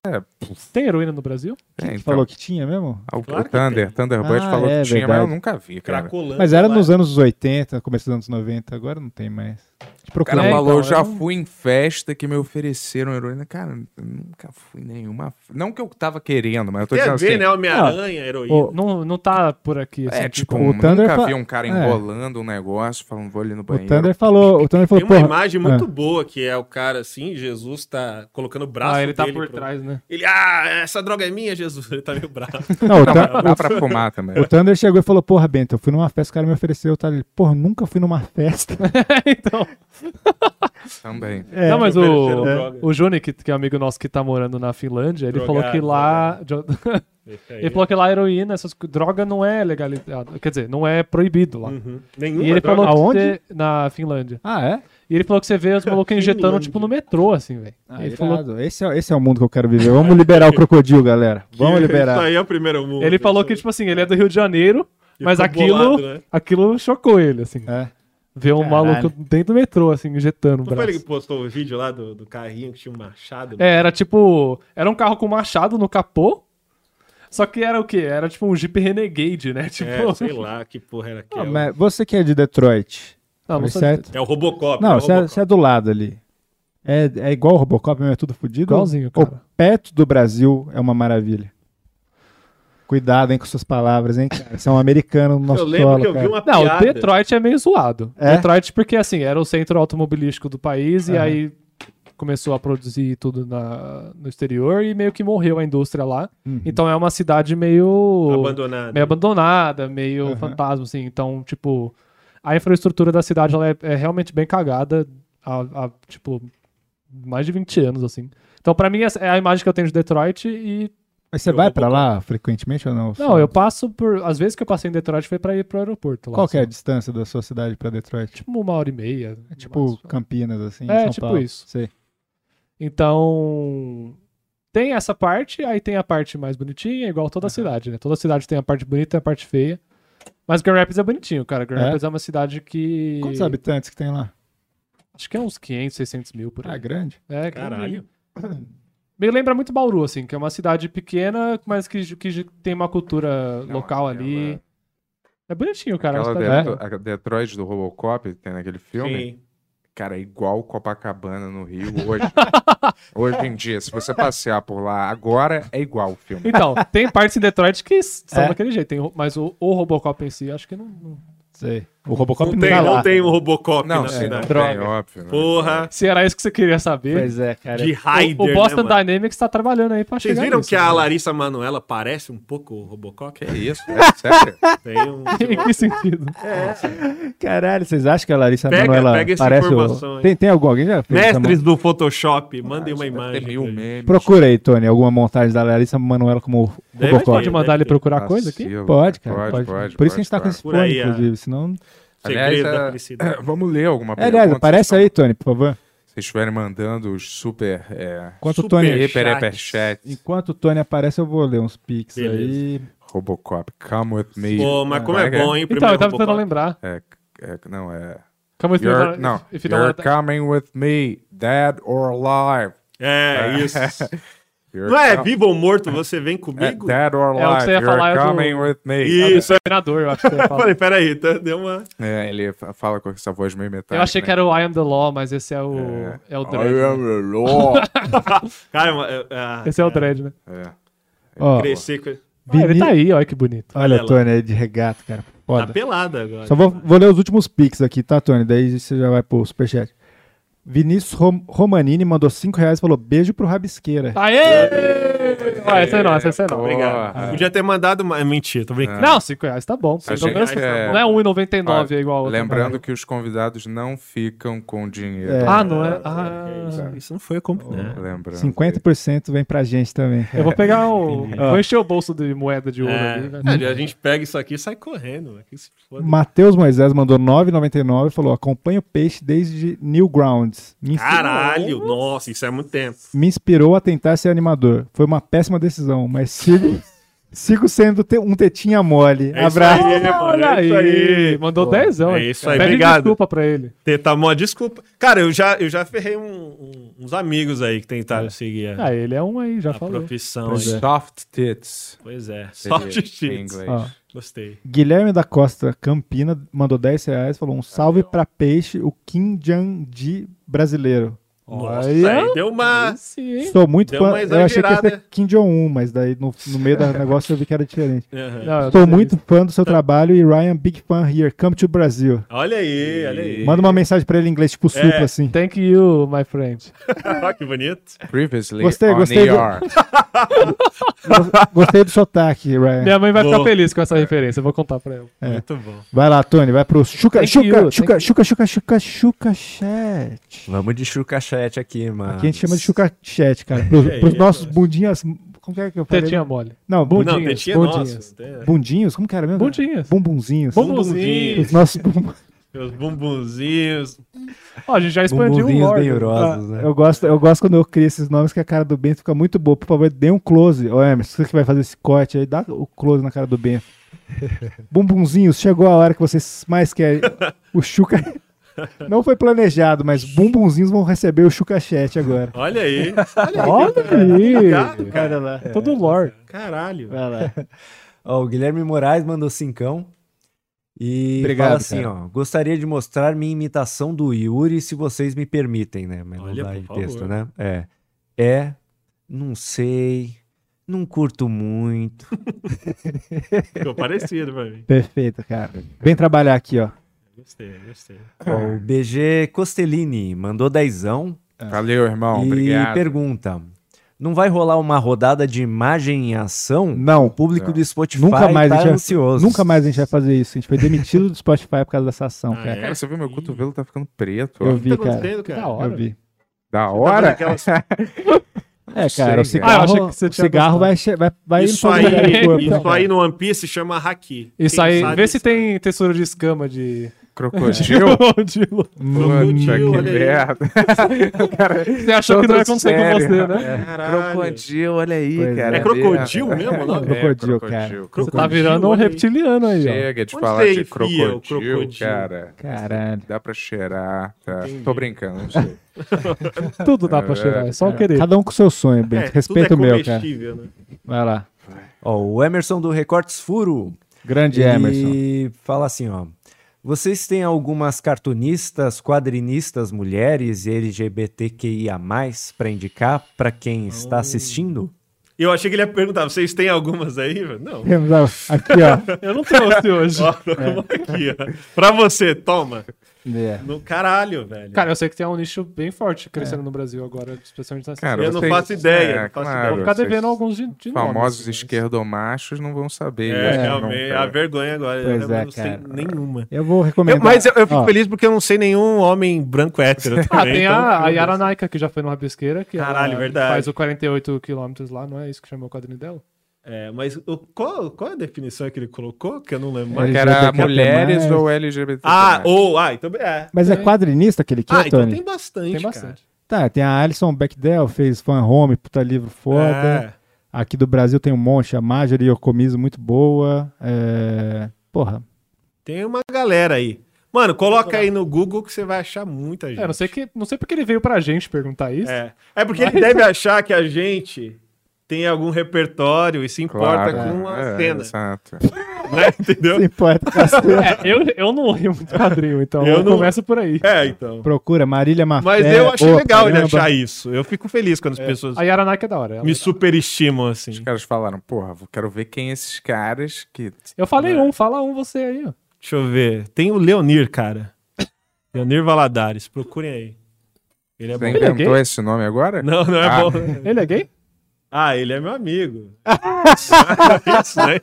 S8: Tem heroína no Brasil?
S5: É, então, Ah,
S6: Falou que tinha mesmo?
S5: o- o Thunder, Thunderbird
S6: Ah,
S5: falou
S6: é,
S5: que tinha, mas
S6: verdade.
S5: eu nunca vi, cara.
S6: Mas era nos anos 80, começo dos anos 90, agora não tem mais. Te
S5: O cara
S6: procura.
S5: falou,
S6: Então,
S5: já
S6: era um-
S5: fui em festa que me ofereceram heroína. Cara, eu nunca fui em nenhuma. Não que eu tava querendo, mas eu tô
S9: Tem a
S5: dizendo
S9: ver,
S5: assim.
S9: né? Homem-Aranha,
S5: Não,
S9: heroína.
S5: o-
S8: Ah, Não, não tá por aqui.
S5: É,
S8: assim,
S5: tipo,
S6: o
S5: nunca
S6: Thunder fa-
S5: vi um cara
S6: é.
S5: enrolando um negócio, falando, vou ali no
S6: O
S5: banheiro.
S6: Thunder falou, o Thunder
S9: Tem
S6: falou,
S9: uma
S6: porra,
S9: imagem
S6: ah.
S9: muito boa que é o cara assim, Jesus tá colocando o braço
S8: Ah, ele tá
S9: dele
S8: por trás, né?
S9: Ele, ah, essa droga é minha, Jesus. Ele tá meio bravo.
S6: Não, o Tan- o-
S5: também.
S6: O Thunder chegou e falou, porra, Bento, eu fui numa festa, o cara me ofereceu, tá? Ele, porra, nunca fui numa festa.
S8: então.
S5: Também.
S6: É,
S8: não, mas o,
S6: ofereceram
S9: droga.
S8: o Juni, que, que é um amigo nosso que tá morando na Finlândia, ele falou que
S9: Drogado, é
S8: lá. ele falou que lá é heroína, essas co- droga não é legalizado. Quer dizer, não é proibido lá.
S9: Uhum. Nenhuma
S8: e ele
S9: droga.
S8: falou que
S9: Aonde?
S8: você- na Finlândia.
S6: Ah, é?
S8: E ele falou que você vê os malucos injetando, tipo, no metrô, assim, velho. ele falou
S6: Ah, Irado. esse, é, esse é o mundo que eu quero viver. Vamos liberar o crocodilo, galera. Vamos liberar.
S9: Isso aí é o primeiro mundo.
S8: Ele falou que, tipo assim, ele é do Rio de Janeiro,
S9: Ele
S8: mas
S9: ficou
S8: aquilo,
S9: bolado, né?
S8: aquilo chocou ele, assim.
S6: É.
S8: Ver um
S9: Caralho.
S8: maluco dentro do metrô, assim, injetando o
S9: Não foi
S8: braço.
S9: ele que postou o vídeo lá do, do carrinho que tinha um machado?
S8: É, era tipo. Era um carro com machado no capô. Só que era o quê? Era tipo um Jeep Renegade, né? Tipo,
S9: É, sei lá que porra era aquela.
S6: Ah, mas você que é de Detroit.
S8: Não, não
S6: falei
S8: sou de
S6: certo?
S9: É o Robocop. é
S6: Não,
S9: o
S6: você é,
S9: Robocop.
S6: você é do lado ali. É, é igual o Robocop, mas é tudo fodido.
S8: Igualzinho,
S6: O perto do Brasil é uma maravilha. Cuidado, hein, com suas palavras, hein, cara. Você é um americano no nosso
S9: Eu lembro
S6: solo,
S9: que eu vi
S6: cara.
S9: uma
S8: Não,
S9: piada.
S8: Detroit é meio zoado.
S6: É?
S8: Detroit, porque assim, era o centro automobilístico do país e
S9: Aham.
S8: aí começou a produzir tudo na, no exterior e meio que morreu a indústria lá.
S9: Uhum.
S8: Então é uma cidade meio.
S9: Abandonada.
S8: Meio abandonada, meio fantasma, assim. Então, tipo, a infraestrutura da cidade ela é, é realmente bem cagada há, há, tipo, mais de 20 anos, assim. Então, pra mim, essa é a imagem que eu tenho de Detroit e
S6: Mas você vai pra lá frequentemente ou não?
S8: não, eu passo por. Às vezes que eu passei em Detroit foi pra ir pro aeroporto lá.
S6: Qual que é a
S8: assim.
S6: distância da sua cidade pra Detroit?
S8: Tipo uma hora e meia. É
S6: tipo Campinas, assim,
S8: É,
S6: São
S8: tipo
S6: Paulo.
S8: isso.
S6: Sei.
S8: Então. Tem essa parte, aí tem a parte mais bonitinha, igual toda cidade, né? Toda cidade tem a parte bonita e a parte feia. Mas Grand Rapids é bonitinho, cara. Grand
S6: É?
S8: Rapids é uma cidade que.
S6: Quantos habitantes que tem lá?
S8: Acho que é uns 500, 600 mil por aí.
S6: Ah, grande.
S8: É,
S9: Caralho.
S8: Me lembra muito Bauru, assim, que é uma cidade pequena, mas que, que tem uma cultura
S9: é
S8: local ali. É bonitinho, cara.
S5: Aquela
S8: uma cidade
S5: Detro-
S8: legal.
S6: é.
S5: a Detroit do Robocop, tem naquele filme.
S8: Sim.
S5: Cara, é igual Copacabana no Rio hoje. hoje em dia, se você passear por lá agora, é igual o filme.
S8: Então, tem partes em Detroit que s- são
S5: É.
S8: daquele jeito, tem ro- mas o, o Robocop em si, acho que não. não-
S6: Sei. O Robocop
S9: Não tem,
S8: tá
S9: não
S8: lá.
S9: tem o Robocop
S8: Não,
S9: na
S8: sim,
S9: cidade.
S8: não tem,
S5: óbvio, né?
S9: Porra.
S8: Se era isso que você queria saber.
S9: Pois é, cara.
S8: o-
S9: De Raider,
S8: O, Boston
S9: né, mano?
S8: Dynamics tá trabalhando aí pra
S9: Vocês
S8: chegar.
S9: viram
S8: nisso,
S9: que a
S8: né?
S9: Larissa Manoela parece um pouco o Robocop? É
S5: isso, é sério.
S9: Tem um... É.
S8: Em que sentido?
S6: Caralho, vocês acham que a Larissa
S9: Pega-
S6: Manoela
S9: pega essa
S6: parece
S9: informação
S6: o...
S9: aí.
S6: Tem, tem algum,
S5: É,
S6: alguém já fez essa
S5: tá
S9: Mestres
S6: mo-
S9: do
S5: Ah,
S9: Photoshop, mandem uma imagem. pra gente.
S6: Procura aí, Tony, alguma montagem da Larissa Manoela como
S9: Deve
S6: Robocop.
S8: ter, Pode mandar deve ele ter. procurar
S5: Ah,
S8: coisa aqui?
S5: Vacilo.
S6: Pode, cara.
S5: Pode,
S6: Pode,
S5: pode,
S6: Por isso que a gente tá
S5: pode,
S6: com esse
S5: pode.
S6: fone,
S5: Por aí, é.
S6: inclusive, senão...
S5: Aliás,
S9: Segredo da
S5: é-
S9: felicidade.
S5: vamos ler alguma
S6: É,
S5: pergunta. então?
S6: aliás, aparece aí, Tony, por favor.
S5: Se vocês estiverem mandando os super... É,
S6: Enquanto o
S5: super
S6: Tony-
S5: hiper, hiper chats.
S6: Enquanto o Tony aparece, eu vou ler uns pics aí.
S5: Robocop, come with me.
S9: Pô, mas como é bom, hein, o
S8: Então, primeiro eu tava tentando Robocop. lembrar.
S5: É, é, não, é...
S8: Come with me,
S5: you're,
S8: if-
S5: Não,
S8: if you don't
S5: you're
S8: let-
S5: coming with me, dead or alive.
S9: É, isso.
S5: You're
S9: Não é
S5: com-
S9: vivo ou morto, você vem comigo?
S5: dead or alive,
S8: É o que você ia
S5: you're
S8: falar, é do-
S5: coming with me.
S9: Isso.
S8: É o treinador, eu acho que você ia falar.
S9: Falei, peraí, tá- deu uma...
S5: É, ele fa- fala com essa voz meio metálica.
S8: Eu achei que
S5: né?
S8: era o I Am The Law, mas esse é o. É, o Dredd.
S5: I am the law.
S9: Cara, é- é-
S8: esse é o Dredd, né?
S5: É.
S6: Ó,
S9: Crescer com...
S8: Ah, ele tá aí, olha que bonito.
S6: Olha,
S9: Olha
S6: o
S9: lá.
S6: Tony aí de regata, cara. Foda.
S9: Tá pelada agora.
S6: Só vou, vou ler os últimos pics aqui, tá, Tony? Daí você já vai pro superchat.
S8: Ah,
S6: Vinícius Rom- Romanini mandou 5 reais e falou beijo pro Rabisqueira.
S8: Aê! Ah, essa é nossa, essa é nossa.
S9: Obrigado. Podia ter mandado uma. é Mentira, tô brincando.
S8: Não, 5 reais tá bom. Pelo menos Não é 1,99
S5: Ó,
S8: é igual a outra.
S5: Lembrando que os convidados não ficam com dinheiro.
S8: Ah, não é? Ah,
S5: né?
S8: isso não foi Né? como.
S5: Lembrando.
S6: 50% vem pra gente também.
S8: Eu vou pegar o.
S6: Entendi.
S8: Vou encher o bolso de moeda de ouro
S9: É.
S8: ali. né?
S9: É, a gente pega isso aqui e sai correndo. velho. Que se foda.
S6: Matheus Moisés mandou 9,99 e falou: acompanha o peixe desde Newgrounds. Me inspirou,
S9: Caralho, nossa, isso é muito tempo.
S6: me inspirou a tentar ser animador. Foi uma péssima decisão, mas sigo, sigo sendo te- um tetinha mole.
S9: É isso
S6: Abraço.
S9: aí, mano, é isso aí.
S8: Mandou
S9: Pô,
S8: 10
S9: É isso aí, obrigado.
S8: desculpa pra ele.
S9: Tentar mó desculpa. Cara, eu já, eu já ferrei um- um- uns amigos aí que tentaram seguir a,
S8: Ah, ele é um aí, já
S9: a
S8: falou.
S9: profissão.
S6: Pois
S9: aí.
S6: é.
S5: Soft tits.
S9: Pois é,
S5: Seria
S9: soft
S5: em
S9: tits.
S5: inglês.
S6: Ó.
S9: Gostei.
S6: Guilherme da Costa Campina mandou 10 reais falou um salve pra peixe, o Kim Jang Ji brasileiro.
S9: Nossa,
S6: Olha.
S9: aí deu uma.
S6: Sou muito
S9: deu
S6: fã.
S9: uma
S6: Eu achei que ia
S9: exagerada.
S6: ser Kim Jong-un, mas daí no, no meio do negócio eu vi que era diferente.
S9: Aham. Não, eu
S6: Sou
S9: não sei
S6: muito fã do seu trabalho e Ryan, big fan here. Come to Brasil.
S9: Olha aí, olha aí.
S6: Manda uma mensagem pra ele em inglês, tipo supla,
S9: É.
S6: assim.
S8: Thank you, my friend.
S9: Ó, que bonito.
S5: Previously
S6: Gostei, gostei. Do... Go- gostei do sotaque, Ryan.
S8: Minha mãe vai ficar feliz com essa referência, eu vou contar pra ela.
S6: É.
S9: Muito bom.
S6: Vai lá, Tony, vai pro Chuca,
S8: Thank
S6: Chuca,
S8: you,
S6: Chuca, Chuca, Chuca, Chuca, Chuca Chat.
S13: Vamos de chucachete aqui, mano.
S6: Que a gente chama de Chuca Chat, cara. Pros,
S13: Que
S6: pros
S13: isso,
S6: nossos bundinhas. Como que é que eu falei?
S8: Tetinha mole.
S6: Não,
S8: Bundinhas,
S6: bundinhas.
S8: Não, tetinha é bundinhas.
S9: nossa.
S6: Bundinhos? Como que era mesmo?
S8: Bundinhas.
S6: Bumbunzinhos.
S9: Bumbunzinhos.
S6: Os nossos bumbum-
S9: Meus bumbunzinhos.
S8: Ó, a gente já
S6: expandiu o lore.
S9: né?
S5: né?
S6: Ah, Eu gosto, eu gosto quando eu crio esses nomes que a cara do Bento fica muito boa. Por favor, dê um close. Ô, Emerson, você que vai fazer esse corte aí, dá o close na cara do Bento. Bumbunzinhos, chegou a hora que vocês mais querem. O Chuca. Não foi planejado, mas bumbunzinhos vão receber o Chuca Chat agora.
S9: Olha aí.
S8: tá
S6: Olha aí.
S13: Olha
S8: lá.
S6: Todo lore.
S9: Caralho.
S13: Vai lá. é ó, o Guilherme Moraes mandou cincão. E
S1: Obrigado,
S13: fala assim,
S1: cara.
S13: ó. Gostaria de mostrar minha imitação do Yuri, se vocês me permitem, né? Mas
S1: Olha,
S13: não dá
S1: por
S13: de texto,
S1: favor.
S13: né? É. É. Não sei. Não curto muito.
S9: Ficou parecido pra mim.
S6: Perfeito, cara. Vem trabalhar aqui, ó.
S9: Gostei, gostei.
S13: Ó, o BG Costellini mandou dezão.
S6: É.
S5: Valeu, irmão.
S13: E
S5: Obrigado.
S13: pergunta. Não vai rolar uma rodada de imagem em ação?
S6: Não.
S13: O público do Spotify
S6: É. Nunca mais,
S13: tá
S6: a gente vai-
S13: ansioso.
S6: nunca mais a gente vai fazer isso. A gente foi demitido do Spotify por causa dessa ação,
S8: Ah,
S6: cara.
S8: é?
S5: Cara, você viu meu cotovelo tá ficando preto? ó.
S6: Eu vi, cara.
S9: cara?
S6: Eu vi.
S5: Da hora?
S9: Aquelas-
S6: É,
S5: Sei,
S6: cara, o
S5: Ah, eu
S6: cigarro,
S5: achei que você
S6: o
S5: tinha
S6: cigarro vai, che- vai, vai
S9: isso
S6: indo pra
S9: aí,
S6: lugar do corpo,
S9: isso
S6: cara.
S9: aí no One Piece chama Haki.
S8: Isso aí, vê se tem textura de escama de.
S5: Crocodilo?
S8: Crocodilo.
S5: Puta que
S8: olha aí.
S5: merda. Cara,
S8: Você achou que não ia
S5: todo
S8: acontecer com
S5: sério.
S8: você, né?
S5: É. Crocodilo, olha aí,
S8: Pois é.
S5: cara.
S8: É crocodilo
S5: É.
S8: mesmo o nome?
S5: É,
S8: Crocodilo, cara. Você tá virando um
S5: olha aí.
S8: reptiliano aí, ó.
S5: Chega de
S8: Onde
S5: falar
S8: você
S5: de
S8: enfia
S5: crocodilo,
S8: o crocodilo?
S5: cara.
S6: Caralho.
S5: Dá pra cheirar, tá? Tô brincando, não sei.
S8: Tudo dá pra cheirar, é só
S6: Cara,
S8: querer.
S6: Cada um com seu sonho,
S9: É,
S6: Bento. Respeita o meu, cara.
S9: né?
S6: Vai lá.
S13: Ó, o Emerson do Recortes Furo.
S6: Grande
S13: E fala assim, ó. Vocês têm algumas cartunistas, quadrinistas, mulheres e LGBTQIA+, pra indicar pra
S9: Hum.
S13: quem está assistindo?
S9: Eu achei que ele ia perguntar, vocês têm algumas aí? velho? Não.
S6: Temos a- aqui, ó.
S9: Eu não trouxe hoje. Ó,
S8: É.
S9: aqui, ó. Pra você, toma.
S6: É.
S9: No caralho, velho.
S8: Cara, eu sei que tem um nicho bem forte crescendo no Brasil agora, especialmente na
S5: É. Cara,
S9: Eu não
S5: vocês-
S9: faço ideia,
S5: é,
S9: não faço
S5: claro,
S9: ideia.
S8: Vou ficar
S5: vocês-
S8: devendo alguns de- de nomes, né?
S5: Famosos esquerdomachos não vão saber.
S9: É,
S5: isso, não,
S9: realmente,
S5: cara.
S9: a vergonha agora.
S5: Pois
S9: eu
S8: né?
S5: é,
S9: não
S5: cara.
S9: sei nenhuma.
S6: Eu vou recomendar.
S9: Eu- mas eu, eu fico
S6: Ó.
S9: feliz porque eu não sei nenhum homem branco hétero
S8: Ah,
S9: também.
S8: tem
S9: então,
S8: a, a
S9: meu
S8: Yara
S9: Deus.
S8: Naika que já foi no Rabisqueira, que
S9: Caralho,
S8: ela
S9: verdade.
S8: faz o 48 quilômetros lá, não é isso que chamou o quadrinho dela?
S9: É, mas o- qual, qual é a definição que ele colocou? Que eu não lembro
S5: Mas
S9: mais.
S5: que
S8: é
S5: era mulheres ou LGBT.
S9: Ah, ou. Ah, então é.
S6: Mas é quadrinista aquele que,
S8: né,
S9: Ah,
S6: é,
S9: então
S6: Tony?
S9: tem bastante. Tem bastante.
S6: Tá, tem a Alison Bechdel, fez Fan Home, puta livro foda.
S9: É.
S6: Aqui do Brasil tem um monte, a Marjorie Yokomizo, muito boa. É... Porra,
S9: Tem uma galera aí. Mano, coloca aí no Google que você vai achar muita gente.
S8: É, não sei, que, não sei porque ele veio pra gente perguntar isso.
S9: É, é porque ele deve achar que a gente tem algum repertório e se importa
S5: Claro,
S9: com a
S5: é,
S9: cena.
S5: Exato.
S9: Né? Entendeu?
S6: Se importa com a cena.
S8: É, eu, eu não leio muito quadrinho, então
S9: Eu
S8: eu,
S9: não-
S8: começo por aí.
S9: É, então.
S6: procura Marília Mafé.
S9: Mas eu achei
S6: Ô,
S9: legal ele
S6: caramba.
S9: achar isso. Eu fico feliz quando as pessoas
S8: A Yara Naika é da hora. ela-
S9: me superestimam assim. Os
S5: caras falaram, porra, vou- quero ver quem esses caras que.
S8: Eu falei
S9: É.
S8: um, fala um você aí, ó.
S9: Deixa eu ver. Tem o Leonir, cara. Leonir Valadares. Procurem aí. Ele é
S5: Você
S9: bom.
S5: inventou esse nome agora?
S9: Não, não é
S5: Ah.
S9: bom.
S8: Ele é gay?
S9: Ah, ele é meu amigo. isso, né?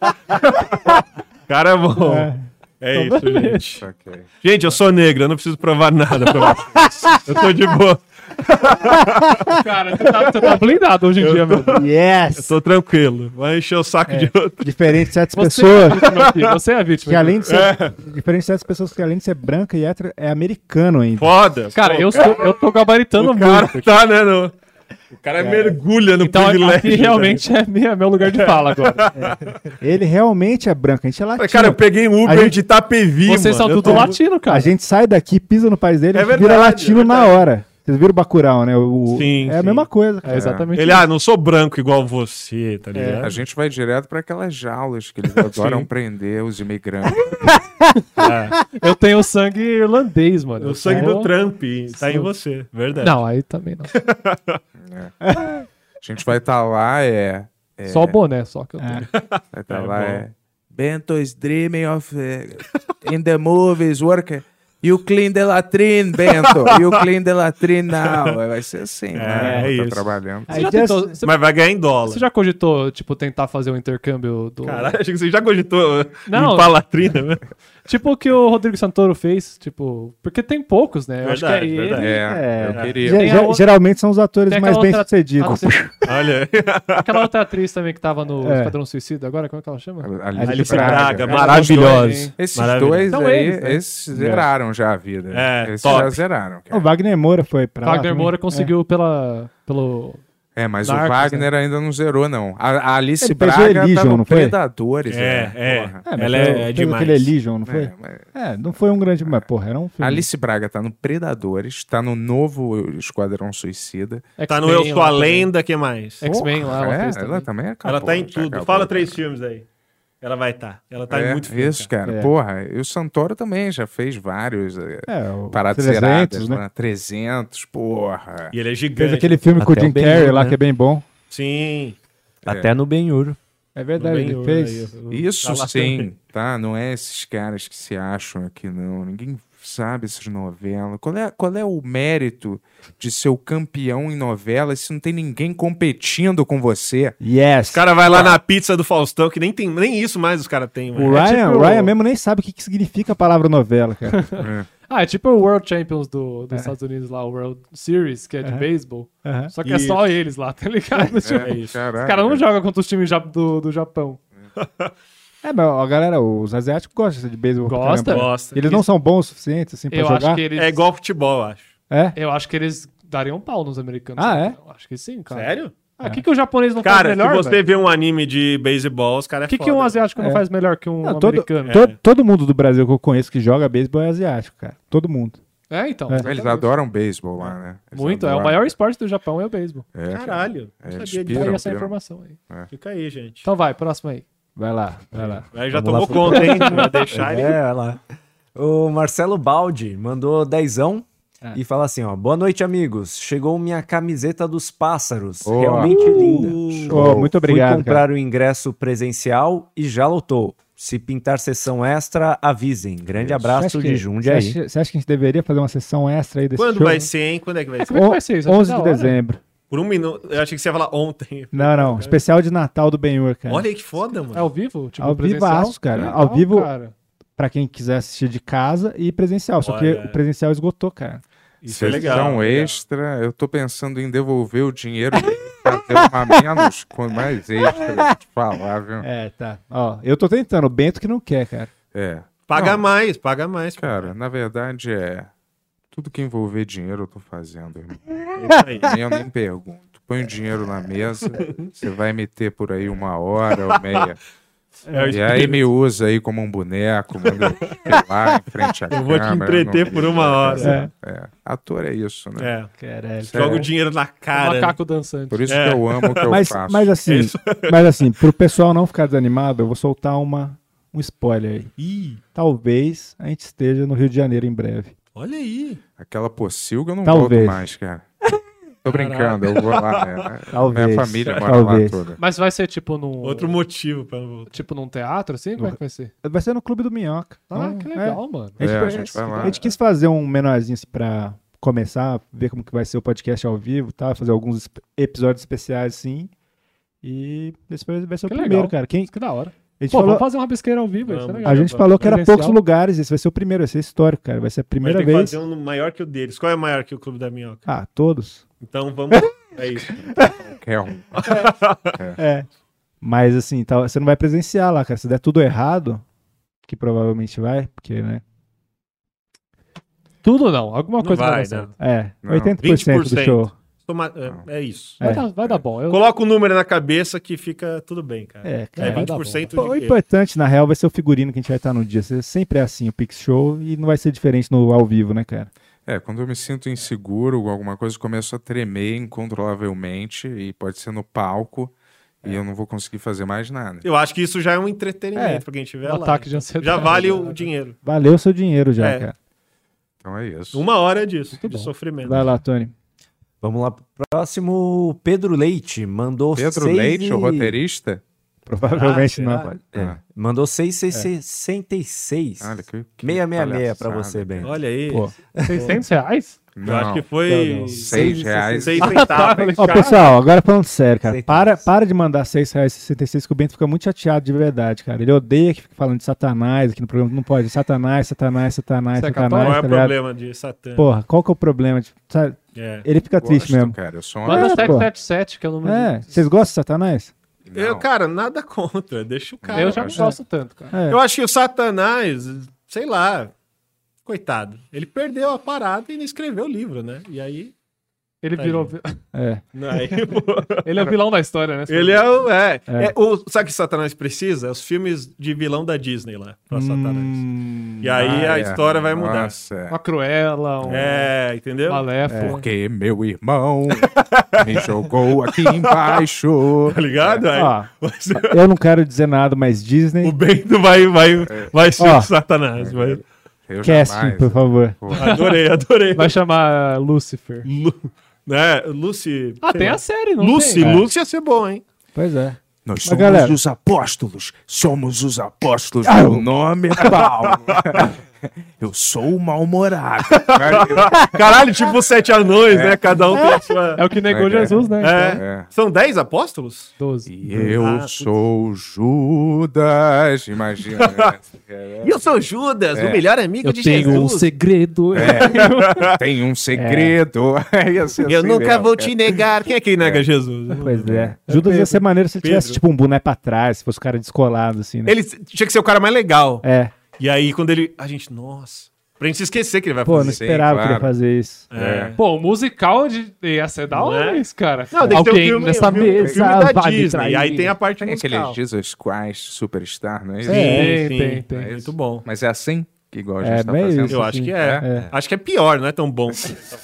S9: Cara é bom.
S5: É.
S9: É, isso,
S5: Totalmente.
S9: gente. Gente, eu sou negra, eu não preciso provar nada pra vocês. Eu tô de boa.
S8: Cara, você tá, você tá blindado hoje em
S9: Eu
S8: dia,
S9: tô-
S8: meu. Deus.
S6: Yes!
S9: Eu tô tranquilo. Vai encher o saco de outro.
S6: É, Diferente de certas
S9: Você é a
S6: pessoas.
S9: vítima aqui, você é a vítima
S6: Que
S9: aqui.
S6: além de ser,
S9: É.
S6: Diferente de certas pessoas que além de ser branca e hétero, é americano ainda.
S9: Foda.
S8: Cara, eu, sou- eu tô gabaritando
S9: o
S8: muito.
S9: cara
S8: aqui.
S9: tá, né? no- O cara
S6: É.
S9: mergulha no
S8: Então
S9: privilégio.
S8: aqui realmente é minha, meu lugar de fala agora.
S6: Ele realmente é branco. A gente é latino.
S9: Cara, eu peguei um Uber
S6: A gente-
S9: de Itapevi, mano. Eu tô-
S6: A gente sai daqui, pisa no país dele,
S9: É
S6: a gente vira
S9: verdade,
S6: latino na hora. Vocês viram o Bacurau, né? O, o-
S9: Sim,
S6: é a
S9: sim.
S6: mesma coisa. cara.
S9: Ele, ah, não sou branco igual você,
S8: É.
S9: tá ligado?
S5: A gente vai direto para aquelas jaulas que eles adoram
S9: Sim.
S5: prender os imigrantes.
S8: Eu tenho o sangue irlandês, mano.
S9: É. O
S8: Eu
S9: sangue
S8: sou-
S9: do Trump tá em
S8: sou-
S9: você, verdade.
S8: Não, aí também não.
S5: É. A gente vai estar lá, é, é-
S8: Só o boné, só que eu tenho.
S5: Vai estar
S8: É,
S5: lá,
S8: bom.
S5: é. Bento's dreaming of eh, in the movies work. You clean the latrine, Bento. You clean the latrine now. Vai ser assim, né?
S9: é
S5: tá
S9: isso.
S5: trabalhando.
S8: Você já tentou- você-
S9: Mas vai ganhar em dólar.
S8: Você já cogitou, tipo, tentar fazer um intercâmbio do.
S9: Caralho, achei que você já cogitou
S8: Não.
S9: não. limpar a latrina, né?
S8: Tipo o que o Rodrigo Santoro fez, tipo. Porque tem poucos, né? Eu acho
S9: Verdade,
S8: que é
S9: verdade.
S8: ele.
S9: É, eu queria.
S6: Ge-
S8: Tem a
S6: ge-
S8: outra-
S6: Geralmente são os atores
S8: tem
S6: mais
S8: aquela
S6: bem
S8: outra-
S6: sucedidos.
S8: atriz-
S9: Olha.
S8: Aquela outra atriz também que tava no
S5: É.
S8: Esquadrão Suicida agora, como é que ela chama?
S5: Alice Braga, maravilhosa. Esses dois
S8: Então
S5: aí,
S8: né?
S5: esses zeraram já a vida.
S8: É,
S5: esses
S8: top.
S5: já zeraram.
S6: O Wagner Moura foi pra lá
S8: Wagner
S6: também. É.
S8: Moura conseguiu pela, pelo.
S5: É, mas o
S8: Narcos,
S9: né?
S8: né?
S5: Wagner ainda não zerou, não. A, a Alice
S6: Ele fez o
S5: Braga
S6: Elysium,
S5: tá no
S6: não foi?
S5: Predadores. né?
S9: É, é.
S5: porra.
S6: É, mas fez- fez aquele Elision, não foi? É,
S5: É, mas-
S6: não foi um grande... Mas, porra, era um filme.
S5: Alice Braga tá no Predadores, tá no novo Esquadrão Suicida.
S6: É
S9: Tá no Eu Sou a Lenda, que mais?
S5: X-Men lá, ela
S9: Porra,
S5: fez também.
S9: Ela
S5: acabou,
S9: tá em
S5: já
S9: tudo.
S5: acabou,
S9: Fala três filmes aí. Ela vai estar. Ela tá em
S5: É,
S9: muito filme.
S5: Isso, cara.
S9: É.
S5: Porra, e o Santoro também já fez vários. É,
S6: É, o
S5: paradas
S6: 300,
S5: zeradas,
S6: né?
S5: né? 300, porra.
S9: E ele é gigante.
S6: Fez aquele filme com o
S13: Até
S6: Jim
S13: o Ben
S6: Carrey
S13: Hur,
S6: lá,
S13: né?
S6: que é bem bom.
S9: Sim.
S5: É.
S13: Até no Ben-Hur.
S6: É verdade,
S9: Bem
S6: ele
S9: Hur,
S6: fez.
S9: aí, o-
S5: Isso
S9: tá lá
S5: sim,
S9: também.
S5: tá? Não é esses caras que se acham aqui, não. Ninguém sabe essas novelas. Qual é, qual é o mérito de ser o campeão em novelas se não tem ninguém competindo com você?
S6: Yes.
S9: Os caras vão
S8: Tá.
S9: lá na pizza do Faustão, que nem, tem, nem isso mais os caras
S8: É
S9: têm.
S6: O Ryan,
S9: tipo
S8: tipo
S6: o Ryan mesmo nem sabe o que, que significa a palavra novela, cara.
S8: Ah, é tipo o World Champions do, dos Estados Unidos lá, o World Series, que é de
S6: Aham.
S8: beisebol.
S6: É. Aham.
S8: Só que é só eles lá, tá ligado?
S6: É,
S8: Tipo,
S6: é isso.
S8: Os
S6: Caraca.
S8: caras não jogam contra os times ja- do, do Japão.
S6: É, mas a galera, os asiáticos gostam de beisebol. pra
S8: Gosta?
S6: caramba.
S8: Gosta.
S6: Eles não são bons o suficiente, assim, pra
S8: Eu
S6: jogar.
S8: acho que eles.
S9: É igual futebol, eu acho.
S6: É?
S8: Eu acho que eles dariam um pau nos americanos.
S6: Ah, é?
S8: Eu acho que sim, cara.
S9: Sério?
S8: Ah, o que, que o japonês não
S9: Cara,
S8: faz melhor?
S9: se você
S8: velho?
S9: vê um anime de beisebol, os caras
S8: O que, que um asiático
S6: É.
S8: não faz melhor que um
S6: Não, todo,
S8: americano?
S6: to-
S9: É.
S6: todo mundo do Brasil que eu conheço que joga beisebol é asiático, cara. Todo mundo.
S8: É, então.
S6: É.
S5: Eles adoram beisebol lá, né? Eles
S8: Muito, é o
S5: adoram.
S8: maior esporte do Japão é o beisebol.
S5: É.
S9: Caralho, não
S5: É, eles
S9: sabia disso.
S5: piram,
S8: Aí essa
S5: piram.
S8: informação aí.
S5: É.
S9: Fica aí, gente.
S8: Então vai, próximo aí.
S6: Vai lá, vai lá.
S9: Aí já
S13: Vamos lá
S9: tomou
S13: pro-
S9: conta, hein? Vai deixar ele.
S13: É, olha lá. O Marcelo Baldi mandou dezão
S6: Ah.
S13: e fala assim, ó. Boa noite, amigos. Chegou minha camiseta dos pássaros.
S6: Boa.
S13: Realmente linda.
S6: Show. muito obrigado,
S13: Fui comprar
S6: cara.
S13: o ingresso presencial e já lotou. Se pintar sessão extra, avisem. Grande um abraço de Jundiaí.
S6: Você acha, você acha que a gente deveria fazer uma sessão extra aí desse
S9: Quando
S6: show?
S9: vai ser, hein? Quando é que vai ser?
S6: Como é que vai ser isso? Acho 11 de da hora.
S8: né?
S6: dezembro.
S9: Por um minuto. Eu achei que você ia falar ontem.
S6: Não, não. Especial de Natal do Benhur, cara.
S9: Olha aí que foda, mano.
S8: É ao vivo? Tipo,
S6: ao
S8: presencial?
S6: vivaço, cara.
S8: Legal,
S6: ao vivo,
S8: cara.
S6: pra quem quiser assistir de casa e presencial. Só que
S5: Olha.
S6: o presencial esgotou, cara.
S5: Isso é legal. extra, eu tô pensando em devolver o dinheiro e fazer uma menos com mais extra pra te falar, viu?
S6: É, tá. Ó, eu tô tentando. O Bento que não quer, cara.
S5: É.
S9: Paga mais, paga mais.
S5: Cara, na verdade é. Tudo que envolver dinheiro eu tô fazendo, irmão.
S9: É isso aí.
S5: Eu nem pergunto. Põe o dinheiro na mesa, você vai me ter por aí uma hora ou meia.
S9: É o
S5: e aí
S9: espírito.
S5: me usa aí como um boneco, manda eu ficar lá em frente à
S9: Eu vou te
S5: câmera,
S9: entreter
S5: não-
S9: por uma hora.
S5: É. é. Ator é isso, né?
S9: É. Caralho. Joga o dinheiro na cara.
S8: Macaco dançante.
S5: Por isso
S9: É.
S5: que eu amo o que eu
S6: mas,
S5: faço. É
S6: mas assim,
S5: Isso.
S6: mas assim, pro pessoal não ficar desanimado, eu vou soltar uma, um spoiler aí. Talvez a gente esteja no Rio de Janeiro em breve.
S9: Olha aí.
S5: Aquela pocilga eu não
S6: Talvez.
S5: volto mais, cara. Tô brincando, eu vou lá. né?
S6: Talvez.
S5: Minha família mora
S6: Talvez.
S5: lá toda.
S8: Mas vai ser tipo num.
S9: né? Outro motivo pra voltar.
S8: Tipo num teatro, assim? Como é que vai ser?
S6: Vai ser no Clube do Minhoca.
S8: Ah,
S6: Então,
S8: que
S6: é.
S8: legal, mano.
S6: A gente,
S5: É,
S6: vai-
S5: a gente vai lá.
S6: a gente quis fazer um menorzinho assim pra começar, ver como que vai ser o podcast ao vivo, tá? Fazer alguns esp- episódios especiais assim. E esse vai vai ser o
S8: Que
S6: primeiro,
S8: legal.
S6: cara. Quem...
S8: Que da hora.
S6: A gente
S8: Pô,
S6: falou,
S8: vamos fazer um rabisqueiro ao vivo. isso é legal,
S6: a gente
S8: pô.
S6: falou que era poucos
S8: Presencial.
S6: lugares, esse vai ser o primeiro, vai ser histórico, cara. Vai ser a
S9: Mas
S6: primeira
S9: tem que
S6: vez.
S9: fazer um maior que o deles. Qual é maior que o Clube da
S5: um-
S9: Minhoca?
S6: Ah, todos.
S9: Então vamos. é isso.
S5: Calma.
S6: É. Mas assim, tá- você não vai presenciar lá, cara. Se der tudo errado, que provavelmente vai, porque, né?
S8: Tudo não, alguma
S9: Não
S8: coisa
S9: vai,
S8: dar certo.
S9: né?
S6: É, 80% do show.
S9: Toma- é, é isso.
S8: Vai, dar, vai dar bom. Eu...
S9: Coloca o número na cabeça que fica tudo bem, cara.
S6: É, cara.
S9: É 20% de
S6: Pô, O
S9: quê?
S6: importante, na real, vai ser o figurino que a gente vai estar no dia. Você- Sempre é assim, o Pix Show, e não vai ser diferente no ao vivo, né, cara?
S5: É, quando eu me sinto inseguro com alguma coisa, eu começo a tremer incontrolavelmente e pode ser no palco
S9: É.
S5: e eu não vou conseguir fazer mais nada.
S9: Eu acho que isso já é um entretenimento
S5: É,
S9: pra quem tiver
S5: um
S9: lá.
S5: ataque de
S8: ansiedade.
S9: Já vale o dinheiro.
S6: Valeu o seu dinheiro já,
S9: É.
S6: cara.
S5: Então é isso.
S9: Uma hora disso, de
S13: bom.
S9: sofrimento.
S6: Vai lá, Tony.
S13: Vamos lá pro próximo. Pedro Leite mandou
S5: Pedro
S13: seis
S5: Leite,
S13: e-
S5: o roteirista?
S6: Provavelmente
S13: Ah,
S6: não, É.
S13: será?
S6: pai.
S13: É.
S5: Ah.
S13: Mandou 666.
S5: Olha, que- que
S13: 666 pra
S5: palhaçada.
S13: você, Ben.
S9: Olha aí.
S13: Pô.
S8: 600 reais?
S5: Não. acho que foi Não, não. seis reais.
S9: Seis
S5: Ah,
S9: centavos.
S5: tá, falei,
S6: Ó, pessoal, agora falando sério, cara. Para, para de mandar R$ 6,66 que o Bento fica muito chateado de verdade, cara. Ele odeia que fica falando de Satanás aqui no programa. Não pode. Satanás, Satanás, Satanás,
S9: Você é
S6: Satanás.
S9: católico? Qual é o
S6: tá ligado?
S9: problema de Satã?
S6: Porra, qual que é o problema? de- sabe?
S9: É.
S6: Ele fica
S9: Gosto,
S6: triste mesmo.
S5: cara, eu sou
S9: um-
S8: Manda
S6: É, pô.
S8: 777, que é o número.
S6: É, vocês gostam de Satanás?
S9: Eu, cara, nada contra. Deixa o cara.
S8: Eu já não gosto tanto, cara.
S5: É.
S9: Eu acho que o Satanás, sei lá, coitado. Ele perdeu a parada e não escreveu o livro, né? E aí.
S8: Ele
S9: Tadinho.
S8: virou.
S6: É.
S9: Não, aí, pô.
S8: Ele é o vilão da história, né?
S9: Ele é o. É,
S8: É.
S9: é o sabe o que Satanás precisa? É Os filmes de vilão da Disney lá. Pra
S6: Hum.
S9: Satanás. tá, E aí
S5: Ah,
S9: a
S5: é.
S9: história vai mudar.
S5: Nossa, é.
S8: Uma Cruella, um.
S9: É, entendeu?
S8: Maléfico.
S5: Porque meu irmão me jogou aqui embaixo.
S9: Tá ligado? Aí,
S6: Ó, eu não quero dizer nada, mas Disney.
S9: O Bento vai, vai, vai ser
S6: Ó.
S9: o Satanás. Vai.
S6: Casting, por favor.
S9: Adorei, adorei.
S8: Vai chamar Lucifer.
S9: Né? Lucy.
S8: Ah,
S9: sei
S8: tem
S9: lá.
S8: a série, não
S9: Lucy,
S8: tem?
S9: Lucy ia ser bom, hein?
S6: Pois é.
S5: Nós
S9: Mas,
S5: somos
S9: galera-
S5: os apóstolos, somos os apóstolos.
S9: Ah,
S5: Meu
S9: eu-
S5: nome é Paulo. Eu sou o mal-humorado.
S9: Caralho, tipo os sete anões, né? Cada um tem a sua.
S8: É o que negou Jesus, né? Ah,
S9: É.
S8: Então.
S5: É.
S9: São dez apóstolos? Ah.
S8: Doze.
S5: E eu sou Judas, imagina. né?
S9: E eu sou Judas,
S5: É.
S9: o melhor amigo de
S6: um
S9: Jesus.
S8: um segredo.
S5: É, Tem um segredo. Ia ser
S9: Eu
S5: assim
S9: nunca
S5: mesmo,
S9: vou
S5: cara.
S9: te negar. Quem é que nega Jesus?
S6: Pois é. Judas ia ser maneiro se ele
S9: Pedro.
S6: tivesse tipo um boné pra trás, se fosse o cara descolado, assim, né?
S9: Ele tinha que ser o cara mais legal.
S6: É.
S9: E aí, quando ele. A gente, nossa. Pra gente se esquecer que ele vai
S6: Pô,
S9: fazer
S6: não esperava que ele ia fazer isso.
S9: É.
S8: Pô, o musical de... ia ser é da hora isso, cara.
S9: Não, é? tem que ter o
S8: Alguém
S9: filme-
S8: nessa
S9: o filme- o
S8: mesa
S9: filme da
S8: vai me
S9: Disney,
S8: trair.
S9: aí tem a parte
S5: Tem
S9: musical.
S5: aquele Jesus Christ Superstar, não é isso?
S9: Sim, Tem, sim. tem, tem.
S5: É isso?
S9: Muito bom.
S5: Mas é assim que igual a
S6: É,
S5: gente tá
S6: bem
S5: fazendo?
S6: isso,
S9: Eu acho que é. Acho que é pior, não é tão bom. que tá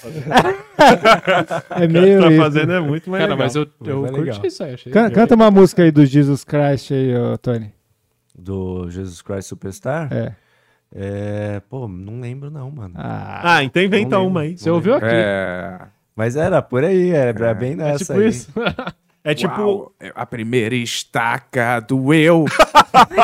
S9: fazendo.
S6: É meio
S9: O que tá
S6: isso.
S9: fazendo é muito mais
S8: Cara,
S9: legal.
S8: mas eu, eu
S9: Mas é
S8: curti
S9: legal.
S8: isso aí. Achei
S6: Can- canta uma música aí do Jesus Christ aí, ô, Tony.
S13: Do Jesus Christ Superstar?
S6: É.
S13: É, Pô, não lembro não, mano.
S6: Ah,
S9: Ah, então inventa
S13: Não lembro,
S9: uma aí.
S13: não lembro.
S5: É.
S13: Mas era por aí, era bem nessa
S5: tipo
S13: aí.
S5: isso.
S9: É
S5: tipo. a primeira estaca do eu.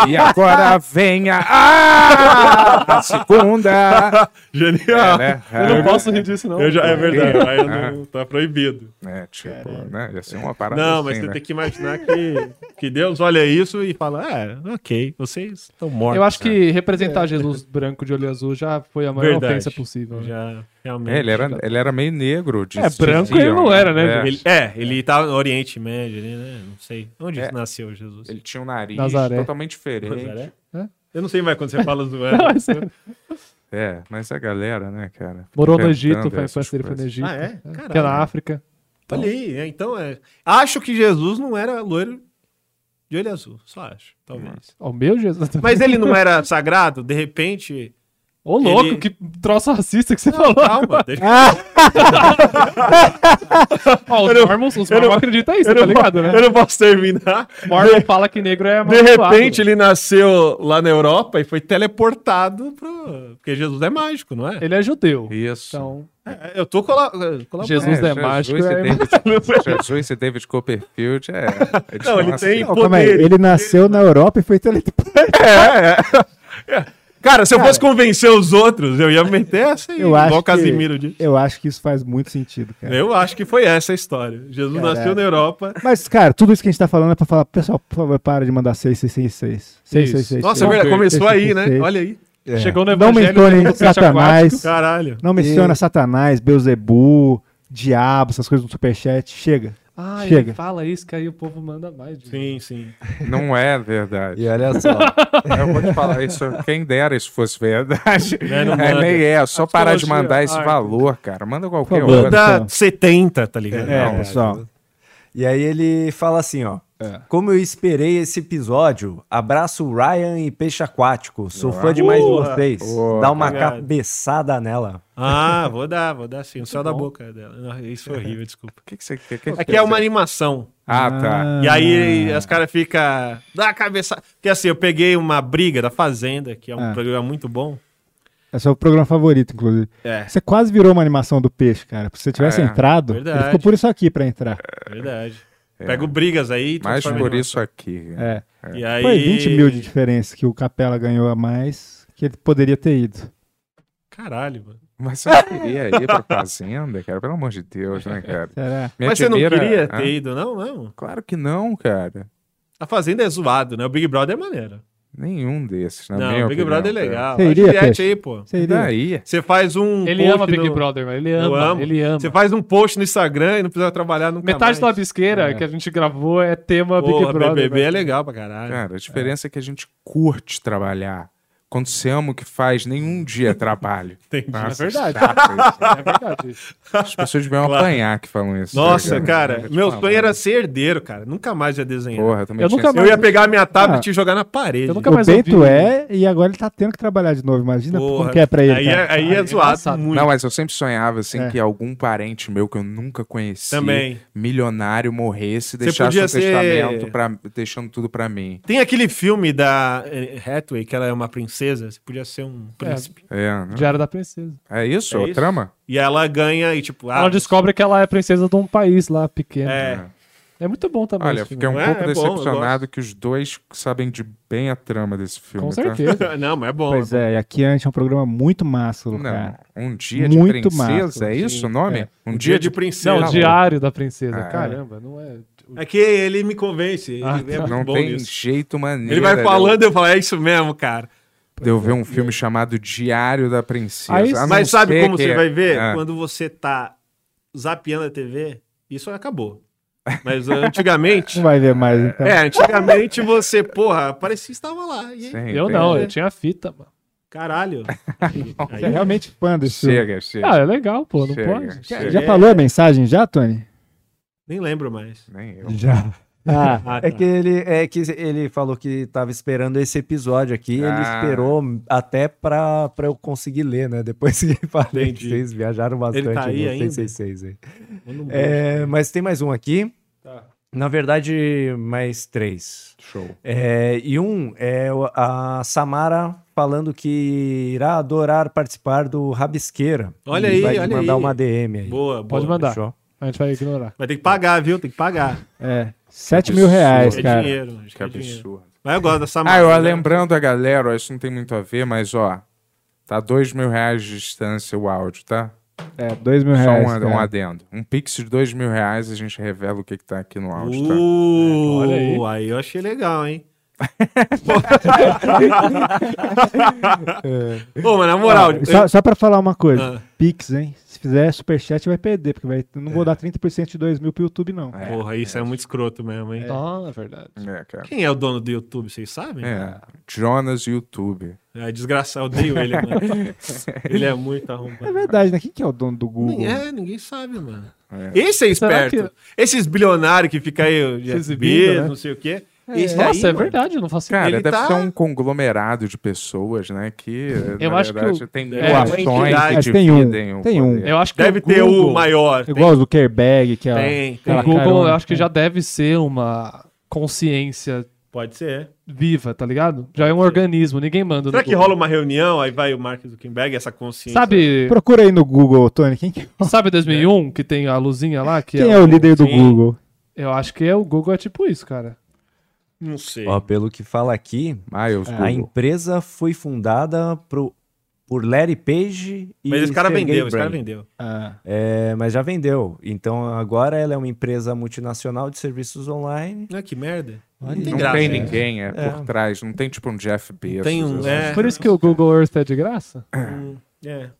S5: e agora vem a. Ah! A segunda.
S9: Genial.
S5: É, né?
S8: Eu não posso rir disso, não.
S9: Eu já, é verdade,
S5: É.
S9: aí eu não, tá proibido.
S5: É, tipo, né? Ia ser uma parada.
S9: não, mas
S5: assim,
S9: você
S5: né?
S9: tem que imaginar que, que Deus olha isso e fala: É, ok, vocês estão mortos.
S8: Eu acho que
S9: É.
S8: representar Jesus branco de olho azul já foi a maior
S9: Verdade.
S8: ofensa possível. né?
S9: Já, realmente.
S5: É, ele era, ele era meio negro.
S8: É, branco ele não era, né,
S9: Ele- é, ele tá no Oriente Médio ali, né? Não sei. Onde
S5: É.
S9: nasceu Jesus?
S5: Ele tinha um nariz
S8: Nazaré.
S5: totalmente diferente.
S9: Nazaré?
S8: É.
S9: Eu não sei mais quando você fala do
S8: Não, é sério.
S5: É, mas a galera, né, cara?
S9: É.
S8: Morou no
S5: Inventando
S8: Egito, foi a
S5: essas
S8: infância dele foi no
S5: coisas.
S8: Egito.
S9: Ah, é? Caralho.
S8: Que é na África. Então,
S9: Olha aí, é, então é. Acho que Jesus não era loiro de olho azul, só acho, talvez.
S8: ó, o meu Jesus.
S9: Mas ele não era sagrado, de repente.
S8: Ô, louco,
S9: ele-
S8: que troço racista que você
S9: Não,
S8: falou.
S9: calma,
S8: agora. Ah,
S9: deixa-
S8: Ó, os
S9: Eu não-
S8: mormons, os
S9: eu não-
S8: mormons acreditam isso,
S9: eu
S8: tá
S9: não-
S8: ligado, né?
S9: Eu não posso terminar.
S8: Mormon fala que negro é
S9: De
S8: amaldiçoado.
S9: repente ele nasceu lá na Europa e foi teleportado pro. Porque Jesus é mágico, não é?
S8: Ele é judeu.
S5: Isso.
S8: Então,
S9: É, Eu tô cola... colaborando.
S5: um-
S8: Jesus é, mágico.
S5: Jesus,
S8: é-
S5: e David, Jesus e David Copperfield é. eles
S9: Não, ele
S5: são
S9: tem
S6: Não, calma aí.
S9: poderes.
S6: Ele nasceu na Europa e foi teleportado.
S9: É, é. Cara, se eu
S6: Cara.
S9: fosse convencer os outros, eu ia meter essa aí,
S6: Eu acho,
S9: o Casimiro
S6: que,
S9: disse.
S6: eu acho que isso faz muito sentido, cara.
S9: Eu acho que foi essa a história. Jesus
S6: Caralho.
S9: nasceu na Europa.
S6: Mas, cara, tudo isso que a gente tá falando é pra falar, pessoal, por favor, para de mandar 6666.
S9: Isso.
S6: 666.
S9: Nossa, é verdade, começou aí, né? Olha aí.
S8: É.
S9: Chegou no
S6: Não
S9: evangelho, né,
S6: mencione
S9: no peixe
S6: Satanás.
S9: aquático. Caralho.
S6: Não menciona
S9: E-
S6: Satanás, Beuzebu, Diabo, essas coisas no superchat. Chega.
S8: Ah,
S9: é.
S8: ele
S6: Chega.
S8: fala isso que aí o povo manda mais. Sim, sim.
S5: Não é verdade.
S13: E olha
S8: só.
S5: Eu vou te falar isso. Quem dera isso fosse verdade.
S9: Né, não
S5: é,
S9: manda.
S5: nem é. Só
S9: A
S5: parar de
S9: psicologia,
S5: mandar esse
S9: arte.
S5: valor, cara. Manda qualquer
S13: favor,
S5: outro.
S13: pessoal.
S9: 70, tá ligado?
S13: É, pessoal. E aí ele fala assim, ó. Como eu esperei esse episódio, abraço Ryan e Peixe Aquático. Sou
S9: Ah.
S13: fã demais de
S9: Boa.
S13: vocês.
S9: Boa,
S13: Dá uma
S9: obrigado.
S13: cabeçada nela.
S9: Ah, vou dar, vou dar sim. O céu da
S13: bom.
S9: boca dela. Não, Isso é horrível, desculpa. O
S5: é que, você quer?
S9: É que é uma animação.
S5: Ah, tá.
S9: E aí as caras ficam. Dá a cabeça. Porque assim, eu peguei uma briga da Fazenda, que é um
S6: Ah.
S9: programa muito bom.
S6: Esse é o programa favorito, inclusive.
S9: É.
S6: Você quase virou uma animação do peixe, cara. Se você tivesse
S5: É.
S6: entrado,
S9: Verdade.
S6: ele ficou por isso aqui pra entrar.
S9: Verdade.
S5: É.
S9: Pego brigas aí.
S5: Mais
S9: transforma em
S5: por
S9: animação.
S5: isso aqui.
S6: É.
S9: E aí.
S6: Foi 20 mil de diferença que o Capela ganhou a mais que ele poderia ter ido.
S9: Caralho, mano.
S5: Mas você não queria ir pra fazenda, cara? Pelo amor de Deus, né, cara?
S6: Será?
S9: Mas você não queria ter ido, não, não?
S5: Claro que não, cara.
S9: A Fazenda é zoado, né? O Big Brother é maneiro.
S5: Nenhum desses, na
S9: Não,
S5: minha
S9: o Big
S5: opinião,
S9: Brother é
S5: cara.
S9: legal.
S5: Você
S9: Acho
S5: iria,
S9: que é
S5: Peixe?
S9: aí, pô.
S5: Você iria? tá? Daí.
S9: Você faz um
S8: Ele
S9: post
S8: ama Big
S9: no-
S8: Brother, mano. Ele
S9: Eu
S8: ama,
S9: amo.
S8: ele ama.
S9: Você faz um post no Instagram e não precisa trabalhar nunca
S8: Metade da
S9: mais.
S8: bisqueira
S9: É.
S8: que a gente gravou é tema Big
S9: Porra,
S8: Brother.
S9: BBB
S8: velho.
S9: é legal pra caralho.
S5: Cara, a diferença é. que a gente curte trabalhar. Quando você ama o que faz, nenhum dia é trabalho.
S9: Entendi.
S5: Nossa,
S9: é verdade.
S5: chato isso.
S8: É verdade. isso.
S5: As pessoas vão
S9: Claro.
S5: apanhar que falam isso.
S9: Nossa,
S5: tá
S9: cara,
S5: ligado?
S9: meu sonho era ser herdeiro, cara. Nunca mais ia desenhar.
S5: Porra, eu também
S9: eu,
S5: Eu tinha nunca esse-
S9: ia pegar a minha tablet
S6: Ah.
S9: e jogar na parede.
S6: o peito é, e agora ele tá tendo que trabalhar de novo. Imagina
S9: Porra.
S6: como que é pra ele.
S9: Aí
S6: cara.
S9: é- aí é Aí é zoado embaçado. muito.
S5: Não, mas eu sempre sonhava assim
S6: É.
S5: que algum parente meu que eu nunca conheci,
S9: Também.
S5: milionário, morresse,
S9: Você
S5: deixasse
S9: podia
S5: um testamento
S9: ser-
S5: pra, deixando tudo pra mim.
S9: Tem aquele filme da eh, Hathaway, que ela é uma princesa. Você podia ser um príncipe.
S5: É, né?
S8: Diário da Princesa.
S5: É isso?
S9: É
S5: a
S9: isso?
S5: trama?
S9: E ela ganha e tipo... ah,
S8: ela descobre que ela é princesa de um país lá pequeno.
S9: É.
S8: É muito bom também.
S5: Olha,
S8: esse filme.
S5: fiquei um
S9: É,
S5: pouco
S9: é bom, eu
S5: decepcionado que os dois sabem de bem a trama desse filme.
S8: Com
S5: tá?
S8: certeza.
S9: Não, mas é bom.
S6: Pois é, e aqui antes é um programa muito massa,
S5: Não,
S6: cara.
S5: um dia
S6: Muito
S5: de princesa,
S6: massa,
S5: é isso
S6: sim,
S5: o nome?
S6: é.
S5: Um,
S9: Um
S5: dia,
S9: dia
S5: de
S9: de
S5: princesa.
S8: Não, o
S5: Tá
S8: Diário
S5: louco.
S8: da Princesa.
S5: É.
S8: Caramba, não é.
S9: É que ele me convence. Ele
S8: Ah,
S9: é muito
S5: Não
S9: bom
S5: tem
S9: nisso.
S5: jeito maneiro. né,
S9: Ele vai
S5: de eu-
S9: falando e eu falo, é isso mesmo, cara.
S5: De eu ver um filme chamado Diário da Princesa.
S8: Aí
S5: A não
S9: Mas sabe
S5: ser
S9: como
S5: que-
S9: você vai ver?
S5: Ah.
S9: Quando você tá zapeando a TV, isso acabou. Mas antigamente...
S6: Não vai ver mais, então.
S9: É, antigamente você, porra, parecia que estava lá. E aí?
S5: Sim,
S8: Eu
S5: tem-
S8: não, eu tinha fita, mano.
S9: Caralho.
S6: Você é realmente fã desse filme.
S5: Chega, chega.
S8: Ah, é legal, pô, não
S5: Chega,
S8: pode?
S5: chega.
S6: Já
S9: É.
S6: falou a mensagem já, Tony?
S9: Nem lembro mais.
S5: Nem eu.
S6: Já.
S9: Ah, tá.
S13: é que ele é que ele falou que tava esperando esse episódio aqui. Ele
S5: Ah.
S13: esperou até pra, pra eu conseguir ler, né? Depois que eu falei que
S9: Entendi.
S13: vocês viajaram bastante
S9: Ele tá aí
S13: no
S9: ainda?
S13: 666 aí.
S9: Manda um
S13: É, mas tem mais um aqui.
S9: Tá.
S13: Na verdade, mais três.
S5: Show.
S13: É, e um é o- a Samara falando que irá adorar participar do Rabisqueira.
S9: Olha
S13: E
S9: aí,
S13: vai te
S9: olha
S13: mandar
S9: aí.
S13: uma DM aí.
S9: Boa, boa.
S8: Pode mandar.
S13: Fechou?
S8: A gente vai ignorar.
S9: Vai ter que pagar, viu? Tem que pagar.
S6: É. 7 mil reais, cara.
S9: É dinheiro. Acho que
S5: Que
S9: é dinheiro.
S5: absurdo.
S9: Mas eu gosto dessa
S5: Ah, eu,
S9: né?
S5: lembrando a galera, ó, isso não tem muito a ver, mas ó, tá dois mil reais de distância o áudio, tá?
S6: É, 2 mil
S5: Só
S6: reais.
S5: um, ad- um
S6: cara.
S5: adendo. Um pix de dois mil reais a gente revela o que, que tá aqui no áudio, tá?
S9: Uh,
S8: Olha aí.
S9: aí. eu achei legal, hein? Pô, mas na moral,
S6: Ah, só,
S9: eu-
S6: só pra falar uma coisa.
S9: Ah.
S6: Pix, hein? Se fizer superchat, vai perder, porque vai, não
S5: É.
S6: vou dar 30% de 2 mil pro YouTube, não.
S9: porra, isso é muito escroto mesmo, hein?
S8: Ah, é verdade.
S5: É, cara.
S9: Quem é o dono do YouTube, vocês sabem?
S5: É. Jonas YouTube.
S9: É desgraçado, eu odeio ele, mano. ele é muito arrombado.
S6: É verdade, né? Quem que é o dono do Google?
S9: Ninguém, é, ninguém sabe, mano.
S5: É.
S9: Esse é
S8: Será
S9: esperto. Esses bilionários que ficam aí, de
S8: exibindo,
S9: FB,
S8: né?
S9: não sei o quê. Esse
S8: Nossa,
S9: aí,
S8: é
S9: mano,
S8: verdade, eu não faço
S5: Cara,
S9: Ele
S5: deve
S9: tá-
S5: ser um conglomerado de pessoas, né? Que,
S8: Eu
S5: na
S8: acho que
S5: verdade,
S8: o-
S5: tem
S8: é,
S5: mil
S9: uma
S5: ações
S9: entidade.
S5: que
S6: Mas tem um,
S5: dividem o
S6: tem um.
S5: poder.
S8: Eu acho que
S9: Deve
S8: o
S9: ter
S8: Google-
S9: o maior. tem-
S6: Igual o Zuckerberg, que é
S9: Tem,
S8: O
S9: tem.
S8: Google,
S6: carona,
S8: eu acho que
S6: né?
S8: já deve ser uma consciência
S9: Pode ser.
S8: viva, tá ligado? Já é um organismo, ninguém manda. no
S9: Será que
S8: Google.
S9: rola uma reunião, aí vai o Mark Zuckerberg, essa consciência?
S8: Sabe,
S6: Procura aí no Google, Tony. Quem, que-
S8: sabe 2001 que tem a luzinha lá? Que
S6: É. quem é o líder do
S9: Sim.
S6: Google?
S8: Eu acho que é o Google é tipo isso, cara.
S9: Não sei.
S13: Ó, pelo que fala aqui,
S6: Ah,
S5: Google.
S13: a empresa foi fundada pro- por Larry Page e
S9: Mas esse cara
S13: Sergey
S9: vendeu, esse cara
S13: Brin.
S9: vendeu.
S6: Ah.
S13: É, mas já vendeu. Então agora ela é uma empresa multinacional de serviços online.
S9: Ah, que merda.
S13: Não
S5: Não
S9: graça,
S5: tem
S9: né?
S5: ninguém, é,
S13: É.
S5: por trás. Não tem tipo um Jeff Bezos.
S9: tem um-
S5: essas-
S9: é.
S8: Por isso que o Google Earth é de graça?
S9: É.
S8: Ninguém
S9: Senão-
S8: ganha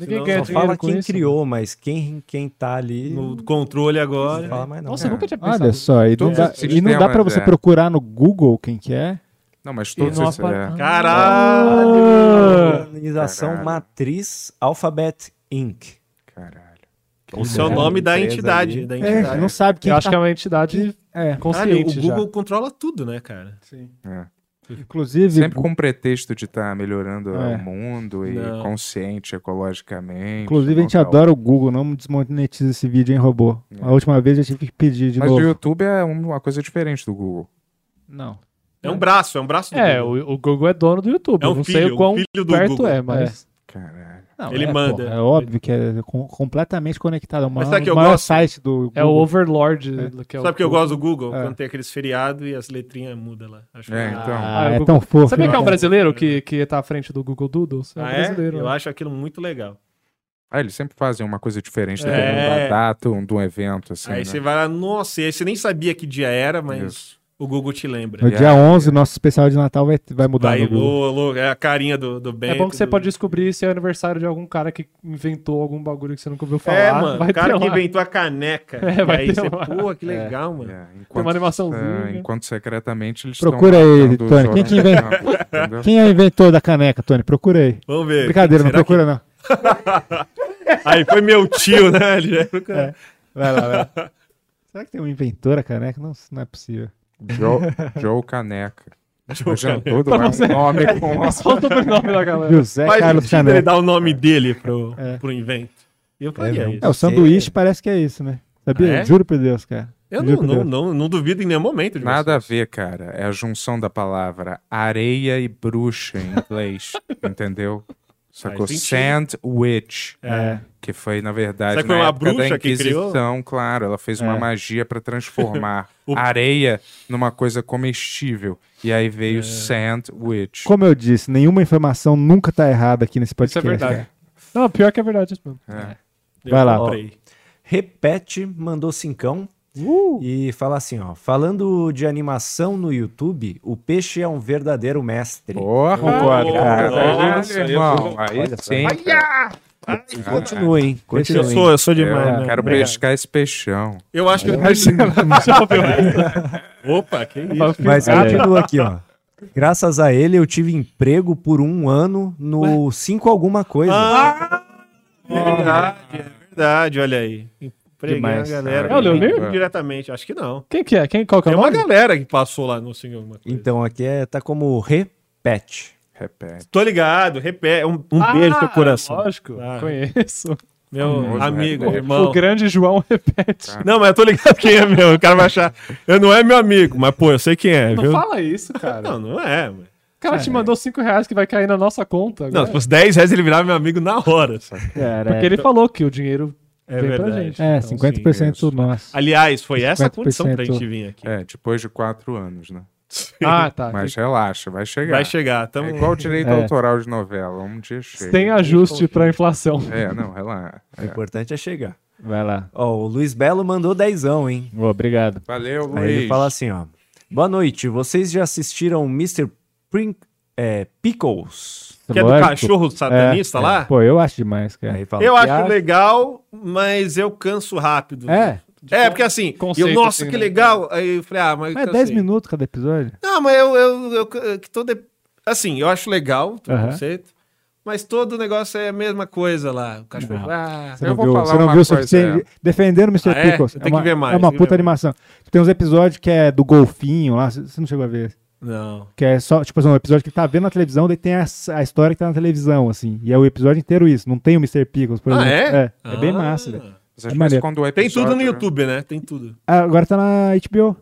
S13: Só
S8: dinheiro
S13: fala
S8: com
S13: quem
S8: isso. né?
S13: criou, mas quem, quem tá ali.
S9: No controle agora.
S13: Não fala mais não.
S8: Nossa, eu nunca tinha pensado.
S6: Olha só, e não
S5: Todos
S6: dá,
S5: os
S6: e não dá
S5: sistemas,
S6: pra você
S5: é.
S6: procurar no Google quem que é?
S5: Não, mas todos
S13: E né? não
S5: esses- é.
S13: apa- Caralho! Organização
S5: Caralho.
S13: Matriz Alphabet Inc.
S5: Caralho.
S9: Esse é o nome da entidade. Da entidade.
S6: não sabe quem
S8: Eu acho
S6: tá-
S8: que é uma entidade
S6: É.
S9: Caralho,
S8: consciente
S9: o
S8: já.
S9: Google controla tudo, né, cara? Sim.
S5: É.
S6: Inclusive.
S5: Sempre com o pretexto de estar melhorando
S6: É.
S5: o mundo e
S9: Não.
S5: consciente ecologicamente.
S6: Inclusive, a gente
S5: tal, tal.
S6: adora o Google, não desmonetiza esse vídeo, hein, robô. A última vez eu tive que pedir de
S5: Mas
S6: novo.
S5: o YouTube é uma coisa diferente do Google.
S6: Não.
S9: É um braço, é um braço do
S8: É,
S9: Google.
S8: o, o Google é dono do YouTube.
S9: É um
S8: eu não sei
S9: filho,
S8: o quão
S9: um filho do
S8: perto
S9: Google.
S8: é, mas.
S5: Caralho.
S6: Não,
S9: Ele
S6: é,
S9: manda.
S6: porra, é óbvio que é com- completamente conectado. É o
S9: Mas
S6: maior,
S9: sabe que eu
S6: maior
S9: gosto?
S6: site do Google.
S8: É, o Overlord. Que é o
S9: Sabe que eu gosto do Google?
S6: É.
S9: Quando tem aqueles feriados e as letrinhas mudam lá. Acho
S5: É,
S9: que-
S5: então.
S6: Ah,
S8: o
S6: é
S8: Google-
S6: tão fofo,
S8: Sabia
S6: né,
S8: que é um
S6: cara?
S8: brasileiro que, que tá à frente do Google Doodles? É um
S9: Ah, é?
S8: brasileiro.
S9: Eu
S8: né?
S9: acho aquilo muito legal.
S5: Ah, eles sempre fazem uma coisa diferente
S9: É.
S5: dependendo da data um- de um evento, assim.
S9: aí
S5: né?
S9: você vai lá, nossa, e aí você nem sabia que dia era, mas o Google te lembra.
S6: No
S5: É.
S6: dia 11, nosso especial de Natal vai, vai mudar
S9: Vai,
S6: no Google.
S9: ô, louco, é a carinha do, do
S8: É
S9: Bento,
S8: bom que você
S9: do-
S8: pode descobrir se é aniversário de algum cara que inventou algum bagulho que você nunca ouviu falar.
S9: É, mano,
S8: vai
S9: o cara
S8: ter
S9: que
S8: lá.
S9: inventou a caneca.
S8: É, vai
S9: aí
S8: ter
S9: você,
S8: lá.
S9: pô, que
S8: É.
S9: legal, mano.
S5: Enquanto-
S8: uma animaçãozinha.
S5: é, enquanto secretamente eles
S6: Procura
S5: estão
S6: aí,
S5: matando os
S6: Tony. Quem, que invent-
S5: orangotangos, entendeu?
S6: Quem é o inventor da caneca, Tony? Procura aí.
S9: Vamos ver.
S6: Brincadeira, não
S9: Será que-
S6: procura não.
S9: Aí foi meu tio, né? Ele já-
S8: É.
S6: Vai lá, vai lá. Será que tem um inventor da caneca? Não, não é possível.
S5: Joe, Joe Caneca.
S9: Joe
S5: Imagina,
S9: Caneca.
S5: todo
S9: Pra
S5: lá um
S9: você-
S5: nome com
S8: É Tá só o sobrenome da galera.
S6: José
S9: Mas
S6: Carlos
S9: o Tinder
S6: Caneca.
S9: ele dá o nome dele pro,
S6: É.
S9: pro invento. Eu faria
S13: não.
S9: isso.
S6: É, o sanduíche parece que é isso, né? Sabia?
S9: Ah, é?
S6: Juro por Deus, cara.
S9: Eu
S6: Juro
S9: não,
S6: por
S9: não,
S6: Deus.
S9: não, não duvido em nenhum momento de
S5: Nada a ver, cara. É a junção da palavra areia e bruxa em inglês. entendeu? Sacou?
S9: Faz
S5: Sand
S9: sentido.
S5: Witch.
S9: É.
S5: Que foi, na verdade,
S9: Será que
S5: na
S9: foi uma
S5: época da
S9: bruxa que criou?
S5: Inquisição, claro. Ela fez uma
S9: É.
S5: magia pra transformar
S9: O-
S5: areia numa coisa comestível. E aí
S9: É.
S5: veio Sand Witch.
S6: Como eu disse, nenhuma informação nunca tá errada aqui nesse
S8: Isso é
S6: podcast.
S8: verdade. Não, pior que é verdade isso mesmo.
S5: É.
S6: Eu Vai lá.
S9: comprei.
S13: Repete, mandou cincão. E fala assim, ó. Falando de animação no YouTube, o peixe é um verdadeiro mestre.
S5: Porra!
S6: Concordo, cara.
S5: Caralho, irmão. Aí
S13: Olha só.
S5: sim, cara.
S13: Continua, hein?
S9: Deixa
S13: Continua.
S9: eu sou, eu sou demais.
S5: É,
S13: É.
S5: Eu
S9: né?
S5: quero
S9: Obrigado.
S5: pescar esse peixão.
S9: Eu acho que eu Opa, que isso.
S13: Mas
S9: Tá Olha aí.
S13: continua aqui, ó. Graças a ele, eu tive emprego por um ano no 5 alguma coisa.
S9: Verdade, é verdade, olha aí. Empreguei a
S6: Demais.
S9: galera.
S8: É o Leonir?
S9: Diretamente, acho que não.
S8: Quem que é? Quem, qual que é
S9: Tem
S8: o
S9: uma
S8: nome?
S9: galera que passou lá no Senhor. Uma coisa.
S13: então aqui é, tá como repete.
S5: Repete.
S9: Tô ligado, repete. Um, um beijo pro coração.
S8: Ah, Lógico,
S9: Ah,
S8: conheço.
S9: meu
S8: né?
S5: Famoso
S9: amigo,
S5: repete.
S9: irmão.
S8: O grande João repete.
S9: Não, mas eu tô ligado quem é meu. O cara vai achar. Eu não é meu amigo, mas pô, eu sei quem é,
S8: Não
S9: viu?
S8: fala isso, cara.
S9: Não, não é. mano.
S8: O cara te mandou 5 reais que vai cair na nossa conta.
S9: Não,
S8: Agora.
S9: se fosse 10 reais ele virava meu amigo na hora. sabe?
S8: Porque ele falou que o dinheiro
S9: É
S8: vem pra
S9: verdade.
S8: gente.
S6: É,
S8: Então,
S6: 50% nosso.
S9: Aliás, foi essa a
S6: 50%
S9: condição pra gente vir aqui.
S5: É, depois de quatro anos, né?
S8: Ah, tá.
S5: Mas relaxa, vai chegar.
S9: Vai chegar,
S5: É
S9: tamo.
S5: igual direito
S6: É.
S5: autoral de novela, um dia chega.
S8: Tem ajuste pra inflação.
S5: É, não, relaxa.
S13: O importante é chegar.
S6: Vai lá.
S13: Ó, o Luiz Belo mandou dezão, hein?
S6: Ô, obrigado.
S5: Valeu, Luiz.
S13: Aí ele fala assim, ó. Boa noite, vocês já assistiram Mr. Prin- é, Pickles?
S9: Que é do
S6: Lógico.
S9: cachorro satanista
S6: É,
S9: lá?
S6: é. Pô, eu acho demais, cara.
S13: Aí fala
S9: Eu
S13: que
S9: acho
S13: a-
S9: legal, mas eu canso rápido.
S6: É.
S9: É, porque assim,
S8: Conceito,
S9: eu, nossa,
S8: assim,
S9: que
S8: né?
S9: legal. Aí eu falei, ah, mas.
S6: Mas é
S9: eu
S6: 10
S9: cansei.
S6: minutos cada episódio?
S9: Não, mas eu, eu, eu, eu que todo. é- Assim, eu acho legal todo
S6: Aham.
S9: conceito. Mas todo negócio é a mesma coisa lá. O cachorro. Ah,
S6: Você
S5: Eu
S6: não
S5: vou
S6: viu,
S5: falar
S6: você não
S5: uma
S6: viu o
S5: coisa,
S6: suficiente. Defendendo o Mr.
S9: é. Ah, é?
S6: Pickles.
S9: Eu tenho
S6: uma,
S9: que ver mais,
S6: É uma
S9: tem que ver
S6: puta animação. Tem uns episódios que é do golfinho lá. Você você não chegou a ver.
S9: não.
S6: Que é só, tipo assim, um episódio que tá vendo na televisão, daí tem a, a história que tá na televisão, assim. E é o episódio inteiro isso. Não tem o Mr. Pickles, por
S9: Ah,
S6: exemplo.
S9: é?
S6: É, é bem
S9: Ah.
S6: massa, velho.
S5: Mas às
S6: É
S5: vezes
S6: maneiro.
S5: quando o
S9: Tem tudo no
S5: episódio-
S9: YouTube, né? Tem tudo.
S6: Ah, Agora tá na HBO.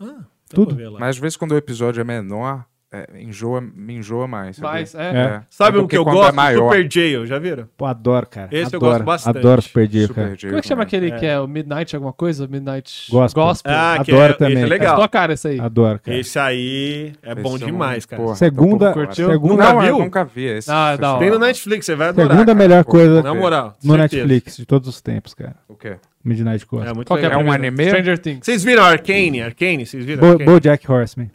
S9: Ah, então
S6: Tudo.
S9: vou ver lá.
S5: Mas às vezes quando o episódio é menor, é, enjoa, me enjoa mais. sabia?
S8: Mas, é.
S9: Sabe o
S5: porque
S9: que eu
S5: quando
S9: gosto?
S5: É maior.
S9: Super Jail, já viram?
S6: Pô, adoro, cara.
S9: Esse eu
S6: Adoro,
S9: gosto bastante.
S6: Adoro Super Jail, cara. É.
S8: Como é que chama aquele que é o Midnight alguma coisa? Midnight
S6: Gospel.
S9: Ah, que
S6: Adoro
S9: é,
S6: também.
S9: Esse é legal.
S8: É tua cara esse aí.
S6: Adoro, cara.
S9: É. Esse aí é bom
S5: Esse é um-
S9: demais, cara.
S5: porra,
S6: Segunda-
S5: tô por fora.
S6: Curtiu? Segunda-
S5: Não, eu
S6: viu?
S5: nunca vi esse.
S9: Ah, é da
S5: festival.
S9: hora. Tem no Netflix, você vai adorar.
S6: Segunda
S9: cara.
S6: melhor coisa
S9: Na moral.
S6: no
S9: certeza.
S6: Netflix de todos os tempos, cara.
S5: O quê?
S6: Midnight Gospel.
S9: É muito
S5: Qual que é a
S9: legal.
S5: primeira? Stranger Things.
S9: Vocês viram Arcane? Arcane, vocês viram?
S6: um Bo
S9: Arcane?
S6: BoJack Horseman.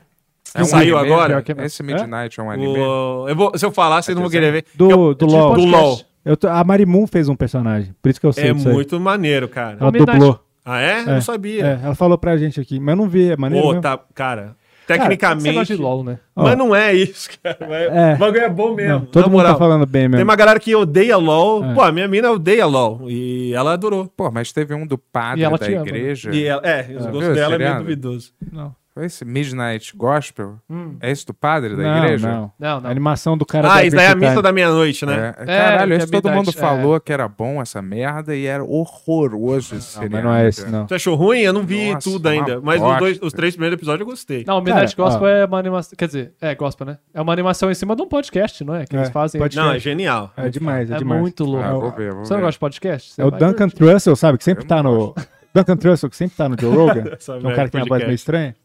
S9: É um saiu
S5: anime?
S9: agora?
S5: Esse Midnight é um anime?
S9: O- eu vou- se eu falar, vocês não vão querer ver.
S6: Do,
S9: Eu-
S6: do
S9: eu tive
S6: LoL.
S9: Do LOL.
S6: Eu tô- a Marimun fez um personagem, por isso que eu sei
S9: É
S6: disso aí.
S9: muito maneiro, cara.
S6: Ela dublou.
S9: Ah, é? Eu não sabia.
S6: é, ela falou pra gente aqui, mas eu não vi, é maneiro
S9: Pô,
S6: mesmo.
S9: tá, cara.
S6: Cara,
S9: Tecnicamente.
S6: você gosta
S8: de LOL, né?
S9: Mas não é isso, cara.
S6: É.
S9: O bagulho é bom mesmo.
S6: Não, todo
S9: na
S6: mundo
S9: moral.
S6: tá falando bem mesmo.
S9: Tem uma galera que odeia LOL.
S5: É.
S9: Pô, a minha mina odeia LOL. E ela adorou.
S5: Pô, mas teve um do padre
S9: E ela
S5: da
S9: te ama, né?
S5: igreja.
S9: E ela- é, os
S5: Ah,
S9: gostos
S5: viu esse
S9: dela é meio
S5: seriado?
S9: duvidoso.
S8: Não.
S5: Foi esse Midnight Gospel? É esse do padre da
S6: Não,
S5: igreja?
S6: não. Não, não. A animação do cara
S9: Ah,
S6: da
S9: isso daí é a
S6: Adventure
S9: missa
S6: Time.
S9: da meia-noite, né?
S5: É, Caralho,
S9: É,
S5: esse
S9: que é
S5: todo mundo
S9: Midnight, é.
S5: falou que era bom essa merda e era horroroso esse seriado.
S6: mas não é esse, não.
S9: Você achou ruim? Eu não vi
S5: Nossa,
S9: tudo ainda.
S5: uma
S9: Mas os,
S5: bosta.
S9: dois, os três primeiros episódios eu gostei.
S8: Não, o Midnight Gospel é uma animação. Quer dizer, é gospel, né? É uma animação em cima de um podcast, não é? Que eles
S6: É,
S8: fazem.
S6: podcast. Não, é
S9: genial.
S6: É demais, é
S8: é
S6: demais.
S8: muito louco.
S6: Ah, vou
S5: ver, vou
S8: Você não
S5: ver.
S8: gosta de podcast? Você
S6: É o
S8: vai
S6: Duncan Trussell, sabe? Que sempre tá no. Duncan Trussell, que sempre tá no Joe Rogan. que
S8: Essa
S6: é um
S8: merda
S6: cara que tem uma voz
S8: podcast.
S6: meio estranha.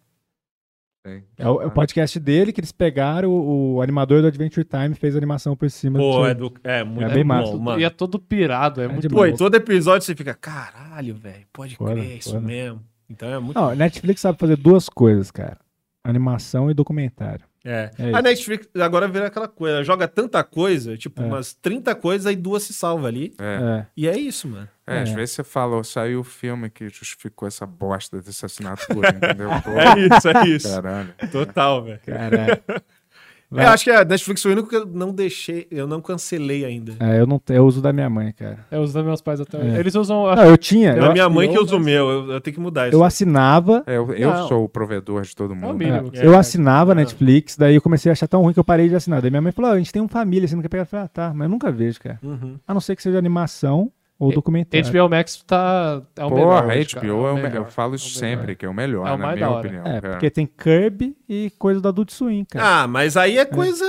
S6: É o, é o
S9: tá.
S6: podcast dele que eles pegaram o, o animador do Adventure Time e fez a animação por cima.
S9: Pô,
S6: disso aí.
S9: é, do, é muito
S6: É bem massa.
S9: bom,
S8: E
S9: mano.
S8: é todo pirado, é, muito
S9: Pô,
S8: bom.
S9: e todo episódio você fica, caralho, velho, pode
S6: Foda,
S9: crer, é isso
S6: foda.
S9: mesmo. Então é muito.
S6: Não, a Netflix sabe fazer duas coisas, cara: animação e documentário.
S9: É.
S6: isso.
S9: a Netflix agora vira aquela coisa, ela joga tanta coisa, tipo
S6: É.
S9: umas 30 coisas, aí duas se salva ali.
S5: É.
S9: E é isso, mano.
S5: É, às
S9: É.
S5: vezes você falou, saiu o filme que justificou essa bosta dessa assinatura, entendeu? Pô,
S9: É isso, é isso.
S5: Caralho.
S9: Total, velho.
S5: Caralho.
S9: Eu acho que a Netflix foi o único que eu não deixei, eu não cancelei ainda.
S6: É, eu não te- eu uso da minha mãe, cara.
S8: Eu uso da meus pais até
S6: É.
S8: hoje. Então, Eles usam.
S6: Não, eu tinha,
S9: É
S6: eu
S9: a minha mãe que
S6: assinei,
S9: usa o meu, eu, eu tenho que mudar isso.
S6: Eu assinava.
S5: É, eu eu
S8: Ah,
S9: Não.
S5: sou o provedor de todo mundo.
S6: É, eu assinava a Netflix, daí eu comecei a achar tão ruim que eu parei de assinar. Daí minha mãe falou: "Ó, a gente tem um família, você não quer pegar? Eu falei, ah, tá, mas eu nunca vejo, cara.
S8: Uhum.
S6: A não ser que seja animação ou documentário.
S8: HBO Max tá. É o
S5: Porra,
S8: melhor. hoje,
S5: HBO
S8: cara.
S5: é o me-
S8: melhor.
S5: Eu falo isso sempre, que é o melhor,
S8: É o
S5: na
S8: mais
S5: minha
S8: da hora.
S5: opinião.
S6: É,
S5: cara.
S6: porque tem Kirby e coisa da Adult Swim, cara.
S9: Ah, mas aí é coisa.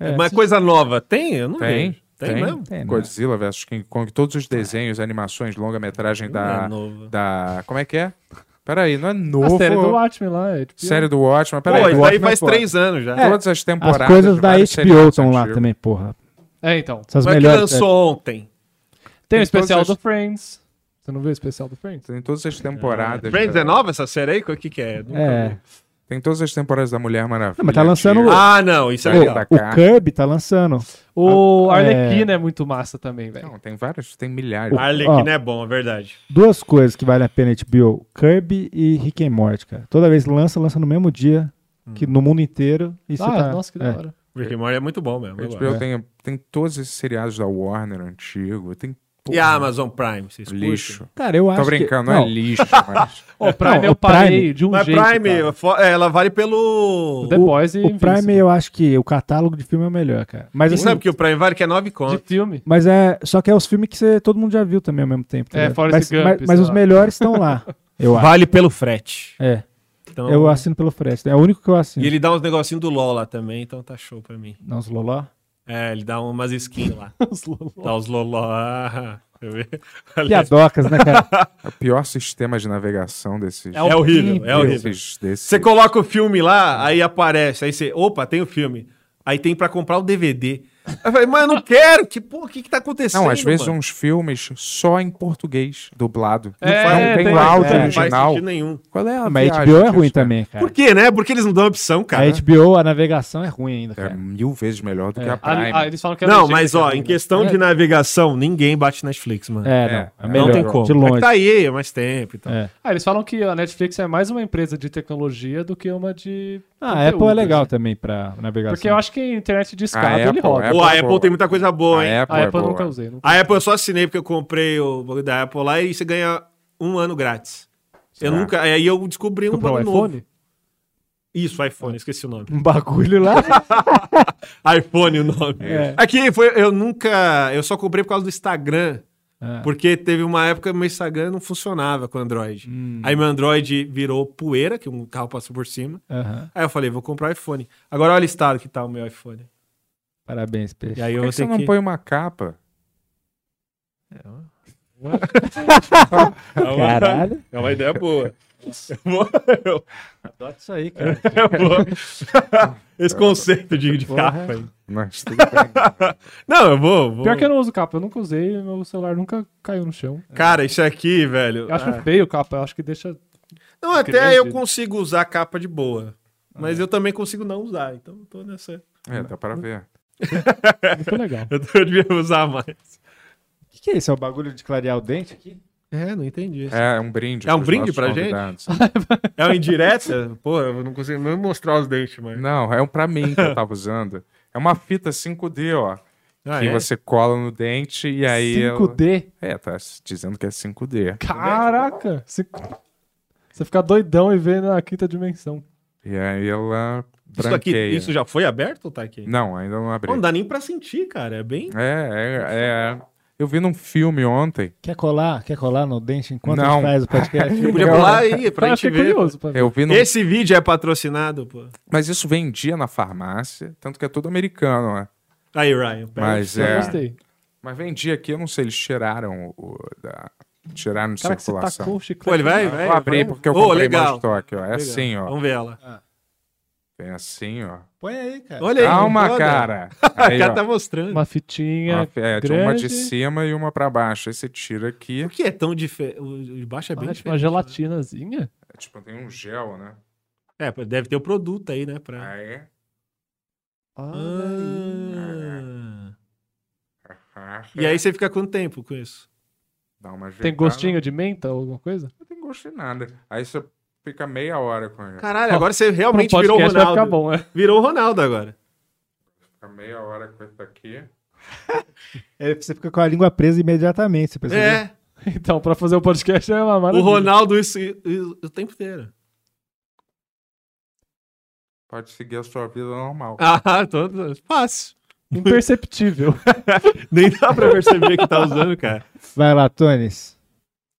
S6: É.
S9: É, mas
S6: se-
S9: coisa nova tem? Eu não
S5: Tem,
S9: vejo. Tem, mesmo?
S5: Godzilla vs King Kong, todos os desenhos, animações, longa-metragem da,
S9: é novo.
S5: da. Como é que é? Peraí, não é novo.
S8: A série do Watchmen lá. É, tipo,
S5: Série do Watchmen,
S9: Pô,
S5: peraí.
S9: isso
S5: do
S9: aí
S5: Watchmen
S9: faz
S5: é foda.
S9: três anos já.
S5: É, Todas as temporadas.
S6: As coisas da
S5: vários
S6: HBO
S5: seriados
S6: estão lá
S5: antigos.
S6: também, porra.
S8: É, então.
S6: São as
S9: Mas que
S6: melhores.
S9: lançou ontem.
S8: Tem o
S5: Tem
S8: especial
S5: todas
S8: do Friends. Você não viu o especial do Friends?
S5: Tem todas as temporadas.
S9: Friends é nova essa série aí? O que, que é? Nunca
S6: É.
S9: vi.
S5: Tem todas as temporadas da Mulher Maravilha.
S6: Não, mas tá lançando.
S9: Ah, não, isso é
S6: o,
S9: legal.
S6: O Kirby tá lançando.
S8: O
S6: Ah,
S8: Arlequina é... muito massa também, velho.
S5: Não, tem vários, tem milhares.
S6: O-
S9: Arlequina
S6: ó.
S9: é bom, é verdade.
S6: Duas coisas que vale a pena HBO: Kirby e Rick and Morty, cara. Toda vez lança, lança no mesmo dia,
S9: Hum.
S6: que no mundo inteiro. E você
S8: Ah,
S6: tá,
S8: nossa, que da
S6: é.
S8: hora.
S9: Rick and Morty é muito bom mesmo. eu
S5: HBO
S9: gosto.
S5: tem, tem todos esses seriados da Warner antigo. Tem
S9: E a Amazon Prime, vocês curtem?
S5: um lixo.
S6: Cara, eu acho
S5: Tô
S6: que-
S5: brincando, não é
S6: não.
S5: lixo, mas.
S8: O Prime
S6: Não,
S8: eu
S6: o
S8: parei
S6: Prime-
S8: de um
S9: Mas
S8: jeito. cara.
S9: Prime, fo- é, ela vale pelo.
S8: The Boys e
S6: O Prime, eu acho que o catálogo de filme é o melhor, cara. Mas
S9: Quem
S6: assim,
S9: sabe que o Prime vale que é 9
S8: De
S9: conto.
S8: filme.
S6: Mas é. Só que é os filmes que você, todo mundo já viu também ao mesmo tempo. tá
S8: É,
S6: ligado?
S8: Forrest
S6: mas,
S8: Gump,
S6: Mas, mas
S8: sei
S6: os
S8: lá.
S6: melhores estão lá. Eu acho.
S9: Vale pelo frete.
S6: É.
S9: Então-
S6: Eu assino pelo Forrest. É o único que eu assino.
S9: E ele dá uns negocinhos do LOL lá também, então tá show pra mim.
S6: Não, os Loló?
S9: É, ele dá umas skins lá.
S8: Os loló.
S9: dá os loló. Ah, deixa eu ver.
S6: Piadocas, né, cara?
S5: É o pior sistema de navegação desses.
S9: É horrível, é horrível.
S5: Desses, desses-
S9: Você coloca o filme lá, aí aparece. Aí você, opa, tem o filme. Aí tem pra comprar o DVD. Aí eu falei, mas eu não quero. Que porra, o que que tá acontecendo?
S5: Não, às vezes um
S9: mano?
S5: uns filmes só em português, dublado.
S9: É,
S5: não tem, um
S9: tem-
S5: áudio
S9: é, não faz
S5: original.
S9: sentido nenhum.
S5: Qual é a
S6: um Mas
S5: viagem
S6: a HBO é
S5: disso,
S6: ruim
S5: cara?
S6: também, cara. tipo,
S9: Por quê, né? Porque eles não dão opção, cara.
S6: A HBO, a navegação é ruim ainda,
S5: É
S6: cara.
S5: mil vezes melhor do que
S6: É. né?
S5: a Prime.
S8: Ah, ah, eles falam que é
S9: Não,
S8: legenda,
S9: mas
S8: que é
S9: ó, em
S8: legenda.
S9: questão
S8: É.
S9: de navegação, ninguém bate Netflix, mano.
S6: É, não.
S5: É,
S6: É, melhor.
S9: não tem como.
S6: De
S9: É que
S6: longe.
S9: tá aí há mais tempo e tal.
S6: É.
S8: Ah, eles falam que a Netflix é mais uma empresa de tecnologia do que uma de.
S6: Ah, a
S8: conteúdo,
S6: Apple é legal
S8: assim.
S6: também pra navegação.
S8: Porque eu acho que a internet de escada
S5: assim. A
S8: ele
S5: Apple,
S8: roda.
S5: a
S9: Pô,
S5: é
S9: a Apple
S5: boa.
S9: tem muita coisa boa, hein?
S5: A Apple,
S8: a
S5: é
S8: Apple eu
S5: boa.
S8: nunca usei. Nunca.
S9: A Apple eu só assinei porque eu comprei o bagulho da Apple lá e você ganha um ano grátis.
S5: Será?
S9: Eu nunca. Aí eu descobri um
S8: Comprou um
S9: bagulho
S8: iPhone?
S9: novo. Isso, iPhone, esqueci o nome.
S6: Um bagulho lá.
S9: iPhone o nome.
S6: É.
S8: É.
S9: Aqui foi, eu nunca. Eu só comprei por causa do Instagram.
S8: É.
S9: Porque teve uma época meu Instagram não funcionava com Android.
S8: Hum.
S9: Aí meu Android virou poeira, que um carro passou por cima.
S6: Aham.
S9: Aí eu falei, vou comprar um iPhone. Agora olha o estado que tá o meu iPhone.
S6: Parabéns, peixe.
S9: E aí eu
S5: Por
S9: vou
S5: que você
S9: ter
S5: não
S9: que...
S5: põe uma capa?
S9: É uma-
S6: Caralho.
S9: É uma ideia boa. É Boa, eu-
S6: Adota isso aí, cara.
S9: É boa. Esse conceito de, de
S8: Porra.
S9: capa aí.
S5: Mas tudo
S9: Não, eu vou, vou.
S8: Pior que eu não uso capa, eu nunca usei, meu celular nunca caiu no chão.
S9: É. Cara, isso aqui, velho.
S8: Eu acho
S9: ah.
S8: feio capa, eu acho que deixa.
S9: Não, até
S8: grande.
S9: eu consigo usar capa de boa. Mas
S8: Ah.
S9: eu também consigo não usar, então eu tô nessa.
S5: É, dá pra ver.
S8: Muito legal.
S9: Eu, tô- eu devia usar mais.
S6: O que, que é isso? É o bagulho de clarear o dente aqui?
S9: É, não entendi.
S5: É, é um brinde.
S9: É um
S5: pros
S9: brinde
S5: nossos
S9: pra
S5: convidados.
S9: gente? é uma indireta? Pô, eu não consigo nem mostrar os dentes, mas.
S5: Não, é um pra mim que eu tava usando. É uma fita 5D, ó.
S9: Ah,
S5: que
S9: é?
S5: você cola no dente e aí. ela-
S8: 5D?
S5: É, tá s- dizendo que é 5D.
S8: Caraca! Você, você fica doidão e vê na quinta dimensão.
S5: E aí ela.
S9: Isso, aqui,
S5: branqueia.
S9: isso já foi aberto ou tá aqui?
S5: Não, ainda não abri.
S9: Não dá nem pra sentir, cara. É bem.
S5: É, é, é. Eu vi num filme ontem.
S6: Quer colar? Quer colar no dente enquanto a
S5: Não.
S6: gente faz o podcast?
S9: É, Podia pular aí pra
S6: Eu
S9: gente
S6: fiquei
S9: ver.
S6: curioso
S9: pô.
S6: pra
S5: ver. Eu vi no-
S9: Esse vídeo é patrocinado, pô.
S5: Mas isso vendia na farmácia, tanto que é tudo americano, né?
S9: Aí, Ryan. pera.
S5: Mas
S9: Eu
S5: é.
S9: gostei.
S5: Mas vendia aqui, eu não sei, eles tiraram o. o da... Tiraram de
S9: Cara, que você
S5: circulação.
S9: tacou o chiclete Pô, ele vai-
S5: Eu
S9: vai-
S5: Vou abrir
S9: vai-
S5: porque eu
S9: Ô,
S5: comprei
S9: legal.
S5: mais estoque, ó. É
S9: Legal.
S5: assim, ó.
S9: Vamos ver ela.
S5: Tem assim, ó.
S6: Põe aí, cara.
S9: É. Olha aí.
S5: Calma,
S9: olha.
S5: cara.
S9: A
S5: Aí,
S9: cara
S5: ó.
S9: tá mostrando.
S8: Uma fitinha.
S5: Uma- é, de uma de
S8: grande.
S5: cima e uma pra baixo. Aí você tira aqui.
S9: Por que é tão diferente? O de baixo é bem
S8: Ah, tipo uma
S9: diferente.
S8: gelatinazinha?
S5: É, tipo, tem um gel, né?
S9: É, pô, deve ter o produto aí, né? Pra...
S5: Ah, é?
S9: Ah.
S5: Ah,
S9: E aí você fica quanto tempo com isso?
S5: Dá uma ajeitada.
S8: Tem gostinho de menta ou alguma coisa?
S5: Não tem gosto de nada. Aí você fica meia hora com ele.
S9: Caralho, É, agora você realmente
S8: Pro
S9: virou o
S8: um podcast vai ficar
S9: Ronaldo.
S8: bom, é.
S9: Virou o Ronaldo agora.
S5: Fica meia hora com isso aqui.
S6: É, você fica com a língua presa imediatamente, você percebeu?
S9: É.
S8: Então, pra fazer o podcast é uma
S9: O
S8: maravilha.
S9: Ronaldo isso, isso- o tempo inteiro.
S5: Pode seguir a sua vida normal.
S9: Ah, todo fácil.
S8: Imperceptível.
S9: Nem dá pra perceber que tá usando, cara.
S6: Vai lá, Tones.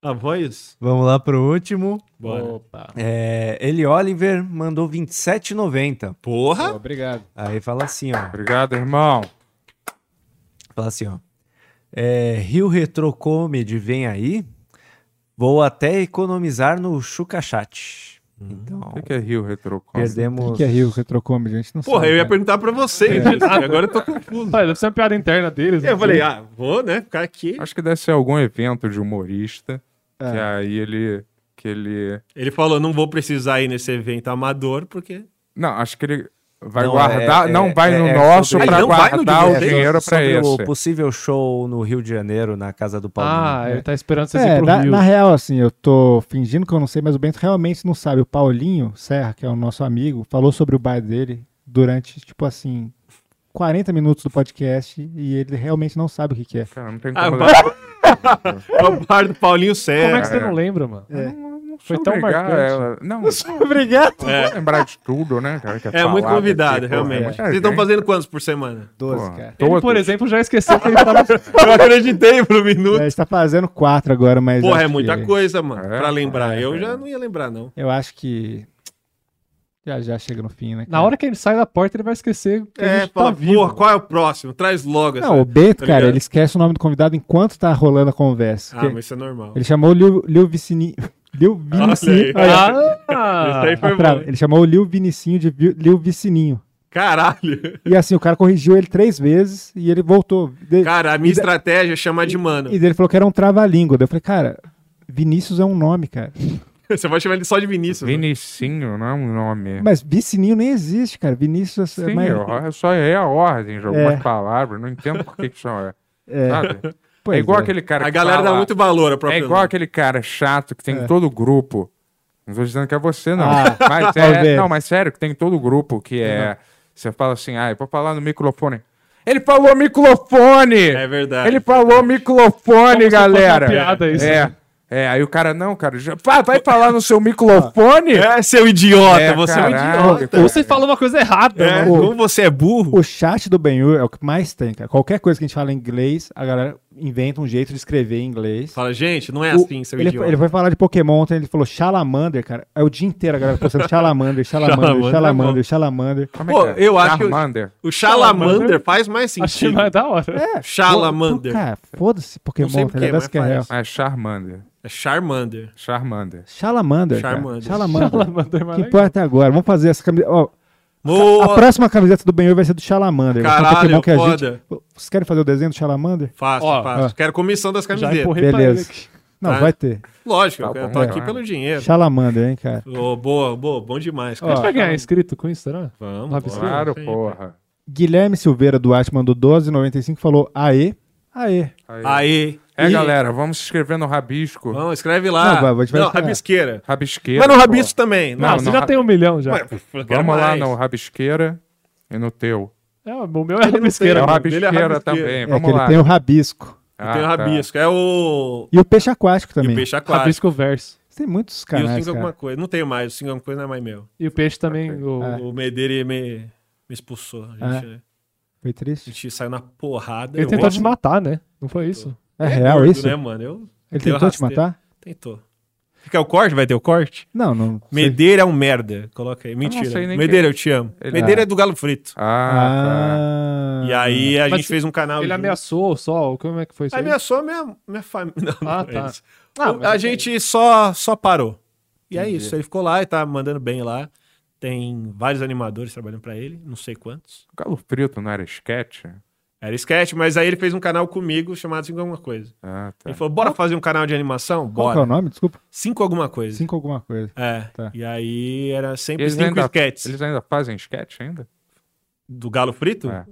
S9: A voz?
S13: Vamos lá pro último.
S9: Bora.
S13: É, Eli Oliver mandou 27,90.
S9: Porra!
S6: Pô, obrigado.
S13: Aí fala assim, ó.
S5: Obrigado, irmão.
S13: Fala assim, ó. É, Rio Retro Comedy vem aí. Vou até economizar no Chuca Chat. Então,
S5: O que que é Rio Retrocom?
S13: perdemos.
S6: O que, que é Rio Retrocomedy? A gente não
S9: Porra,
S6: sabe.
S9: eu ia
S6: cara.
S9: perguntar pra você. de
S5: É.
S9: nada, Agora eu tô confuso.
S8: Ah, É. deve ser uma piada interna
S5: né?
S8: deles.
S9: Eu
S8: não
S9: falei,
S8: sei.
S9: ah, vou, né? Ficar aqui.
S5: Acho que deve ser algum evento de humorista.
S6: É.
S5: Que aí ele. Que ele.
S9: Ele falou, não vou precisar ir nesse evento amador, porque...
S5: Não, acho que ele vai
S13: Não,
S5: guardar.
S13: é- é-
S5: não vai
S13: é-
S5: no
S13: é
S5: nosso
S13: sobre-
S5: pra
S9: Ah, não vai no de
S5: guardar o
S9: vocês?
S5: dinheiro pra
S13: sobre o
S5: esse.
S13: possível show no Rio de Janeiro, na casa do Paulinho.
S8: Ah, ele tá esperando vocês
S6: É,
S8: ir pro
S6: na,
S8: Rio.
S6: na real, assim, eu tô fingindo que eu não sei, mas o Bento realmente não sabe. O Paulinho Serra, que é o nosso amigo, falou sobre o bar dele durante, tipo assim, 40 minutos do podcast e ele realmente não sabe o que, que é.
S5: Cara, não tem
S9: Ah,
S5: como.
S9: vai- É o bar do Paulinho Serra.
S8: Como é que você não lembra, mano? Foi tão
S5: obrigar
S8: marcante.
S5: é, ela- Não,
S6: Obrigado.
S5: não vou lembrar de tudo, né, cara? que
S9: É muito
S5: falado
S9: convidado,
S13: tipo,
S5: aqui, pô,
S9: realmente.
S5: né? É,
S9: Vocês estão
S5: gente,
S9: fazendo quantos por semana?
S6: 12,
S5: Pô.
S6: cara.
S8: Ele, por
S5: Todos.
S8: exemplo, já esqueceu que ele tava.
S9: Eu acreditei por um minuto.
S6: É, a gente tá fazendo quatro agora, mas.
S9: Porra,
S6: acho
S9: é muita
S6: que-
S9: coisa, mano,
S5: É,
S9: pra lembrar.
S5: é,
S9: eu
S5: é.
S9: já não ia lembrar, não.
S6: Eu acho que. Já já chega no fim, né?
S8: Na hora que ele sai da porta, ele vai esquecer que a
S9: É,
S8: gente
S9: fala,
S8: tá vivo.
S9: porra, qual é o próximo? Traz logo essa.
S6: Não, o Bento,
S9: tá
S6: cara,
S9: ligado?
S6: ele esquece o nome do convidado enquanto tá rolando a conversa.
S9: Ah,
S6: Porque
S9: mas isso é normal.
S6: Ele chamou o Liu, Liu Vicini. Liu Vinicinho.
S9: aí.
S6: Olha,
S8: Ah,
S9: Isso aí foi
S6: atrás.
S9: bom.
S6: Ele chamou o Liu Vinicinho de Vi- Liu Vicininho.
S9: Caralho.
S6: E assim, o cara corrigiu ele três vezes e ele voltou. De-
S9: Cara, a minha estratégia é chamar de mano.
S6: E ele falou que era um trava-língua. Daí eu falei, cara, Vinícius é um nome, cara.
S9: Você vai chamar ele só de Vinícius. né?
S5: Vinicinho não é um nome.
S6: Mas Vicininho nem existe, cara. Vinícius é
S5: Sim,
S6: mais.
S5: eu, eu só errei a ordem de algumas
S6: É.
S5: palavras. Não entendo por que que isso é.
S6: É.
S5: Sabe?
S6: Pois
S5: é igual
S6: é.
S5: aquele cara
S9: A
S5: que
S9: galera
S5: fala-
S9: dá muito valor ao
S5: É
S9: próprio
S5: igual
S9: nome.
S5: aquele cara chato que tem
S6: É.
S5: em todo grupo. Não tô dizendo que é você, não.
S6: Ah,
S5: mas é,
S6: talvez.
S5: não, mas sério, que tem em todo grupo que é. Você fala assim, ah, é pra falar no microfone. Ele falou microfone!
S9: É verdade.
S5: Ele falou microfone,
S8: Como se fosse
S5: galera!
S8: uma piada isso,
S5: é.
S8: né?
S5: É, aí o cara, não, cara, já, vai, vai falar no seu microfone?
S6: Ah,
S9: É, seu idiota,
S5: É,
S9: você é um
S5: caralho,
S9: idiota.
S5: cara.
S8: Você falou uma coisa errada,
S9: É,
S8: mano.
S6: Ah, Ô.
S9: como você é burro.
S6: O chat do Benhur é o que mais tem, cara. Qualquer coisa que a gente fala em inglês, a galera inventa um jeito de escrever em inglês.
S9: Fala, gente, não é
S6: O-
S9: assim, seu
S6: ele,
S9: idiota.
S6: ele foi falar de Pokémon ontem, ele falou Shalamander, cara. É o dia inteiro a galera postando Shalamander, Shalamander,
S9: Shalamander,
S6: Shalamander, Shalamander.
S9: tá Pô,
S6: é?"
S9: eu acho que o, o Shalamander faz mais sentido.
S6: Achei mais
S8: da hora.
S9: É, Shalamander.
S6: Cara, fofoda-se Pokémon,
S9: Não sei
S6: tá
S9: porquê,
S6: ligado? Essa
S9: mas
S6: que é real.
S9: faz.
S5: É Charmander.
S9: É Ah, Charmander.
S5: Charmander.
S6: Shalamander, cara.
S9: Charmander.
S6: Shalamander.
S9: Shalamander é
S6: O
S9: mais legal.
S6: que importa é agora? Vamos fazer essa camiseta. ó,
S9: Boa.
S6: a a próxima camiseta do Benhur vai ser do Shalamander. Vai ser um
S9: Caralho,
S6: Pokémon que a
S9: foda.
S6: gente... Vocês querem fazer o desenho do Shalamander?
S9: Faço, faço. Quero comissão das camisetas.
S6: Beleza. Não,
S9: Tá?
S6: vai ter.
S8: Tá
S9: Lógico, eu tô
S6: É.
S9: aqui pelo dinheiro.
S6: Shalamander, hein, cara.
S9: Ô, boa, boa, bom demais.
S8: A gente vai ganhar
S9: Shalamander.
S8: inscrito com isso, será? Nove
S9: Vamos, bora.
S8: inscritos?
S9: Claro,
S8: Sim.
S5: Porra.
S6: Guilherme Silveira Duarte mandou 12,95 e falou aê. Aê.
S9: Aí.
S5: É,
S9: E-
S5: galera, vamos se inscrever no Rabisco.
S9: Não, escreve lá.
S5: Não,
S9: Não,
S5: vai- vai te falar.
S9: Rabisqueira.
S5: Rabisqueira.
S9: Mas no Rabisco também.
S8: Não, você já tem um milhão já.
S5: Mas, Vamos lá no Rabisqueira e no teu.
S8: É, o meu é rabisqueira.
S5: É o
S8: mano.
S5: rabisqueira
S8: Ele é rabisqueira.
S5: também,
S6: É
S5: vamos
S6: que
S5: lá.
S6: ele tem o rabisco.
S5: Ah,
S9: tem o
S5: tá.
S9: Rabisco. É o.
S6: E o peixe aquático também.
S9: E o peixe aquático.
S8: Rabisco verso.
S6: Tem muitos
S9: e o
S6: canais,
S9: cinco
S6: cara. É.
S9: alguma coisa. Não tenho mais. O cinco alguma coisa não é mais meu.
S8: E o peixe também. O...
S9: O Medeira me, me expulsou. A gente, né?
S6: Foi triste.
S9: a gente saiu na porrada.
S8: Ele
S9: eu
S8: tentou
S9: gosto-
S8: te matar, né? Não foi isso?
S6: É real
S9: gordo,
S6: isso?
S9: né, mano? Eu-
S6: Ele
S9: eu
S6: tentou te
S9: rasteiro.
S6: matar?
S9: Tentou. Fica é o corte? Vai ter o corte?
S6: Não, não.
S9: Medeira é um merda. Coloca aí.
S5: não
S9: Mentira.
S5: sei nem
S9: Medeira,
S5: quem- é.
S9: eu te amo.
S5: Ele-
S9: Medeira
S5: Ah.
S9: é do Galo Frito.
S5: Ah,
S9: E aí a gente fez um canal.
S8: Ele
S9: junto.
S8: ameaçou só? Como é que foi isso?
S9: Aí ameaçou minha, minha família. Não,
S8: Ah,
S9: não é
S8: tá.
S9: isso. O- a gente só, só parou. E é isso. Ele ficou lá e tá mandando bem lá. Tem vários animadores trabalhando pra ele, não sei quantos.
S5: Galo Frito não era sketch?
S9: Era sketch, mas aí ele fez um canal comigo chamado Cinco Alguma Coisa.
S5: Ah, tá.
S9: Ele falou: bora fazer um canal de animação?
S6: Qual
S9: Bora.
S6: que é o nome? Desculpa.
S9: Cinco Alguma Coisa.
S6: Cinco alguma coisa. Tá.
S9: É. E aí era sempre
S5: Eles
S9: cinco
S5: ainda,
S9: sketches.
S5: eles ainda fazem sketch ainda?
S9: Do Galo Frito?
S5: É.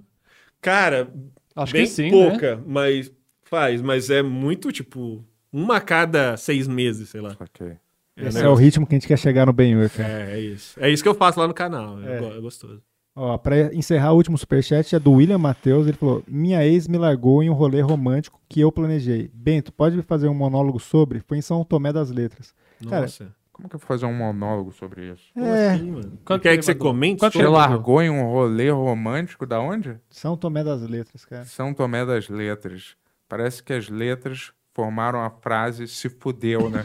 S9: Cara,
S8: Acho
S9: bem
S8: que
S6: né?
S8: sim,
S9: pouca, mas faz, mas é muito tipo uma a cada seis meses, sei lá. um
S6: Esse é o
S9: negócio.
S6: ritmo que a gente quer chegar no Benhur, cara.
S9: É, é isso. É isso que eu faço lá no canal. É, go- é gostoso.
S6: Ó, pra encerrar o último superchat é do William Matheus. Ele falou: Minha ex me largou em um rolê romântico que eu planejei. Bento, pode me fazer um monólogo sobre? Foi em São Tomé das Letras. Cara,
S9: Nossa.
S5: Como que eu vou fazer um monólogo sobre isso?
S6: Como É. assim,
S9: mano? Quanto Quer que você comente?
S5: Você largou em um rolê romântico da onde?
S6: São Tomé das Letras, cara.
S5: São Tomé das Letras. Parece que as letras formaram a frase se fudeu, né?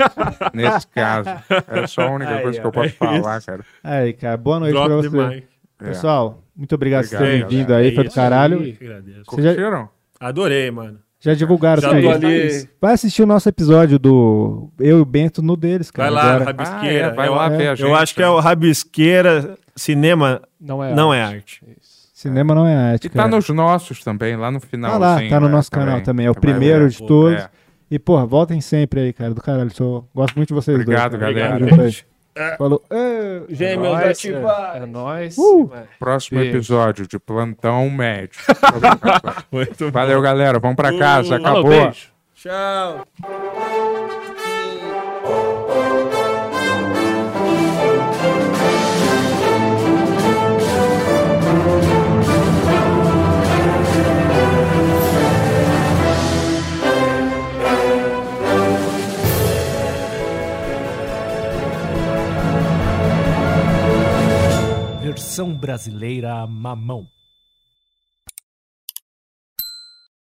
S5: Nesse caso. É só a única
S6: Aí,
S5: coisa que
S6: ó,
S5: eu posso
S6: é
S5: falar,
S6: isso.
S5: cara.
S6: Aí, cara, boa noite
S5: Drop
S6: pra
S5: the
S6: você.
S5: mic.
S6: Pessoal, muito obrigado por
S5: Obrigado,
S6: terem vindo
S5: galera.
S6: aí,
S5: É
S6: foi do
S5: isso
S6: caralho.
S5: aí.
S9: Agradeço.
S6: Vocês já-
S5: Curtiram?
S9: Adorei, mano.
S6: Já divulgaram
S9: Já
S6: tudo.
S9: tô ali.
S6: Vai assistir o nosso episódio do Eu e o Bento no deles, cara.
S9: Vai lá,
S6: agora.
S9: Rabisqueira.
S5: Ah, é, vai
S9: eu,
S5: lá ver a
S9: Eu
S5: gente,
S9: acho que é o Rabisqueira Cinema
S8: Não é
S9: não
S8: arte.
S9: É arte.
S6: Cinema não é arte,
S5: E tá
S6: cara.
S5: nos nossos também, lá no final. assim,
S6: Tá lá,
S5: né,
S6: tá no nosso canal também. É o primeiro de todos.
S5: é.
S6: E, porra, voltem sempre aí, cara. Do caralho, sou... gosto muito de vocês
S5: Obrigado,
S6: dois. tá cara.
S5: galera.
S6: Tamo junto aí.
S9: É.
S6: Falou.
S9: Gêmeos
S8: nóis,
S9: ativados.
S8: É nóis.
S6: Uh!
S5: Próximo
S8: Beijo.
S5: episódio de Plantão Médico. Valeu, galera. Vamos pra
S9: é.
S5: casa.
S8: Falou,
S5: Acabou.
S8: beijo.
S9: Tchau.
S13: Versão brasileira mamão.